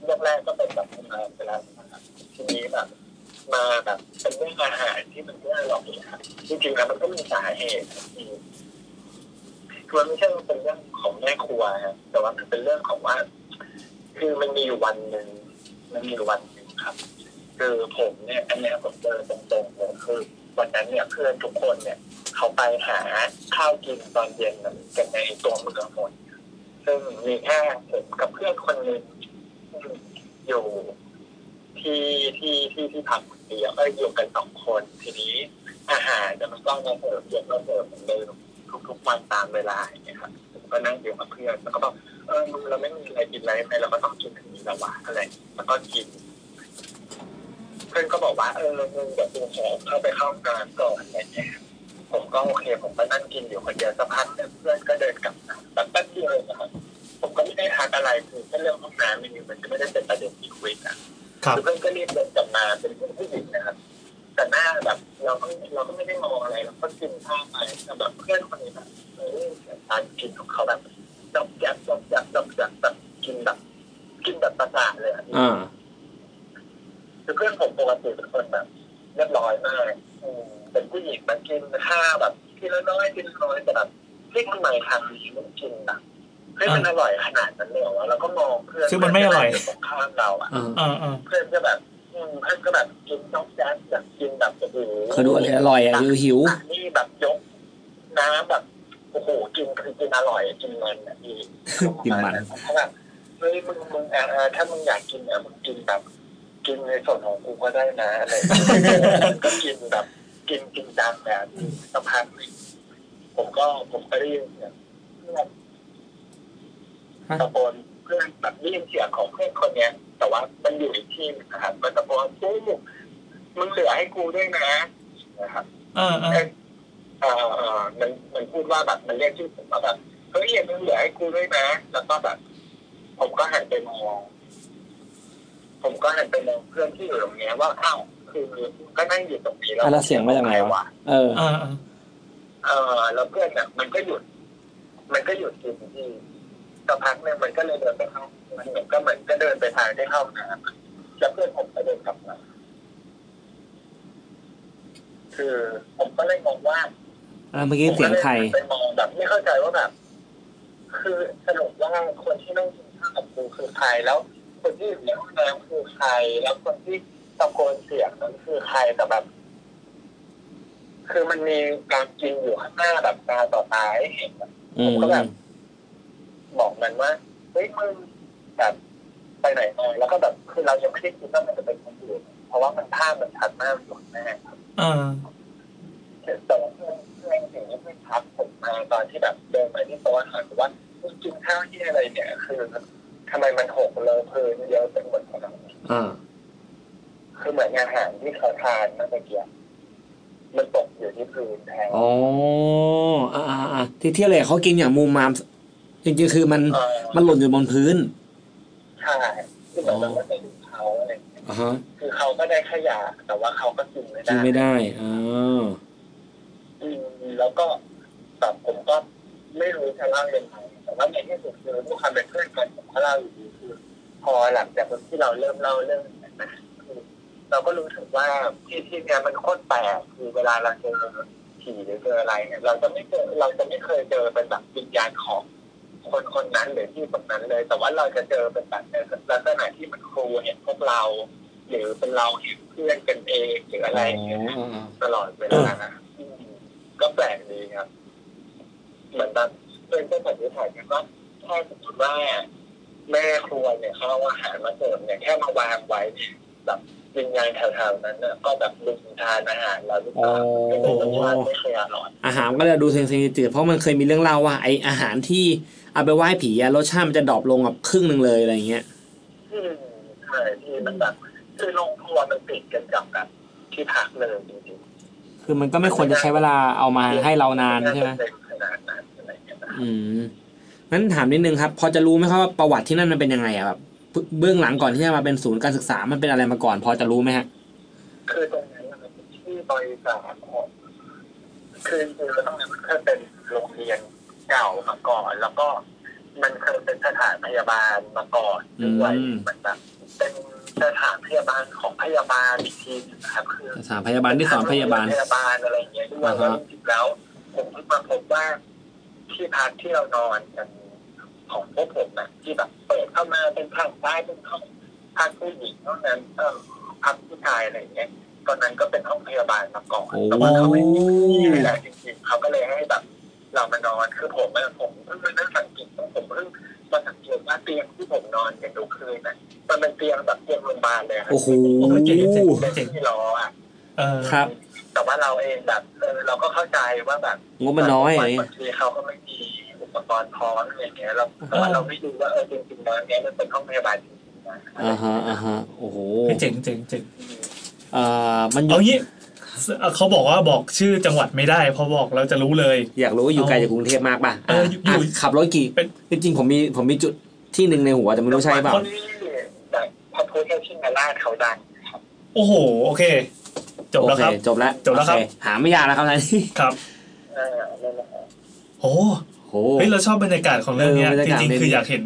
เรื่องแรกก็เป็นแบบทำงานไปแล้วนะครับทีนี้แบบ มาแบบเป็นเรื่องอาหารที่มันไม่อร่อยอะครับจริงๆแล้วมันก็มีสาเหตุอืม คือมันไม่ใช่ว่าเป็นเรื่องของแม่ครัวครับแต่ว่ามันเป็นเรื่องของว่า คือมันมีอยู่วันหนึ่งมันมีอยู่วันหนึ่งครับ คือผมเนี่ยอันเนี้ยผมเจอตรงๆเลยคือวันนั้นเนี่ยเพื่อนทุกคนเนี่ย เขาไปหาข้าวกินตอนเย็นกันในตัวเมืองหมดซึ่งมีแค่ผมกับเพื่อนคนหนึ่งอยู่ที่ที่ที่ที่พักคนเดียวก็อยู่กันสองคนทีนี้ อาหารจะมันก็มาเสิร์ฟเย็นมาเสิร์ฟเหมือนเดิม ทุกๆวันตามเวลาอย่างเงี้ยครับผมก็นั่งอยู่กับเพื่อนแล้วก็บอกเออมึงเราไม่มีอะไรกินอะไรไหมเราก็ต้องกินอันนี้และวะอะไร แล้วก็กิน เพื่อนก็บอกว่าเออมึงเดี๋ยวกูขอเข้าไปเข้าห้องน้ำก่อนอะไรเงี้ย ผมก็โอเค ผมก็นั่งกินอยู่คนเดียวสักพักหนึ่งเพื่อนก็เดินกลับมาแบบแป๊บเดียวเองนะครับผมก็ไม่ได้ทักอะไรคือแค่เรื่องห้องน้ำนี่มันจะไม่ได้เป็นประเด็นที่คุยกัน ครับ คือเพื่อนก็รีบเดินกลับมาเป็นเพื่อนผู้หญิงนะครับ แต่หน้าแบบ เราก็เราก็ไม่ได้มองอะไรเราก็กินข้าวไปแต่แบบเพื่อนคนนี้แบบเออการกินของเขาแบบจับจับจับจับจับจับแบบกินแบบกินแบบประสาทเลยอะ อ่า คือเพื่อนผมปกติเป็นคนแบบเรียบร้อยมากอืมเป็นผู้หญิงมากินข้าวแบบกินแล้วน้อยกินน้อยแต่แบบที่ทำไมทำนี้มันกินแบบเฮ้ยมันอร่อยขนาดนั้นเลยเหรอวะแล้วก็มองเพื่อน ซึ่งมันไม่อร่อย ตรงข้ามเราอะ อ่า อ่าอ่า เพื่อนก็แบบอืมเพื่อนก็แบบกินน้องแจ๊สแบบกินแบบโอ้โห คือดูอะไรอร่อยอ่ะคือหิว ตักนี่แบบยกน้ำแบบโอ้โหกินคือกินอร่อยกินมันอ่ะพี่ กินมัน เพราะแบบเฮ้ยมึงมึงอ่ะอ่ะถ้ามึงอยากกินอ่ะมึงกินแบบ กินในส่วนของกูก็ได้นะอะไรอย่างเงี้ย *laughs* ก็กินแบบ กินจริงจังแบบสักพักหนึ่งผมก็ผมก็ได้ยินเสียงเพื่อนตะโกนเพื่อนแบบได้ยินเสียงของเพื่อนคนเนี้ย แต่ว่ามันอยู่อีกที่หนึ่งนะครับมันตะโกนกูมึงเหลือให้กูด้วยนะนะครับ อ่าอ่า เออเออเออมันมันพูดว่าแบบมันเรียกชื่อผมว่าแบบเฮ้ยมึงเหลือให้กูด้วยนะ แล้วก็แบบ ผมก็หันไปมอง ผมก็หันไปมองเพื่อนที่อยู่ตรงเนี้ยว่าอ้าวคือก็นั่งอยู่ตรงนี้แล้ว อ่ะแล้วเสียงมาจากไหนวะ เออ อ่าอ่า เออแล้วเพื่อนเนี่ยมันก็หยุด มันก็หยุดกินที่สักพักหนึงมันก็เลยเดินไปเข้ามันเหมือนก็เหมือนก็เดินไปทางได้เข้าน้ำแล้วเพื่อนผมก็เดินกลับมา คือ ผมก็เลยงงว่า อ่าเมื่อกี้เสียงใคร ผมก็เลยไปมองแบบไม่เข้าใจว่าแบบ คือสรุปว่าคนที่นั่งกินข้าวกับกูคือใครแล้ว คนที่อยู่ในห้องน้ำคือใครแล้วคนที่ ตะโกนเสียงนั้นคือใครแต่แบบ คือมันมีการกินอยู่ข้างหน้าแบบตาต่อตาให้เห็นอะผมก็แบบ บอกมันว่าเฮ้ยมึงแบบไปไหนมาแล้วก็แบบคือเรายังไม่ได้คิดว่ามันจะเป็นคนอื่นเพราะว่ามันภาพมันชัดมากมันอยู่ข้างหน้า อ่า แต่ว่าเพื่อนเพื่อนสิ่งที่เพื่อนทักผมมาตอนที่แบบเดินไปที่โต๊ะอาหารบอกว่าคุณกินข้าวที่อะไรเนี่ย คือทำไมมันหกเลอะพื้นเยอะเป็นหมดขนาดนี้ อ่า คือเหมือนอาหารที่เขาทานเมื่อกี้มันตกอยู่ที่พื้นแทน อ๋ออ่าอ่าอ่าที่เที่ยวเลยเขากินอย่างมูมามจริงๆคือมัน เออ มันหล่นอยู่บนพื้น ใช่คือเหมือนมันก็จะอยู่เขาอะไรอย่างเงี้ย อ่าฮะ คือเขาก็ได้ขยะแต่ว่าเขาก็กินไม่ กิน ได้ ไม่ได้อ่า อืมแล้วก็แบบผมก็ไม่รู้จะเล่ายังไงแต่ว่าในที่สุดคือด้วยความเป็นเพื่อนกันผมก็เล่าอยู่ดีคือ พอหลังจากที่เราเริ่มเล่าเรื่องนั้นนะคือเราก็รู้สึกว่าที่ที่เนี่ยมันโคตรแปลกคือเวลาเราเจอผีหรือเจออะไรเนี่ยเราจะไม่เจอเราจะไม่เคยเจอเป็นแบบวิญญาณของคนคนนั้นหรือที่ตรงนั้นเลย แต่ว่าเราจะเจอเป็นแบบในลักษณะที่มันครูเห็นพวกเรา หรือเป็นเราเห็นเพื่อนกันเองหรืออะไรอย่างเงี้ย อ่าอ่า ตลอดเวลานะก็แปลกดีครับ เหมือนแบบเป็นเจ้าสันนิษฐานกันว่าถ้าสมมติว่าแม่ครัวเนี่ยเขาเอาอาหารมาเสิร์ฟเนี่ยแค่มาวางไว้เนี่ยแบบวิญญาณแถวๆนั้นเนี่ยก็แบบลุมทานอาหารเราหรือเปล่าไม่เป็นรสชาติไม่เคยอร่อย อาหารก็เลยดูเซ็งๆจืดๆเพราะมันเคยมีเรื่องเล่าว่าไออาหารที่เอาไปไหว้ผีอะรสชาติมันจะดรอปลงกับครึ่งหนึ่งเลยอะไรอย่างเงี้ย อืมใช่ที่มันแบบคือโรงครัวมันติดกันกับแบบที่พักเลยจริง คือมันก็ไม่ควรจะใช้เวลาเอามา ๆ ให้เรานานใช่ไหม เป็นขนาดนั้นอะไรอย่างเงี้ยนะ อืมงั้นถามนิดนึงครับ พอจะรู้ไหมครับว่าประวัติที่นั่นมันเป็นยังไงอะแบบเบื้องหลังก่อนที่จะมาเป็นศูนย์การศึกษามันเป็นอะไรมาก่อน พอจะรู้ไหมฮะ คือตรงนั้นมันเป็นที่บริษัทของคือจริงๆแล้วตรงนั้นมันเคยเป็นโรงเรียนเก่ามาก่อน แล้วก็มันเคยเป็นสถานพยาบาลมาก่อนด้วย อืม มันแบบเป็นสถานพยาบาลของพยาบาลอีกทีหนึงนะครับคือ สถานพยาบาลที่สอนพยาบาล พยาบาลอะไรอย่างเงี้ยด้วย อ่า แล้ ฮะ วจริงๆแล้ว ผมเพิ่งมาพบว่าที่พักที่เรานอนกันของพวกผมนะที่แบบเปิดเข้ามาเป็นทางซ้ายเป็นห้องพักผู้หญิงเท่านั้นเออพักผู้ชายอะไรอย่างเงี้ยตอนนั้นก็เป็นห้องพยาบาลมาก่อนแต่ว่าเขาไม่มีที่แหละจริงๆเขาก็เลยให้แบบ เรามานอนคือผมอะผมเพิ่งมานั่งสังเกตว่าผมเพิ่งมาสังเกตว่าเตียงที่ผมนอนกันทุกคืนน่ะมันเป็นเตียงแบบเตียงโรงพยาบาลเลยะ โอ้โห เจ๋งเจ๋ง เป็น เจ๋ง ที่รออะ เออ ครับ แต่ว่าเราเองแบบเออเราก็เข้าใจว่าแบบ งบมันน้อยอะไร บา เงี้ย งทีเขาก็ไม่มีอุปกรณ์พร้อมอะไรอย่างเงี้ยเราแต่ว่าเราไม่รู้ว่าเออจริงๆแล้วเนี้ยมันเป็นห้องพยาบาลจริงๆนะ อ่าฮะอ่าฮะโอ้โห เฮ้ยเจ๋งเจ๋งเจ๋ง เอ่อมันอยู่ เอางี้เอ่อเขาบอกว่าบอกชื่อจังหวัดไม่ได้ พอบอกเราจะรู้เลย อยากรู้ว่าอยู่ไกลจากกรุงเทพมากป่ะ เอออยู่อยู่ ะขับรถกี่ เป็น จริงๆผมมีผมมีจุดที่หนึ่งในหัวแต่ไม่รู้ใช่เปล่า คนที่แบบพระพุทธชินราชเขาดัง โอ้โห โอเค จบแล้วครับ โอเคจบแล้ว จบแล้วครับ โอเหาไม่ยากแล้วครับนะนี่ ครับ เออนั่นแหละครับ โอ้ โห เฮ้ยเราชอบบรรยากาศของเรื่องเนี้ย เออบรร จ ยากาศ ริง ดี ๆคืออยากเห็น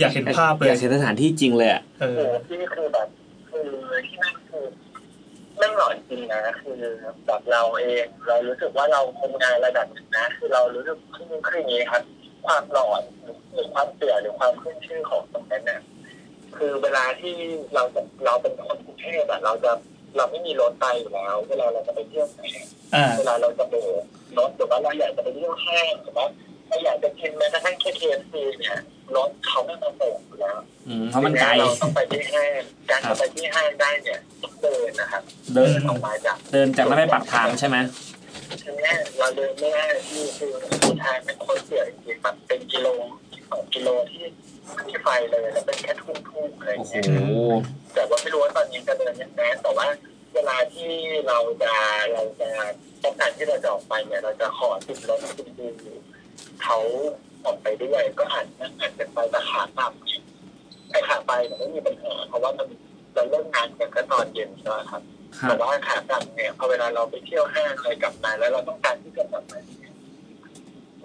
อยากเห็นภาพเล อย ยากเห็นสถานที่จริงเลยอะ เอ โอ้ อ โหที่คือแบบคือที่นั่นคือแม่งหลอนจริงนะคือแบบเราเองเรารู้สึกว่าเราทำงานระดับหนึงนะคือเรารู้สึกคือคืออย่างนี้ครับ ความหลอนหรือความเสื่อหรือความขึ้นชื่อของตรงนั้นน่ะ คือเวลาที่เราจะเราเป็นคนกรุงเทพอะเราจะเราไม่มีรถไปอยู่แล้ว เวลาเราจะไปเที่ยวไหนอะ อ่า เวลาเราจะโบกรถหรือว่าเราอยากจะไปเที่ยวห้างหรือว่าเราอยากจะกินแม้กระทั่งแค่เคเอฟซีเนี่ยรถเขาไม่มาส่งอยู่แล้ว อืมเพราะมันไกล เราต้องไปที่ห้างการจะไปที่ห้างได้เนี่ยต้องเดินนะครับ เดิน ออกมาจาก เดินจากแล้วไปปักทางใช่ไหม ทีเนี้ยเราเดินไม่ได้ที่คืออุทางเป็นคนเสียจริงๆแบบเป็นกิโลสองกิโลที่ที่ไฟเลยแล้วเป็นแค่ทุ่งๆอะไรอ โอ้ ย่าง โห เงี้ย แต่ว่าไม่รู้ว่าตอนนี้จะเดินยังไงแต่ว่าเวลาที่เราจะเราจะต้องการที่เราจะออกไปเนี่ย เราจะขอติดรถคุณดูเขาออกไปด้วยก็อาจนั่งอาจจะไปแต่ขาตามไอ้ขาไปเนี่ยไม่มีปัญหาเพราะว่ามันเราเริ่มงานกันก็ตอนเย็นใช่ไหมครับ ครั แต่ บ ว่าขากลับเนี่ยพอเวลาเราไปเที่ยวห้างอะไรกลับมาแล้วเราต้องการที่จะกลับมาเนี่ย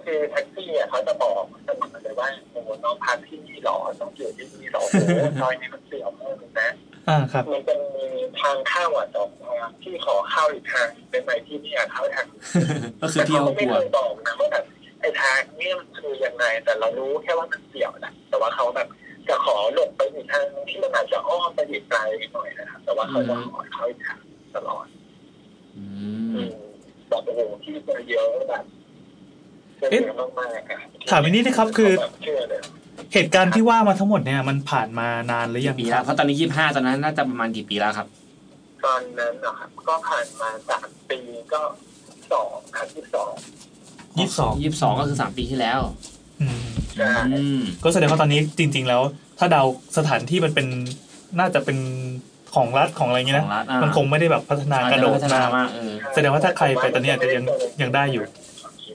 คือแท็กซี่อ่ะเขาจะบอกเสมอเลยว่าโอ้โหน้องพักที่นี่หรอต้องอยู่ที่นี่หรอโอ้โหซอยนี้มันเสียวมากเลยนะ อ่าครับ มันจะมีทางเข้าอ่ะสองทางที่ขอเข้าอีกทางเป็นไปที่เนี่ยเข้าทาง ก็คือที่ เขา เขากก็ไม่ ลัว เคยบอกนะว่าแบบไอ้ทางเนี่ยมันคือยังไง แต่เรารู้แค่ว่ามันเสี่ยวนะแต่ว่าเขาแบบ จะขอหลบไปอีกทางที่มันอาจจะอ้อมไปอีกไกลหน่อยนะครับ แต่ว่าเขาจะขอเข้าอีกทางตลอดแบบโอ้โหที่มันเยอะแบบเยอะมากๆอะ ถามอีกนิดนะครับคือ แบบเชื่อเลย เหตุการณ์ที่ว่ามาทั้งหมดเนี่ยมันผ่านมานานหรือยัง ปี ค แล้ รั ว บ เพราะตอนนี้ยี่ห้าตอนนั้นน่าจะประมาณกี่ปีแล้วครับ ตอนนั้นนะครับก็ผ่านมาสามปีก็สองครั้งที่สอง ยี่สิบสอง ยี่สิบสองก็คือสามปีที่แล้ว ใช่ อืม ก็แสดงว่าตอนนี้จริง ๆ แล้ว ถ้าเดาสถานที่มันเป็นน่าจะเป็นของรัฐของอะไรเงี้ยนะ ของรัฐอ่ามั มันคงไม่ได้แบบพัฒนากระโดด พัมานฒามากเออ แสดงว่าถ้าใครไปตอนนี้อาจจะยังยังได้อยู่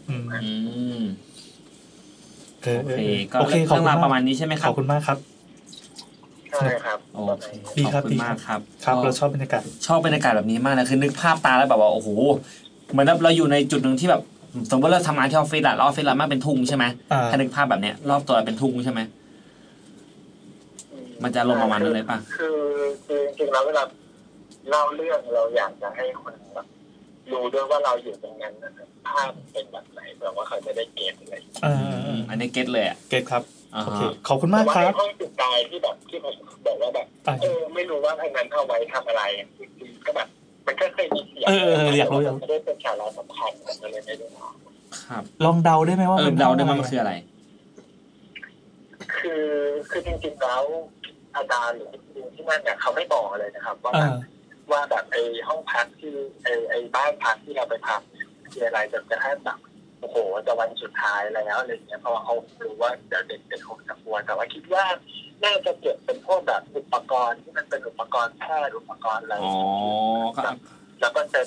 อืม อืม เออ โอ เออเคก็ โอเค เรื่ ขอบ อง คุณ ราวปมาระก มาณนี้ใช่ไหมค ข รับ อบคุณมากครับ ใช่ครับ โอเค ดี ข ครั อบบ คุณ ดี มากครับ ครับ ก็ เราชอบบรรยากาศ ชอบบรรยากาศแบบนี้มากเลยคือนึกภาพตามแล้วแบบว่าโอ้โหเหมือนแบบเราอยู่ในจุดหนึ่งที่แบบสมมติเราทำงานที่ออฟฟิศอะแล้วออฟฟิศเรามากเป็นทุ่งใช่ไหม อ่า ถ้านึกภาพแบบเนี้ยรอบตัวเราเป็นทุ่งใช่ไหมมันจะลงประมาณนั้นเลยปะ คือคือจริงๆแล้วเวลาเล่าเรื่องเราอยากจะให้คนแบบรู้ด้วยว่าเราอยู่ตรงนั้นนะครับภาพเป็นแบบไหนแบบว่าเขาจะได้เก็ตอะไรอย่างเงี้ย อ่า อันนี้เก็ตเลยอะ เกตครับ อ่า โอเค ฮะ ขอบคุณมากแต่ว่า ครั ใน บ ห้องสุดท้ายที่แบบที่ผมบอกว่าแบบ อ่ะ เออไม่รู้ว่าทางนั้นเอาไว้ทำอะไรจริงๆก็แบบมันก็เคยมีเสียง เออเออเอออยากรู้อยากรู้ มันไม่ได้เป็นสาระสำคัญผมก็เลยไม่รู้ ครับ ลองเดาได้ไหมว่า เออ ป็น เดาได้ ห้ ไหม อง มัน อะร คืออะไร คือคือจริงๆแล้วอาจารย์หรือครูที่นั่นเนี่ยเขาไม่บอกเลยนะครับ ว่า อ่า ว่าแบบไอ้ห้องพักที่ไอ้ไอ้บ้านพักที่เราไปพักเนี่ยคืออะไรจนกระทั่งแบบโอ้โหจะวันสุดท้ายแล้วอะไรเงี้ยเพราะว่าเขารู้ว่าเดี๋ยวเด็กเป็นคงจะกลัวแต่ว่าคิดว่าน่าจะเก็บเป็นพวกแบบอุปกรณ์ที่มันเป็นอุปกรณ์แพทย์อุปกรณ์อะไร อ๋อก็ แบบแล้วก็จะ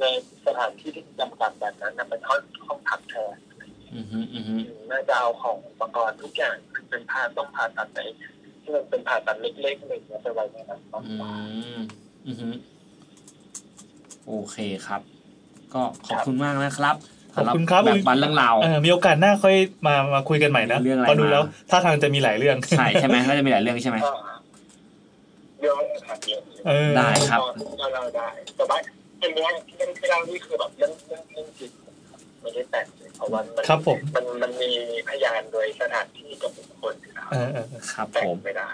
ในสถานที่ที่จำกัดแบบนั้นนะเป็นห้องห้องพักแทน อือฮึอือฮึ น่าจะเอาของอุปกรณ์ทุกอย่างที่เป็นผ่าต้องผ่าตัดไปที่มันเป็นผ่าตัดเล็กๆอะไรอย่างเงี้ยไปไว้ในนั้นมาก อื กว่าม อือฮึโอเคครับ ก็ขอบคุณมากนะครับ ขอบคุณครับ สำหแบบวันเรื่องราว เออมีโอกาสหน้าค่อยมามาคุยกันใหม่นะ มีเรื่องอะไร เพราะดูแล้ว มา ท่าทางจะมีหลายเรื่อง ใช่ใช่ไหมน่าจะมีหลายเรื่องใช่ไหม ก็เยอะครับเยอะ เออ ได้ ครับ เราเราได้แต่ว่าอันเนี้ยที่เรื่องที่เรานี่คือแบบเรื่องเรื่องเรื่องจริงไม่ได้แต่งเลยเพราะว่ามัน ครับผม มันมันมีพยานโดยสถานที่กับบุคคลอยู่แล้ว เออเออเออ ครับ แต่ ผ ง ม ไม่ได้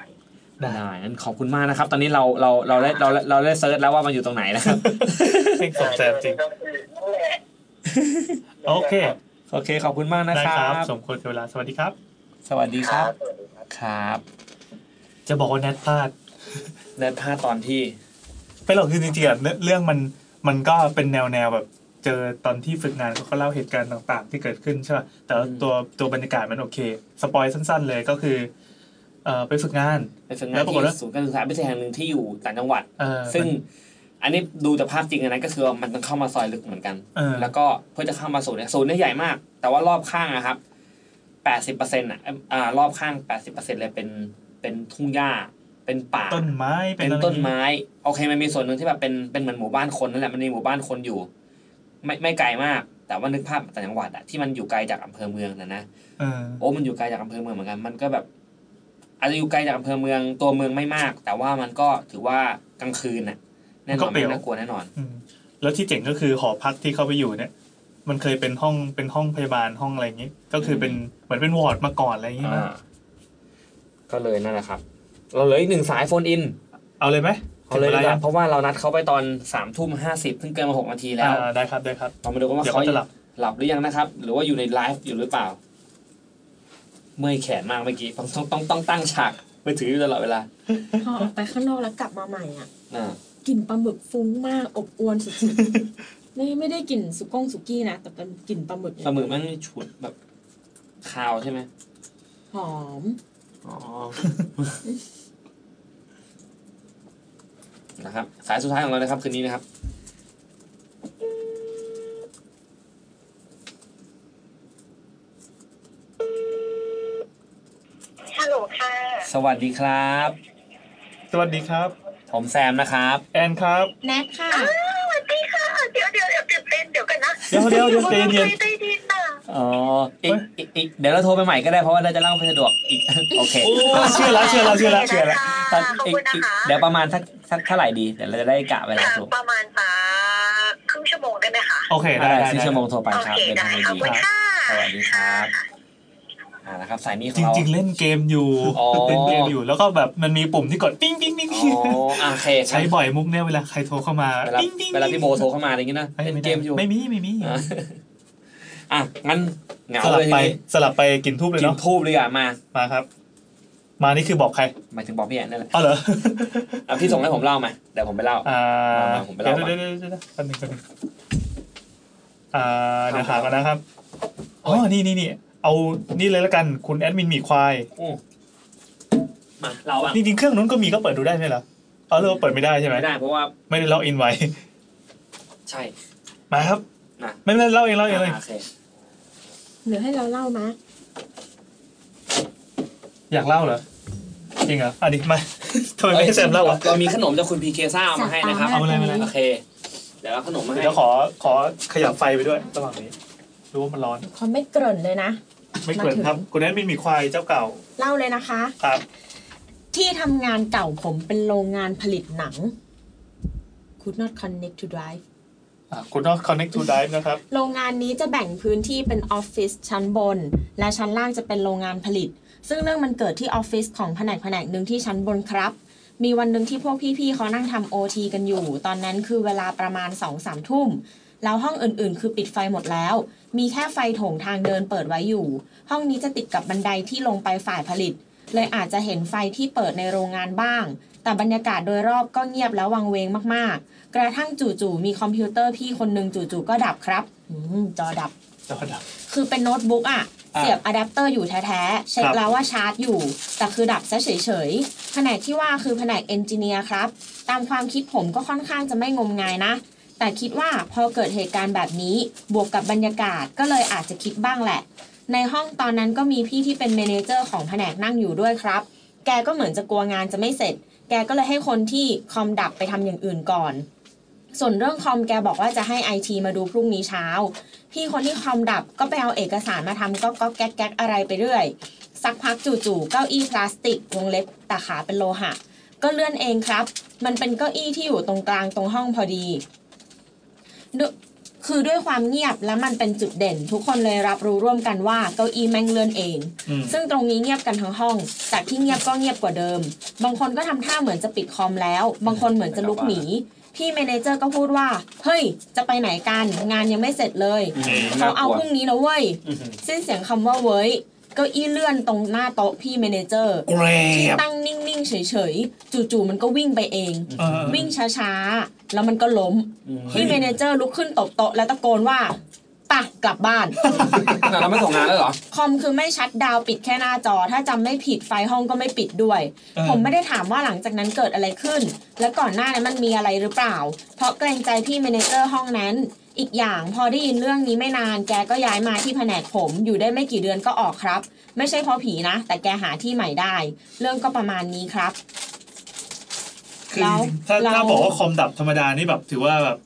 ได้ ได้งั้นขอบคุณมากนะครับ ตอนนี้เราเราเราได้เราเราได้เซิร์ชแล้วว่ามันอยู่ตรงไหนนะครับ เซ็งสมแซมจริง ก็คือนั่นแหละ โอเค โอเค ขอบคุณมากนะ ได้ ครั ครับ บ สมควรกับเวลาสวัสดีครับ สวัสดีครับ ครับ จะบอกว่าแนทพลาด เดินพาตอนที่ ไม่หรอกคือจริงๆอะเรื่องมันมันก็เป็นแนวแนวแบบ เจอตอนที่ฝึกงานเขาก็เล่าเหตุการณ์ต่างๆ ที่เกิดขึ้นใช่ป่ะแต่ว่า อืม ตัวตัวบรรยากาศมันโอเค สปอยสั้น ๆ เลยก็คือเอ่อไปฝึกงาน ไปฝึก แล้ งาวนปรา ที่ กฏว่า ศูนย์การศึกษาพิเศษแห่งหนึ่งที่อยู่ต่างจังหวัด เอ่อ ซึ่งอันนี้ดูจากภาพจริงอะนะก็คือว่ามันต้องเข้ามาซอยลึกเหมือนกัน เออ แล้วก็เพื่อจะเข้ามาศูนย์เนี่ยศูนย์เนี่ยใหญ่มาก แต่ว่ารอบข้างนะครับแปดสิบเปอร์เซ็นต์อ่ะเอิ่มอ่ารอบข้างแปดสิบเปอร์เซ็นต์เลยเป็นเป็นทุ่งหญ้าเป็นป่า ต้นไม้เป็ เป็น น อะไร ต้นไม้โอเคมันมีส่วนหนึ่งที่แบบเป็นเป็นเหมือนหมู่บ้านคนนั่นแหละมันมีหมู่บ้านคนอยู่ ไม่ไม่ไกลมาก แต่ว่านึกภาพต่างจังหวัดอะที่มันอยู่ไกลจากอำเภอเมืองนะนะ เออ โอ้มันอยู่ไกลจากอำเภอเมืองเหมือนกันมันก็แบบ อาจจะอยู่ไกลจากอำเภอเมืองตัวเมืองไม่มาก แต่ว่ามันก็ถือว่ากลางคืนน่ะแน่นอนไม่น่ากลัวแน่นอน อืมแล้วที่เจ๋งก็คือหอพักที่เขาไปอยู่เนี่ย มันเคยเป็นห้องเป็นห้องพยาบาลห้องอะไรอย่างงี้ ก็คือเป็นเหมือนเป็นวอร์ดมาก่อนอะไรอย่างงี้นะ อ่าก็เลยนั่นแหละครับ เราเหลืออีกหนึ่งสายโฟนอิน เอาเลยไหม เอาเลย ถึ ดี ง ก ว ว่าเพราะว่าเรานัดเขาไปตอนสามทุ่มห้าสิบเพิ่งเกินมาหกนาทีแล้ว อ่าได้ครับได้ครับ เรามาดูกันว่า เดี๋ยว เขา เขาจะหลับ หลับหรือยังนะครับ หรือว่าอยู่ในไลฟ์อยู่หรือเปล่า เมื่อยแขนมากเมื่อกี้ต้องต้องต้องต้องตั้งฉากไปถืออยู่ตลอดเวลา พอออกไปข้างนอกแล้วกลับมาใหม่อ่ะ อ่าก ลิ่นปลาหมึกฟุ้งมากอบอวนสุดๆ ไม่ไม่ได้กลิ่นสุก้งสุกี้นะแต่เป็นกลิ่นปลาหมึก ปลาหมึกมันฉุดแบบคาวใช่ไหม หอม อ๋อ นะครับสายสุดท้ายของเรานะครับคืนนี้นะครับ ฮัลโหลค่ะ สวัสดีครับ สวัสดีครับ ผมแซมนะครับ แอนครับ แนทค่ะ สวัสดีค่ะ เดี๋ยวเดี๋ยวเดี๋ยวตื่นเต้นเดี๋ยวกันนะ เดี๋ยวเดี๋ยวเดี๋ยวใจเย็น ใต้ดินน่ะ อ๋ออีกอีกอีกเดี๋ยวเราโทรไปใหม่ก็ได้เพราะว่าเราจะเล่าไม่สะดวกอีก โอเค โอ้เชื่อละเชื่อละเชื่อละเชื่อละ ตอน ขอบ อีก คุณนะ อีก คะ เดี๋ยวประมาณสักสักเท่าไหร่ดี เดี๋ยวเราจะได้กะเวลา ค่ะ ถูก ประมาณสักครึ่งชั่วโมงได้ไหมคะ โอเคได้ ได้ ได้ สี่ ได้ ชั่วโมงโทรไป โอ ครับ เค เดิน ได้ ทาง ขอบ ดี คุณ ๆครับสค่ะวัสดีครับ อ่านะครับสายนี้ขอ จ งเรา ริง ๆ เล่นเกมอยู่ อ๋อ เล่นเกมอยู่ แล้วก็แบบมันมีปุ่มที่กดปิ้งปิ้งปิ้ง อ๋ ปิ้ง ออ่ะโอเค ใช้บ่อยมุกเนี่ยเวลาใครโทรเข้ามา เวลา ปิ้งปิ้ง เวลาพี่โบโทรเข้ามาอะไรอย่างงี้นะ ฮ้ย เป็น ไได้ เกมอยู่ ไม่มีไม่มี อ่ะอ่ะงั้นเหงา สลั เล บ ย ไป ทีนี้ สลับไปกินทูบเลย กิน เนาะ ทูบเลยอ่ะมา มาครับ มานี่คือบอกใคร หมายถึงบอกพี่แอนนั่นแหละ เอาเหรอ อ่ะพี่ส่งให้ผมเล่ามาเดี๋ยวผมไปเล่า อ่า มาผมไปเล่าก่อน เดี๋ยวเดี๋ยวเดี๋ยวเดี๋ยวแป๊บนึงแป๊บนึงอ่าเดี๋ยวหากันนะครับอ๋อนี่นี่นี่เอานี่เลยละกันคุณแอดมินหมีควาย มาเราอ่ะ จริงๆเครื่องนู้นก็มีก็เปิดดูได้ไหมล่ะเอาเราเปิดไม่ได้ใช่ไหม ไม่ได้เพราะว่า ไม่ได้ล็อกอินไว้ ใช่ มาครับ มา ไม่ไม่เล่าเองเล่าเองเลย อ่ะโอเค หรือให้เราเล่ามา อยากเล่าเหรอ จริงเหรออ่ะ *laughs* ดิมา ทำไมไม่ให้แซมเล่าวะ เรามีขนมจากคุณพีเคซ่ามาให้นะครับ เอามาเลยเอามาเลย โอเคเดี๋ยวเอาขนมมาให้ เดี๋ยวขอขอขยับไฟไปด้วยระหว่างนี้รู้ว่ามันร้อน เขาไม่เกริ่นเลยนะ ไม่เกินครับ คุณแอนมินหมีควายเจ้าเก่า เล่าเลยนะคะ ครับ ที่ทำงานเก่าผมเป็นโรงงานผลิตหนัง Could not connect to drive คุณต้อง connect to drive นะครับ โรงงานนี้จะแบ่งพื้นที่เป็นออฟฟิศชั้นบน และชั้นล่างจะเป็นโรงงานผลิต ซึ่งเรื่องมันเกิดที่ออฟฟิศของแผนกแผนกหนึ่งที่ชั้นบนครับ มีวันหนึ่งที่พวกพี่ๆเขานั่งทำโอทีกันอยู่ ตอนนั้นคือเวลาประมาณ2องสามทุ่ม แล้วห้องอื่นๆ คือปิดไฟหมดแล้ว มีแค่ไฟโถงทางเดินเปิดไว้อยู่ ห้องนี้จะติดกับบันไดที่ลงไปฝ่ายผลิต เลยอาจจะเห็นไฟที่เปิดในโรงงานบ้าง แต่บรรยากาศโดยรอบก็เงียบแล้ววังเวงมากๆ กระทั่งจู่ๆมีคอมพิวเตอร์พี่คนหนึ่งจู่ๆก็ดับครับอืมจอดับ จอดับ คือเป็นโน้ตบุ๊กอะ อ่า เสียบอะแดปเตอร์อยู่แท้ๆ เช็ค ครับ แล้วว่าชาร์จอยู่ แต่คือดับซะเฉยๆ แผนกที่ว่าคือแผนกเอนจิเนียร์ครับ ตามความคิดผมก็ค่อนข้างจะไม่งมงายนะ แต่คิดว่าพอเกิดเหตุการณ์แบบนี้บวกกับบรรยากาศก็เลยอาจจะคิดบ้างแหละ ในห้องตอนนั้นก็มีพี่ที่เป็นเมเนเจอร์ของแผนกนั่งอยู่ด้วยครับ แกก็เหมือนจะกลัวงานจะไม่เสร็จ แกก็เลยให้คนที่คอมดับไปทำอย่างอื่นก่อน ส่วนเรื่องคอมแกบอกว่าจะให้ไอทีมาดูพรุ่งนี้เช้า พี่คนที่คอมดับก็ไปเอาเอกสารมาทำก็ก็แก๊กแก๊กอะไรไปเรื่อย สักพักจู่ๆเก้าอี้พลาสติกวงเล็บแต่ขาเป็นโลหะ ก็เลื่อนเองครับ มันเป็นเก้าอี้ที่อยู่ตรงกลางตรงห้องพอดีด้วยคือด้วยความเงียบและมันเป็นจุดเด่น ทุกคนเลยรับรู้ร่วมกันว่าเก้าอี้แม่งเลื่อนเอง อืม ซึ่งตรงนี้เงียบกันทั้งห้องจากที่เงียบก็เงียบกว่าเดิม บางคนก็ทำท่าเหมือนจะปิดคอมแล้ว บางคนเหมือนจะลุกหนี พี่เมเนเจอร์ก็พูดว่า เฮ้ย จะไปไหนกัน งานยังไม่เสร็จเลย เขาเอาพรุ่งนี้นะเว้ย สิ้นเสียงคำว่าเว้ย เก็อี้เลื่อนตรงหน้าโต๊ะพี่เมเนเจอร์ที่ตั้งนิ่งๆ เฉยๆ จู่ๆ มันก็วิ่งไปเอง เออ วิ่งช้าๆ แล้วมันก็ล้ม เฮ้ย พี่เมเนเจอร์ลุกขึ้นตบโต๊ะแล้วตะโกนว่าปะกลับบ้าน น่ะเราไม่ส่งงานแล้วเหรอ คอมคือไม่ชัดดาวน์ปิดแค่หน้าจอ ถ้าจำไม่ผิดไฟห้องก็ไม่ปิดด้วย เออ ผมไม่ได้ถามว่าหลังจากนั้นเกิดอะไรขึ้น และก่อนหน้านั้นมันมีอะไรหรือเปล่า เพราะเกรงใจพี่เมเนเจอร์ห้องนั้น อีกอย่างพอได้ยินเรื่องนี้ไม่นาน แกก็ย้ายมาที่แผนกผมอยู่ได้ไม่กี่เดือนก็ออกครับ ไม่ใช่เพราะผีนะ แต่แกหาที่ใหม่ได้ เรื่องก็ประมาณนี้ครับ คือ เรา ถ้า เรา ถ้าบอกว่าคอมดับธรรมดานี่แบบถือว่าแบบ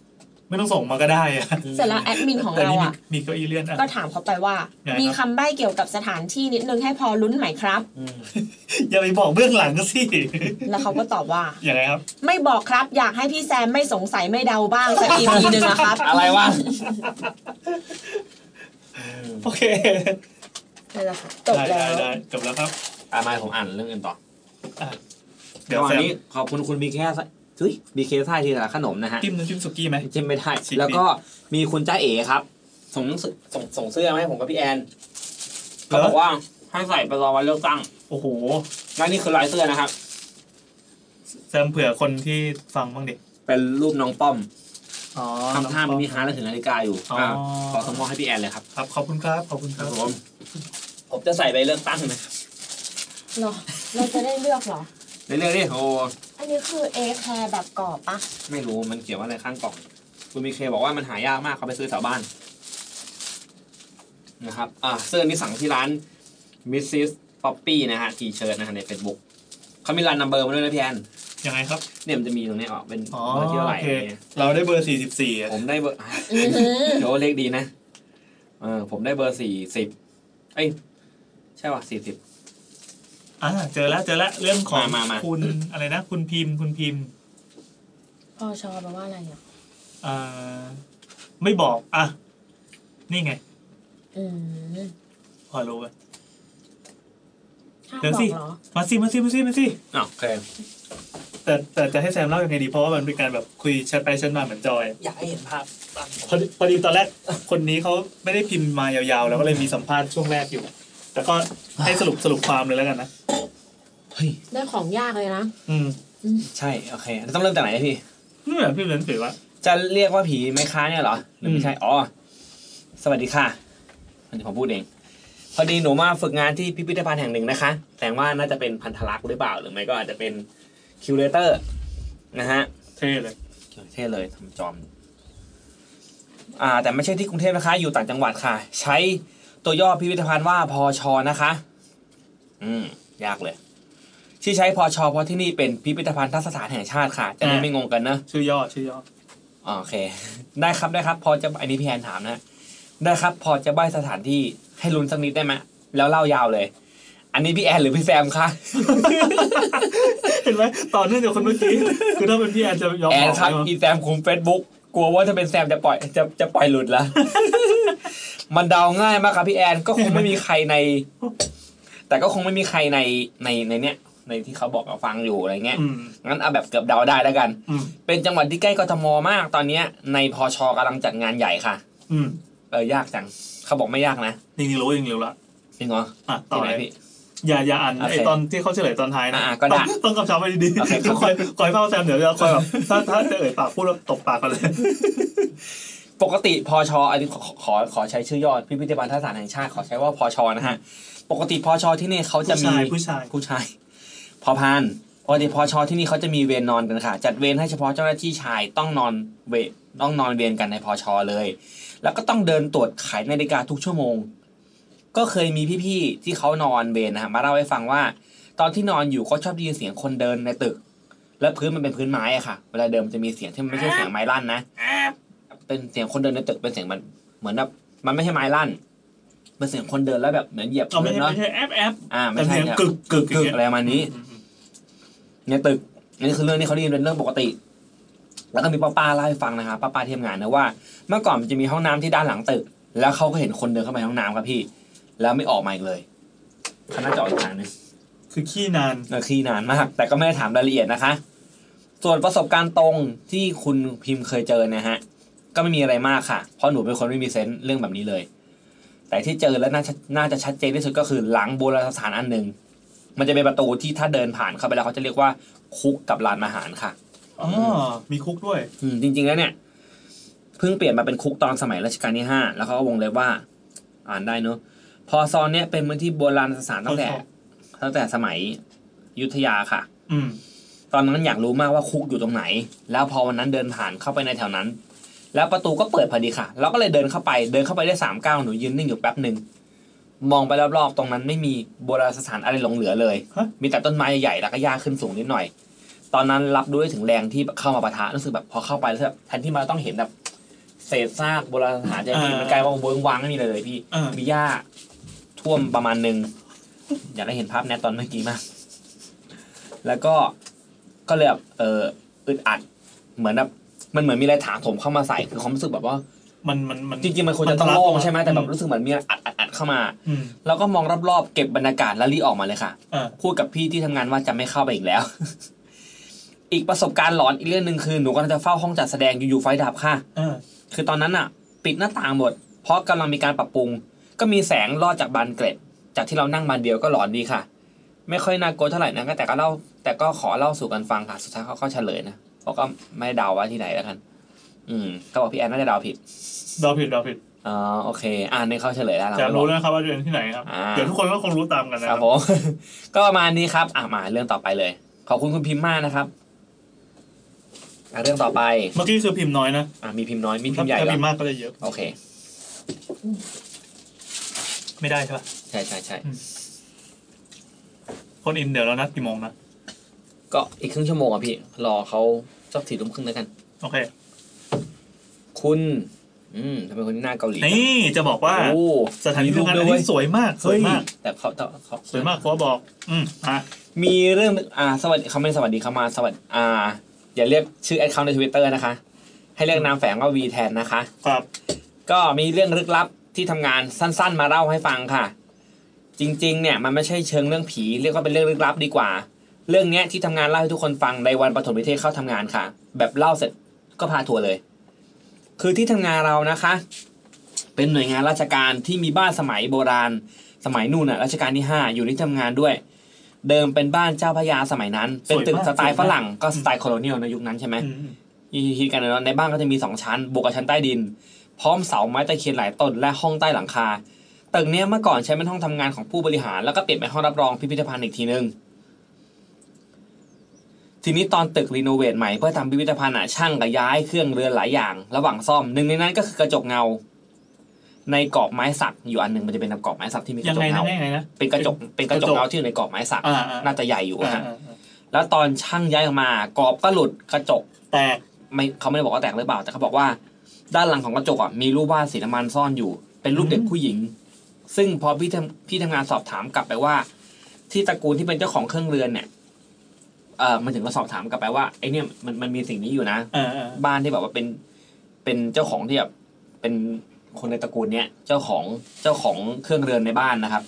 ไม่ต้องส่งมาก็ได้อะ เสร็จแล้วแอดมินของ แต่ เรา นี่มี อ่ะ มีเก้าอี้เลื่อนอ่ะ ก็ถามเขาไปว่า ไงครับ มีคำใบ้เกี่ยวกับสถานที่นิดนึงให้พอลุ้นไหมครับ อย่าไปบอกเบื้องหลังสิ *laughs* แล้วเขาก็ตอบว่า อย่างไรครับ ไม่บอกครับ อยากให้พี่แซมไม่สงสัยไม่เดาบ้างสักอีพีหนึ่งนะครับ อะไรวะ โอเค นั่นแหละค่ะจบแล้ ได้ ว ได้ได้จบแล้วครับ อ่ะมาผมอ่านเรื่องอื่นต่อ เดี๋ยว ระห แซ ว่าง ม นี้ขอบคุณคุณบีเคซ่าเฮ้ยบีเคซ่าทีละขนมนะฮะ จิ้มน้ำจิ้มสุกี้ไหม จิ้มไม่ได้ ชิปนี้ แล้วก็มีคุณจ้าเอ๋ครับ ส่งหนังสือส่งส่งเสื้อมาให้ผมกับพี่แอนเขาบอกว่าให้ใส่ไปรอวันเลือกตั้ง โอ้โห และนี่คือลายเสื้อนะครับ แซมเผื่อคนที่ฟังบ้างดิ เป็นรูปน้องป้อม อ๋อ ทำท่ามีฮาร์ดถึงนาฬิกาอยู่ อ๋อ อ่ะขอสมมอบให้พี่แอนเลยครับ ครับขอบคุณครับขอบคุณครับ ผมผมจะใส่ไปเลือกตั้งไหม เหรอ เราจะได้เลือกเหรอ เรื่อยๆดิโอ้ อันนี้คือเอแคร์แบบกรอบปะ ไม่รู้มันเกี่ยวว่าอะไรข้างกล่อง คุณมีเคบอกว่ามันหายากมากเขาไปซื้อแถวบ้านนะครับอ่ะเสื้อนี้สั่งที่ร้าน Mrs. Poppy นะฮะทีเชิร์ตนะฮะใน Facebook เขามีร้านนัมเบอร์มาด้วยนะพี่แอน ยังไงครับ เนี่ยมันจะมีตรงเนี้ยออกเป็นเบ อ๋อ อร์ที่เท่าไหร่ โอ อะ เค ไรเงี้ย เราได้เบอร์ 44อ่ะ ผมได้เบอร์อ่ะ *laughs* อื้อหือ เดี๋ยวเลขดีนะเออผมได้เบอร์สี่สิบเอ้ยใช่ป่ะสี่สิบ อ่าเจอแล้วเจอแล้วเรื่องของ มามามา คุณอะไรนะ คุณพิมพ์คุณพิมพ์ พอชอแปลว่าอะไรอ่ะ อ่าไม่บอกอ่ะนี่ไง อืม พอรู้ไหม เดี๋ยวสิ บอกเหรอ มาสิมาสิมาสิมาสิ อ้าวโอเค แต่แต่จะให้แซมเล่ายังไงดีเพราะว่ามันเป็นการแบบคุยแชทไปแชทมาเหมือนจอย อยากให้เห็นภาพบ้าง พอดีพอดีตอนแรกคนนี้เขาไม่ได้พิมพ์มายาวๆ แล้วก็เลยมีสัมภาษณ์ช่วงแรกอยู่ แต่ก็ให้สรุปสรุปความเลยแล้วกันนะ ได้ของยากเลยนะ อืม ใช่โอเคแล้วต้องเริ่มจากไหนนะพี่ นี่แหละพี่เหรียญถือว่า จะเรียกว่าผีไหมค้าเนี่ยเหรอหรือ อื ไม่ ม ใช่อ๋อสวัสดีค่ะอันนี้ผมพูดเอง พอดีหนูมาฝึกงานที่พิพิธภัณฑ์แห่งหนึ่งนะคะ แต่ว่าน่าจะเป็นพันธลักษณ์หรือเปล่าหรือไม่ก็อาจจะเป็นคิวเลเตอร์นะฮะ เท่เลย เท่เลยทำจอม อ่า แต่ไม่ใช่ที่กรุงเทพนะคะ อยู่ต่างจังหวัดค่ะ ใช้ตัวย่อพิพิธภัณฑ์ว่าพอชอนะคะ อืม ยากเลย ที่ใช้พอชอเพราะที่นี่เป็นพิพิธภัณฑสถานแห่งชาติค่ะ จะได้ไม่งงกันนะ ชื่อย่อชื่ *laughs* อย่อ อ๋อโอเค ได้ครับได้ครับ พอจะอันนี้พี่แอนถามนะ ได้ครับ พอจะใบสถานที่ให้ลุ้นสักนิดได้ไหมแล้วเล่ายาวเลย อันนี้พี่แอนหรือพี่แซมคะ เห็นไหมต่อเนื่องจากคนเมื่อกี้คือถ้าเป็นพี่แอนจะยอม แอน บอก ครับ ไหมวะ อีแซมคุมเฟซบุ๊กกลัวว่าถ้าเป็นแซมจะปล่อยจะจะปล่อย *laughs* หลุดละ มันเดาง่ายมากครับพี่แอนก็คงไม่มีใครใน แต่ก็คงไม่มีใครในในในเนี้ยในที่เขาบอกเราฟังอยู่อะไรเงี้ย อืม งั้นเอาแบบเกือบเดาได้แล้วกัน อืม เป็นจังหวัดที่ใกล้กทมมากตอนเนี้ย ในพอชกำลังจัดงานใหญ่ค่ะ อืม เออยากจัง เขาบอกไม่ยากนะ จริงๆรู้จริงๆรู้ละ จริงเหรอ อ่ะต่ ที่ อ ไหน เลย พี่ อย่าอย่าอ่าน โอเค ไอตอนที่เขาเฉลยตอนท้ายนะ อ่าก็ได้ ต้องต้องกำชับไว้ดี โอเคครับ ๆคอยคอยเฝ้าแซมเดี๋ยวจะคอยแบบถ้าถ้าจะเอ่ยปากพูดแล้วตบปากกันเลย ปกติพอชอันนี้ขอขอขอใช้ชื่อยอดพิพิธภัณฑ์ทสถานแห่งชาติขอใช้ว่าพอชนะฮะ ปกติพอชที่นี่เขาจะ ผู้ มี ชายผู้ชาย ผู้ชาย *laughs* พอพานปกติพอชที่นี่เขาจะมีเวรนอนกันค่ะ จัดเวรให้เฉพาะเจ้าหน้าที่ชายต้องนอนเวรต้องนอนเวรกันในพอชเลย แล้วก็ต้องเดินตรวจขายนาฬิกาทุกชั่วโมง ก็เคยมีพี่ๆที่เขานอนเวรนะฮะมาเล่าให้ฟังว่า ตอนที่นอนอยู่ก็ชอบได้ยินเสียงคนเดินในตึก และพื้นมันเป็นพื้นไม้อะค่ะ เวลาเดินมันจะมีเสียงที่มันไม่ใช่เสียงไม้ลั่นนะ เป็นเสียงคนเดินในตึกเป็นเสียงมันเหมือนแบบมันไม่ใช่ไม้ลั่นเป็นเสียงคนเดินแล้วแบบเหมือนเหยียบ เอาไม่ พื้ใช่นเนาะ ไม่ใช่แอปแอป อ่าไม่ แต่ ใช่ เสียง ครับ กึกกึก กึกอะไรประมาณนี้ ในตึกอันนี้คือเรื่องที่เขาได้ยินเป็นเรื่องปกติ แล้วก็มีป้าป้าเล่าให้ฟังนะครับป้าป้าที่ทำงานนะว่า เมื่อก่อนมันจะมีห้องน้ำที่ด้านหลังตึก แล้วเขาก็เห็นคนเดินเข้าไปในห้องน้ำครับพี่ แล้วไม่ออกมาอีกเลยคณะจะออกอีกทางหนึง คือขี้นาน นาทีนานมาก แต่ก็ไม่ได้ถามรายละเอียดนะคะ ส่วนประสบการณ์ตรงที่คุณพิมพ์เคยเจอนะฮะ ก็ไม่มีอะไรมากค่ะ เพราะหนูเป็นคนไม่มีเซนส์เรื่องแบบนี้เลย แต่ที่เจอและน่าจะน่าจะชัดเจนที่สุดก็คือหลังโบราณสถานอันหนึ่ง มันจะเป็นประตูที่ถ้าเดินผ่านเข้าไปแล้วเขาจะเรียกว่าคุกกับลานอาหารค่ะ อ๋อ มีคุกด้วย อืมจริงๆแล้วเนี่ยเพิ่งเปลี่ยนมาเป็นคุกตอนสมัยรัชกาลที่ห้าแล้วเขาก็วงเล็บว่า อ่านได้เนอะพอซอนเนี่ยเป็นพื้นที่โบราณสถานตั้งแต่ พอซ ตั้งแต่สมัยอยุธยาค่ะ อืม ตอนนั้นอยากรู้มากว่าคุกอยู่ตรงไหน แล้วพอวันนั้นเดินผ่านเข้าไปในแถวนั้น แล้วประตูก็เปิดพอดีค่ะ เราก็เลยเดินเข้าไป เดินเข้าไปได้สามก้าวหนูยืนนิ่งอยู่แป๊บหนึ่ง มองไปรอบๆ ตรงนั้นไม่มีโบราณสถานอะไรหลงเหลือเลย ฮะ มีแต่ต้นไม้ใหญ่ๆ แล้วก็หญ้าขึ้นสูงนิดหน่อย ตอนนั้นรับด้วยถึงแรงที่เข้ามาปะทะ รู้สึกแบบพอเข้าไปแล้วแบบแทนที่มันต้องเห็นแบบเศษซากโบราณสถานจะมีมันกลายว่าเวิ้งวางไม่มีเลยเลยพี่ เออ มีหญ้าท่วมประมาณหนึ่งอยากได้เห็นภาพแนตตอนเมื่อกี้มาก แล้วก็ก็เลยแบบเอออึดอัด เหมือนแบบมันเหมือนมีอะไรถาโถมเข้ามาใส่คือความรู้สึกแบบว่า มันมันมัน จริงๆมันควรจะต้องโล่งใช่ไหมแต่แบ อื บ ม รู้สึกเหมือนมีอะไรอัดอัดอัดเข้ามา อืม แล้วก็มองรอบๆเก็บบรรยากาศแล้วรีบออกมาเลยค่ะ อ่า พูดกับพี่ที่ทำงานว่าจะไม่เข้าไปอีกแล้ว *laughs* อีกประสบการณ์หลอนอีกเรื่องหนึ่งคือหนูกำลังจะเฝ้าห้องจัดแสดงอยู่ๆไฟดับค่ะ อ่า คือตอนนั้นอ่ะ ปิดหน้าต่างหมด เพราะกำลังมีการปรับปรุง ก็มีแสงลอดจากบานเกล็ด จากที่เรานั่งบานเดียวก็หลอนดีค่ะ ไม่ค่อยน่ากลัวเท่าไหร่นะแต่ก็เล่าแต่ก็ขอเล่าสู่กันฟังค่ะ สุดท้ายเขาก็เฉลยนะเขาก็ไม่เดาว่าที่ไหนแล้วกัน อืม ก็บอกพี่แอนน่าจะเดาผิด เดาผิดเดาผิด อ๋อโอเค อ่านในเขาเฉลยแล้วเรา จะ ไม่บอ รู้ ก แล้วนะครับว่าเรียนที่ไหนครับ อ่า เดี๋ยวทุกคนก็คงรู้ตามกันนะ ค ค รั รั บบ ผม *laughs* ก็ประมาณนี้ครับ อ่ะมาเรื่องต่อไปเลย ขอบคุณคุณพิมพ์มากนะครับอ่ะเรื่องต่อไป เมื่อกี้คือพิมพ์น้อยนะ อ่ะมีพิมพ์น้อยมีพิ ถ้าม พ์ใหญ่ ถ้า แล้ พิ ว มพ์มากก็จะเยอะ โอเค ไม่ได้ใช่ป่ะ ใช่ใช่ใช่ คนอินเดี๋ยวเรานัดกี่โมงนะ ก็อีกครึ่งชั่วโมงอ่ะพี่ รอเขาสักสี่ทุ่มครึ่งแล้วกัน โอเค คุณ อืมทำไมคนที่หน้าเกาหลี นี่จะบอกว่า โอ้ สถานที่ทำงานอัน มีรูปด้ว นี้สวยมาก สวยมาก เฮ้แต่เขาแต่เขา สวยมากขอบอก อืมอ่ะ มีเรื่องอ่าสวัสดีเขาไม่สวัสดีเขามาสวัสดีอ่า อย่าเรียกชื่อแอดเคาท์ในทวิตเตอร์นะคะ ให้เรียกนามแฝงว่าวีแทนนะคะ ครับ ก็มีเรื่องลึกลับที่ทำงานสั้น ๆ มาเล่าให้ฟังค่ะ จริงๆเนี่ยมันไม่ใช่เชิงเรื่องผีเรียกว่าเป็นเรื่องลึกลับดีกว่า เรื่องเนี้ยที่ทำงานเล่าให้ทุกคนฟังในวันปฐมนิเทศเข้าทำงานค่ะ แบบเล่าเสร็จก็พาทัวร์เลย คือที่ทำงานเรานะคะ เป็นหน่วยงานราชการที่มีบ้านสมัยโบราณ สมัยนู่นน่ะรัชกาลที่ 5 อยู่ที่ทำงานด้วย เดิมเป็นบ้านเจ้าพระยาสมัยนั้น เป็นตึกสไตล์ฝรั่งก็สไตล์โคโลเนียลในยุคนั้นใช่ไหม ฮิตๆกันนะเนอะในบ้านก็จะมี 2 ชั้น บวกกับชั้นใต้ดิน พร้อมเสาไม้ตะเคียนหลายต้นและห้องใต้หลังคา ตึกเนี้ยเมื่อก่อนใช้เป็นห้องทำงานของผู้บริหาร แล้วก็เปลี่ยนเป็นห้องรับรองพิพิธภัณฑ์อีกทีนึง ทีนี้ตอนตึกรีโนเวทใหม่เพื่อทำพิพิธภัณฑ์อ่ะช่างกับย้ายเครื่องเรือนหลายอย่าง ระหว่างซ่อมหนึ่งในนั้นก็คือกระจกเงา ในกรอบไม้สักอยู่อันหนึ่งมันจะเป็นกรอบไม้สักที่มีก ยั ระ ง จ ไง ก นะ เงา ยังไงนะ เป็นกระจกเป็นกระจกเงาที่อยู่ในกรอบไม้สัก อ่าอ่า น่าจะใหญ่อยู่อะ อ่า ฮะแล้วตอนช่างย้ายออกมากรอบก็หลุดกระจก แตก ไม่เขาไม่ได้บอกว่าแตกหรือเปล่า แต่เขาบอกว่า ด้านหลังของกระจกอ่ะมีรูปวาดสีน้ำมันซ่อนอยู่ เป็นรูปเด็กผู้หญิง ซึ่งพอพี่ทำพี่ทำงานสอบถามกลับไปว่า ที่ตระกูลที่เป็นเจ้าของเครื่องเรือนเนี่ยเออมันถึงก็สอบถามกลับไปว่าไอเนี่ยมันมันมีสิ่งนี้อยู่นะ อ่าอ่า บ้านที่แบบว่าเป็นเป็นเจ้าของที่แบบเป็นคนในตระกูลเนี้ยเจ้าของเจ้าของเครื่องเรือนในบ้านนะครับ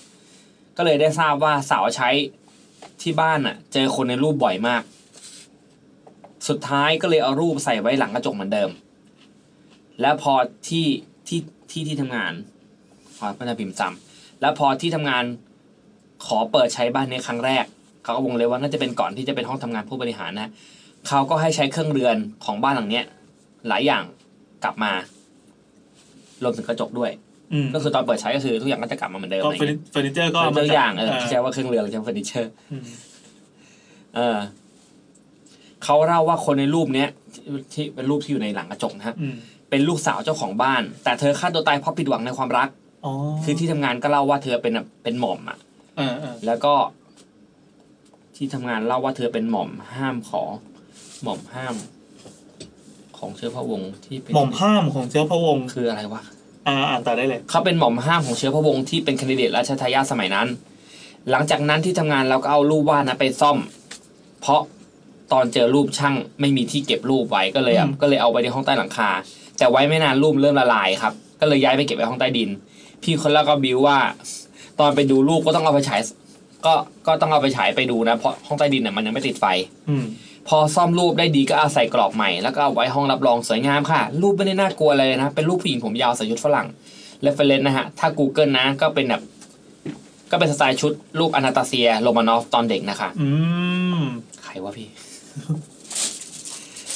ก็เลยได้ทราบว่าสาวใช้ที่บ้านน่ะ เจอคนในรูปบ่อยมาก สุดท้ายก็เลยเอารูปใส่ไว้หลังกระจกเหมือนเดิม แล้วพอที่ที่ที่ที่ทำงานขอพระนาพิมพ์จำแล้วพอที่ทำงานขอเปิดใช้บ้านนี้ครั้งแรกเขาก็วงเลยว่าน่าจะเป็นก่อนที่จะเป็นห้องทำงานผู้บริหารนะ เขาก็ให้ใช้เครื่องเรือนของบ้านหลังเนี้ย หลายอย่างกลับมารวมถึงกระจกด้วย อืม ก็คือตอนเปิดใช้ก็คือทุกอย่างก็จะกลับมาเหมือนเดิม ก็ อะไร เฟอร์นิ เงี้ย เฟอร์นิเจอร์ก็ เฟอร์นิเจอร์อย่างเออ ม ที่ใช้ว่าเครื่องเรือนหรือใช้ว่าเฟอร์นิเจอร์ อืม เออเขาเล่าว่าคนในรูปเนี้ยที่ที่เป็นรูปที่อยู่ในหลังกระจกนะฮะ อืม เป็นลูกสาวเจ้าของบ้าน แต่เธอฆ่าตัวตายเพราะผิดหวังในความรัก อ๋อ คือที่ทำงานก็เล่าว่าเธอเป็นแบบเป็นหม่อมอ่ะ อ่าอ่า แล้วก็ที่ทำงานเล่าว่าเธอเป็นหม่อมห้ามของหม่อมห้าม ของเชื้อพระวงศ์ที่เป็น หม่อมห้ามของเชื้อพระวงศ์ คืออะไรวะ อ่าอ่านต่อได้เลย เขาเป็นหม่อมห้ามของเชื้อพระวงศ์ที่เป็นคนดิเดตราชทายาทสมัยนั้น หลังจากนั้นที่ทำงานเราก็เอารูปวาดนะไปซ่อม เพราะตอนเจอรูปช่างไม่มีที่เก็บรูปไว้ก็เลยอะ อืม ก็เลยเอาไว้ในห้องใต้หลังคา แต่ไว้ไม่นานรูปเริ่มละลายครับ ก็เลยย้ายไปเก็บไว้ห้องใต้ดิน พี่คนแล้วก็บิวว่า ตอนไปดูรูปก็ต้องเอาไปฉาย ก็ก็ต้องเอาไปฉายไปดูนะเพราะห้องใต้ดินเนี่ยมันยังไม่ติดไฟ อืม พอซ่อมรูปได้ดีก็เอาใส่กรอบใหม่แล้วก็เอาไว้ห้องรับรองสวยงามค่ะ รูปไม่ได้น่ากลัวอะไรเลยนะ เป็นรูปผู้หญิงผมยาวใส่ชุดฝรั่งเรฟเฟลนนะฮะ ถ้า Google นะก็เป็นแบบ ก็เป็นสไตล์ชุดรูปอนาตาเซียโรมานอฟตอนเด็กนะคะ อืม ใครวะพี่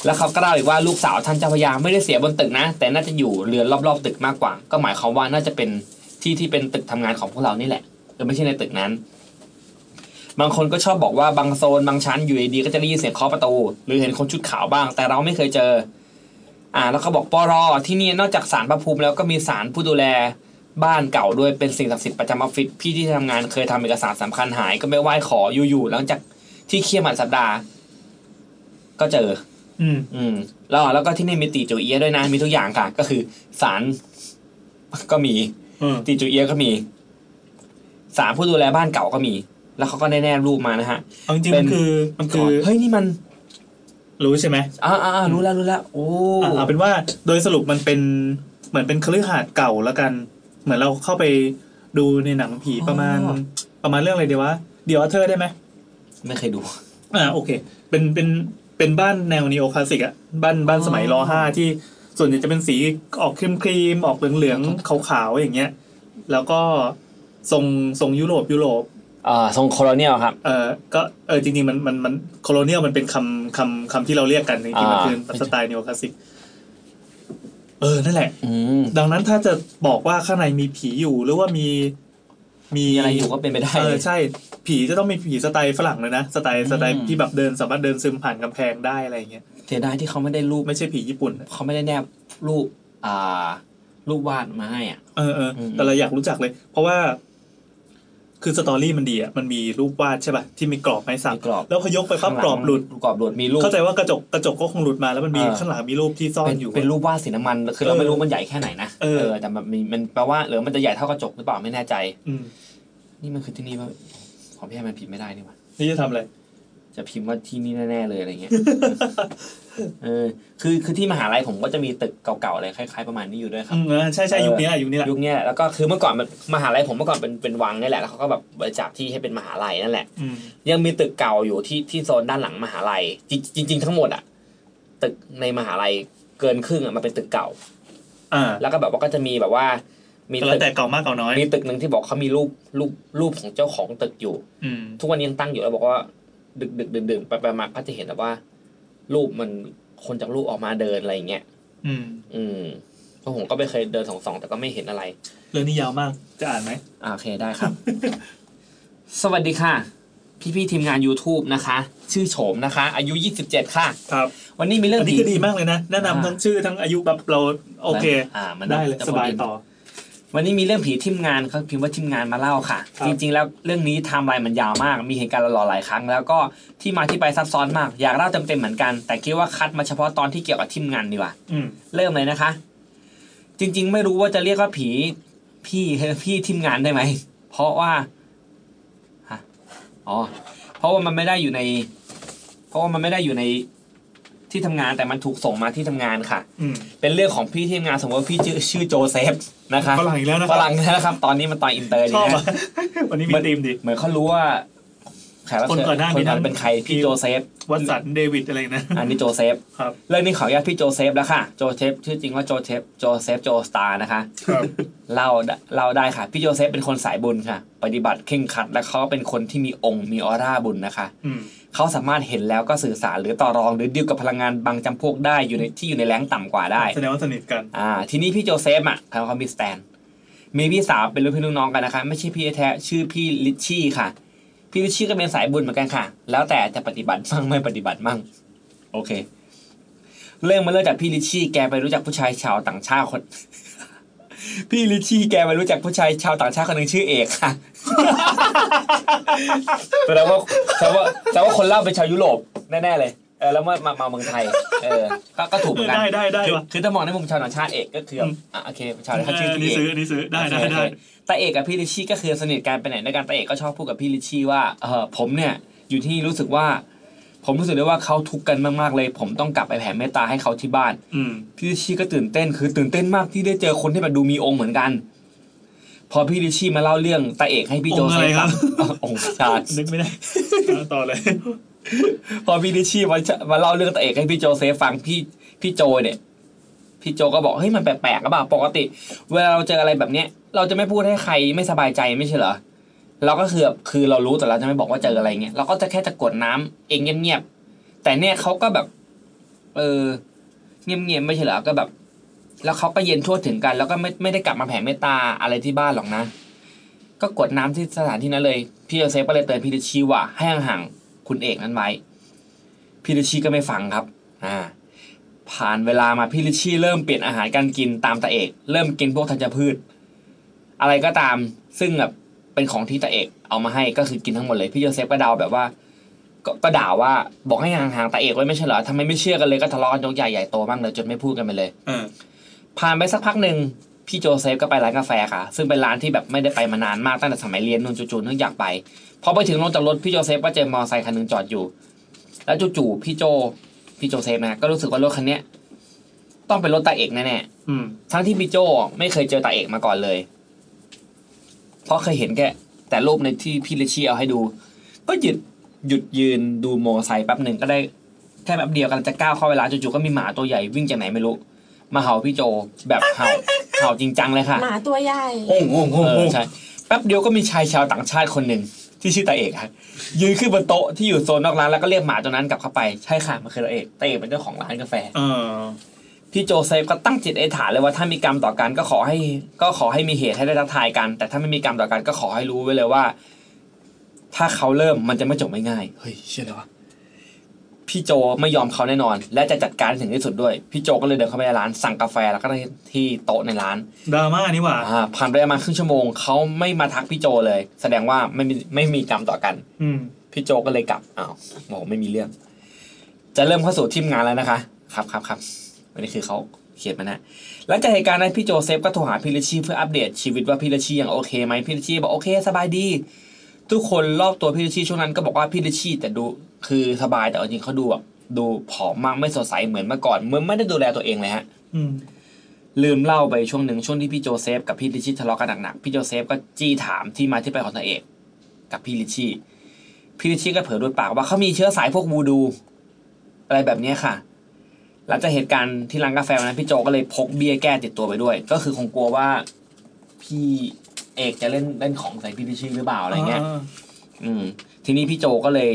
แล้วเขาก็เล่าอีกว่าลูกสาวท่านเจ้าพระยาไม่ได้เสียบนตึกนะ แต่น่าจะอยู่เรือนรอบๆตึกมากกว่า ก็หมายความว่าน่าจะเป็นที่ที่เป็นตึกทำงานของพวกเรานี่แหละหรือไม่ใช่ในตึกนั้น บางคนก็ชอบบอกว่าบางโซนบางชั้นอยู่ดีๆก็จะได้ยินเสียงเคาะประตู หรือเห็นคนชุดขาวบ้าง แต่เราไม่เคยเจอ อ่า แล้วเขาบอกปอรอที่นี่นอกจากศาลพระภูมิแล้วก็มีศาลผู้ดูแล บ้านเก่าด้วยเป็นสิ่งศักดิ์สิทธิ์ประจำออฟฟิศพี่ที่ทำงานเคยทำเอกสารสำคัญหายก็ไม่ไหว้ขออยู่ๆหลังจาก ที่เคลียร์หมันสัปดาห์ ก็เจอ อืม อืม แล้วแล้วก็ที่นี่มีตีจูเอียะด้วยนะ มีทุกอย่างค่ะ ก็คือสารก็มี อืม ตีจูเอียะก็มี สารผู้ดูแลบ้านเก่าก็มี แล้วเขาก็ได้แนบรูปมานะฮะ เอาจริงๆ เป็ มัน น คือมันคือ เฮ้ยนี่มัน รู้ใช่ไหม อ่าอ่าอ่ารู้แล้วรู้แล้ว โอ้ อ่ะเอาเป็นว่าโดยสรุปมันเป็นเหมือนเป็นคฤหาสน์เก่าแล้วกัน เหมือนเราเข้าไปดูในหนังผีประมาณ ประมาณเรื่องอะไรเดียววะเดี๋ยวเธอได้ไหม ไม่เคยดู อ่าโอเค เป็นเป็นเป็นบ้านแนวนีโอคลาสสิกอ่ะบ้านบ้านสมัยรอห้าที่ส่วนใหญ่จะเป็นสีออกครีมครีมๆออกเหลืองๆขาวๆอย่างเงี้ย แล้วก็ทรงทรงยุโรปยุโรป อ่าทรงโคโลเนียลครับ เออก็เออจริงๆมันมันมันโคโลเนียลมันเป็นคำคำคำที่เราเรียกกันจริงๆมัน อ่า คือสไตล์นีโอคลาสสิกเออนั่นแหละ อืม ดังนั้นถ้าจะบอกว่าข้างในมีผีอยู่หรือว่ามีมี มีอะไรอยู่ก็เป็นไปได้ เออใช่ ผีจะต้องมีผีสไตล์ฝรั่งเลยนะสไตล์สไตล์ อืม ที่แบบเดินสามารถเดินซึมผ่านกำแพงได้อะไรอย่างเงี้ย เสียดายที่เขาไม่ได้รูป ไม่ใช่ผีญี่ปุ่นอะ เขาไม่ได้แนบรูป อ่า รูปวาดมาให้อ่ะ เออเออ อืม แต่เราอยากรู้จักเลย เพราะว่า คือสตอรี่มันดีอ่ะมันมีรูปวาดใช่ป่ะที่มีกรอบไม้สัก มีกรอบ แล้วพอยกไปปั๊บ ข้าง กรอบหลุด กรอบหลุดมีรูป เข้าใจว่ากระจกกระจกก็คงหลุดมาแล้วมันมี เออ ข้างหลังมีรูปที่ซ่อน เป็น อยู่ เป็นรูปวาดสีน้ำมันคือเรา เออ ไม่รู้มันใหญ่แค่ไหนนะ เออ แต่มันมีมันแปลว่าหรือมันจะใหญ่เท่ากระจกหรือเปล่าไม่แน่ใจ อืม นี่มันคือที่นี่ว่าของพี่ให้มันผิดไม่ได้นี่หว่า นี่จะทำอะไร จะพิมพ์ว่าที่นี่แน่ๆเลยอะไรเงี้ย เออ คือคือที่มหาลัยผมก็จะมีตึกเก่าๆอะไรคล้ายๆประมาณนี้อยู่ด้วยครับ อืมเออใช่ใช่ยุคนี้แหละยุคนี้แหละ ยุคเนี้ยแล้วก็คือเมื่อก่อนมันมหาลัยผมเมื่อก่อนเป็นเป็นวังนี่แหละแล้วเขาก็แบบบริจาคที่ให้เป็นมหาลัยนั่นแหละ อืม ยังมีตึกเก่าอยู่ที่ที่โซนด้านหลังมหาลัยจริงจริง ๆ ทั้งหมดอ่ะตึกในมหาลัยเกินครึ่งอ่ะมันเป็นตึกเก่า อ่า แล้วก็แบบว่าก็จะมีแบบว่า มี ก็แล้ ตึ ว ก แต่เก่ามากเก่าน้อย มีตึกหนึ่งที่บอกเขามีรูปรูปรูปของเจ้าของตึกอยู่ อืม ทุกวันนี้ยังตั้งอยู่แล้วบอกว่าดึกดึกดื่นดื่นไปไปมาก็จะเห็นแบบว่า รูปมันคนจากรูปออกมาเดินอะไรอย่างเงี้ย อืม อืมเพราะผมก็ไม่เคยเดินสองสองแต่ก็ไม่เห็นอะไร เรื่องนี้ยาวมากจะอ่านไหม อ่าโอเคได้ครับ *laughs* สวัสดีค่ะ พี่พี่ๆทีมงาน YouTube นะคะ ชื่อโฉมนะคะ อายุ 27 ค่ะ ครับ วันนี้มีเรื่อ อั ง นนี้คือดีมากเลยนะแนะนำทั้งชื่อทั้งอายุแบบเราโอเค อ่ามัน ได้เลย จะ สบายต่อ วันนี้มีเรื่องผีทีมงานเขาพิมพ์ว่าทีมงานมาเล่าค่ะ ครับ จริง ๆ แล้วเรื่องนี้ไทม์ไลน์มันยาวมาก มีเหตุการณ์หลอนๆหลายครั้ง แล้วก็ที่มาที่ไปซับซ้อนมาก อยากเล่าเต็มๆเหมือนกัน แต่คิดว่าคัดมาเฉพาะตอนที่เกี่ยวกับทีมงานดีกว่า อืม เริ่มเลยนะคะ จริง ๆ ไม่รู้ว่าจะเรียกว่าผีพี่ พี่ทีมงานได้ไหม เพราะว่าฮะอ๋อ เพราะว่ามันไม่ได้อยู่ใน เพราะว่ามันไม่ได้อยู่ในที่ทำงานแต่มันถูกส่งมาที่ทำงานค่ะ อืม เป็นเรื่องของพี่ทีมงานสมมติว่าพี่ชื่อชื่อโจเซฟนะคะ ฝรั่งอีกแล้วนะค *laughs* ฝ รับ รั่งนะครับ ตอนนี้มันตอนอินเตอร์ดี ชอบอะ นะ วันนี้มี มัน ธีมดี เหมือนเขารู้ว่าแขกรับ คน เชิญ ก่อนหน้า ค นี้ น นะ นั้นเป็นใครพี่โจเซฟ วัตสันเดวิดอะไรนะ อันนี้โจเซฟ ครับ เรื่องนี้ขออนุญาตพี่โจเซฟแล้วค่ะ โจเซฟชื่อจริงว่าโจเซฟ โจเซฟ โจสตาร์นะคะ ครับ เล่าได้เล่าได้ค่ะ พี่โจเซฟเป็นคนสายบุญค่ะ ปฏิบัติเข่งขัดและเขาเป็นคนที่มีองค์มีออร่าบุญนะคะ อืม เขาสามารถเห็นแล้วก็สื่อสารหรือต่อรองหรือดิวกับพลังงานบางจำพวกได้อยู่ในที่อยู่ในแรงต่ำกว่าได้ แสดงว่าสนิทกัน อ่า ทีนี้พี่โจเซฟอ่ะทางเขามีสแตน มีพี่สาวเป็นรุ่นพี่รุ่นน้องกันนะคะ ไม่ใช่พี่แท้ๆชื่อพี่ลิชชี่ค่ะ พี่ลิชชี่ก็เป็นสายบุญเหมือนกันค่ะ แล้วแต่จะปฏิบัติ *laughs* มั่งไม่ปฏิบัติมั่ง โอเค เรื่องมาเริ่มจากพี่ลิชชี่แกไปรู้จักผู้ชายชาวต่างชาติคน *laughs* พี่ลิชชี่แกไปรู้จักผู้ชายชาวต่างชาติคนหนึ่งชื่อเอกค่ะ *laughs* แปลว่าแปลว่าแปลว่าคนเล่าเป็นชาวยุโรปแน่ๆเลย เออแล้วมามามาเมืองไทย เออก็ก็ถูกเหมือนกัน ได้ได้ได้ว่ะ คือถ้ามองในมุมชาวต่างชาติเอกก็คือแบบอ่ะโอเคชาวต่างชาติชื่อ อัน พี่ นี้ เอก ซื้ออันนี้ซื้อได้ได้ โอเค ได้ โอเคตาเอกกับพี่ลิชชี่ก็คือสนิทกันไปไหนด้วยกันตาเอกก็ชอบพูดกับพี่ลิชชี่ว่าเออผมเนี่ยอยู่ที่นี่รู้สึกว่า ผมรู้สึกได้ว่าเขาทุกข์กันมากๆเลย ผมต้องกลับไปแผ่เมตตาให้เขาที่บ้าน อืม พี่ลิชชี่ก็ตื่นเต้นคือตื่นเต้นมากที่ได้เจอคนที่แบบดูมีองค์เหมือนกัน พอพี่ลิชชี่มาเล่าเรื่องตาเอกให้พี่โจ องค์ เซ อะไร ฟ ครั ฟั บ งอง *laughs* ค์ชาติ นึก *laughs* ไม่ได้ เอาต่อเลย พอพี่ลิชชี่มามาเล่าเรื่องตะเอกให้พี่โจเซฟฟังพี่พี่โจเนี่ย พี่โจก็บอกเฮ้ยมันแปลกๆก็บ่าปกติ เวลาเราเจออะไรแบบเนี้ย เราจะไม่พูดให้ใครไม่สบายใจไม่ใช่เหรอเราก็คือแบบคือเรารู้แต่เราจะไม่บอกว่าเจออะไรเงี้ยเราก็จะแค่จะกดน้ำเองเงียบๆแต่เนี่ยเขาก็แบบ เออ เงียบๆไม่ใช่เหรอก็แบบ แล้วเขาก็เย็นทั่วถึงกัน แล้วก็ไม่ไม่ได้กลับมาแผ่เมตตาอะไรที่บ้านหรอกนะ ก็กดน้ำที่สถานที่นั้นเลยพี่โจเซฟก็เลยเตือนพี่ลิชชี่ว่าให้ห่างๆคุณเอกนั้นไว้ พี่ลิชชี่ก็ไม่ฟังครับ อ่า ผ่านเวลามาพี่ลิชชี่เริ่มเปลี่ยนอาหารการกินตามตาเอก เริ่มกินพวกธัญพืช อะไรก็ตาม ซึ่งแบบเป็นของที่ตาเอก เอามาให้ก็คือกินทั้งหมดเลยพี่โยเซฟก็เดาแบบว่า ก็ก็ด่าว่าบอกให้ห่างๆตาเอกไว้ไม่ใช่เหรอทำไมไม่เชื่อกันเลยก็ทะเลาะกันยกใหญ่ใหญ่โตมากเลยจนไม่พูดกันไปเลย อ่า ผ่านไปสักพักหนึ่งพี่โจเซฟก็ไปร้านกาแฟค่ะ ซึ่งเป็นร้านที่แบบไม่ได้ไปมานานมากตั้งแต่สมัยเรียนนู่นจู่ๆนึกอยากไปพอไปถึงลงจากรถพี่โจเซฟก็เจอมอเตอร์ไซค์คันหนึ่งจอดอยู่ แล้วจู่ๆพี่โจพี่โจเซฟนะก็รู้สึกว่ารถคันเนี้ยต้องเป็นรถตาเอกแน่ อืม ๆทั้งที่พี่โจไม่เคยเจอตาเอกมาก่อนเลย เพราะเคยเห็นแค่แต่รูปในที่พี่ลิชชี่เอาให้ดู ก็หยุดหยุดยืนดูมอเตอร์ไซค์แป๊บหนึ่งก็ได้แค่แป๊บเดียวกำลันจะก้าวเข้าเวลานจู่ๆก็มีหมาตัวใหญ่วิ่งจากไหนไม่รู้ มาเห่าพี่โจแบบเห่า เห่าจริงจังเลยค่ะ หมาตัวใหญ่ เออใช่แป๊บเดียวก็มีชายชาวต่างชาติคนหนึ่งที่ชื่อตาเอกครับยืนขึ้นบนโต๊ะที่อยู่โซนนอกร้านแล้วก็เรียกหมาตัวนั้นกลับเข้าไปใช่ค่ะมันคือตาเอกตาเอกเป็นเจ้าของร้านกาแฟ เออ พี่โจเซฟก็ตั้งจิตอธิษฐานเลยว่าถ้ามีกรรมต่อกันก็ขอให้ ก็ขอให้มีเหตุให้ได้ทักทายกัน แต่ถ้าไม่มีกรรมต่อกันก็ขอให้รู้ไว้เลยว่า ถ้าเขาเริ่มมันจะไม่จบไม่ง่ายเฮ้ยเชื่อเลยวะพี่โจไม่ยอมเขาแน่นอน และจะจัดการให้ถึงที่สุดด้วยพี่โจก็เลยเดินเข้าไปในร้านสั่งกาแฟแล้วก็ได้ที่โต๊ะในร้าน ดราม่านี่หว่า อ่าผ่านไปประมาณครึ่งชั่วโมงเขาไม่มาทักพี่โจเลย แสดงว่าไม่มีไม่มีกรรมต่อกัน อืม พี่โจก็เลยกลับอ้าวบอกไม่มีเรื่อง จะเริ่มเข้าสู่ทีมงานแล้วนะคะ ครับครับครับอันนี้คือเขาเขียนมานะหลังจากเหตุการณ์นั้นพี่โจเซฟก็โทรหาพี่ลิชชี่เพื่ออัปเดตชีวิตว่าพี่ลิชชี่ยังโอเคไหมพี่ลิชชี่บอกโอเคสบายดี ทุกคนรอบตัวพี่ลิชชี่ช่วงนั้นก็บอกว่าพี่ลิชชี่แต่ดู คือสบายแต่เอาจริงเขาดูแบบดูผอมมากไม่สดใสเหมือนเมื่อก่อนเหมือนไม่ได้ดูแลตัวเองเลยฮะ อืม ลืมเล่าไปช่วงหนึ่งช่วงที่พี่โจเซฟกับพี่ลิชชี่ทะเลาะกันหนักๆพี่โจเซฟก็จี้ถามที่มาที่ไปของตัวเอกกับพี่ลิชชี่พี่ลิชชี่ก็เผยด้วยปากว่าเขามีเชื้อสายพวกวูดู อะไรแบบเนี้ยค่ะ หลังจากเหตุการณ์ที่ร้านกาแฟวันนั้นพี่โจก็เลยพกเบี้ยแก้ติดตัวไปด้วย ก็คือคงกลัวว่าพี่เอกจะเล่นเล่นของใส่พี่ลิชชี่หรือเปล่าอะไรเงี้ย อืมทีนี้พี่โจก็เลย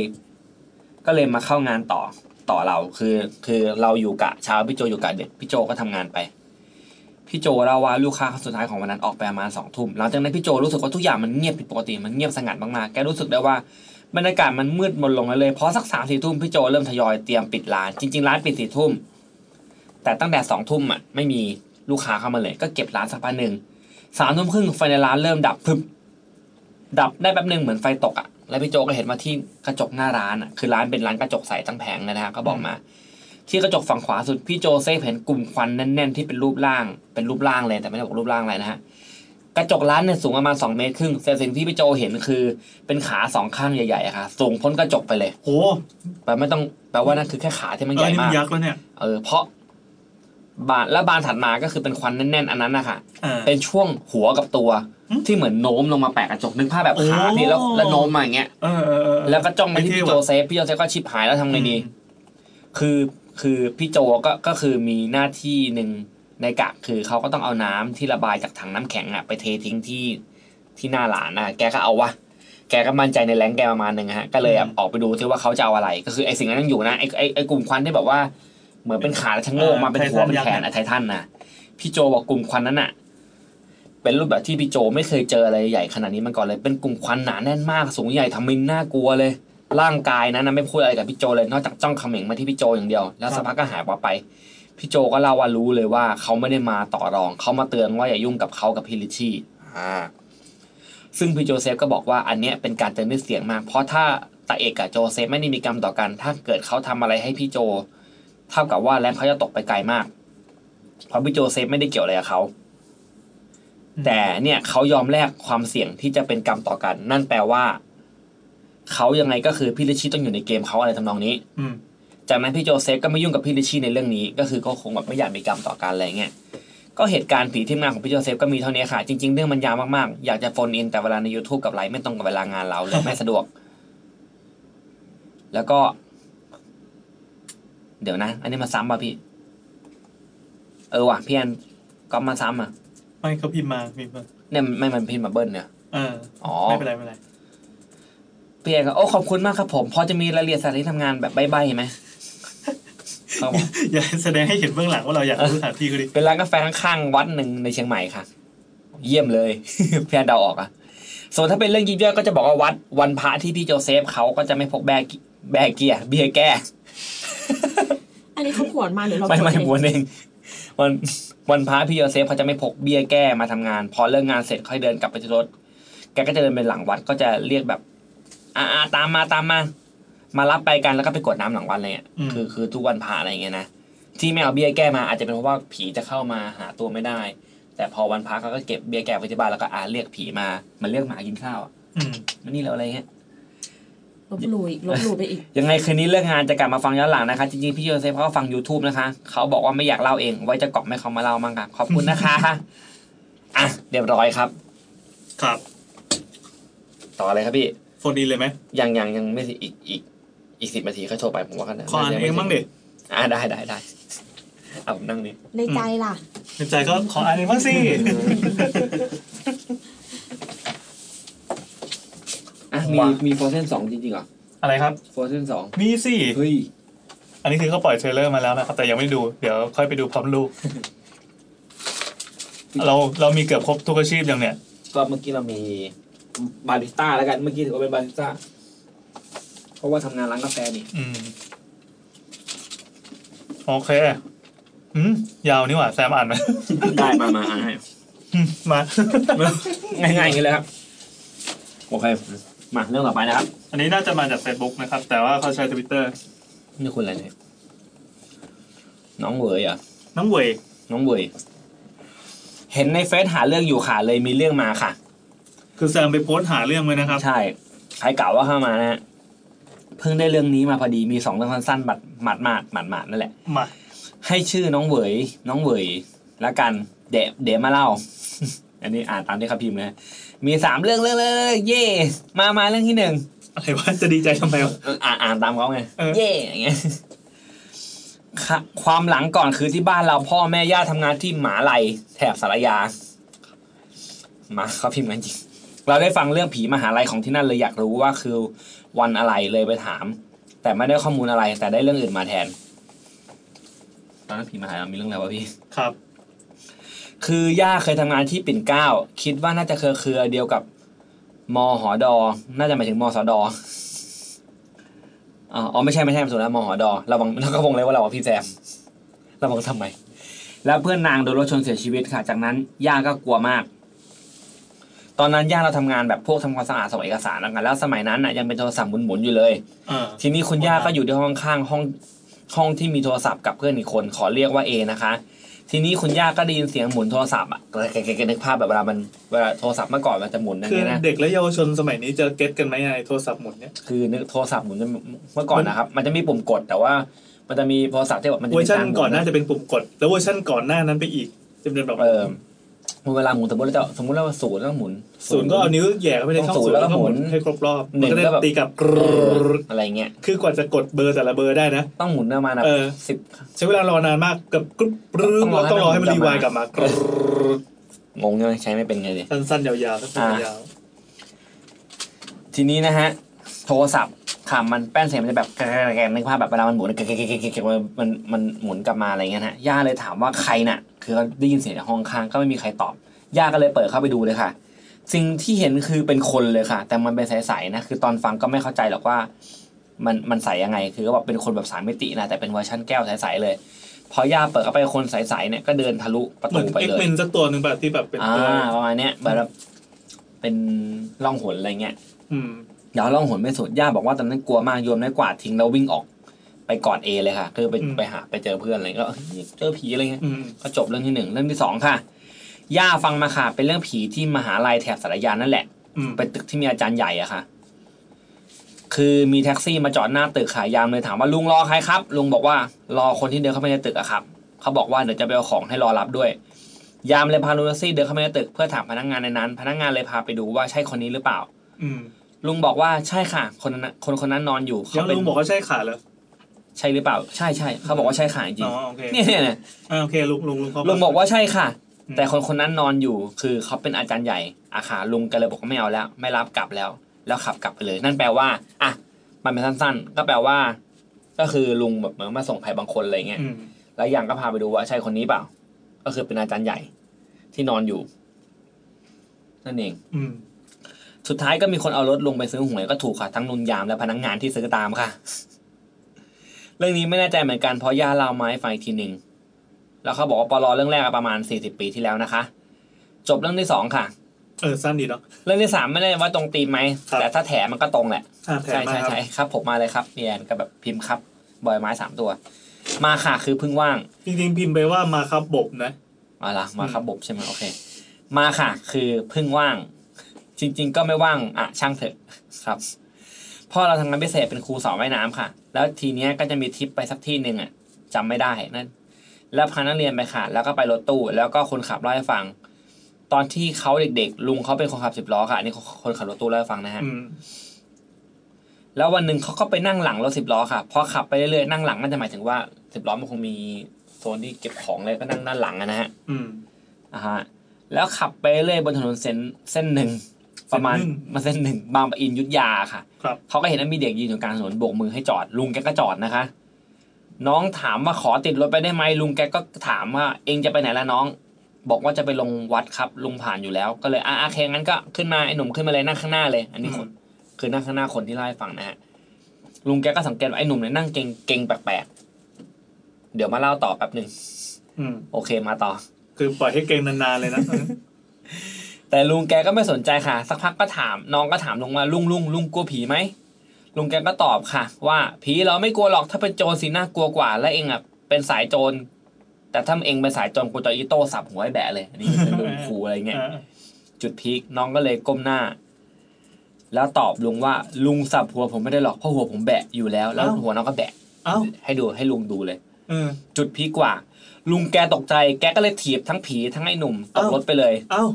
ก็เลยมาเข้างานต่อต่อเราคือ คือเราอยู่กะเช้าพี่โจอยู่กะเด็กพี่โจก็ทำงานไป พี่โจเล่าว่าลูกค้าคนสุดท้ายของวันนั้นออกไปประมาณสองทุ่มหลังจากนั้นพี่โจรู้สึกว่าทุกอย่างมันเงียบผิดปกติมันเงียบสงัดมากๆแกรู้สึกได้ว่าบรรยากาศมันมืดมนลงเลยๆเพราะสักสามสี่ทุ่มพี่โจเริ่มทยอยเตรียมปิดร้านจริงๆร้านปิดสี่ทุ่มแต่ตั้งแต่สองทุ่มอ่ะไม่มีลูกค้าเข้ามาเลย ก็เก็บร้านสักพักหนึ่งสามทุ่มครึ่งไฟในร้านเริ่มดับพึบ ดับได้แป๊บหนึ่งเหมือนไฟตกอ่ะ แล้วพี่โจก็เห็นว่าที่กระจกหน้าร้านอ่ะ คือร้านเป็นร้านกระจกใสตั้งแผงเลยนะฮะก็บอกมา ที่กระจกฝั่งขวาสุดพี่โจเซฟเห็นกลุ่มควันแน่นๆที่เป็นรูปร่าง เป็นรูปร่างเลยแต่ไม่ได้บอกรูปร่างอะไรนะฮะ กระจกร้านเนี่ยสูงประมาณสองเมตรครึ่งแต่สิ่งที่พี่โจเห็นคือเป็นขาสองข้างใหญ่ๆอะค่ะ สูงพ้นกระจกไปเลย โห แปลไม่ต้องแปลว่านั่นคือแค่ขาที่มันให อั ญ่ นนี้มั มานก ยักษ์แล้วเนี่ย เออเพราะบานและบานถัดมาก็คือเป็นควันแน่นๆอันนั้นนะคะ อ่า เป็นช่วงหัวกับตัว ที่เหมือนโน้มลงมาแปะกระจกนึกภาพแบบขา โอ้ พี่แล้วแล้วโน้มมาอย่างเงี้ย เออเออเออ แล้วก็จ้องไปที่ ไม่เท่ พี่โจ ว่ะ เซฟพี่โจเซฟก็ชิบหายแล้วทำไงดี คือคือพี่โจก็ก็คือมีหน้าที่หนึ่งในกะคือเขาก็ต้องเอาน้ำที่ระบายจากถังน้ำแข็งอะไปเททิ้งที่ที่หน้าหลานนะแกก็เอาวะแกก็มั่นใจในแรงแกประมาณหนึ่งอะฮะก็เลยอะออกไปดูที่ว่าเขาจะเอาอะไร ก็คือไอสิ่งนั้นยังอยู่นะไอไอไอกลุ่มควันที่แบบว่า เหมือนเป็นขาแล้วชะโงกมาเป็นหัวเป็นแขนอะไททันนะพี่โจบอกกลุ่มควันนั้นอะเป็นรูปแบบที่พี่โจไม่เคยเจออะไรใหญ่ขนาดนี้มาก่อนเลย เป็นกลุ่มควันหนาแน่นมากสูงใหญ่ทำมินน่ากลัวเลย ร่างกายนั้นนะไม่พูดอะไรกับพี่โจเลยนอกจากจ้องเขม็งมาที่พี่โจอย่างเดียว แล้วสักพักก็หายไป พี่โจก็เล่าว่ารู้เลยว่าเขาไม่ได้มาต่อรองเขามาเตือนว่าอย่ายุ่งกับเขากับพี่ลิชชี่อ่าซึ่งพี่โจเซฟก็บอกว่าอันเนี้ยเป็นการเตือนด้วยเสียงมาก เพราะถ้าตาเอกกับโจเซฟไม่ได้มีกรรมต่อกัน ถ้าเกิดเขาทำอะไรให้พี่โจ เท่ากับว่าแรงเขาจะตกไปไกลมาก เพราะพี่โจเซฟไม่ได้เกี่ยวอะไรกับเขา แต่เนี่ยเขายอมแลกความเสี่ยงที่จะเป็นกรรมต่อกัน นั่นแปลว่า เขายังไงก็คือพี่ลิชชี่ต้องอยู่ในเกมเขาอะไรทำนองนี้ อืม จากนั้นพี่โจเซฟก็ไม่ยุ่งกับพี่ลิชชี่ในเรื่องนี้ ก็คือก็คงแบบไม่อยากมีกรรมต่อกันอะไรเงี้ย ก็เหตุการณ์ผีที่มาของพี่โจเซฟก็มีเท่านี้ค่ะ จริงๆ เรื่องมันยาวมากๆ อยากจะโฟนอินแต่เวลาใน YouTube กับไลฟ์ไม่ตรงกับเวลางานเราเลยไม่สะดวก แล้วก็ เดี๋ยวนะ อันนี้มาซ้ำป่ะพี่ เออว่ะพี่แอนก็มาซ้ำอ่ะ ไม่เขาพิมพ์มาพิมพ์มา เนี่ยมันไม่มันพิมพ์มาเบิ้ลเนี่ย เออ อ๋อ ไม่เป็นไรไม่เป็น *laughs* ไร พี่แอนก็โอ้ขอบคุณมากครับผมพอจะมีรายละเอียดสถานที่ทำงานแบบใบ้ๆไหมเขาบอก อย่าแสดงให้เห็นเบื้องหลังว่าเราอยากรู้สถานที่ก็ดิ เป็นร้านกาแฟข้างๆวัดหนึ่งในเชียงใหม่ค่ะ เยี่ยมเลย *laughs* พี่อันเดาออกอะส่วนถ้าเป็นเรื่องยิบย่อยก็จะบอกว่าวัดวันพระที่พี่โจเซฟเขาก็จะไม่พกแบกแบกเกียร์เบียร์แก้ อันนี้เขาขวนมาหรือเรา ไม่ไม่ ขวน บ เอง วนเองวันวันพระพี่โจเซฟเขาจะไม่พกเบียร์แก้มาทำงาน พอเลิกงานเสร็จค่อยเดินกลับไปที่รถ แกก็จะเดินไปหลังวัดก็จะเรียกแบบอ่าๆตามมาตามมา มารับไปกันแล้วก็ไปกรวดน้ำหลังวัดอะไรเงี้ย อืม คือคือทุกวันพระอะไรเงี้ยนะที่ไม่เอาเบี้ยแก้มาอาจจะเป็นเพราะว่าผีจะเข้ามาหาตัวไม่ได้ แต่พอวันพระเขาก็เก็บเบี้ยแก้ไว้ที่บ้านแล้วก็อาเรียกผีมามันเรียกหมากินข้าวอะ อืม มันนี่เราอะไรเงี้ย ลบหลู่อีกลบหลู่ไปอีก ยังไงคืนนี้เลิกงานจะกลับมาฟังย้อนหลังนะคะจริงๆพี่โยเซฟเขาก็ฟัง YouTube นะคะเขาบอกว่าไม่อยากเล่าเองไว้จะกรอบให้เขามาเล่ามั่งค่ะขอบคุณ *laughs* นะคะอ่ะเรียบร้อยครับ ครับ ต่อเลยครับพี่ โฟนอินเลยไหม ยังยังยังไม่สิอีกอีกอีกสิบนาทีค่อยโทรไปผมว่าก็ได้ ขออ่านเองบ้างดิ อ่าได้ได้ได้เอาผมนั่งนี่ ในใจล่ะ ในใจก็ขออ่านเองบ้างสิ อ่ะ ผม มี ว่ามี มีโฟเซนสองจริงๆเหรอ อะไรครับ โฟเซนสอง มีสิ เฮ้ย อันนี้คือเขาปล่อยเทรลเลอร์มาแล้วนะครับแต่ยังไม่ดูเดี๋ยวค่อยไปดูพร้อมลูก *laughs* เราเรามีเกือบครบทุกอาชีพยังเนี่ย ก็เมื่อกี้เรามีบาริสต้าแล้วกันเมื่อกี้ถือว่าเป็นบาริสต้าเพราะว่าทำงานร้านกาแฟนี่ อืมโอเคอืมยาวนี่หว่าแซมอ่านไหม *laughs* ได้มามาอ่านให้ อืมมา *laughs* *laughs* ง่ายๆอย่างนี้เลยครับโอเคมาเรื่องต่อไปนะครับ อันนี้น่าจะมาจาก Facebook นะครับ แต่ว่าเขาใช้ทวิตเตอร์ นี่คุณอะไรเนี่ยน้องเหวยเหรอ่ะ น้องเวย น้องเวยเห็นในเฟซหาเรื่องอยู่ค่ะเลยมีเรื่องมาค่ะ คือแซมไปโพสต์หาเรื่องไว้นะครับ ใช่ ใครกล่าวว่าเข้ามานะฮะ เ เพิ่งได้เรื่องนี้มาพอดีมีสองเรื่องสั้นๆบัดหมาดหมาดหมาดหมาดนั่นแหละ มา ให้ชื่อน้องเหวยน้องเหวยละกันเดะเดะมาเล่า *laughs* อันนี้อ่านตามที่เขาพิมพ์นะมีสามเรื่องเรื่องเรื่องเรื่องเย่มามาเรื่องที่หนึ่ง อะไรวะจะดีใจทำไมวะ เอออ่านอ่านตามเขาไง เออ เย่อย่างเงี้ยค่ะความหลังก่อนคือที่บ้านเราพ่อแม่ย่าทำงานที่หมาไหลแถบสารยาหมาเขาพิมพ์กันจริง เราได้ฟังเรื่องผีมหาลัยของที่นั่นเลยอยากรู้ว่าคือวันอะไรเลยไปถาม แต่ไม่ได้ข้อมูลอะไร แต่ได้เรื่องอื่นมาแทน ตอนนั้นผีมหาลัยมีเรื่องอะไรวะพี่ ครับ คือย่าเคยทำงานที่ปิ่นเกล้าคิดว่าน่าจะเครือเครือเดียวกับมหอดอ น่าจะหมายถึงมสดออ๋ออ๋อไม่ใช่ไม่ใช่สุนทรมหอดอระวังแล้วก็วงเลยว่าเราอะพี่แซมระวังทำไม แล้วเพื่อนนางโดนรถชนเสียชีวิตค่ะ จากนั้นย่าก็กลัวมาก ตอนนั้นย่าเราทำงานแบบพวกทำความสะอาดส่งเอกสารแล้วกันแล้วสมัยนั้นน่ะยังเป็นโทรศัพท์หมุนๆอยู่เลย เออ ทีนี้คุณย่าก็อยู่ที่ห้องข้างห้องห้องที่มีโทรศัพท์กับเพื่อนอีกคนขอเรียกว่าเอนะคะ ทีนี้คุณย่าก็ได้ยินเสียงหมุนโทรศัพท์อ่ะแกแกแกนึกภาพแบบเวลามันเวลาโทรศัพท์เมื่อก่อนมันจะหมุนอย่าง คือ เงี้ยนะ เด็กและเยาวชนสมัยนี้จะเก็ตกันไหมไอ้โทรศัพท์หมุนเนี่ย คือนึกโทรศัพท์หมุนจะเมื่อก่อนนะครับ มันจะมีปุ่มกดแต่ว่า มันจะมีโทรศัพท์ที่แบบมันจะ เวอ มี ร์ชัน การหมุ ก่อน น หน้า นะ จะเป็นปุ่มกด แล้วเวอร์ชันก่อนหน้านั้นไปอีกจะเป็นแบบ เออเวลาหมุนสมมติเราจะสมมติเราศูนย์แล้วหมุน ศูนย์ก็เอานิ้วแหย่เข้าไปในช่อง ต้องศู ศู น น ย์ ย์ แล้ แล้ว วก็ก็ห ห มุ มุ น นให้ครบรอบ หนึ่ มันก็งได้ ก็แบบ ตีกลับกร เอ ร อ ด อะไรเงี้ย คือกว่าจะกดเบอร์แต่ละเบอร์ได้นะ ต้องหมุนประมาณแบบ เออ สิบ ใช้เวลารอนานมากกับกรุ๊ปปรึ๊บ ต้ แล้ อ ว งรอต้องรอให้ให้มัน มัน รี กวายกลับมาลับมากรด งงเงี้ยใช้ไม่เป็นไงดิ สั้นๆยาวๆสั้นๆยาว ทีนี้นะฮะโทรศัพท์ค่ะมันแป้นเสียงมันจะแบบแกรกๆนึกภาพแบบเวลามันหมุนแกรกๆๆๆมันมันหมุนกลับมาอะไรเงี้ยนะฮะย่าเลยถามว่าใครน่ะ คือเขาได้ยินเสียงจากห้องข้างก็ไม่มีใครตอบย่าก็เลยเปิดเข้าไปดูเลยค่ะ สิ่งที่เห็นคือเป็นคนเลยค่ะ แต่มันเป็นใสๆนะคือตอนฟังก็ไม่เข้าใจหรอกว่า มันมันใสยังไง คือก็บอกเป็นคนแบบสามมิตินะแต่เป็นเวอร์ชันแก้วใสๆเลยพอย่าเปิดเข้าไปคนใสๆเนี่ยก็เดินทะลุประ ๆเหมื ตู อน ไป เอ็ก เลย เมนสักตัวหนึ่งแบบที่แบบเป็น อ่า ตัว ประมาณเนี้ยแบบเป็นล่องหนอะไรเงี้ย อืม เดี๋ยวเราหนไม่สุดย่าบอกว่าตอนนั้นกลัวมากโยนไม้กวาดทิ้งแล้ววิ่งออกไปกอดเอเลยค่ะ คือไปไปหาไปเจอเพื่อนอะไรก็เอ้ยเจอผีอะไรเงี้ย อืม ก็จบเรื่องที่หนึ่งเรื่องที่สองค่ะย่าฟังมาค่ะ เป็นเรื่องผีที่มหาลัยแถบสารยานั่นแหละ อืม เป็นตึกที่มีอาจารย์ใหญ่อะค่ะ คือมีแท็กซี่มาจอดหน้าตึกขายยามเลยถามว่าลุงรอใครครับ ลุงบอกว่ารอคนที่เดินเข้าไปในตึกอะครับเขาบอกว่าเดี๋ยวจะไปเอาของให้รอรับด้วย ยามเลยพาลุงแท็กซี่เดินเข้าไปในตึกเพื่อถามพนักงานในนั้น พนักงานเลยพาไปดูว่าใช่คนนี้หรือเปล่า อืม ลุงบอกว่าใช่ค่ะ คนนั้นน่ะคนคนนั้นนอนอยู่ ยั เขา ง เป็น ลุงบอกว่าใช่ขาเหรอ ใช่หรือเปล่า ใช่ใช่เขาบอกว่าใช่ค่ะจริ อ๋ ง อโอเค ๆเนี่ยเนี่ยเนี่ย อ่าโอเคลุงลุงลุงเขา ลุงบอกว่าใช่ค่ะ อืม แต่คนคนนั้นนอนอยู่ คือเขาเป็นอาจารย์ใหญ่อาขาลุงก็เลยบอกว่าไม่เอาแล้ว ไม่รับกลับแล้ว แล้วขับกลับไปเลย นั่นแปลว่าอ่ะมันเป็นสั้นๆ ก็แปลว่า ก็คือลุงแบบเหมือนมาส่งใครบางคนอะไรเงี้ย อืม แล้วอย่างก็พาไปดูว่าใช่คนนี้เปล่า ก็คือเป็นอาจารย์ใหญ่ ที่นอนอยู่ นั่นเอง อืม สุดท้ายก็มีคนเอารถลงไปซื้อหวยก็ถูกค่ะ ทั้งลุงยามและพนักงานที่ซื้อตามค่ะ เรื่องนี้ไม่แน่ใจเหมือนกันเพราะย่าเล่าไมาให้ฟังอีกทีหนึ่งแล้วเขาบอกว่าปลอเรื่องแรกอะประมาณสี่สิบปีที่แล้วนะคะ จบเรื่องที่สองค่ะ เออสั้นดีเนาะ เรื่องที่สามไม่ได้ว่าตรงตีมไหม ครับ แต่ถ้าแถมันก็ตรงแหละ อ่าแถม ใช่ มาครับใช่ใช่ครับ ผมมาเลยครับเรียนกับแบบพิมพ์ครับบอยไม้สามตัว มาค่ะคือเพิ่งว่าง จริงๆพิมพ์ไปว่ามาครับบบนะ มาละมาครับบบใช่ไหมโอเค มาค่ะ คือเพิ่งว่าง จริง ๆ ก็ไม่ว่างอ่ะช่างเถอะครับพ่อเราทำงานพิเศษเป็นครูสอนว่ายน้ำค่ะ แล้วทีเนี้ยก็จะมีทริปไปสักที่หนึ่งอ่ะจำไม่ได้นั่นแล้วพานักเรียนไปค่ะ แล้วก็ไปรถตู้ แล้วก็คนขับเล่าให้ฟัง ตอนที่เขาเด็กๆ ลุงเขาเป็นคนขับสิบล้อค่ะอันนี้คนขับรถตู้เล่าให้ฟังนะฮะ อืม แล้ววันหนึ่งเขาก็ไปนั่งหลังรถสิบล้อค่ะพอขับไปเรื่อยๆนั่งหลังน่าจะหมายถึงว่าสิบล้อมันคงมีโซนที่เก็บของเลยก็นั่งด้านหลังอะนะฮะ อืม อ่าฮะแล้วขับไปเรื่อยบนถนนเส้นเส้นหนึ่งประมาณ เส้นหนึ่ง มาเส้นหนึ่งบางปะอินยุทธยาค่ะ ครับ เขาก็เห็นว่ามีเด็กยืนอยู่กลางถนนโบกมือให้จอดลุงแกก็จอดนะคะ น้องถามว่าขอติดรถไปได้ไหมลุงแกก็ถามว่า เองจะไปไหนละน้อง บอกว่าจะไปลงวัดครับลุงผ่านอยู่แล้ว ก็เลยอ่ะโอเคงั้นก็ขึ้นมาไอ้หนุ่มขึ้นมาเลยนั่งข้างหน้าเลย อันนี้คนคือนั่งข้างหน้าคนที่เล่าให้ฟังนะฮะลุงแกก็สังเกตว่าไอ้หนุ่มเนี่ยนั่งเก่งเก่งแปลกๆเดี๋ยวมาเล่าต่อแป๊บหนึ่ง อืม โอเคมาต่อ คือปล่อยให้เกรงนานๆเลยนะ แต่ลุงแกก็ไม่สนใจค่ะ สักพักก็ถามน้องก็ถามลุงว่าลุงลุงลุงกลัวผีไหมลุงแกก็ตอบค่ะ ว่าผีเราไม่กลัวหรอกถ้าเป็นโจรสิน่ากลัวกว่า และเองอ่ะเป็นสายโจร แต่ถ้าเองเป็นสายโจรกูจะเอาอีโต้สับหัวให้แบะเลยอันนี้เป็นลุงครูอะไรเงี้ย อ่า จุดพีคน้องก็เลยก้มหน้า แล้วตอบลุงว่าลุงสับหัวผมไม่ได้หรอกเพราะหัวผมแบะอยู่แล้ว แล้ว อ้าว หัวน้องก็แบะ เอ้า ให้ดูให้ลุงดูเลย เออ จุดพีคกว่า ลุงแกตกใจแกก็เลยถีบทั้งผีทั้งไอ้หนุ่มตก อ้าว รถไปเลย เอ้า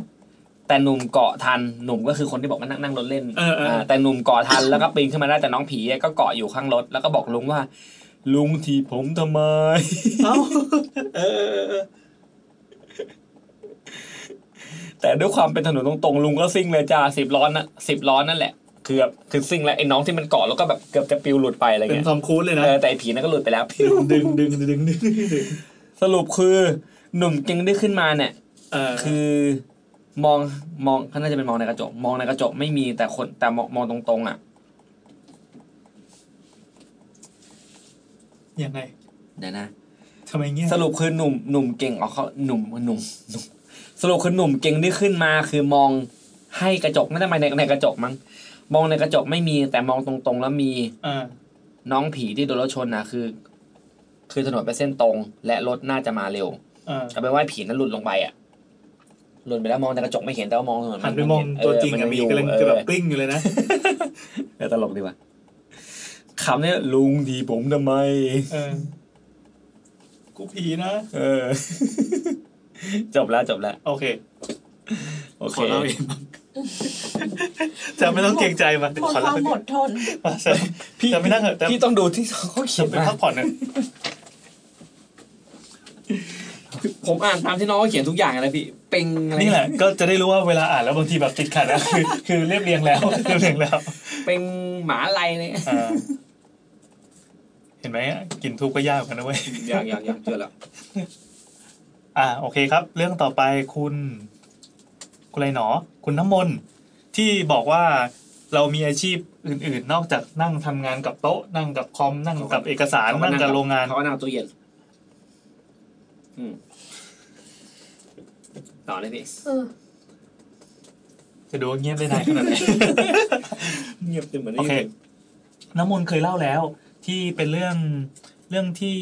แต่หนุ่มเกาะทันหนุ่มก็คือคนที่บอกว่านั่งนั่งรถเล่น เออเออ แต่หนุ่มเกาะทันแล้วก็ปีนขึ้นมาได้แต่น้องผีก็เกาะอยู่ข้างรถแล้วก็บอกลุงว่า ลุงถีบผมทำไม เอ้า *laughs* เออเออเออ แต่ด้วยความเป็นถนนตรงๆลุงก็ซิ่งเลยจ้าสิบล้อนะสิบล้อนั่นแหละเกือบคือซิ่งแล้วไอ้น้องที่มันเกาะแล้วก็แบบเกือบจะปลิวหลุดไปอะไร เป็น เงี้ย ทอมครูซเลยนะ เออแต่ไอ้ผีนั่นก็หลุดไปแล้ว ดึงดึงดึงดึงดึงดึง สรุปคือหนุ่มเก่งได้ขึ้นมาเนี่ย เออ คือมองมองเขาน่าจะเป็นมองในกระจก มองในกระจกไม่มีแต่คนแต่มองมองตรงๆอ่ะ ยังไง เดี๋ยวนะ ทำไมเงี้ย สรุปคือหนุ่มหนุ่มเก่งอ๋อเขาหนุ่มหนุ่มหนุ่มสรุปคือหนุ่มเก่งที่ขึ้นมาคือมองให้กระจกไม่ได้มาในในกระจกมั้งมองในกระจกไม่มีแต่มองตรงๆ แล้วมี เออ น้องผีที่โดนรถชนนะคือ คือถนนไปนเส้นตรง และรถน่าจะมาเร็ว เออ เอาไปนว่าผีนั้นหลุดลงไปอ่ะหลุดไปแล้วมองในกระจกไม่เห็นแต่ว่ามองถนน หันไปมองตัวจริงอะมีเยู่ กำลังจะแบบ เออ กลิ้งอยู่เลยนะ เดี๋ยวตลกดีว่ะคำเนี้ยลุงดีผมทำไม เออ กูผีนะ เออ *laughs* จบแล้วจบแล้ว โอเค โอ ข เค อเล่าเองบ้าง *laughs* จะไม่ต้องเกรงใจมัน คน ขอเล่าคาวม เอง อดทน มาเสร็จ พี่ จะไม่นั่งเหรอะจะ พี่ต้องดูที่เขาเขียน ไป มา พักผ่อนเนอะ ผมอ่านตามที่น้องเขาเขียนทุกอย่างนะพี่ เป็งอะไร นี่แหละ ก็จะได้รู้ว่าเวลาอ่านแล้วบางทีแบบติดขัดนะคือคือเรียบเรียงแล้ว *laughs* เรียบเรียงแล้ว เป็งหมาอะไรเนี่ย อ่าเห็นไหมกินทุกก็ยากเหมือนกันนะเว้ย อยากอยากอยากเจอแล้ว อ่าโอเคครับ เรื่องต่อไปคุณ คุณอะไรหนอ คุณน้ำมนต์ที่บอกว่าเรามีอาชีพอื่น ๆ นอกจากนั่งทำงานกับโต๊ะ นั่งกับคอมนั่งกับเอกสารนั่งกับโรงงาน เขาก็นั่งตู้เย็นอืมต่อเลยพี่ จะดูว่าเงียบได้นานขนาดไหน เงียบจนเหมือน โอเค น้ำมนต์เคยเล่าแล้ว ที่เป็นเรื่องเรื่องที่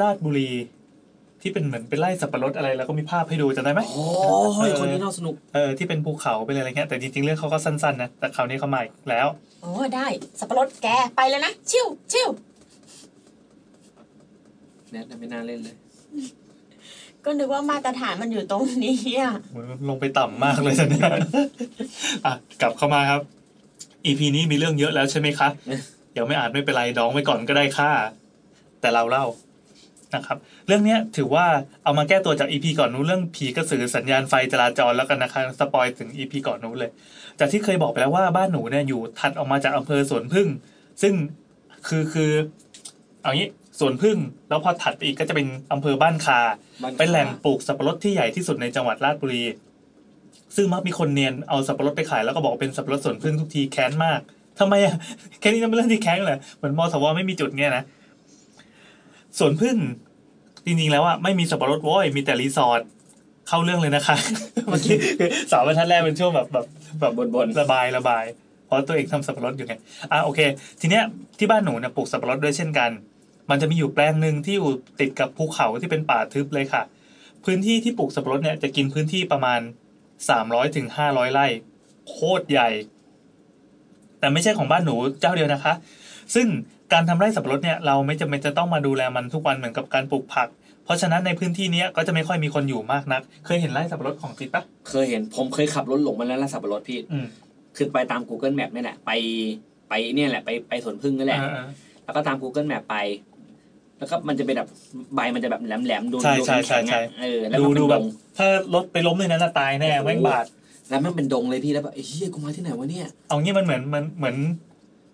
ราชบุรี ที่เป็นเหมือนเป็นไร่สับปะรดอะไร แล้วก็มีภาพให้ดูจำได้ไหม โอ้ยคนนี้น่าสนุก เออที่เป็นภูเขาเป็นอะไรเงี้ยแต่จริงๆเรื่องเขาก็สั้นๆนะแต่คราวนี้เขามาอีกแล้ว โอ้ได้ สับปะรดแกไปแล้วนะ ชิวชิว แนทไม่น่าเล่นเลย ก็นึกว่ามาตรฐานมันอยู่ตรงนี้อะ โอ้ยลงไปต่ำมากเลยตอนเนี้ย *laughs* อ่ะกลับเข้ามาครับ EP นี้มีเรื่องเยอะแล้วใช่ไหมคะเดี๋ยวไม่อ่านไม่เป็นไรดองไว้ก่อนก็ได้ค่ะ แต่เราเล่านะครับ เรื่องเนี้ยถือว่าเอามาแก้ตัวจาก EP ก่อนนู้นเรื่องผีกระสือสัญญาณไฟจราจรแล้วกันนะคะสปอยถึง EP ก่อนนู้นเลย จากที่เคยบอกไปแล้วว่าบ้านหนูเนี่ยอยู่ถัดออกมาจากอำเภอสวนพึ่ง ซึ่งคือคือเอางี้สวนพึ่ง แล้วพอถัดไปอีกก็จะเป็นอำเภอบ้านคา เป็นแหล่งปลูกสับปะรดที่ใหญ่ที่สุดในจังหวัดราชบุรี ซึ่งมักมีคนเนียนเอาสับปะรดไปขายแล้วก็บอกว่าเป็นสับปะรดสวนพึ่งทุกทีแค้นมากทำไมอ่ะ *laughs* แค่นี้มันเป็นเรื่องที่แค้นเหรอเหมือนมสวไม่มีจุดเนี่ยนะสวนพึ่งจริงๆแล้วอ่ะไม่มีสับปะรดโว้ยมีแต่รีสอร์ทเข้าเรื่องเลยนะคะ *laughs* เมื่อกี้สาวบรรทัดแรกเป็นช่วงแบบแบบแบบ บ่น ระบายระบาย เพราะตัวเองทำสับปะรดอยู่ไงอ่ะโอเค ทีเนี้ยที่บ้านหนูเนี่ยปลูกสับปะรดด้วยเช่นกัน มันจะมีอยู่แปลงหนึ่งที่อยู่ติดกับภูเขาที่เป็นป่าทึบเลยค่ะ พื้นที่ที่ปลูกสับปะรดเนี่ยจะกินพื้นที่ประมาณสามร้อยถึงห้าร้อยไร่ โคตรใหญ่ แต่ไม่ใช่ของบ้านหนูเจ้าเดียวนะคะ ซึ่งการทำไร่สับปะรดเนี่ยเราไม่จำเป็นจะต้องมาดูแลมันทุกวันเหมือนกับการปลูกผัก เพราะฉะนั้นในพื้นที่เนี้ยก็จะไม่ค่อยมีคนอยู่มากนัก เคยเห็นไร่สับปะรดของจริงปะ เคยเห็นผมเคยขับรถหลงมาแล้วล่ะสับปะรดพี่ อืม คือไปตาม Google Map นี่แหละ ไปไปเนี่ยแหละ ไปไปสวนพึ่งนั่นแหละ อ่า แล้วก็ตาม Google Map ไป แล้วก็มันจะเป็นแบบใบมันจะแบบแหลมแหลมๆดู ใช่ ดู ใช่ แข็งๆ ใช่ อะ ใช่ เออแล้ว ๆดู มันเป็น ดูแบบ ง ถ้ารถไปล้มในนั้นน่ะตายแน่แม่งบาด แล้วมันเป็นดงเลยพี่แล้วแบบไอ้เฮียกูมาที่ไหนวะเนี่ย เอางี้มันเหมือนมันเหมือน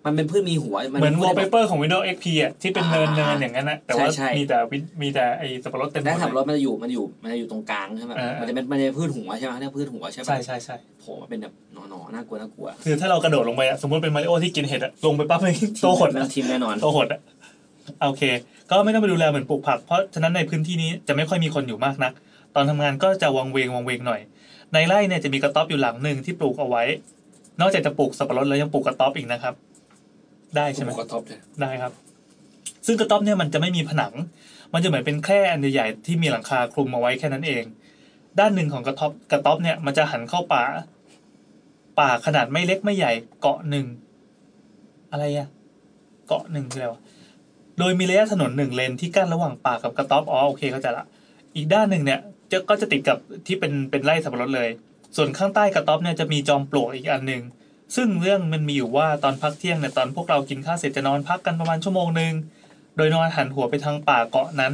มันเป็นพืชมีหัว เหมือนวอลเป เป็น เปอร์ของ Windows XP อ่ะที่เป็นเนินเนินอย่างนั้นนะแต่ว่า ใช่ใช่ มีแต่วิมีแต่ไอ้สับปะรดเต็มหม ได้ ด ขับ เล ร ย ถมันจะอยู่มันอยู่มันจะอยู่ตรงกลางใช่ไหม เออ มันจะเป็นมันจะพืชหัวใช่ไหมเขาเรียกพืชหัวใช่ไหม ใช่ใช่ใช่ โผล่มาเป็นแบบหนอนๆน่ากลัวน่ากลัว คือถ้าเรากระโดดลงไปอะสมมติเป็นมาริโอที่กินเห็ดอะลงไปปั๊บ *laughs* เลยโตหด แล้ อะ วทีมแน่นอน โตหดอะโอเค ก็ไม่ต้องไปดูแลเหมือนปลูกผัก เพราะฉะนั้นในพื้นที่นี้จะไม่ค่อยมีคนอยู่มากนัก ตอนทำงานก็จะวังเวงวังเวงหน่อย ในไร่เนี่ยจะมีกระต๊อบอยู่หลังหนึ่งที่ปลูกเอาไว้ นอกจากจะปลูกสับปะรดแล้วยังปลูกกระต๊อบอีกนะครับ ได้ใช่ไหม กระทบเลย ได้ครับ ซึ่งกระต๊อบเนี่ยมันจะไม่มีผนัง มันจะเหมือนเป็นแคร่อันใหญ่ๆที่มีหลังคาคลุมเอาไว้แค่นั้นเอง ด้านหนึ่งของกระต๊อบกระต๊อบเนี่ยมันจะหันเข้าป่า ป่าขนาดไม่เล็กไม่ใหญ่เกาะหนึ่งอะไรอะเกาะหนึ่งคืออะไรวะโดยมีระยะถนนหนึ่งเลนที่กั้นระหว่างป่ากับกระต๊อบอ๋อโอเคเข้าใจละ อีกด้านหนึ่งเนี่ยจะก็จะติดกับที่เป็นเป็นไร่สับปะรดเลย ส่วนข้างใต้กระต๊อบเนี่ยจะมีจอมปลวกอีกอันหนึ่ง ซึ่งเรื่องมันมีอยู่ว่าตอนพักเที่ยงเนี่ยตอนพวกเรากินข้าวเสร็จจะนอนพักกันประมาณชั่วโมงหนึ่งโดยนอนหันหัวไปทางป่าเกาะนั้น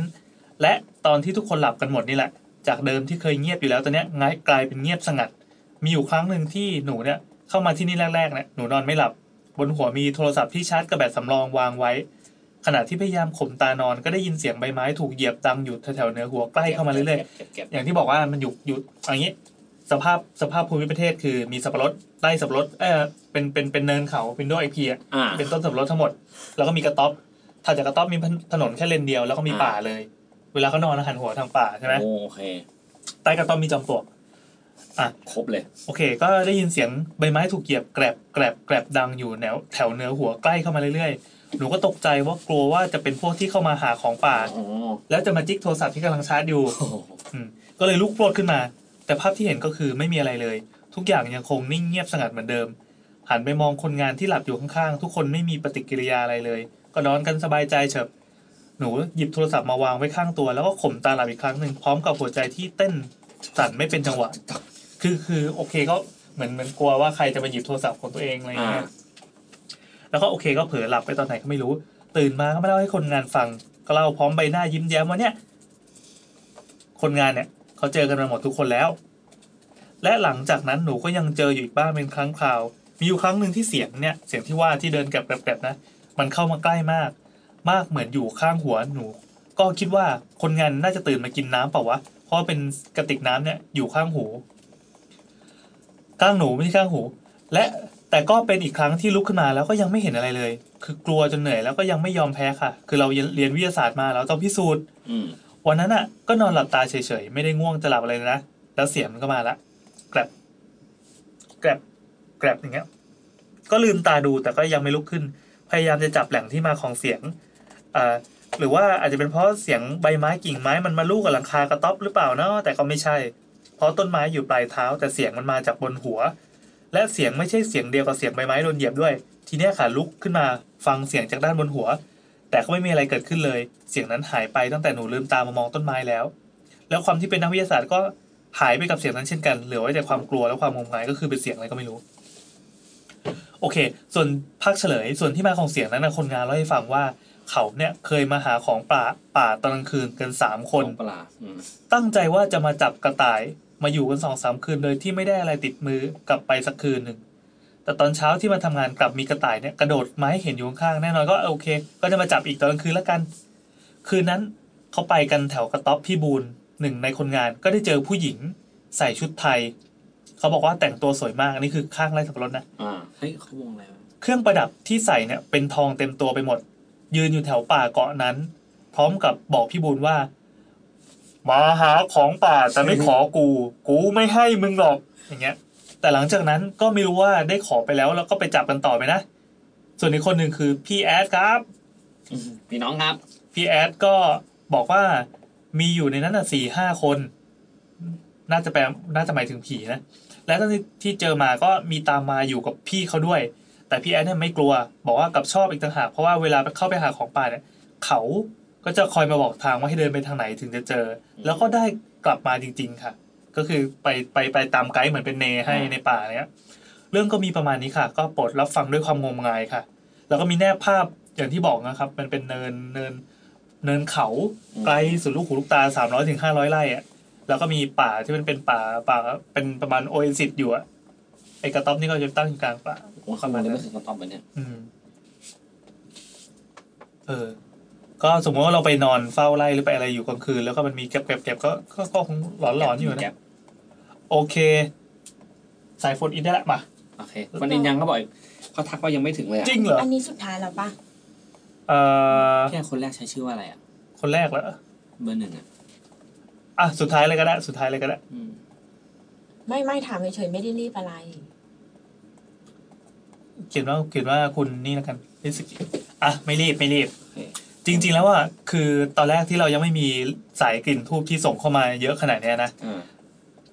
และตอนที่ทุกคนหลับกันหมดนี่แหละ จากเดิมที่เคยเงียบอยู่แล้วตอนเนี้ยง่ายกลายเป็นเงียบสงัด มีอยู่ครั้งหนึ่งที่หนูเนี่ยเข้ามาที่นี่แรกๆเนี่ยหนูนอนไม่หลับ บนหัวมีโทรศัพท์ที่ชาร์จกระแบตสำรองวางไว้ ขณะที่พยายามข่มตานอนก็ได้ยินเสียงใบไม้ถูกเหยียบดังอยู่แถวๆเหนือหัวใกล้เข้ามาเรื่อยๆอย่างที่บอกว่ามันอยู่อยู่อย่างนี้ สภาพสภาพภูมิประเทศคือมีสับปะรดไร่สับปะรดเออเป็นเป็นเป็นเนินเขาเป็นด้วยไอพีอะ อ่า เป็นต้นสับปะรดทั้งหมด แล้วก็มีกระต๊อบถัดจากกระต๊อบมีถนนแค่เลนเดียวแล้วก็มีป่าเลย เวลาเขานอนนะหันหัวทางป่าใช่ไหม โอเค ใต้กระต๊อบมีจอมปลวก อ่ะ ครบเลย โอเค ก็ได้ยินเสียงใบไม้ถูกเหยียบแกรบแกรบแกรบดังอยู่แนวแถวเหนือหัวใกล้เข้ามาเรื่อยๆ หนูก็ตกใจว่ากลัวว่าจะเป็นพวกที่เข้ามาหาของป่า แล้วจะมาจิกโทรศัพท์ที่กำลังชาร์จอยู่ อืมก็เลยลุกโพลดขึ้นมา แต่ภาพที่เห็นก็คือไม่มีอะไรเลย ทุกอย่างยังคงนิ่งเงียบสงัดเหมือนเดิม หันไปมองคนงานที่หลับอยู่ข้างๆ ทุกคนไม่มีปฏิกิริยาอะไรเลย ก็นอนกันสบายใจเฉบหนูหยิบโทรศัพท์มาวางไว้ข้างตัว แล้วก็ข่มตาหลับอีกครั้งหนึ่งพร้อมกับหัวใจที่เต้นสั่นไม่เป็นจังหวะ คือคือโอเคก็เหมือนเหมือนกลัวว่าใครจะมาหยิบโทรศัพท์ของตัวเองอะไรอย่างเงี้ย แล้วก็โอเคก็เผลอหลับไปตอนไหนก็ไม่รู้ ตื่นมาก็มาเล่าให้คนงานฟัง ก็เล่าพร้อมใบหน้ายิ้มแย้มว่าเนี่ย คนงานเนี่ยเขาเจอกันมาหมดทุกคนแล้ว และหลังจากนั้นหนูก็ยังเจออยู่อีกบ้างเป็นครั้งคราว มีอยู่ครั้งหนึ่งที่เสียงเนี่ยเสียงที่ว่าที่เดินแกลบๆนะ มันเข้ามาใกล้มาก มากเหมือนอยู่ข้างหัวหนู ก็คิดว่าคนงานน่าจะตื่นมากินน้ำเปล่าวะ เพราะว่าเป็นกระติกน้ำเนี่ยอยู่ข้างหู ข้างหนูไม่ใช่ข้างหู และแต่ก็เป็นอีกครั้งที่ลุกขึ้นมาแล้วก็ยังไม่เห็นอะไรเลย คือกลัวจนเหนื่อยแล้วก็ยังไม่ยอมแพ้ค่ะ คือเราเรียนวิทยาศาสตร์มาเราต้องพิสูจน์ อืม วันนั้นอ่ะก็นอนหลับตาเฉยๆ ไม่ได้ง่วงจะหลับอะไรเลยนะ แล้วเสียงมันก็มาละแกลบแกลบแกลบอย่างเงี้ย ก็ลืมตาดูแต่ก็ยังไม่ลุกขึ้น พยายามจะจับแหล่งที่มาของเสียงเอ่อหรือว่าอาจจะเป็นเพราะเสียงใบไม้กิ่งไม้มันมาลูกกับหลังคากระต๊อบหรือเปล่าเนาะแต่ก็ไม่ใช่ เพราะต้นไม้อยู่ปลายเท้า แต่เสียงมันมาจากบนหัว และเสียงไม่ใช่เสียงเดียวกับเสียงใบไม้โดนเหยียบด้วย ทีเนี้ยค่ะลุกขึ้นมาฟังเสียงจากด้านบนหัว แต่ก็ไม่มีอะไรเกิดขึ้นเลย เสียงนั้นหายไปตั้งแต่หนูลืมตามามองต้นไม้แล้ว แล้วความที่เป็นนักวิทยาศาสตร์ก็หายไปกับเสียงนั้นเช่นกัน เหลือไว้แต่ความกลัวและความงมงายก็คือเป็นเสียงอะไรก็ไม่รู้ โอเค ส่วนภาคเฉลย ส่วนที่มาของเสียงนั้นนะคนงานเล่าให้ฟังว่า เขาเนี่ยเคยมาหาของป่าป่าตอนกลางคืนกันสามคน ปลาอืม ตั้งใจว่าจะมาจับกระต่ายมาอยู่กันสองสามคืนโดยที่ไม่ได้อะไรติดมือกลับไปสักคืนหนึ่ง แต่ตอนเช้าที่มาทำงานกลับมีกระต่ายเนี่ยกระโดดมาให้เห็นอยู่ข้างๆแน่นอนก็โอเค ก็จะมาจับอีกตอนกลางคืนแล้วกัน คืนนั้นเขาไปกันแถวกระต๊อบพี่บูลหนึ่งในคนงานก็ได้เจอผู้หญิงใส่ชุดไทย เขาบอกว่าแต่งตัวสวยมากอันนี้คือข้างไร่สับปะรดนะ อ่า เฮ้ยเขาวงอะไรวะ เครื่องประดับที่ใส่เนี่ยเป็นทองเต็มตัวไปหมด ยืนอยู่แถวป่าเกาะนั้น พร้อมกับบอกพี่บุญว่า มาหาของป่าแต่ไม่ขอกู กูไม่ให้มึงหรอกอย่างเงี้ย แต่หลังจากนั้นก็ไม่รู้ว่าได้ขอไปแล้วแล้วก็ไปจับกันต่อไปนะ ส่วนอีกคนหนึ่งคือพี่แอดครับ พี่น้องครับ พี่แอดก็บอกว่ามีอยู่ในนั้นอ่ะสี่ห้าคน น่าจะแปลน่าจะหมายถึงผีนะ และตอนที่เจอมาก็มีตามมาอยู่กับพี่เขาด้วย แต่พี่แอดเนี่ยไม่กลัว บอกว่ากลับชอบอีกต่างหากเพราะว่าเวลาเข้าไปหาของป่าเนี่ยเขาก็จะคอยมาบอกทางว่าให้เดินไปทางไหนถึงจะเจอ แล้วก็ได้กลับมาจริง ๆ ค่ะ ก็คือไปไปไปตามไกด์เหมือนเป็นเนให้ในป่าเนี้ยเรื่องก็มีประมาณนี้ค่ะ ก็โปรดรับฟังด้วยความงมงายค่ะ แล้วก็มีแนบภาพอย่างที่บอกนะครับ มันเป็นเนินเนิน เนินเขาไกลสุดลูกหูลูกตาสามร้อยถึงห้าร้อยไร่อะแล้วก็มีป่าที่มันเป็นป่าป่าเป็นประมาณโอเอซิสอยู่อะไอกระต๊อบนี่ก็จะตั้งอยู่กลางป่า ผมเข้ามาได้ไม่ถึงกระต๊อบเลยเนี่ย อืม เออ ก็สมมติว่าเราไปนอนเฝ้าไร่หรือไปอะไรอยู่กลางคืน แล้วก็มันมีแกลบแกลบๆก็ก็ก็คงหลอนๆอยู่ แก๊ นะ ป โอเค สายโฟนอินได้ละมา โอเควันนี้ยังเขาบอกอีกเขาทักว่ายังไม่ถึงเลยอ่ะ จริงเหรอ อันนี้สุดท้ายแล้วปะ เอ่อ พี่แอนคนแรกใช้ชื่อว่าอะไรอ่ะ คนแรกแล้ว เบอร์หนึ่งอ่ะ อ่ะสุดท้ายเลยก็ได้สุดท้ายเลยก็ได้ อืม ไม่ไม่ถามเฉยๆไม่ได้รีบอะไร เขียนว่าเขียนว่าคุณนี่แล้วกันริสกิอ่ะไม่รีบไม่รีบ โอเค จริง ๆ แล้วอ่ะคือตอนแรกที่เรายังไม่มีสายกลิ่นทูบที่ส่งเข้ามาเยอะขนาดเนี้ยนะ อ่า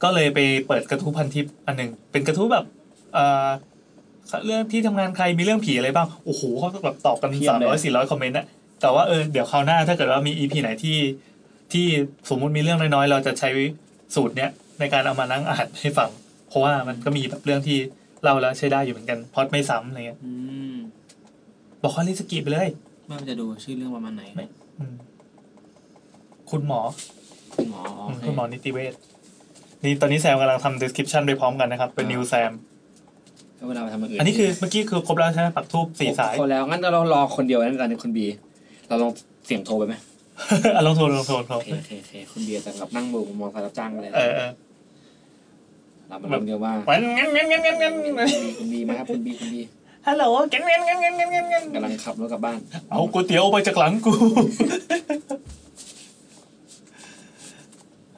ก็เลยไปเปิดกระทู้พันทิปอันหนึ่งเป็นกระทู้แบบ เอ่อเรื่องที่ทำงานใครมีเรื่องผีอะไรบ้างโอ้โหเขาแบบตอบกันสามร้อยสี่ร้อยคอมเมนต์นะแต่ว่าเออเดี๋ยวคราวหน้าถ้าเกิดว่ามีอีพีไหนที่ที่สมมุติมีเรื่องน้อยๆ เราจะใช้สูตรเนี้ยในการเอามานั่งอ่านให้ฟัง เพราะว่ามันก็มีแบบเรื่องที่เล่าแล้วใช้ได้อยู่เหมือนกันพล็อดไม่ซ้ำอะไรเงี้ย อืม บอกว่าลิสกีไปเลย ไม่ว่าจะดูชื่อเรื่องประมาณไหน อืมคุณหมอ คุณหมออ๋อ อื โอ ม เค คุณหมอนิติเวชนี่ตอนนี้แซมกำลังทำ description ไปพร้อมกันนะครับ เป็น new แซม ก็เวลาไปทำอย่างอื่น อันนี้คือเมื่อกี้คือครบแล้วใช่ไหมปักทูบสี่สาย ครบแล้วงั้นเรารอคนเดียวนั่นกันคนบีเราลองเสียงโทรไปไหม อ่ะลองโทรลองโทรลองโทร โอเคโอเคโอเคคุณเบียร์จะกับนั่งดูมองสายรับจ้างกันเลย เออเออ เรามาลุ้นกันว่า วันงั้นงั้นงั้นงั้นงั้นงั้น คุณบีไหมครับคุณบีคุณบี ฮัลโหลแกนงั้นงั้นงั้นงั้นงั้นงั้น กำลังขับรถกลับบ้าน เอาก๋วยเตี๋ยวไปจากหลังกู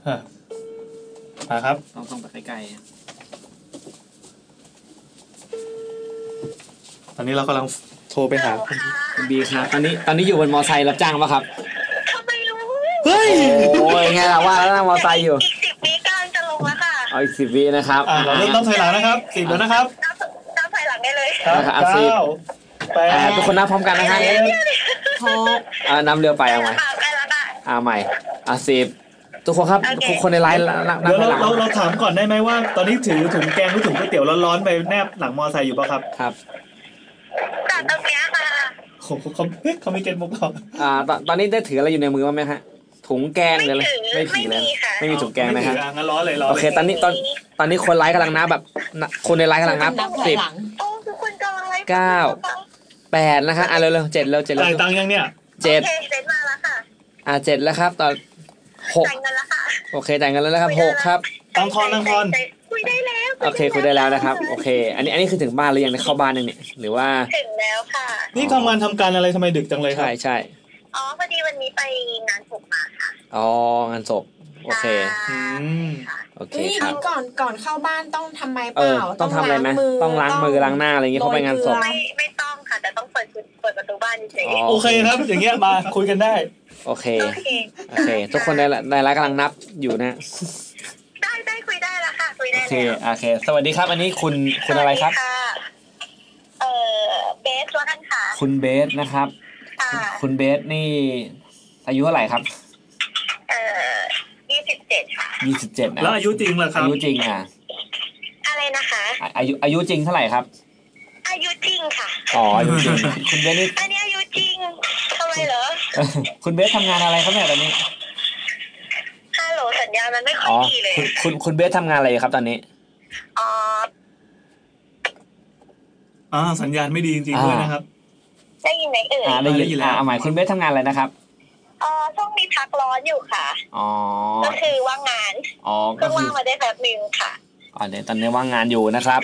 ฮะมาครับ ต้องต้องไปใกล้ๆ ตอนนี้เรากำลังโทรไปหาคุณ คุณบีครับตอนนี้ตอนนี้อยู่บนมอไซค์รับจ้างปะครับ เฮ้ย โอ้ยไงล่ะว่าแล้วนั่งมอไซค์อยู่ อีกสิบวิกำลังจะลงแล้วค่ะ เอาอีกสิบวินะครับ อ่าเราเริ่มต้องถอยหลังนะครับสิบแล้วนะครับ นับถอยหลังได้เลย ครับ นะครับสิบ เก้าแป แปด ด ทุกคนนับพร้อมกันนะฮะ พอ อ่าน้ำเรือไปเอาใหม่ ค่ะใกล้แล้วค่ะ เอาใหม่อ่าสิบทุกคนครับ โอเค ทุกคนในไลน์นับนับ เดี๋ยว ถอยห เรา ลัง เราเราถามก่อนได้ไหมว่า ตอนนี้ถือถุงแกงหรือถุงก๋วยเตี๋ยวร้อนๆไปแนบหลังมอไซค์อยู่ป่ะครับ ครับ จัดตรงเนี้ยค่ะ โอ้โหเขาเขาไม่เก็ตมุกหรอก อ่าตอนตอนนี้ได้ถืออะไรอยู่ในมือบ้างไหมฮะถุงแกงหรืออะไรไม่ผีเลย ค่ะ ไม่มีถุงแกงนะฮะ ไม่ถืออ่งั้นล้อเลยล้อ โอ ลย เคตอนนี้ตอนตอนนี้คนไลน์กำลังนับแบบนับคนในไลน์กำลังนับ นับถอ สิ ย บ หลัง โอ้ทุกคนกำลังไลฟ์ เก้า แปดนะฮะอ่ะเร็วๆเจ็ดเร็วเจ็ดเร็ จ่ายว ตังค์ยังเนี่ย เจ็ด โอเคเซ็นมาแล้วค่ะ อ่าเจ็ดแล้วครับตอนหก จ่ายเงินแล้วค่ะ โอเคจ่ายเงินแล้วนะครับหกครับ ตังค์ทอนตังค์ทอน คุยได้แล้ว โอเคคุยได้แล้วนะครับ โอเค อันนี้อันนี้คือถึงบ้านหรือยังเข้าบ้านยังเนี่ยหรือว่า ถึงแล้วค่ะ นี่ทำงานทำการอะไรทำไมดึกจังเลยครับ ใช่ใช่ อ๋อพอดีวันนี้ไปงานผมมาค่ะ อ๋อ งานศพ โอเค อืม โอเค เฮ้ย ครับ นี่ก่อนก่อนเข้าบ้านต้องทำไมเป เออ ล่า ต้องทำอะไรไหมต้องล้างมือล้างหน้าอะไรอย่างเงี้ยเพราะไปงานศพ ไม่ไม่ต้องค่ะ แต่ต้องเปิดชุดเปิดประตูบ้านเฉย อ๋อ โอเคครับ อย่างเงี้ยมาคุยกันได้ โอเค โอเค โอเค ทุกคนในในร้านกำลังนับอยู่นะ ได้ได้คุยได้แล้วค่ะ คุย โอ ได้ เค แล้ว โอเค สวัสดีครับ อันนี้คุณคุณอะไรครับ สวัสดีะเอ่อเบสแล้วกันค่ะ คุณเบสนะครับ ค่ะ คุณเบสนี่ อายุเท่าไหร่ครับ เอ่อยี่สิบเจ็ดค่ะ ยี่สิบเจ็ดนะ แล้วอายุจริงเหรอครั อา บ ยุจริงอ่ะ อะไรนะคะ อ่ะอายุอายุจริงเท่าไหร่ครับ อายุจริงค่ะ *laughs* อ๋อ อายุจริง คุณเบสนี่ *laughs* อันนี้อายุจริงทำไมเหรอ คุณเบสทำงานอะไรครับเนี่ยตอนนี้ ฮัลโหลสัญญาณมันไม่ค่อย อ๋อ ดีเลย คุณ อะ คุณคุณเบสทำงานอะไรอยู่ครับตอนนี้ อ๋อ อ่าสัญญาณไม่ดีจริงๆด้วยนะครับ ได้ยินไหมเอ่ย อ่าได้ยิ ได้ยิน น แล้ว อ่าเอาใหมายคุณเบสทำงานอะไรนะครับ อ๋อช่วงนี้พักร้อนอยู่ค่ะ อ๋อ ก็คือว่างงาน อ๋อ ก็ เพิ่ง คื ว่า อง มาได้แบบหนึ่งค่ะ อ๋อเดี๋ยวตอนนี้ว่างงานอยู่นะครับ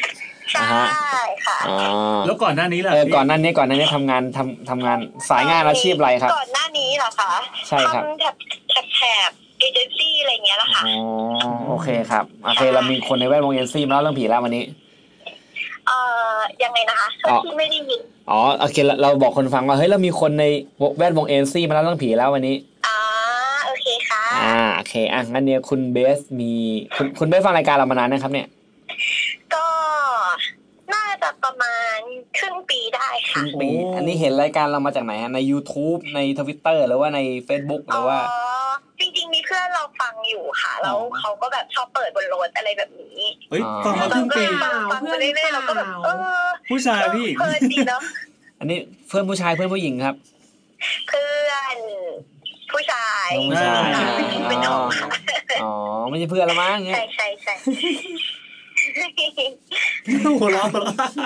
ใช่ อ่าฮะ ค่ะ อ๋อ แล้วก่อนหน้านี้ล่ะ เออก่อนหนั้นนี้ก่อนหนั้นนี้ทำงานทำทำงานสายงานอาชีพอะไรครับ ก่อนหน้านี้เหรอคะ ใช่ครับ ทำแถบแถบเอเจนซี่อะไรเงี้ยละ อ๋ ค่ะ อ โอเคครับ โอเค เรามีคนในแวดวงเอ็นซีมาเล่าเรื่องผีแล้ววันนี้ เอ่อ ยังไงนะคะ อ๋อ ที่ไม่ได้ยิน อ๋อ โอเค เราเราบอกคนฟังว่า เฮ้ย เรามีคนในแวดวงเอ็นซีมาเล่าเรื่องผีแล้ววันนี้ อ๋อโอเคค่ะ อ่า โอเค อ่ะ งั้นเนี่ยคุณเบสมี คุณคุณเบสฟังรายการเรามานานนะครับเนี่ย ก็น่าจะประมาณครึ่งปีได้ ครึ่ ค่ะ งปีอันนี้เห็นรายการเรามาจากไหนฮะ ใน YouTube ใน Twitter หรือว่าใน Facebook ห อ๋ รือว่า อจริงๆมีเพื่อนเราฟังอยู่ค่ะ แล้ว อ๋อ เขาก็แบบชอบเปิดบนรถอะไรแบบนี้ เฮ้ย อ่า ฟังมาครึ่งปี เราก็ฟังไปเรื่อยๆเราก็แบบเออ ผู้ชายพี่ เพื่อนดีเนาะ อันนี้เพื่อนผู้ชายเพื่อนผู้หญิงครับ เพื่อนผู้ชาย เพื่อนผู้ชาย อ่า เป็นน้อง อ๋อ ไม่ใช่เพื่อนละมั้งเงี้ ใช่ ย ใช่ใช่ หัวเราะหัวเราะช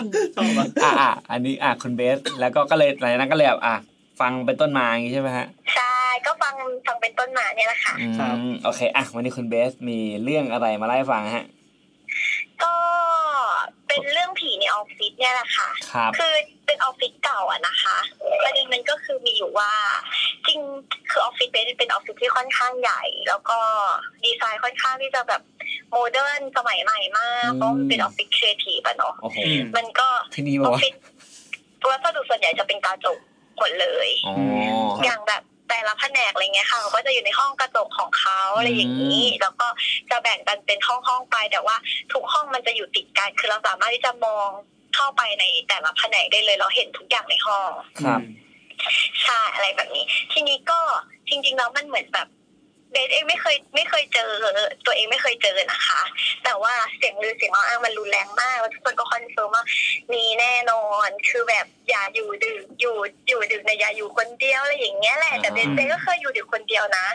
อบอ่ะ อ่ะอ่ะอันนี้อ่ะคุณเบส แล้วก็ก็เลยหลังจากนั้นก็เลยแบบอ่ะฟังเป็นต้นมาอย่างงี้ใช่ไหมฮะ ใช่ก็ฟังฟังเป็นต้นมาเนี่ยแหละค่ะ อืมโอเคอ่ะวันนี้คุณเบสมีเรื่องอะไรมาเล่าให้ฟังฮะ ก็เป็นเรื่องผีในออฟฟิศเนี่ยแหละค่ะ ครับ คือเป็นออฟฟิศเก่าอะนะคะประเด็นมันก็คือมีอยู่ว่า จริงคือออฟฟิศเป็นเป็นออฟฟิศที่ค่อนข้างใหญ่ แล้วก็ดีไซน์ค่อนข้างที่จะแบบโมเดิร์นสมัยใหม่มาก อืม เพราะมันเป็นออฟฟิศครีเอทีฟอะเนาะ โอ้โห อืม มันก็ ที่นี่ อ ปะ อฟ วะ ฟิศวัสดุส่วนใหญ่จะเป็นกระจกหมดเลย อ๋อ ครับ อย่างแบบแต่ละ ละแผนกอะไรเงี้ยค่ะเขาก็จะอยู่ในห้องกระจกของเขาอะไรอย่างนี้ แล้วก็จะแบ่งกันเป็นห้องห้องๆไป แต่ว่าทุกห้องมันจะอยู่ติดกัน คือเราสามารถที่จะมองเข้าไปในแต่ละแผนกได้เลย เราเห็นทุกอย่างในห้อง ครับ ใช่อะไรแบบนี้ ทีนี้ก็จริงๆแล้วมันเหมือนแบบเบสเองไม่เคยไม่เคยเจอ ตัวเองไม่เคยเจอนะคะ แต่ว่าเสียงลือเสียงเล่าอ้างมันรุนแรงมากแล้วทุกคนก็คอนเฟิร์มว่ามีแน่นอนคือแบบอย่าอยู่ดึกอยู่อยู่ดึกนะอย่าอยู่คนเดียวอะไรอย่างเงี้ยแหละแต่เบสเองก็เคยอยู่ดึกคนเดียวนะ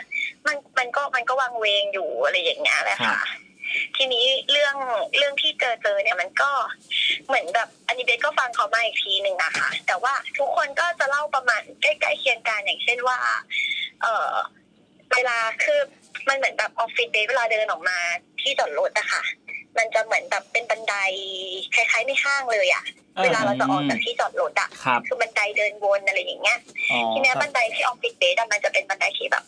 มันมันก็มันก็วางเวงอยู่อะไรอย่างเงี้ยแหละค่ะ ทีนี้เรื่องเรื่องที่เจอเจอเนี่ยมันก็ เหมือนแบบอันนี้เบสก็ฟังเขามาอีกทีหนึ่งอะค่ะ แต่ว่าทุกคนก็จะเล่าประมาณใกล้ๆเคียงกันอย่างเช่นว่า เออเวลาคือมันเหมือนแบบออฟฟิศเบสเวลาเดินออกมาที่จอดรถอะค่ะ มันจะเหมือนแบบเป็นบันไดคล้ายๆในห้างเลยอะ อ่า เวลาเราจะออกจากที่จอดรถอะ ครับ คือบันไดเดินวนอะไรอย่างเงี้ย อ๋อ ทีเนี้คยรับ บันไดที่ออฟฟิศเบสอะมันจะเป็นบันไดที่แบบ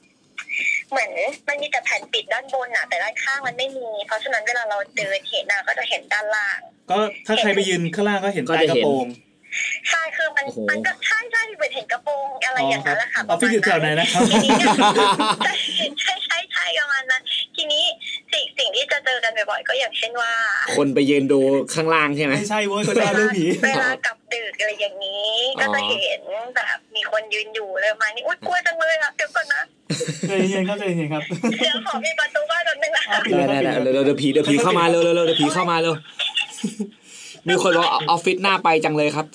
เหมือนมันมีแต่แผ่นปิดด้านบนอะแต่ด้านข้างมันไม่มี เพราะฉะนั้นเวลาเราเดินเห็นอะก็จะเห็นด้านล่าง ก็ถ้าใครไปยืนข้างล่างก็เห็น ก็ ใต้กระจะเห็น โปรง ใช่คือมันมันก็ใช่ใช่เหมือนเห็นกระโปรงอะไรอย่างนั้นแหละค่ะ ออฟฟิศอยู่แถวไหนนะครับ ทีนี้เนี่ยใช่ใช่ใช่ประมาณนั้นทีนี้สิ่งสิ่งที่จะเจอกันบ่อยๆก็อย่างเช่นว่า คนไปยืนดูข้างล่างใช่ไหม ไม่ใช่เว้ยคนละเรื่องผี เวลากลับดึกอะไรอย่างนี้ อ๋อ ก็จะเห็นแบบมีคนยืนอยู่เลยมานี่อุ้ยกลัวจังเลยอ่ะเดี๋ยวก่อนนะ ใจเย็นครับใจเย็นครับ เดี๋ยวขอมีประตูบ้านนิดนึงนะ เอาปิด ได้ แล้วครับ ได้ ปิด ได้ แล้ว เดี๋ยวเดี๋ยวผีเดี๋ยวผีเข้ามาเร็วเร็วเร็วเดี๋ยวผีเข้ามาเร็วมีคนบอกออฟฟิศหน้าไปจังเลยครับ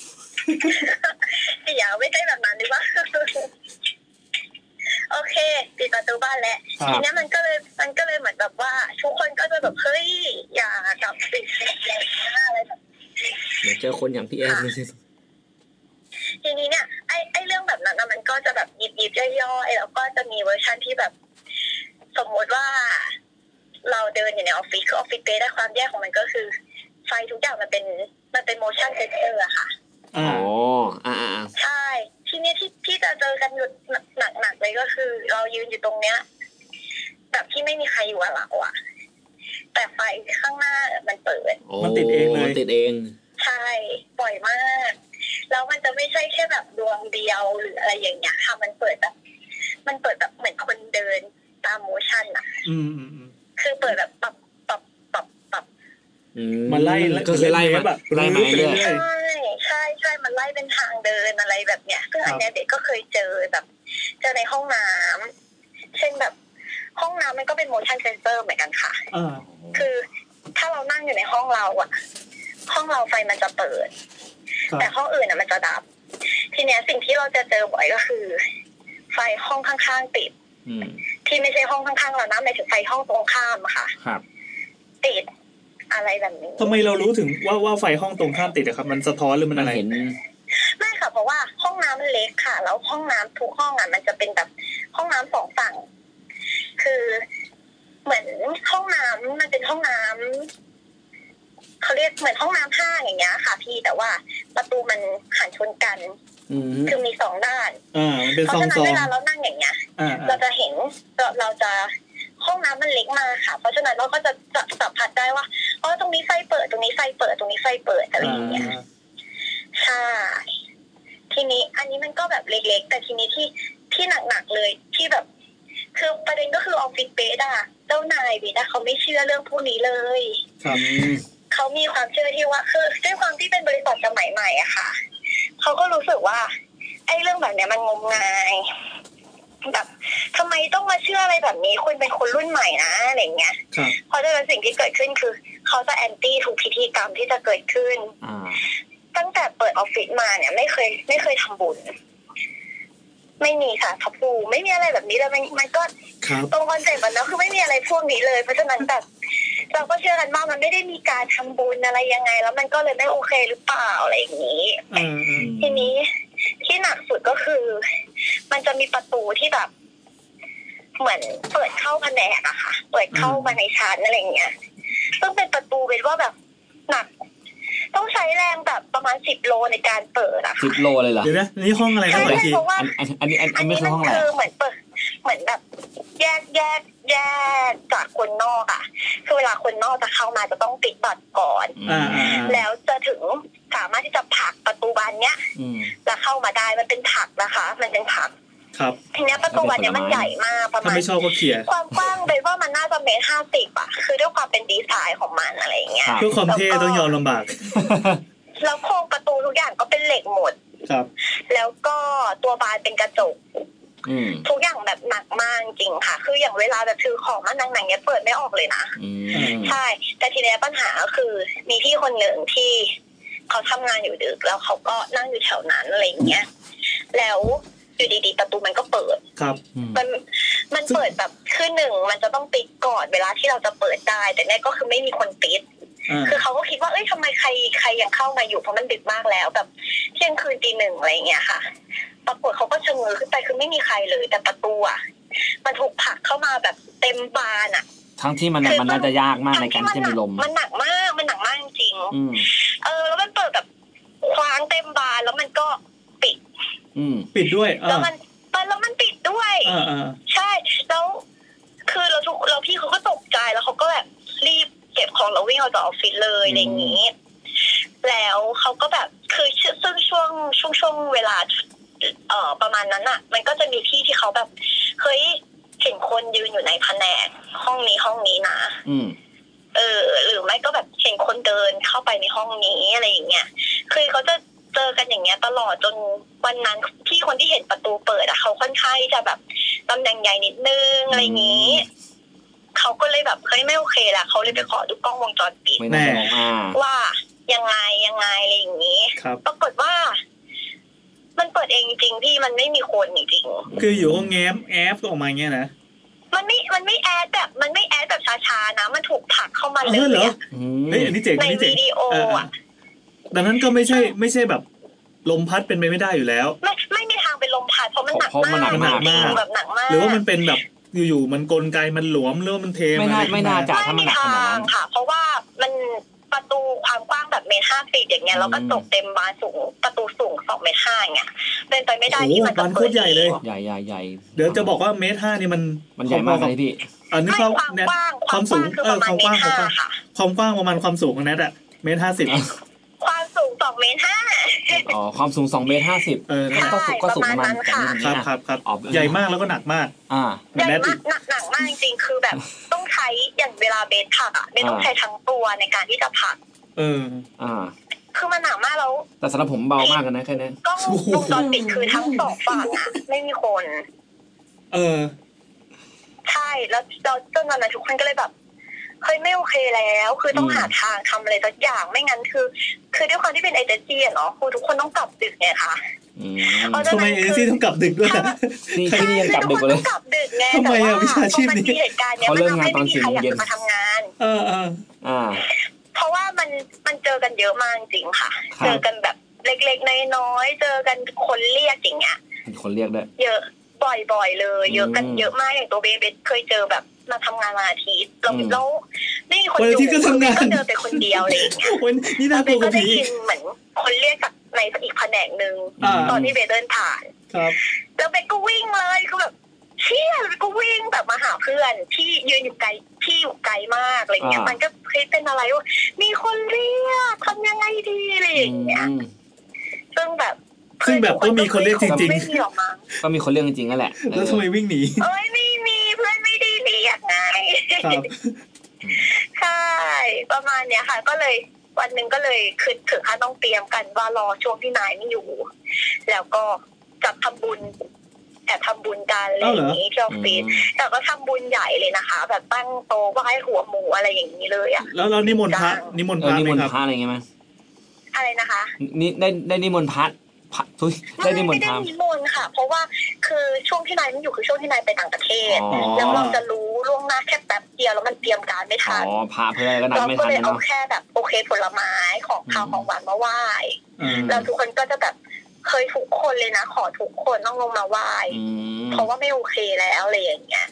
เดี๋ยวไม่ใช่แบบนั้นหรือว่า *laughs* โอเคปิดประตูบ้านแล้ว ครับ ทีเนี้ยมันก็เลยมันก็เลยเหมือนแบบว่า ทุกคนก็จะแบบเฮ้ยอย่ากลับดึกเลยนะอะไรแบบนี้ เดี๋ยวเจอคนอย่างพี่แอนนี่สิ ทีนี้เนี่ยไอ้ไอ้เรื่องแบบนั้นน่ะมันก็จะแบบยิบยิบย่อยๆแล้วก็จะมีเวอร์ชันที่แบบ สมมติว่า เราเดินอยู่ในออฟฟิศคือออฟฟิศเดย์ได้ความแย่ของมันก็คือ ไฟทุกอย่างมันเป็น มันเป็นโมชั่นเซนเซอร์อะค่ะ อ่า อ๋ออ่าอ่า ใช่ ทีนี้ที่ที่จะเจอกันอยู่หนักหนักๆเลยก็คือ เรายืนอยู่ตรงเนี้ยแบบที่ไม่มีใครอยู่กับเราอะแต่ไฟข้างหน้ามันเปิด โอ้ มันติดเองเลย มันติดเอง ใช่บ่อยมาก แล้วมันจะไม่ใช่แค่แบบดวงเดียวหรืออะไรอย่างเงี้ยค่ะ มันเปิดแบบ มันเปิดแบบเหมือนคนเดินตามโมชั่นอะ อืมอืมอืม คือเปิดแบบปรับปรับปรับปรับ อื มันไล่ ก็คือไล่มา แบบ ไล่มาเรื่อย ใช่ ใช่ใช่ใช่มันไล่เป็นทางเดินอะไรแบบเนี้ยคืออันเนี้ยเด็กก็เคยเจอแบบเจอในห้องน้ำเช่นแบบ ห้องน้ำมันก็เป็นโมชั่นเซนเซอร์เหมือนกันค่ะ อ่า คือถ้าเรานั่งอยู่ในห้องเราอะห้องเราไฟมันจะเปิด ครับ แต่ห้องอื่นน่ะมันจะดับ ทีเนี้ยสิ่งที่เราจะเจอบ่อยก็คือ ไฟห้องข้างๆติด ๆอืม ที่ไม่ใช่ห้องข้างๆเรานะหมายถึงไฟห้องตรงข้ามอะค่ะ ครับ ติดอะไรแบบนี้ ทำไมเรารู้ถึงว่าว่าไฟห้องตรงข้ามติดอะครับ มันสะท้อนหรือมัน มัน อะไร เห็น ไม่ค่ะเพราะว่าห้องน้ำมันเล็กค่ะ แล้วห้องน้ำทุกห้องอะมันจะเป็นแบบห้องน้ำสองฝั่ง คือเหมือนห้องน้ำมันเป็นห้องน้ำเขาเรียกเหมือนห้องน้ำห้างอย่างเงี้ยค่ะ พี่แต่ว่าประตูมันหันชนกัน อืม คือมีสองด้าน อ่า มันเป็นซองเพราะฉะนั้ ซองนเวลาเรานั่งอย่างเงี้ย อ่า เราจะเห็นเราเราจะห้องน้ำมันเล็กมากค่ะ เพราะฉะนั้นเราก็จะจะสัมผัสได้ว่าอ๋อตรงนี้ไฟเปิดตรงนี้ไฟเปิดตรงนี้ไฟเปิดอะไรอย่างเงี้ยใช่ทีนี้อันนี้มันก็แบบเล็กๆ แต่ทีนี้ที่ที่หนักๆเลยที่แบบ คือประเด็นก็คือออฟฟิศเบสอะเจ้านายเบสอะเขาไม่เชื่อเรื่องพวกนี้เลย ครับ เขามีความเชื่อที่ว่าคือด้วยความที่เป็นบริษัทสมัยใหม่อะค่ะ เขาก็รู้สึกว่า ไอ้เรื่องแบบเนี้ยมันงมงายแบบทำไมต้องมาเชื่ออะไรแบบนี้ คุณเป็นคนรุ่นใหม่นะอะไรอย่างเงี้ย ครับ เพราะฉะนั้นสิ่งที่เกิดขึ้นคือ เขาจะแอนตี้ทุกพิธีกรรมที่จะเกิดขึ้น อ่า ตั้งแต่เปิดออฟฟิศมาเนี่ย ไม่เคย ไม่เคยทำบุญ ไม่มีค่ะทับปูไม่มีอะไรแบบนี้เลยมันมันก็ ครับ ตรงคอนเซ็ปต์มันนะคือไม่มีอะไรพวกนี้เลย เพราะฉะนั้นแบบเราก็เชื่อกันว่ามันไม่ได้มีการทำบุญอะไรยังไง แล้วมันก็เลยไม่โอเคหรือเปล่าอะไรอย่างนี้ อ่าอ่า ทีนี้ที่หนักสุดก็คือ มันจะมีประตูที่แบบ เหมือนเปิดเข้าแผนกอะค่ะ เปิดเข้ามาในชั้นอะไรอย่างเงี้ยซึ่งเป็นประตูเป็นว่าแบบหนัก ต้องใช้แรงแบบประมาณสิบโลในการเปิดอะ สิบค่ะโลเลยเหรอ เดี๋ยวนะนี่ห้องอะไรครับขอใช่อีกที เพราะว่า อันอันอันนี้อันอันไม่ใช่ห้องอะไร มัคือ อะ เหมือนเปิดเหมือนแบบแยกแยกแยกจากคนนอกอ่ะ คือเวลาคนนอกจะเข้ามาจะต้องติดบัตรก่อน อ่าอ่าอ่า แล้วจะถึงสามารถที่จะผลักประตูบานเนี้ย อืม แล้วเข้ามาได้มันเป็นผลักนะคะ มันเป็นผลัก ครับ ทีเนี้ยประ ตัวเนี่ยมันใหญ่มากประมา ถ้า ณ ไม่ชอบก็เขี่ย ความกว้างเป็นว่ามันน่าจะเมตรห้าสิบอะคือด้วยความเป็นดีไซน์ของมันอะไรอย่างเงี้ย เพื่อความเท่ต้องยอมลำบาก แล้วโครงประตูทุกอย่างก็เป็นเหล็กหมด ครับ แล้วก็ตัวบานเป็นกระจก อืม ทุกอย่างแบบหนักมากจริงค่ะ คืออย่างเวลาจะถือของมาหนังๆเนี้ยเปิดไม่ออกเลยนะ อืม ใช่ แต่ทีเนี้ยปัญหาก็คือ มีพี่คนหนึ่งที่เขาทำงานอยู่ดึก แล้วเขาก็นั่งอยู่แถวนั้นอะไรอย่างเงี้ย แล้วอยู่ดีๆประตูมันก็เปิด ครับ มันมันเปิดแบบคือหนึ่งมันจะต้องปิดก่อนเวลาที่เราจะเปิดได้ แต่เนี่ยก็คือไม่มีคนปิด อ่า คือเขาก็คิดว่าเอ้ยทำไมใครใครยังเข้ามาอยู่เพราะมันดึกมากแล้วแบบเที่ยงคืนตีหนึ่งอะไรอย่างเงี้ยค่ะ ปรากฏเขาก็ชะเง้อขึ้นไปคือไม่มีใครเลยแต่ประตูอ่ะมันถูกผลักเข้ามาแบบเต็มบานอ่ะ ทั้งที่มันมันน่าจะยากมากในการที่จะมีลม มันหนักมากมันหนักมากจริง อืม ๆเออแล้วมันเปิดแบบคว้างเต็มบานแล้วมันก็ปิด อืม ปิดด้วย แล้ว อ่า มันแล้วมันปิดด้วย อ่าอ่า ใช่ แล้วคือเราทุกเราพี่เขาก็ตกใจแล้วเขาก็แบบรีบเก็บของแล้ววิ่งออกจากออฟฟิศเลยอะไรอย่างนี้ แล้วเขาก็แบบคือซึ่งช่วงช่วงช่วงเวลาเอ่อประมาณนั้นอะมันก็จะมีพี่ที่เขาแบบเฮ้ยเห็นคนยืนอยู่ในแผนกห้องนี้ห้องนี้นะ อืม เออหรือไม่ก็แบบเห็นคนเดินเข้าไปในห้องนี้อะไรอย่างเงี้ยคือเขาจะเจอกันอย่างเงี้ยตลอดจนวันนั้นที่คนที่เห็นประตูเปิดอะเขาค่อนข้างที่จะแบบตำแหน่งใหญ่นิดนึงอะไรอย่างงี้เขาก็เลยแบบเฮ้ยไม่โอเคละเขาเลยไปขอดูกล้องวงจรปิด ไม่น่าจะมองอ่า ว่ายังไงยังไงอะไรอย่างงี้ ครับ ปรากฏว่า มันเปิดเองจริงๆพี่มันไม่มีคนจริงๆ คืออยู่ก็แง้มแอฟออกมาอย่างเงี้ยนะ มันไม่ มันไม่แอดแบบ มันไม่แอดแบบช้าๆนะ มันถูกผลักเข้ามาเล เออยเหรอ อะ อืม เฮ้ยอันนี้เจ๋ง ใน อันนี้เจ๋ วิ ง ดีโอ เออ อ่ะ ดังนั้นก็ไม่ใช่ไม่ใช่แบบลมพัดเป็นไปไม่ได้อยู่แล้ว ไม่ ไม่มีทางเป็นลมพัดเพราะมันหนัก เพราะ มา มันหนั ก กมาก มาก แบบหนักมาก หรือว่ามันเป็นแบบอยู่ๆมันกลไกมันหลวมหรือว่ามันเท ไม่น่า อะร ไม่น่าจะถ้ามัไม่น มี หนักข ทา นาด ง นั้น ค่ะ เพราะว่ามันประตูความกว้างแบบเมตรห้าสิบอย่างเงี้ย แล้วก็ตกเต็มบานสูง ประตูสูงสองเมตรห้าอย่างเงี้ย เป็นไปไม่ได้ โอ้โห ที่มัน บา จะ นโค เปิ ตรดใหญ่เลย ใหญ่ใหญ่ใหญ่ เดี๋ยวจะบอกว่าเมตรห้านี่มัน มันใหญ่มากเลยพี่ อันนี้ ไม่ เขา ความ แนท กว้างคคาววาม ม ก สู ว้าง งคือ เอ ป อ ระมา ค ณ วามกเมต ว้างครวามกว้างห้าค่ะ ความกว้างประมาณความสูงของแนทอะเมตรห้าสิบ ความสูงสองเมตรห้า อ๋อความสูง2เมตร เออนั่นแหละ ก็สูงก็สูงประมาณ ประมาณนั้น ค ค่ะ รับ นี้ ครับครับ ออกแบบ ใหญ่มากแล้วก็หนักมาก อ่า ใหญ่ แน่นอี มาก ก หนักหนักมากจริงๆ คือแบบ ต้องใช้อย่างเวลาเบสผักอ่ะเบสต้อง อ่า ใช้ทั้งตัวในการที่จะผัก เออ อ่า คือมันหนักมากแล้ว แต่สำหรับผมเบามากนะแค่นี้ กล้องวงจรปิดคือทั้งสองฝั่งอ่ะ ไม่มีคน เออ ใช่แล้วเราจนตอนนั้นทุกคนก็เลยแบบเฮ้ยไม่โอเคแล้ว คือต้องหาทางทำอะไรสักอย่างไม่งั้นคือ คือด้วยความที่เป็นเอเจนซี่อะเนาะคือทุกคนต้องกลับดึกไงคะ อืม เพราะฉะ ทำไม นั้น เอเจน คื ซี่ อ ต้องกลับดึกด้วย ใช่ อะ นี่ที่นี่ยังกลับดึกกว่าเลย ทุคนต้องกลับดึกไง ทำไมอะ แต่ วิชาชีพนี้ พอมันมีเหตุการณ์เนี้ย เขา มัน เลิกงานตอทำให้ไม่ น มี สี่ ใคร โมง อยาก เย็น จะมาทำงาน เออเออ อ่า เพราะว่ามันมันเจอกันเยอะมากจริงๆค่ะ ครับ เจอกันแบบเล็กๆน้อยๆเจอกันคนเรียกอย่างเงี้ย มีคนเรียกด้วย เยอะบ่อยๆเลย เยอะกัน อืม เยอะมากอย่างตัวเบเบสเคยเจอแบบมาทำงานวันอาทิตย์เรา อืม แล้วไม่มีคน วันอาทิตย์ก็ทำงาน ก็เจอไปคนเดียวอะไรอย่างเลย โอ้ย *laughs* นี่น่าก เบ ลัวกสก็ ว่า ได้ ผี ยินเหมือนคนเรียกจากในอีกแผนกหนึ่ง อ่า ตอนที่เบสเดินผ่าน ครับ แล้วเบสก็วิ่งเลยก็แบบเชี่ยเบสก็วิ่งแบบมาหาเพื่อนที่ยืนอยู่ไกลที่อยู่ไกลมากอะไรอย่างเงี้ย อ่ามั มันก็เฮ้ยเป็นอะไรวะมีคนเรียกทำยังไงดีอะไร อื อย่างเงี้ย ม ซึ่งแบบ ซึ่งแบบก็มีคนเรียกจริงๆ ไม่มีหรอกมั้ง ก็มีคนเรียกจริงๆนั่นแหละ แล้วทำไม เออ วิ่งหนี เอ้ยไม่มีเพื่อนไม่ได้เรียกไงค *laughs* รับ ใช่ประมาณเนี้ยค่ะ ก็เลยวันหนึ่งก็เลยคือถึงขั้นต้องเตรียมกันว่ารอช่วงที่นายไม่อยู่ แล้วก็จัดทำบุญแอบทำบุญกันอะไรอย่างนี้ที่ออฟฟิศ อืม แต่ก็ทำบุญใหญ่เลยนะคะ แบบตั้งโต๊ะไหว้หัวหมูอะไรอย่างนี้เลยอะ แล้วเรานิมนต์พระนิมนต์ เอ พ อ ระ นิ ไหม มนต์ครับ พระอะไรเงี้ยมั้ย อะไรนะคะ นี่ได้ได้นิมนต์พระพระทุยได้ ไม่ นิมน ไม่ ต์พ ได้ ระ นิมนต์ค่ะ เพราะว่าคือช่วงที่นายไม่อยู่คือช่วงที่นายไปต่างประเทศ อ๋อ แล้วเราจะรู้ล่วงหน้าแค่แป๊บเดียวแล้วมันเตรียมการไม่ อ๋ ทัน อพระเพื่อนก็นัด เรา ไม่ ก็ ทัน เลยเอา เนาะ แค่แบบโอเคผลไม้ของข้าว อืม ของหวานมาไหว้ อืม เราทุกคนก็จะแบบเคยทุกคนเลยนะ ขอทุกคนต้องลงมาไหว้ อืม เพราะว่าไม่โอเคแล้วอะไรอย่างเงี้ย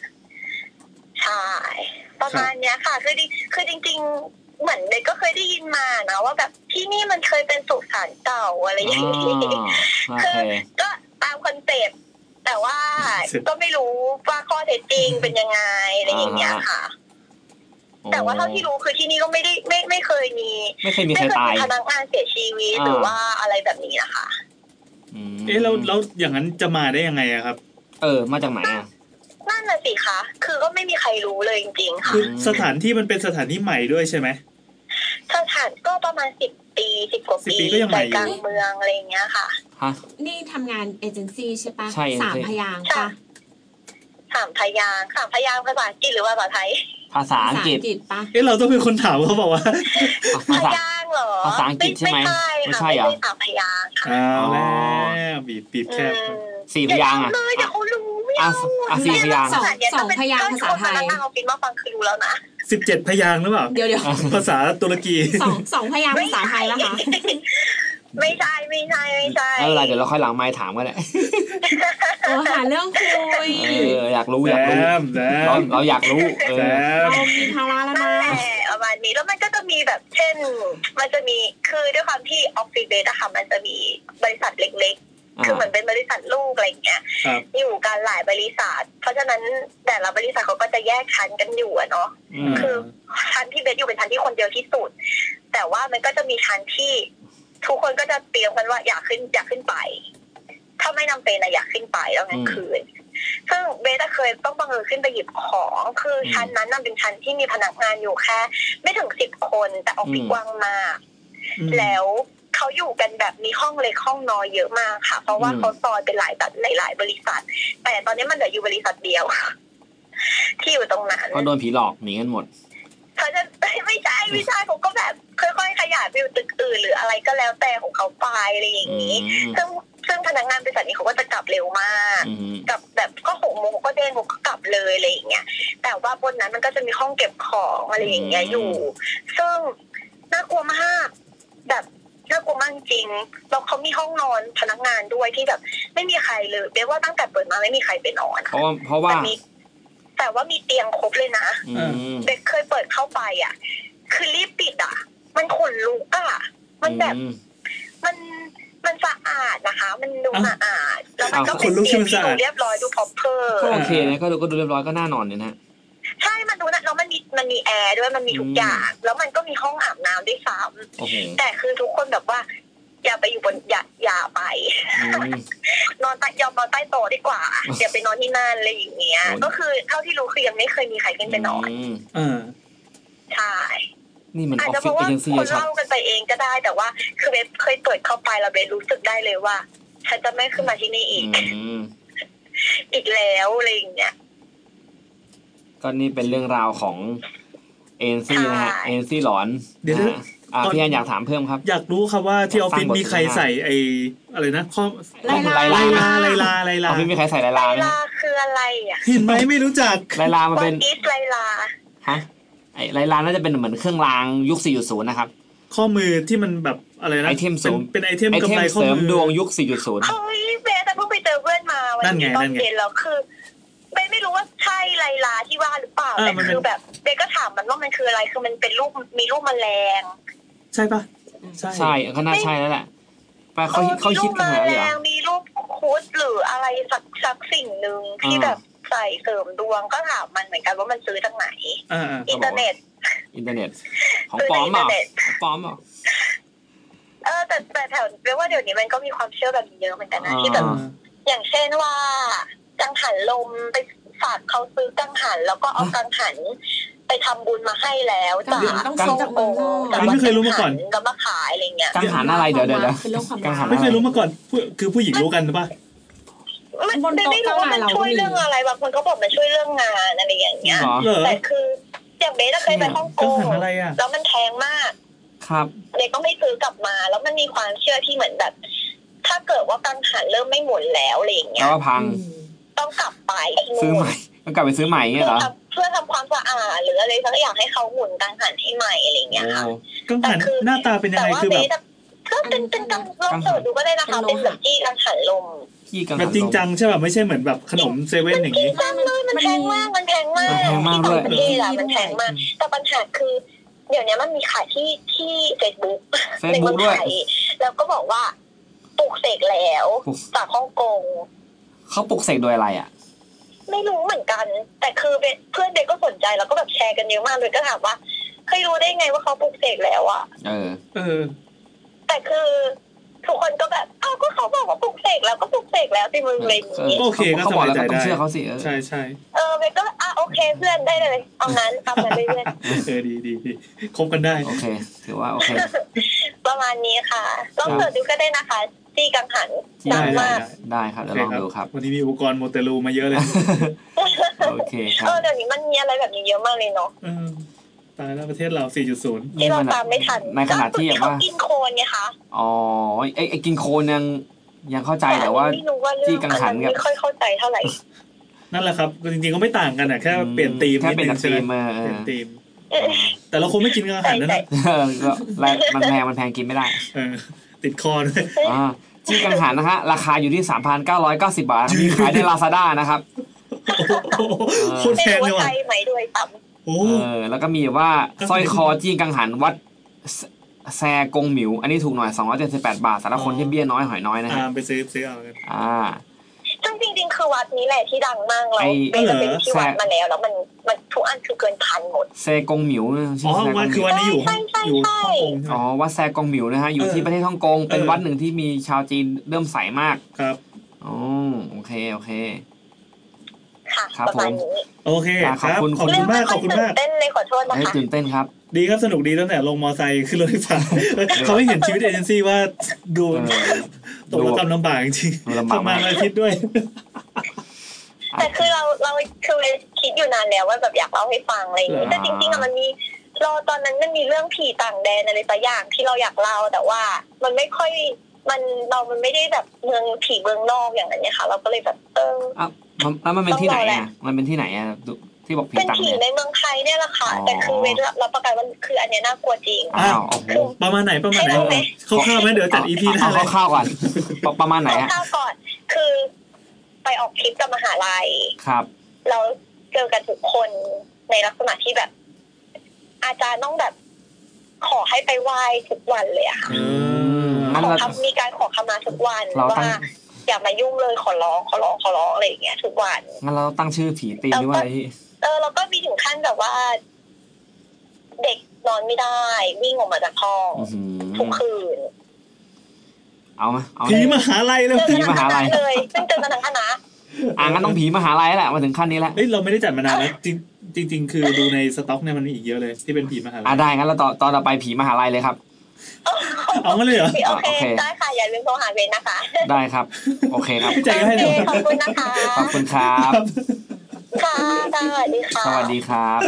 ใช่ประมาณเนี้ยค่ะคือดิคือจริง ๆ เหมือนเด็กก็เคยได้ยินมานะว่าแบบที่นี่มันเคยเป็นสุสานเก่าอะไรอย่าง อ่า เงี้ย โอ คื เค อก็ตามคอนเซ็ปต์แต่ว่า เสร็จ ก็ไม่รู้ว่าข้อเท็จจริงเป็นยังไงอะไรอย่างเงี้ยค่ะ แต่ว่าเท่าที่รู้คือที่นี่ก็ไม่ได้ไม่ไม่เคยมี ไม่เคยมี ไม่ ใครเคย ตา มี ย พนักงานเสียชีวิต อ่า หรือว่าอะไรแบบนี้นะคะ ม เอ๊ะแล้วแล้วอย่างนั้นจะมาได้ยังไงอะครับ เ เออ มาจากไหนอ่ะ นั่นน่ะสิคะ คือก็ไม่มีใครรู้เลยจริงๆค่ะ คือสถานที่มันเป็นสถานที่ใหม่ด้วยใช่ไหม สถานก็ประมาณสิบปีสิบกว่า 10 ปี ปีก็ยังใหม่อยู่ ใจกลางเมืองอะไรอย่างเงี้ยค่ะ ฮะ นี่ทำงานเอเจนซี่ใช่ปะ ใช่เอเจนซี่ สามพยางค์ปะ สามพยางค์สามพยางค์ภาษาอังกฤษหรือว่าภาษาไทย ภาษาอังกฤษ ภาษาปะ เอ๊ะเราต้องเป็นคนถามเขาบอกว่า พ ภาษา ยางค์เหรอ ภาษาอังกฤษใช่ไหมไม่ ไม่ ใช่ ใช่ เหร ค่ะ อ ไม่ใช่สามพยางค์ค่ะ อ้าวแล้วบีบบีบแคบ อืม สี่พยางค์อ่ะ เดี๋วเลยเดี๋ยวเขารู้ไม่ อ่ะ เอา อ่ะสี่พยางค์ สองสองพยางค์ภาษาไทย นั่งเอาฟินมาฟังคือรู้แล้วนะ สิบเจ็ดพยางค์หรือเปล่า เดี๋ยวเดี๋ยว ภาษาตุรกี สองสองพยางค์ภาษาไทยแล้วค่ะ ไม่ใช่ไม่ใช่ไม่ใช่ ไม่เป็นไรเดี๋ยวเราค่อยหลังไม้ถามกันแหละ โอ้หาเรื่องคุย เอออยากรู้ แซ อยากรู้ มแซ เรา ม เราอยากรู้ เอ แซ อ ม เรามีภาระแล้ว นั่ นะ นแหละประมาณนี้แล้วมันก็จะมีแบบเช่น มันจะมีคือด้วยความที่ออฟฟิศเบสอะค่ะมันจะมีบริษัทเล็ก ๆ คือเหมือนเป็นบริษัทลูกอะไรอย่างเงี้ย ครับ อยู่กันหลายบริษัท เพราะฉะนั้นแต่ละบริษัทเขาก็จะแยกชั้นกันอยู่อะเนาะ คือชั้นที่เบสอยู่เป็นชั้นที่คนเดียวที่สุด แต่ว่ามันก็จะมีชั้นที่ ทุกคนก็จะเตรียมกันว่าอยากขึ้นอยากขึ้นไป ถ้าไม่นำเป็นอะอยากขึ้นไปแล้วงั้น อืม คืน ซึ่งเบสอะเคยต้องบังเอิญขึ้นไปหยิบของคืออชั้นนั้นน่ะเป็นชั้นที่มีพนักงานอยู่แค่ ไม่ถึงสิบคนแต่ออฟฟิศ อืม กว้างมาก แล้วเขาอยู่กันแบบมีห้องเล็กห้องน้อยเยอะมากค่ะ เพราะว่า อืม เขาซอยเป็นหลายแบบหลาย ๆ บริษัท แต่ตอนนี้มันเหลืออยู่บริษัทเดียว *laughs* ที่อยู่ตรงนั้น เพราะโดนผีหลอกหนีกันหมด เขาจะ *laughs* ไม่ใช่ไม่ใช่ผมก็แบบค่อยๆขยายไปอยู่ตึกอื่นหรืออะไรก็แล้วแต่ของเขาไปอะไรอย่าง อื นี้ ม ซึ่งซึ่งพนักงานบริษัทนี้เขาก็จะกลับเร็วมาก อืม กลับแบบก็หกโมงเขาก็เด้งเขาก็กลับเลยอะไรอย่างเงี้ยแต่ว่าบนนั้นมันก็จะมีห้องเก็บของอะไรอย่างเงี้ยอยู่ ซึ่งน่ากลัวมากแบบน่ากลัวมากจริงแล้วเขามีห้องนอนพนักงานด้วยที่แบบ ไม่มีใครเลยเรียกว่าตั้งแต่เปิดมาไม่มีใครไปนอน เพราะว่าเพราะว่า แต่มีแต่ว่ามีเตียงครบเลยนะ อืม เด็กเคยเปิดเข้าไปอ่ะ คือรีบปิดอ่ะ มันขนลุกอ่ะ มันแบบ อืม มันมันสะอาดนะคะ มันดู อ้าว สะอาด แล้วมันก็ อ้าว เป็ขนนลุก เตียง ใช่ ที่ ไหมสะดูอาด เรียบร้อยดูพอเพอ ก็โอเคนะก็ดูก็ดูเรียบร้อยก็น่านอนเนี่ยนะฮะ ใช่ มันดูนะแล้วมันมีมันมีแอร์ด้วย มันมีทุก อืม อย่าง แล้วมันก็มีห้องอาบน้ำด้วยซ้ โอ้โห ำแต่คือทุกคนแบบว่า อย่าไปอยู่บนอย่าอย่าไป อืม นอนใต้ยอมนอนใต้โต๊ะดีกว่า อย่าไปนอนที่นั่นอะไรอย่างเงี้ย โอ้ย ก็คือเท่าที่รู้คือยัง *laughs* ไม่เคยมีใครขึ้นไปนอน ม เออ ใช่ นี่มันอ อาอฟจจะเพ ฟิศเอเจราะว่านซี่ คน ชัด เล่ากันไปเองก็ได้แต่ว่า คือเบสเคยเปิดเข้าไปแล้วเบสรู้สึกได้เลยว่าฉันจะไม่ขึ้นมาที่นี่อีก อืม อีกแล้วอะไรอย่างเงี้ย ก็นี่เป็นเรื่องราวของเอเจนซี่นะฮะ ใช่ เอเจนซี่หลอน เดี๋ยวนะ นะฮะอ่า ก่อน พี่อันอยากถามเพิ่มครับ อยากรู้ครับว่าที่ออฟฟิศมีใครใส่ไออะไรนะข้อ ไล่ล่า ไลลาไลลาไลลา เอาพี่มีใครใส่ลาย ไล ลาไหม ลาคืออะไรอ่ะ เห็นไหมไม่รู้จัก ลายลามัน วั เป็น น อีสไลลา ฮะไอ้ลายลาน่าจะเป็นเหมือนเครื่องรางยุค 4.0 นะครับ ข้อมือที่มันแบบอะไรนะ ไอเทมเสริม ป็นเป็นไอเทม ไอเท กำ ม ไรข้อ เสริม มือ ดวงยุค เฮ้ยเบสแต่เพิ่งไปเจอเพื่อนมาวัน นั่นไง นี้ตอ นั่นนไง เย็นแล้วคือเบสไม่รู้ว่าใช่ไลลาที่ว่าหรือเปล่า เออ แต่ มันเป็น คือแบบเบสก็ถามมันว่ามันคืออะไรคือมันเป็นรูปมีรูปแมลง ใช่ปะใช่ 4.0 ใช่ก็น่าใช่แล้วแหละไปเขา ออ เขา มีรู คิด ป กัน แม หาเลย ล เหรอ งมีรูปคุดหรืออะไรสักสักสิ่งหนึ่งที่ อ่า แบบใส่เสริมดวงก็ถามมันเหมือนกันว่ามันซื้อจากไหน อ่า อินเทอร์เน็ต อินเทอร์เน็ต ของปลอมเปล่า เออในอินเทอร์เน็ขตองปลอมเปล่า เออแต่แต่แถวเรียกว่าเดี๋ยวนี้มันก็มีความเชื่อแบบนี้เยอะเหมือนกันนะ อ่า ที่แบบอย่างเช่นว่า กังหันลมไปฝากเขาซื้อกังหัน แล้วก็เอากังหัน ไปทำบุญมาให้แล้ว กั จาก งหันต้องซื้อจากเมืองนอก จาก ไม่เคยรู้มาก่อน แล้วมาขายอะไรเงี้ย กังหันอะไรเดี๋ยวเดี๋ยวเดี๋ยว เป็นเรื่องความ กัง รั หัน ก ไม่เคยรู้มาก่อนผู้คือผู้หญิงรู้กันหรือปะ มัน บนโต๊ะ ไม่รู้ว่ามัน เราก็ ช่วย มี เรื่องอะไรบางคนเขาบอกมันช่วยเรื่องงานอะไรอย่างเงี้ย เหรอ เหรอ แต่คืออย่างเบสอะเคยไปฮ่องก กัง ง หันอะไรอ่ะ แล้วมันแพงมาก ครับ เด็กก็ไม่ซื้อกลับมา แล้วมันมีความเชื่อที่เหมือนแบบ ถ้าเกิดว่ากังหันเริ่มไม่หมุนแล้วอะไรอย่าง แล้ เงี้ วย ก็พัง ต้องกลับไปที่ ซื้อ นู่ ให น ม่ก็กลับไปซื้อใหม่อย่าง เพื่ เงี้ย อ เหรอ ทำเพื่อทำความสะอาดหรืออะไรสักอย่างให้เขาหมุนกังหันให้ใหม่อะไรอย่างเงี้ย โอ้ ค่ะ กังหัน แต่คือ หน้าตาเป็นยัง แต่ ไง ว่า คือ เบ แบบ สอะก็เป็นเป็นกังลองเสิร์ชดูก็ได้นะคะเป็นแบบที่กังหันลม ขี้กัง แบ หัน บจริงจังใช่ป่ะไม่ใช่เหมือนแบบขนมเซเว่นอย่างนี้ มันเลยมันแพงมากมันแพงมาก แพงมาก ที่ ด้ ต่า วย งประเทศอะมันแพงมาก แต่ปัญหาคือ เดี๋ยวนี้มันมีขายที่ที่เฟซบุ๊ก ในเมื Facebook อง ด้วย ไทยแล้วก็บอกว่าปลูกเสกแล้ว ปลูก จากฮ่องกง เขาปลุกเสกโดยอะไรอ่ะ ไม่รู้เหมือนกัน แต่คือเบเพื่อนเบนก็สนใจแล้วก็แบบแชร์กันเยอะมากเลยก็ถามว่าเคยรู้ได้ไงว่าเขาปลูกเสกแล้วอะ เออ เออ แต่คือ ทุกคนก็แบบอ้าวก็เขาบอกว่าปลุกเสกแล้วก็ปลุกเสกแล้วที่มึงเลย เออ โอเคก็ เขา ส บอบากย แล้ว ใจ ก็ต้อ ได้ งเชื่อเขาสิเออ ใช่ใช่ เออเมย์ก็อ่ะโอเคเพื่อนได้เลยเอางั้นตามนั้นไปเรื่อย เออดีดีดีคบกันได้ โอเคถือว่าโอเค ๆประมาณนี้ค่ะลองเปิดดูก็ได้นะคะจี้กังหันดั ได้ได้งมาก ได้ครับเดี๋ยวลองดูครับ วันนี้มีอุปกรณ์โมเตลูมาเยอะเลย โอเคครั เอบ อเดี๋ยวนี้มันมีอะไรแบบนี้เยอะมากเลยเนาะ เออตายแล้วประเทศเรา 4.0 ที่เราตามไม่ทัน ในขณะที่ ล่สุด แบบว่า เขากินโคลนไงคะ อ๋อไอไอกินโคลนยังยังเข้าใจแต่ว่า อันนี้ไม่รู้ว่าเรื่อง จี้กังหันกับ ไม่ค่อยเข้าใจเท่าไหร่ นั่นแหละครับ จริงๆก็ไม่ต่างกันอ่ะ แค่เปลี่ยนธีม แค่ นิด เปลี่ยน นึงจากธี ใช่ ม ไหม มาเอ เปลี่ อย นธีม แต่เราคงไม่กินกันอาหารนะนะ เออก็ *laughs* แล้วมันแพงมันแพงกินไม่ได้ เออติดคอด้วย อ่าจี้กังหันนะฮะราคาอยู่ที่ 3,990 บาทมีขายในลาซาด้านะครับ โอ้โหโคตร ไม่ แพงเลยรู้ว่ะว่าใจไหมด้วยซ้ โอ้ เออแล้วก็มีว่าสร้อยคอจี้กังหันวัดแซแซกงหมิว อันนี้ถูกหน่อย 278 บาทสำหรับคนที่เบี้ยน้อยหอยน้อยนะ ตา ฮะ มไปซื้อซื้อเอากัน อ่า ำซึ่งจริง ๆ คือวัดนี้แหละที่ดังมากเรา ไอ้ ไปจะเป็นที่วัด แซ่บ มาแล้ว แล้วมันมันทุกอันคือเกินพันหมด แซกงหมิวนะชื่ อ๋อ อแซกงห วัน มิ คือ ว วันนี้อยู่ ใช่ ห้อง ใช่ อยู่ ใช่ ฮ่องกงใช่ อ๋อ ไหม วัดแซกงหมิวนะฮะอยู่ เออ ที่ประเทศฮ่องกงเป็น เออ วัดหนึ่งที่มีชาวจีนเริ่มใสมาก ครับ อ๋อโอเคโอเค ค่ะ ครับ ประมาณ ผม นี้ โอเคครับ ขอบคุณ ขอบ เรื่ คุ อง ณมากขอบคุณ ตื่น มาก เต้นเลยขอโทษนะ เฮ้ย คะ ตื่นเต้นครับ ดีครับสนุกดีตั้งแต่ลงมอไซค์ขึ้นรถไฟฟ้าเขาให้เห็นชีวิตเอเจนซี่ว่าดู เออ ตกระกำลำบากจริง ดูๆลำบาทำงามกาน ก อาทิตย์ด้วย แต่คือเราเราคือคิดอยู่นานแล้วว่าแบบอยากเล่าให้ฟังอะไรอย่างเหนี้รอ แต่จริงๆอะมันมีเราตอนนั้นมันมีเรื่องผีต่างแดนอะไรสักอย่างที่เราอยากเล่าแต่ว่ามันไม่ค่อยมันเรามันไม่ได้แบบเมืองผีเมืองนอกอย่างนั้นเนี่ยค่ะ เราก็เลยแบบเออ อ่ะมันแล้วมันเป็นที่ไหน ต้องรอแห อ่ะ ละ มันเป็นที่ไหนอ่ะดูที่บอกผี เป็น ตัง ผี เนี่ย ในเมืองไทยเนี่ยแหละค่ะ อ๋อ แต่คือเวทเราประกาศว่าคืออันเนี้ยน่ากลัวจริง อ้าวโอ้โห ประมาณไหนประมาณไหน ให้ดูไหม เขาข้าวๆไหมเดี๋ยวจัดอีพีหน้า เอา เลย เอาคร่าวๆก่อนประประมาณไหนฮะ คร่าวๆก่อนคือไปออกทริปกับมหาลัย ครับ เราเจอกันทุกคนในลักษณะที่แบบ อาจารย์ต้องแบบ ขอให้ไปไหว้ทุกวันเลยอะค่ะ อืมงั้น ขอ เรา คำมีการขอขมาทุกวัน เราตั้ ว่าง อย่ามายุ่งเลยขอร้องขอร้องขอร้องอะไรอย่างเงี้ย ทุกวัน งั้นเราตั้งชื่อผีตีนหรือว่าอะไรพี่ เออแล้วก็มีถึงขั้นแบบว่า เด็กนอนไม่ได้ วิ่งออกมาจากห้อง อื้อหื ทุ อก คืน เอามาเอามา ผีมหาลัยเลย เจอกัมนทั้งคหาลั ณะ ย เลยซึ่งเจอกันทั้งคณะ อ่างั้นต้องผีมหาลัยแหละมาถึงขั้นนี้แล้ว เอ้ยเราไม่ได้จัดมานานแล้วจริงจริง ๆ คือดูในสต็อกเนี่ยมันมีอีกเยอะเลย ที่เป็นผีมหาลั อ่าย ได้งั้นเราต่อตอนต่อไปผีมหาลัยเลยครับ เอางั้นเลยเหรอ โอ โอ เค เค ได้ค่ะอย่าลืมโทรหาเวนนะคะ ได้ครับ โอเคครับ พี่ใจ โอ ก็ให้ เค เลย ขอบคุณนะคะ ขอบคุณครับ ค่ะสวัสดีค่ะ สวัสดีครับ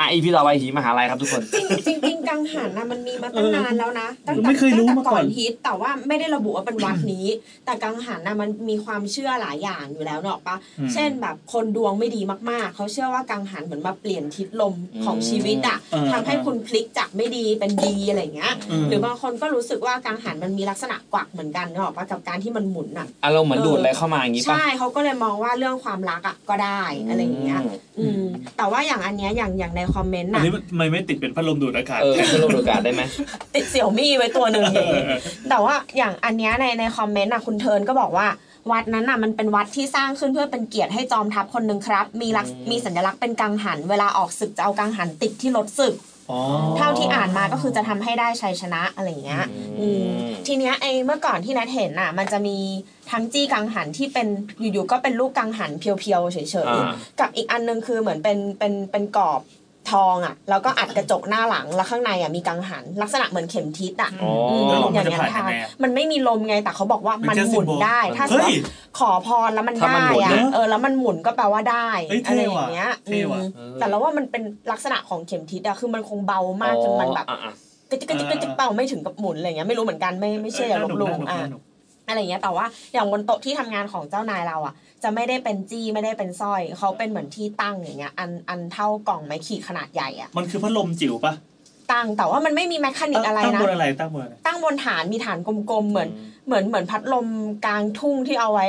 อ่ะอีพีต่อไปผีมหาลัยครับทุกคน จริงจริงๆกังหันนะมันมีมาตั้งนานแล้วนะตั้งแต่ ไม่เคยรู้ ตั้ง มา แต่ ก่ ก่ อ อน นฮิตแต่ว่าไม่ได้ระบุว่าเป็นวัดนี้ แต่กังหันนะมันมีความเชื่อหลายอย่างอยู่แล้วเนอะปะ อืม เช่นแบบคนดวงไม่ดีมากๆ เขาเชื่อว่ากังหันเหมือนมาเปลี่ยนทิศลมของชีวิตอะ อืม ทำให้คุณพลิกจากไม่ดีเป็นดีอะไรอย่างเงี้ย หรือบางคนก็รู้สึกว่ากังหันมันมีลักษณะกวักเหมือนกันเนอะปะกับการที่มันหมุนอะ อารมณ์เหมือนดูดอะไรเข้ามาอย่างนี้ป่ะ ใช่เขาก็เลยมองว่าเรื่องความรักอ่ะก็ได้อะไรอย่างเงี้ย อืม แต่ว่าอย่างอันเนี้ยอย่างอย่างในคอมเมนต์ อัน น่ะ นี้มันไม่ไม่ติดเป็นพัดลมดูดอากาศ เออคือรูปดูดอากาศได้ไหม ติดเสี่ยวมี่ไว้ตัวหนึ่ง เออ แต่ว่าอย่างอันเนี้ยในในคอมเมนต์น่ะคุณเทิร์นก็บอกว่า วัดนั้นน่ะมันเป็นวัดที่สร้างขึ้นเพื่อเป็นเกียรติให้จอมทัพคนหนึ่งครับ มีลักษมีสัญลักษณ์เป็นกังหัน เวลาออกศึกจะเอากังหันติดที่รถศึก อ๋อ เท่าที่อ่านมาก็คือจะทำให้ได้ชัยชนะอะไรอย่างเงี้ย อืมทีเนี้ยไอ้เมื่อก่อนที่นัดเห็นน่ะ มันจะมีทั้งจี้กังหันที่เป็นอยู่ๆก็เป็นลูกกังหันเพียวๆเฉย อ่า ๆกับอีกอันนึงคือเหมือนเป็นเป็นเป็นกรอบทองอ่ะ แล้วก็อัดกระจกหน้าหลังแล้วข้างในอ่ะมีกังหัน ลักษณะเหมือนเข็มทิศอ่ะ อ๋อ อืม แล้วลอมมั ย่าน ง จะ เงี้ย ผ่าน ทาน ยังไงอะ มันไม่มีลมไงแต่เขาบอกว่า มั มัน น แค่ หมุน symbol ได้ ถ้าสม เฮ้ มติ ย ขอพรแล้วมัน ถ้ามัน ได้ หมุน อ่ะ นะ เออแล้วมันหมุนก็แปลว่าได้ เฮ้ยเท่ อะไรอย่างเงี้ย ว่ะเท่ว่ะ อืมแต่เราว่ามันเป็นลักษณะของเข็มทิศอ่ะคือมันคงเบามากจนมันแบบ อ๋ออ่ะ กระจิกกระจิกกระจิกเป่าไม่ถึงกับหมุนอะไรเงี้ยไม่รู้เหมือนกันไม่ไม่เชื่ออย่าลบหลู่อ่ะอะไรเงี้ยแต่ว่าอย่างบนโต๊ะที่ทำงานของเจ้านายเราอ่ะ จะไม่ได้เป็นจี้ไม่ได้เป็นสร้อยเขาเป็นเหมือนที่ตั้งอย่างเงี้ยอันอันเท่ากล่องไม้ขีดขนาดใหญ่อ่ะ มันคือพัดลมจิ๋วปะ ตั้งแต่ว่ามันไม่มีแมคคานิ ตั้ กอะไร ง นะ บนอะไรตั้งบนอะไร ตั้งบนฐานมีฐานกลมๆเหมือนเหมือนเหมือนพัดลมกลางทุ่งที่เอาไว้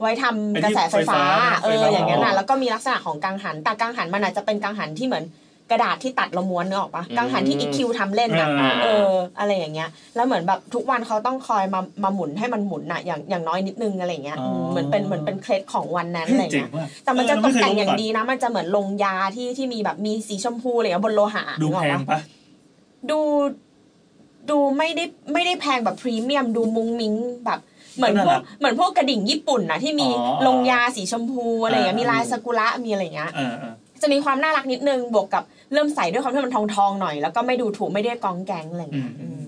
ไว้ทำ ไอ้ กระ ที่ แสไฟฟ้า ไฟฟ้า เออไฟฟ้า อย่างเงี้ยน่ะแล้วก็มีลักษณะของกังหันแต่กังหันมันอาจจะเป็นกังหันที่เหมือนกระดาษที่ตัดละม้วนเนอะออกปะกังหันที่อีคิวทำเล่นนะ อ่ะ เอออะไรอย่างเงี้ย แล้วเหมือนแบบทุกวันเขาต้องคอยมามาหมุนให้มันหมุนน่ะอย่างอย่างน้อยนิดนึงอะไรเงี้ย อ๋ออื มเหมือนเป็นเหมือนเป็นเคล็ดของวันนั้น เฮ้ อะไร ยเจ๋ง เงี้ย ว่ะ แต่มันจะ เร ตกไแต่งอย่าง เครู้ ดีนะ มันจะเหมือนลงยาที่ที่มีแบบมีสีชมพูอะไรเงี้ยบนโลหะ ดู นึกอ แพ อก ง ปะ ปะ ดู ดูไม่ได้ไม่ได้แพงแบบพรีเมียมดูมุ้งมิ้งแบบเหมือนพก็น่าว รั ก ก เหมือนพวกกระดิ่งญี่ปุ่นนะที่มี อ๋อ ลงยาสีชมพูอะไรอย่างเงี้ย อ่ามี มีลายซากุระมีอะไรอย่างเงี้ย เออเออ จะมีความน่ารักนิดนึงบวกกับเริ่มใส่ด้วยความที่มันทองทองๆหน่อย แล้วก็ไม่ดูถูกไม่ได้กองแกงอะไรอย่างเงี้ย อืม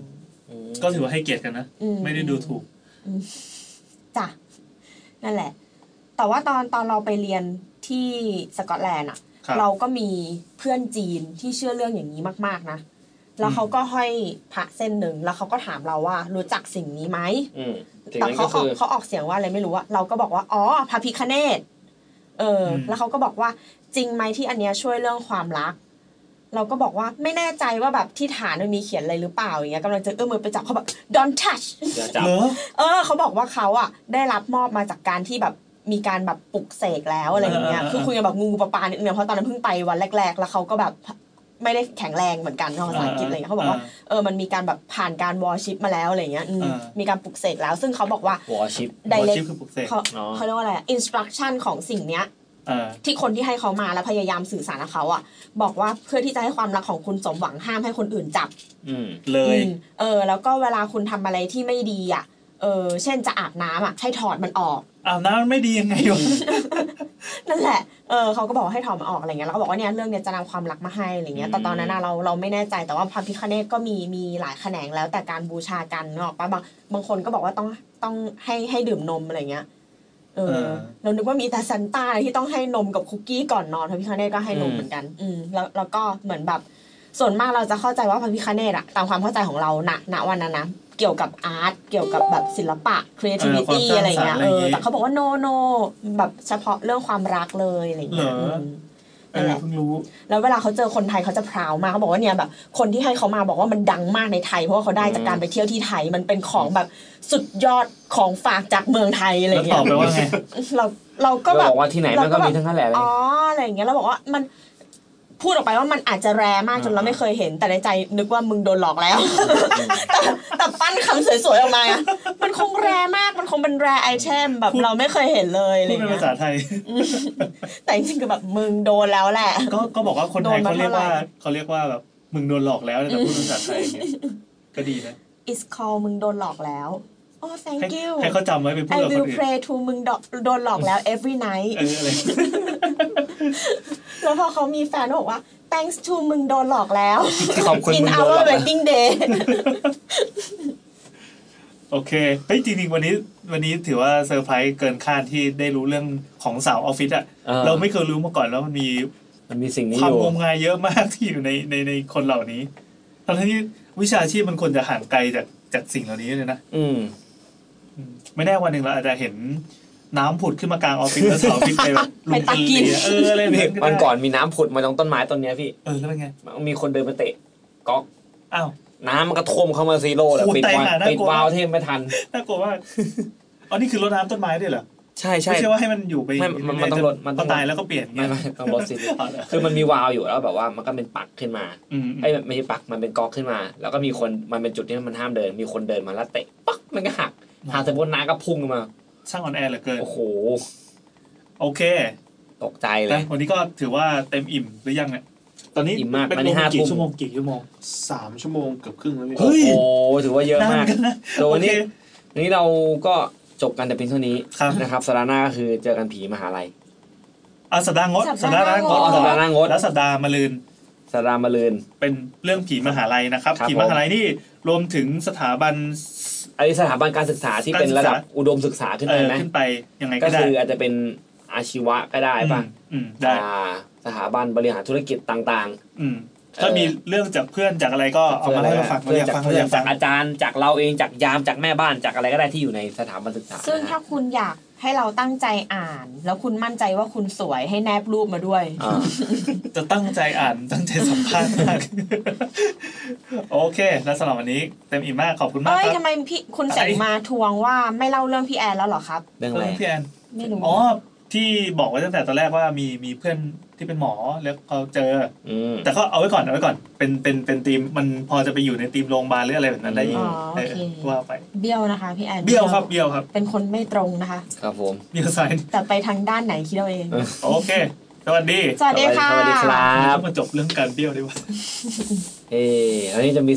ก็ถือว่าให้เกียรติกันนะ อืม ไม่ได้ดูถูก อืมจ้ะนั่นแหละ แต่ว่าตอนตอนเราไปเรียนที่สกอตแลนด์อะ ครับ เราก็มีเพื่อนจีนที่เชื่อเรื่องอย่างนี้มาก ๆนะแล้วเขาก็ห้อยพระเส้นหนึ่งแล้วเขาก็ถามเราว่า รู้จักสิ่งนี้ไหม อืมถึง แต่ นั้น เขา ก็คือ เขาเขาออกเสียงว่าอะไรไม่รู้อะเราก็บอกว่า อ๋อพระพิคเนตเอออ ม แล้วเขาก็บอกว่าจริงไหมที่อันเนี้ยช่วยเรื่องความรัก เราก็บอกว่าไม่แน่ใจว่าแบบที่ฐานมันมีเขียนอะไรหรือเปล่าอย่างเงี้ยกำลังจะเอื้อมมือไปจับเขาแบบ don't touch อย่าจับ เออเขาบอกว่าเขาอะได้รับมอบมาจากการที่แบบมีการแบบปลุกเสกแล้วอะไรอย่างเงี้ย เออเออ คือคุยกันแบบงูปลาปลานิดนึงเพราะตอนนั้นเพิ่งไปวันแรก ๆ แล้วเขาก็แบบไม่ได้แข็งแรงเหมือนกันทางภาษาอังกฤษอะไรเงี้ยเขาบอกว่า เออ มันมีการแบบผ่านการวอร์ชิปมาแล้วอะไรเงี้ยอืม อ่ามี มีการปลุกเสกแล้ว ซึ่งเขาบอกว่า วอชิป ไดเล direct คือปลุกเสก เขาเขาเรียกว่าอะไรอินสตรักชั่นของสิ่งเนี้ย เออ ที่คนที่ให้เขามาแล้วพยายามสื่อสารกับเขาอ่ะ บอกว่าเพื่อที่จะให้ความรักของคุณสมหวังห้ามให้คนอื่นจับ อืม เลย อืมเออ แล้วก็เวลาคุณทำอะไรที่ไม่ดีอ่ะ เออ เช่นจะอาบน้ำอ่ะ ให้ถอดมันออก อาบน้ำมันไม่ดียังไงวะ นั่นแหละ เออเขาก็บอกให้ถอดมันออกอะไรเงี้ย แล้วก็บอกว่าเนี่ยเรื่องเนี้ยจะนำความรักมาให้อะไรเงี้ย แต่ตอนนั้นนะเราเราไม่แน่ใจ แต่ว่าพระพิคเนตก็มีมีหลายแขนงแล้วแต่การบูชากันเนกอะปะบางบางคนก็บอกว่าต้องต้องให้ให้ดื่มนมอะไรเงี้ย เอ เอ อ อ เรานึกว่ามีแต่ซันต้าที่ต้องให้นมกับคุกกี้ก่อนนอนพระพิคเนตก็ให้นอืมมเหมือนกัน อืม แล้วแล้วก็เหมือนแบบ ส่วนมากเราจะเข้าใจว่าพระพิคเนตอะตามความเข้าใจของเราณณวันนั้นนะ เกี่ยวกับอาร์ต เกี่ยวกับแบบศิลปะ creativity เออความสร้าง อะไรเงี้ย สรรค์อะไร เอ ออย่างงี้ แต่เขาบอกว่าโนโนแบบเฉพาะเรื่องความรักเลยอะไร เหร เงี้ย อ อืม เออเพิ่งรู้ แล้วเวลาเขาเจอคนไทยเขาจะพราวมากเขาบอกว่าเนี่ยแบบ คนที่ให้เขามาบอกว่ามันดังมากในไทย เพราะว่าเขาได้จากการไปเที่ยวที่ไทย มันเป็นของแบบสุดยอดของฝากจากเมืองไทยอะไร แล้วต เงี้ อยบไปว่าไง เราเราก็แบบ เราบอกว่าที่ไหนมันก็มีทั้งนั้นแหละ อ๋ออะไรอย่างเงี้ยเราบอกว่ามันพูดออกไปว่ามันอาจจะแรมากจนเราไม่เคยเห็น แต่ในใจนึกว่ามึงโดนหลอกแล้ว แต่แต่ปั้นคำสวยๆออกมาอะมันคงแรมากมันคงเป็นแรไอเทมแบบ พูด เราไม่เคยเห็นเลยอะไร พูดเป็น เงี้ ภาย ษาไทย แต่จริงๆคือแบบมึงโดนแล้วแหละ ก็ก็บอกว่าคนไทย โดนมา เขาเรียกว่า เท่าไหร่ เขาเรียกว่าแบบมึงโดนหลอกแล้วแต่พูดภาษาไทยอย่างเงี้ยก็ดีนะ is call มึงโดนหลอกแล้วโอ้ ให้ thank you ให้เขาจำไว้ไปพูด I กับคน will อื่น pray to มึงดอกโดนหลอกแล้ว every night *laughs* เอออะไร แล้วพอเขามีแฟนก็บอกว่า thanks to มึงโดนหลอกแล้ว ขอบคุณ in มึงโดน our หลอกแล้ว wedding day โอเคเฮ้ยจริงๆวันนี้วันนี้ถือว่าเซอร์ไพรส์เกินคาดที่ได้รู้เรื่องของสาวออฟฟิศอะ เออ เราไม่เคยรู้มาก่อนแล้วมันมี มันมีสิ่งนี้ ค อ วาม ยู่ งมงายเยอะมากที่อยู่ในในในคนเหล่านี้ทั้งที่วิชาชีพมันควรจะห่างไกลจากจากสิ่งเหล่านี้เลยนะ อืม อืมไม่แน่วันหนึ่งเราอาจจะเห็นน้ำผุดขึ้นมากลางออฟฟิศแล้วสาวออฟฟิศไปแบบลุม ไปตักกิน เลียเอออะไรแบบ นี่ ได้ วันก่อนมีน้ำผุดมาตรงต้นไม้ต้นเนี้ยพี่ เออแล้วเป็นไง มีคนเดินมาเตะก๊อก อ้าว น้ำมันก็ท่วมเข้ามาซีโร่แหละ โอ้โห ปิดวาตาล์วยหาน่ากลัว ปิดวาล์วเทมไม่ทัน น่ากลัวมากอ๋อนี่คือรดน้ำต้นไม้ด้วยเหรอ ใช่ใช่ ไม่ใช่ว่าให้มันอยู่ไป ไม่มันมันต้องรดมันต้องรด พอตายแล้วก็เปลี่ยน ไม่ เงี้ย ไม่ต้องลดซีโร่ อ๋อเหรอ คือมันมีวาล์วอยู่แล้วแบบว่ามันก็เป็นปักขึ้นมา อืม ไอ้ยไม่ใช่ปักมันเป็นก๊อกขึ้นมา แล้วก็มีคนมันเป็นจุดที่มันห้ามเดิน มีคนเดินมาแล้วเตะปักมันก็หักหักแต่บนน้ำก็พุ่งลงมา ช่างอ่อนแอเหลือเกิน โอ้โห โอเค ตกใจเล แต่ ย วันนี้ก็ถือว่าเต็มอิ่มหรือยังเนี่ย ตอนนี้ อิ่มมาก เป็น ตอนนี้ห้าทุ่ กี่ ม ชั่วโมงกี่ชั่วโมง สามชั่วโมงเกือบครึ่งแล้วพี่ เฮ้ โอ้ ย โหถือว่าเยอะ นาน มาก กันนะ แต่วันนี้ โอเค นี่เราก็จบกันแต่เพียงเท่านี้ ครับ นะครับสัปดาห์หน้าก็คือเจอกันผีมหาลัย อ่ะสัปดาห์งด สัปดาห์ ง ง ด ด อ๋อสัปดาห์หน้างด แล้วสัปดาห์มาลืน สัปดาห์มะรืน เป็นเรื่องผีมหาลัยนะครับ ครับ ผี ผม มหาลัยนี่รวมถึงสถาบัน อันนี้สถาบันการศึกษาที่ การศึ เป็ ก น ษา ระดับอุดมศึกษาขึ้น เอ ไป อ นะ ขึ้นไปยังไง ก็ ก็ได้ คืออาจจะเป็นอาชีวะก็ได้ป่ะ อืมอืมได้ อ่าสถาบันบริหารธุรกิจต่าง อืม เออ ถ้ามีเเรื่องจากเพื่อนจากอะไรก็ ๆ เอามาเล่าให้ฟังเรา เพื่อยอาน ก จาก ฟังเรา เพื่ อ อน ยากฟั จาก ง อาจารย์จากเราเองจากยามจากแม่บ้านจากอะไรก็ได้ที่อยู่ในสถาบันศึกษา ซึ่ง นะ ถ้าคุณอยากให้เราตั้งใจอ่าน แล้วคุณมั่นใจว่าคุณสวยให้แนบรูปมาด้วย อ่า จะตั้งใจ *laughs* อ่านตั้งใจสัมภาษณ์มาก *laughs* โอเค แล้วสำหรับวันนี้เต็มอิ่มมากขอบคุณมาก เอ้ย ครับ ทำไมพี่คุณเสงมาทวงว่าไม่เล่าเรื่องพี่แอนแล้วเหรอครับ เรื่องอะไร พี่แอน ไม่รู้ อ๋อที่บอกไว้ตั้งแต่ตอนแรกว่ามีมีเพื่อนที่เป็นหมอแล้วเขาเจอ อืม แต่ก็เอาไว้ก่อนเอาไว้ก่อนเป็นเป็นเป็นทีมมันพอจะไปอยู่ในทีมโรงพยาบาลหรืออะไรแบบนั้นได้อีก อ๋อโอเค เออว่าไป เบี้ยวนะคะพี่แอน เบี้ยวครับเบี้ยวครับ เป็นคนไม่ตรงนะคะ ครับผม เบี้ยวไซน์ แต่ไปทางด้านไหนคิดเอาเอง เออ โอเค สวัสดี สวัสดีค่ะ สวัสดีครั ต้ บ องมาจบเรื่องการเบี้ยวด้วยวะ เอ้ยแล้วนี่จะมี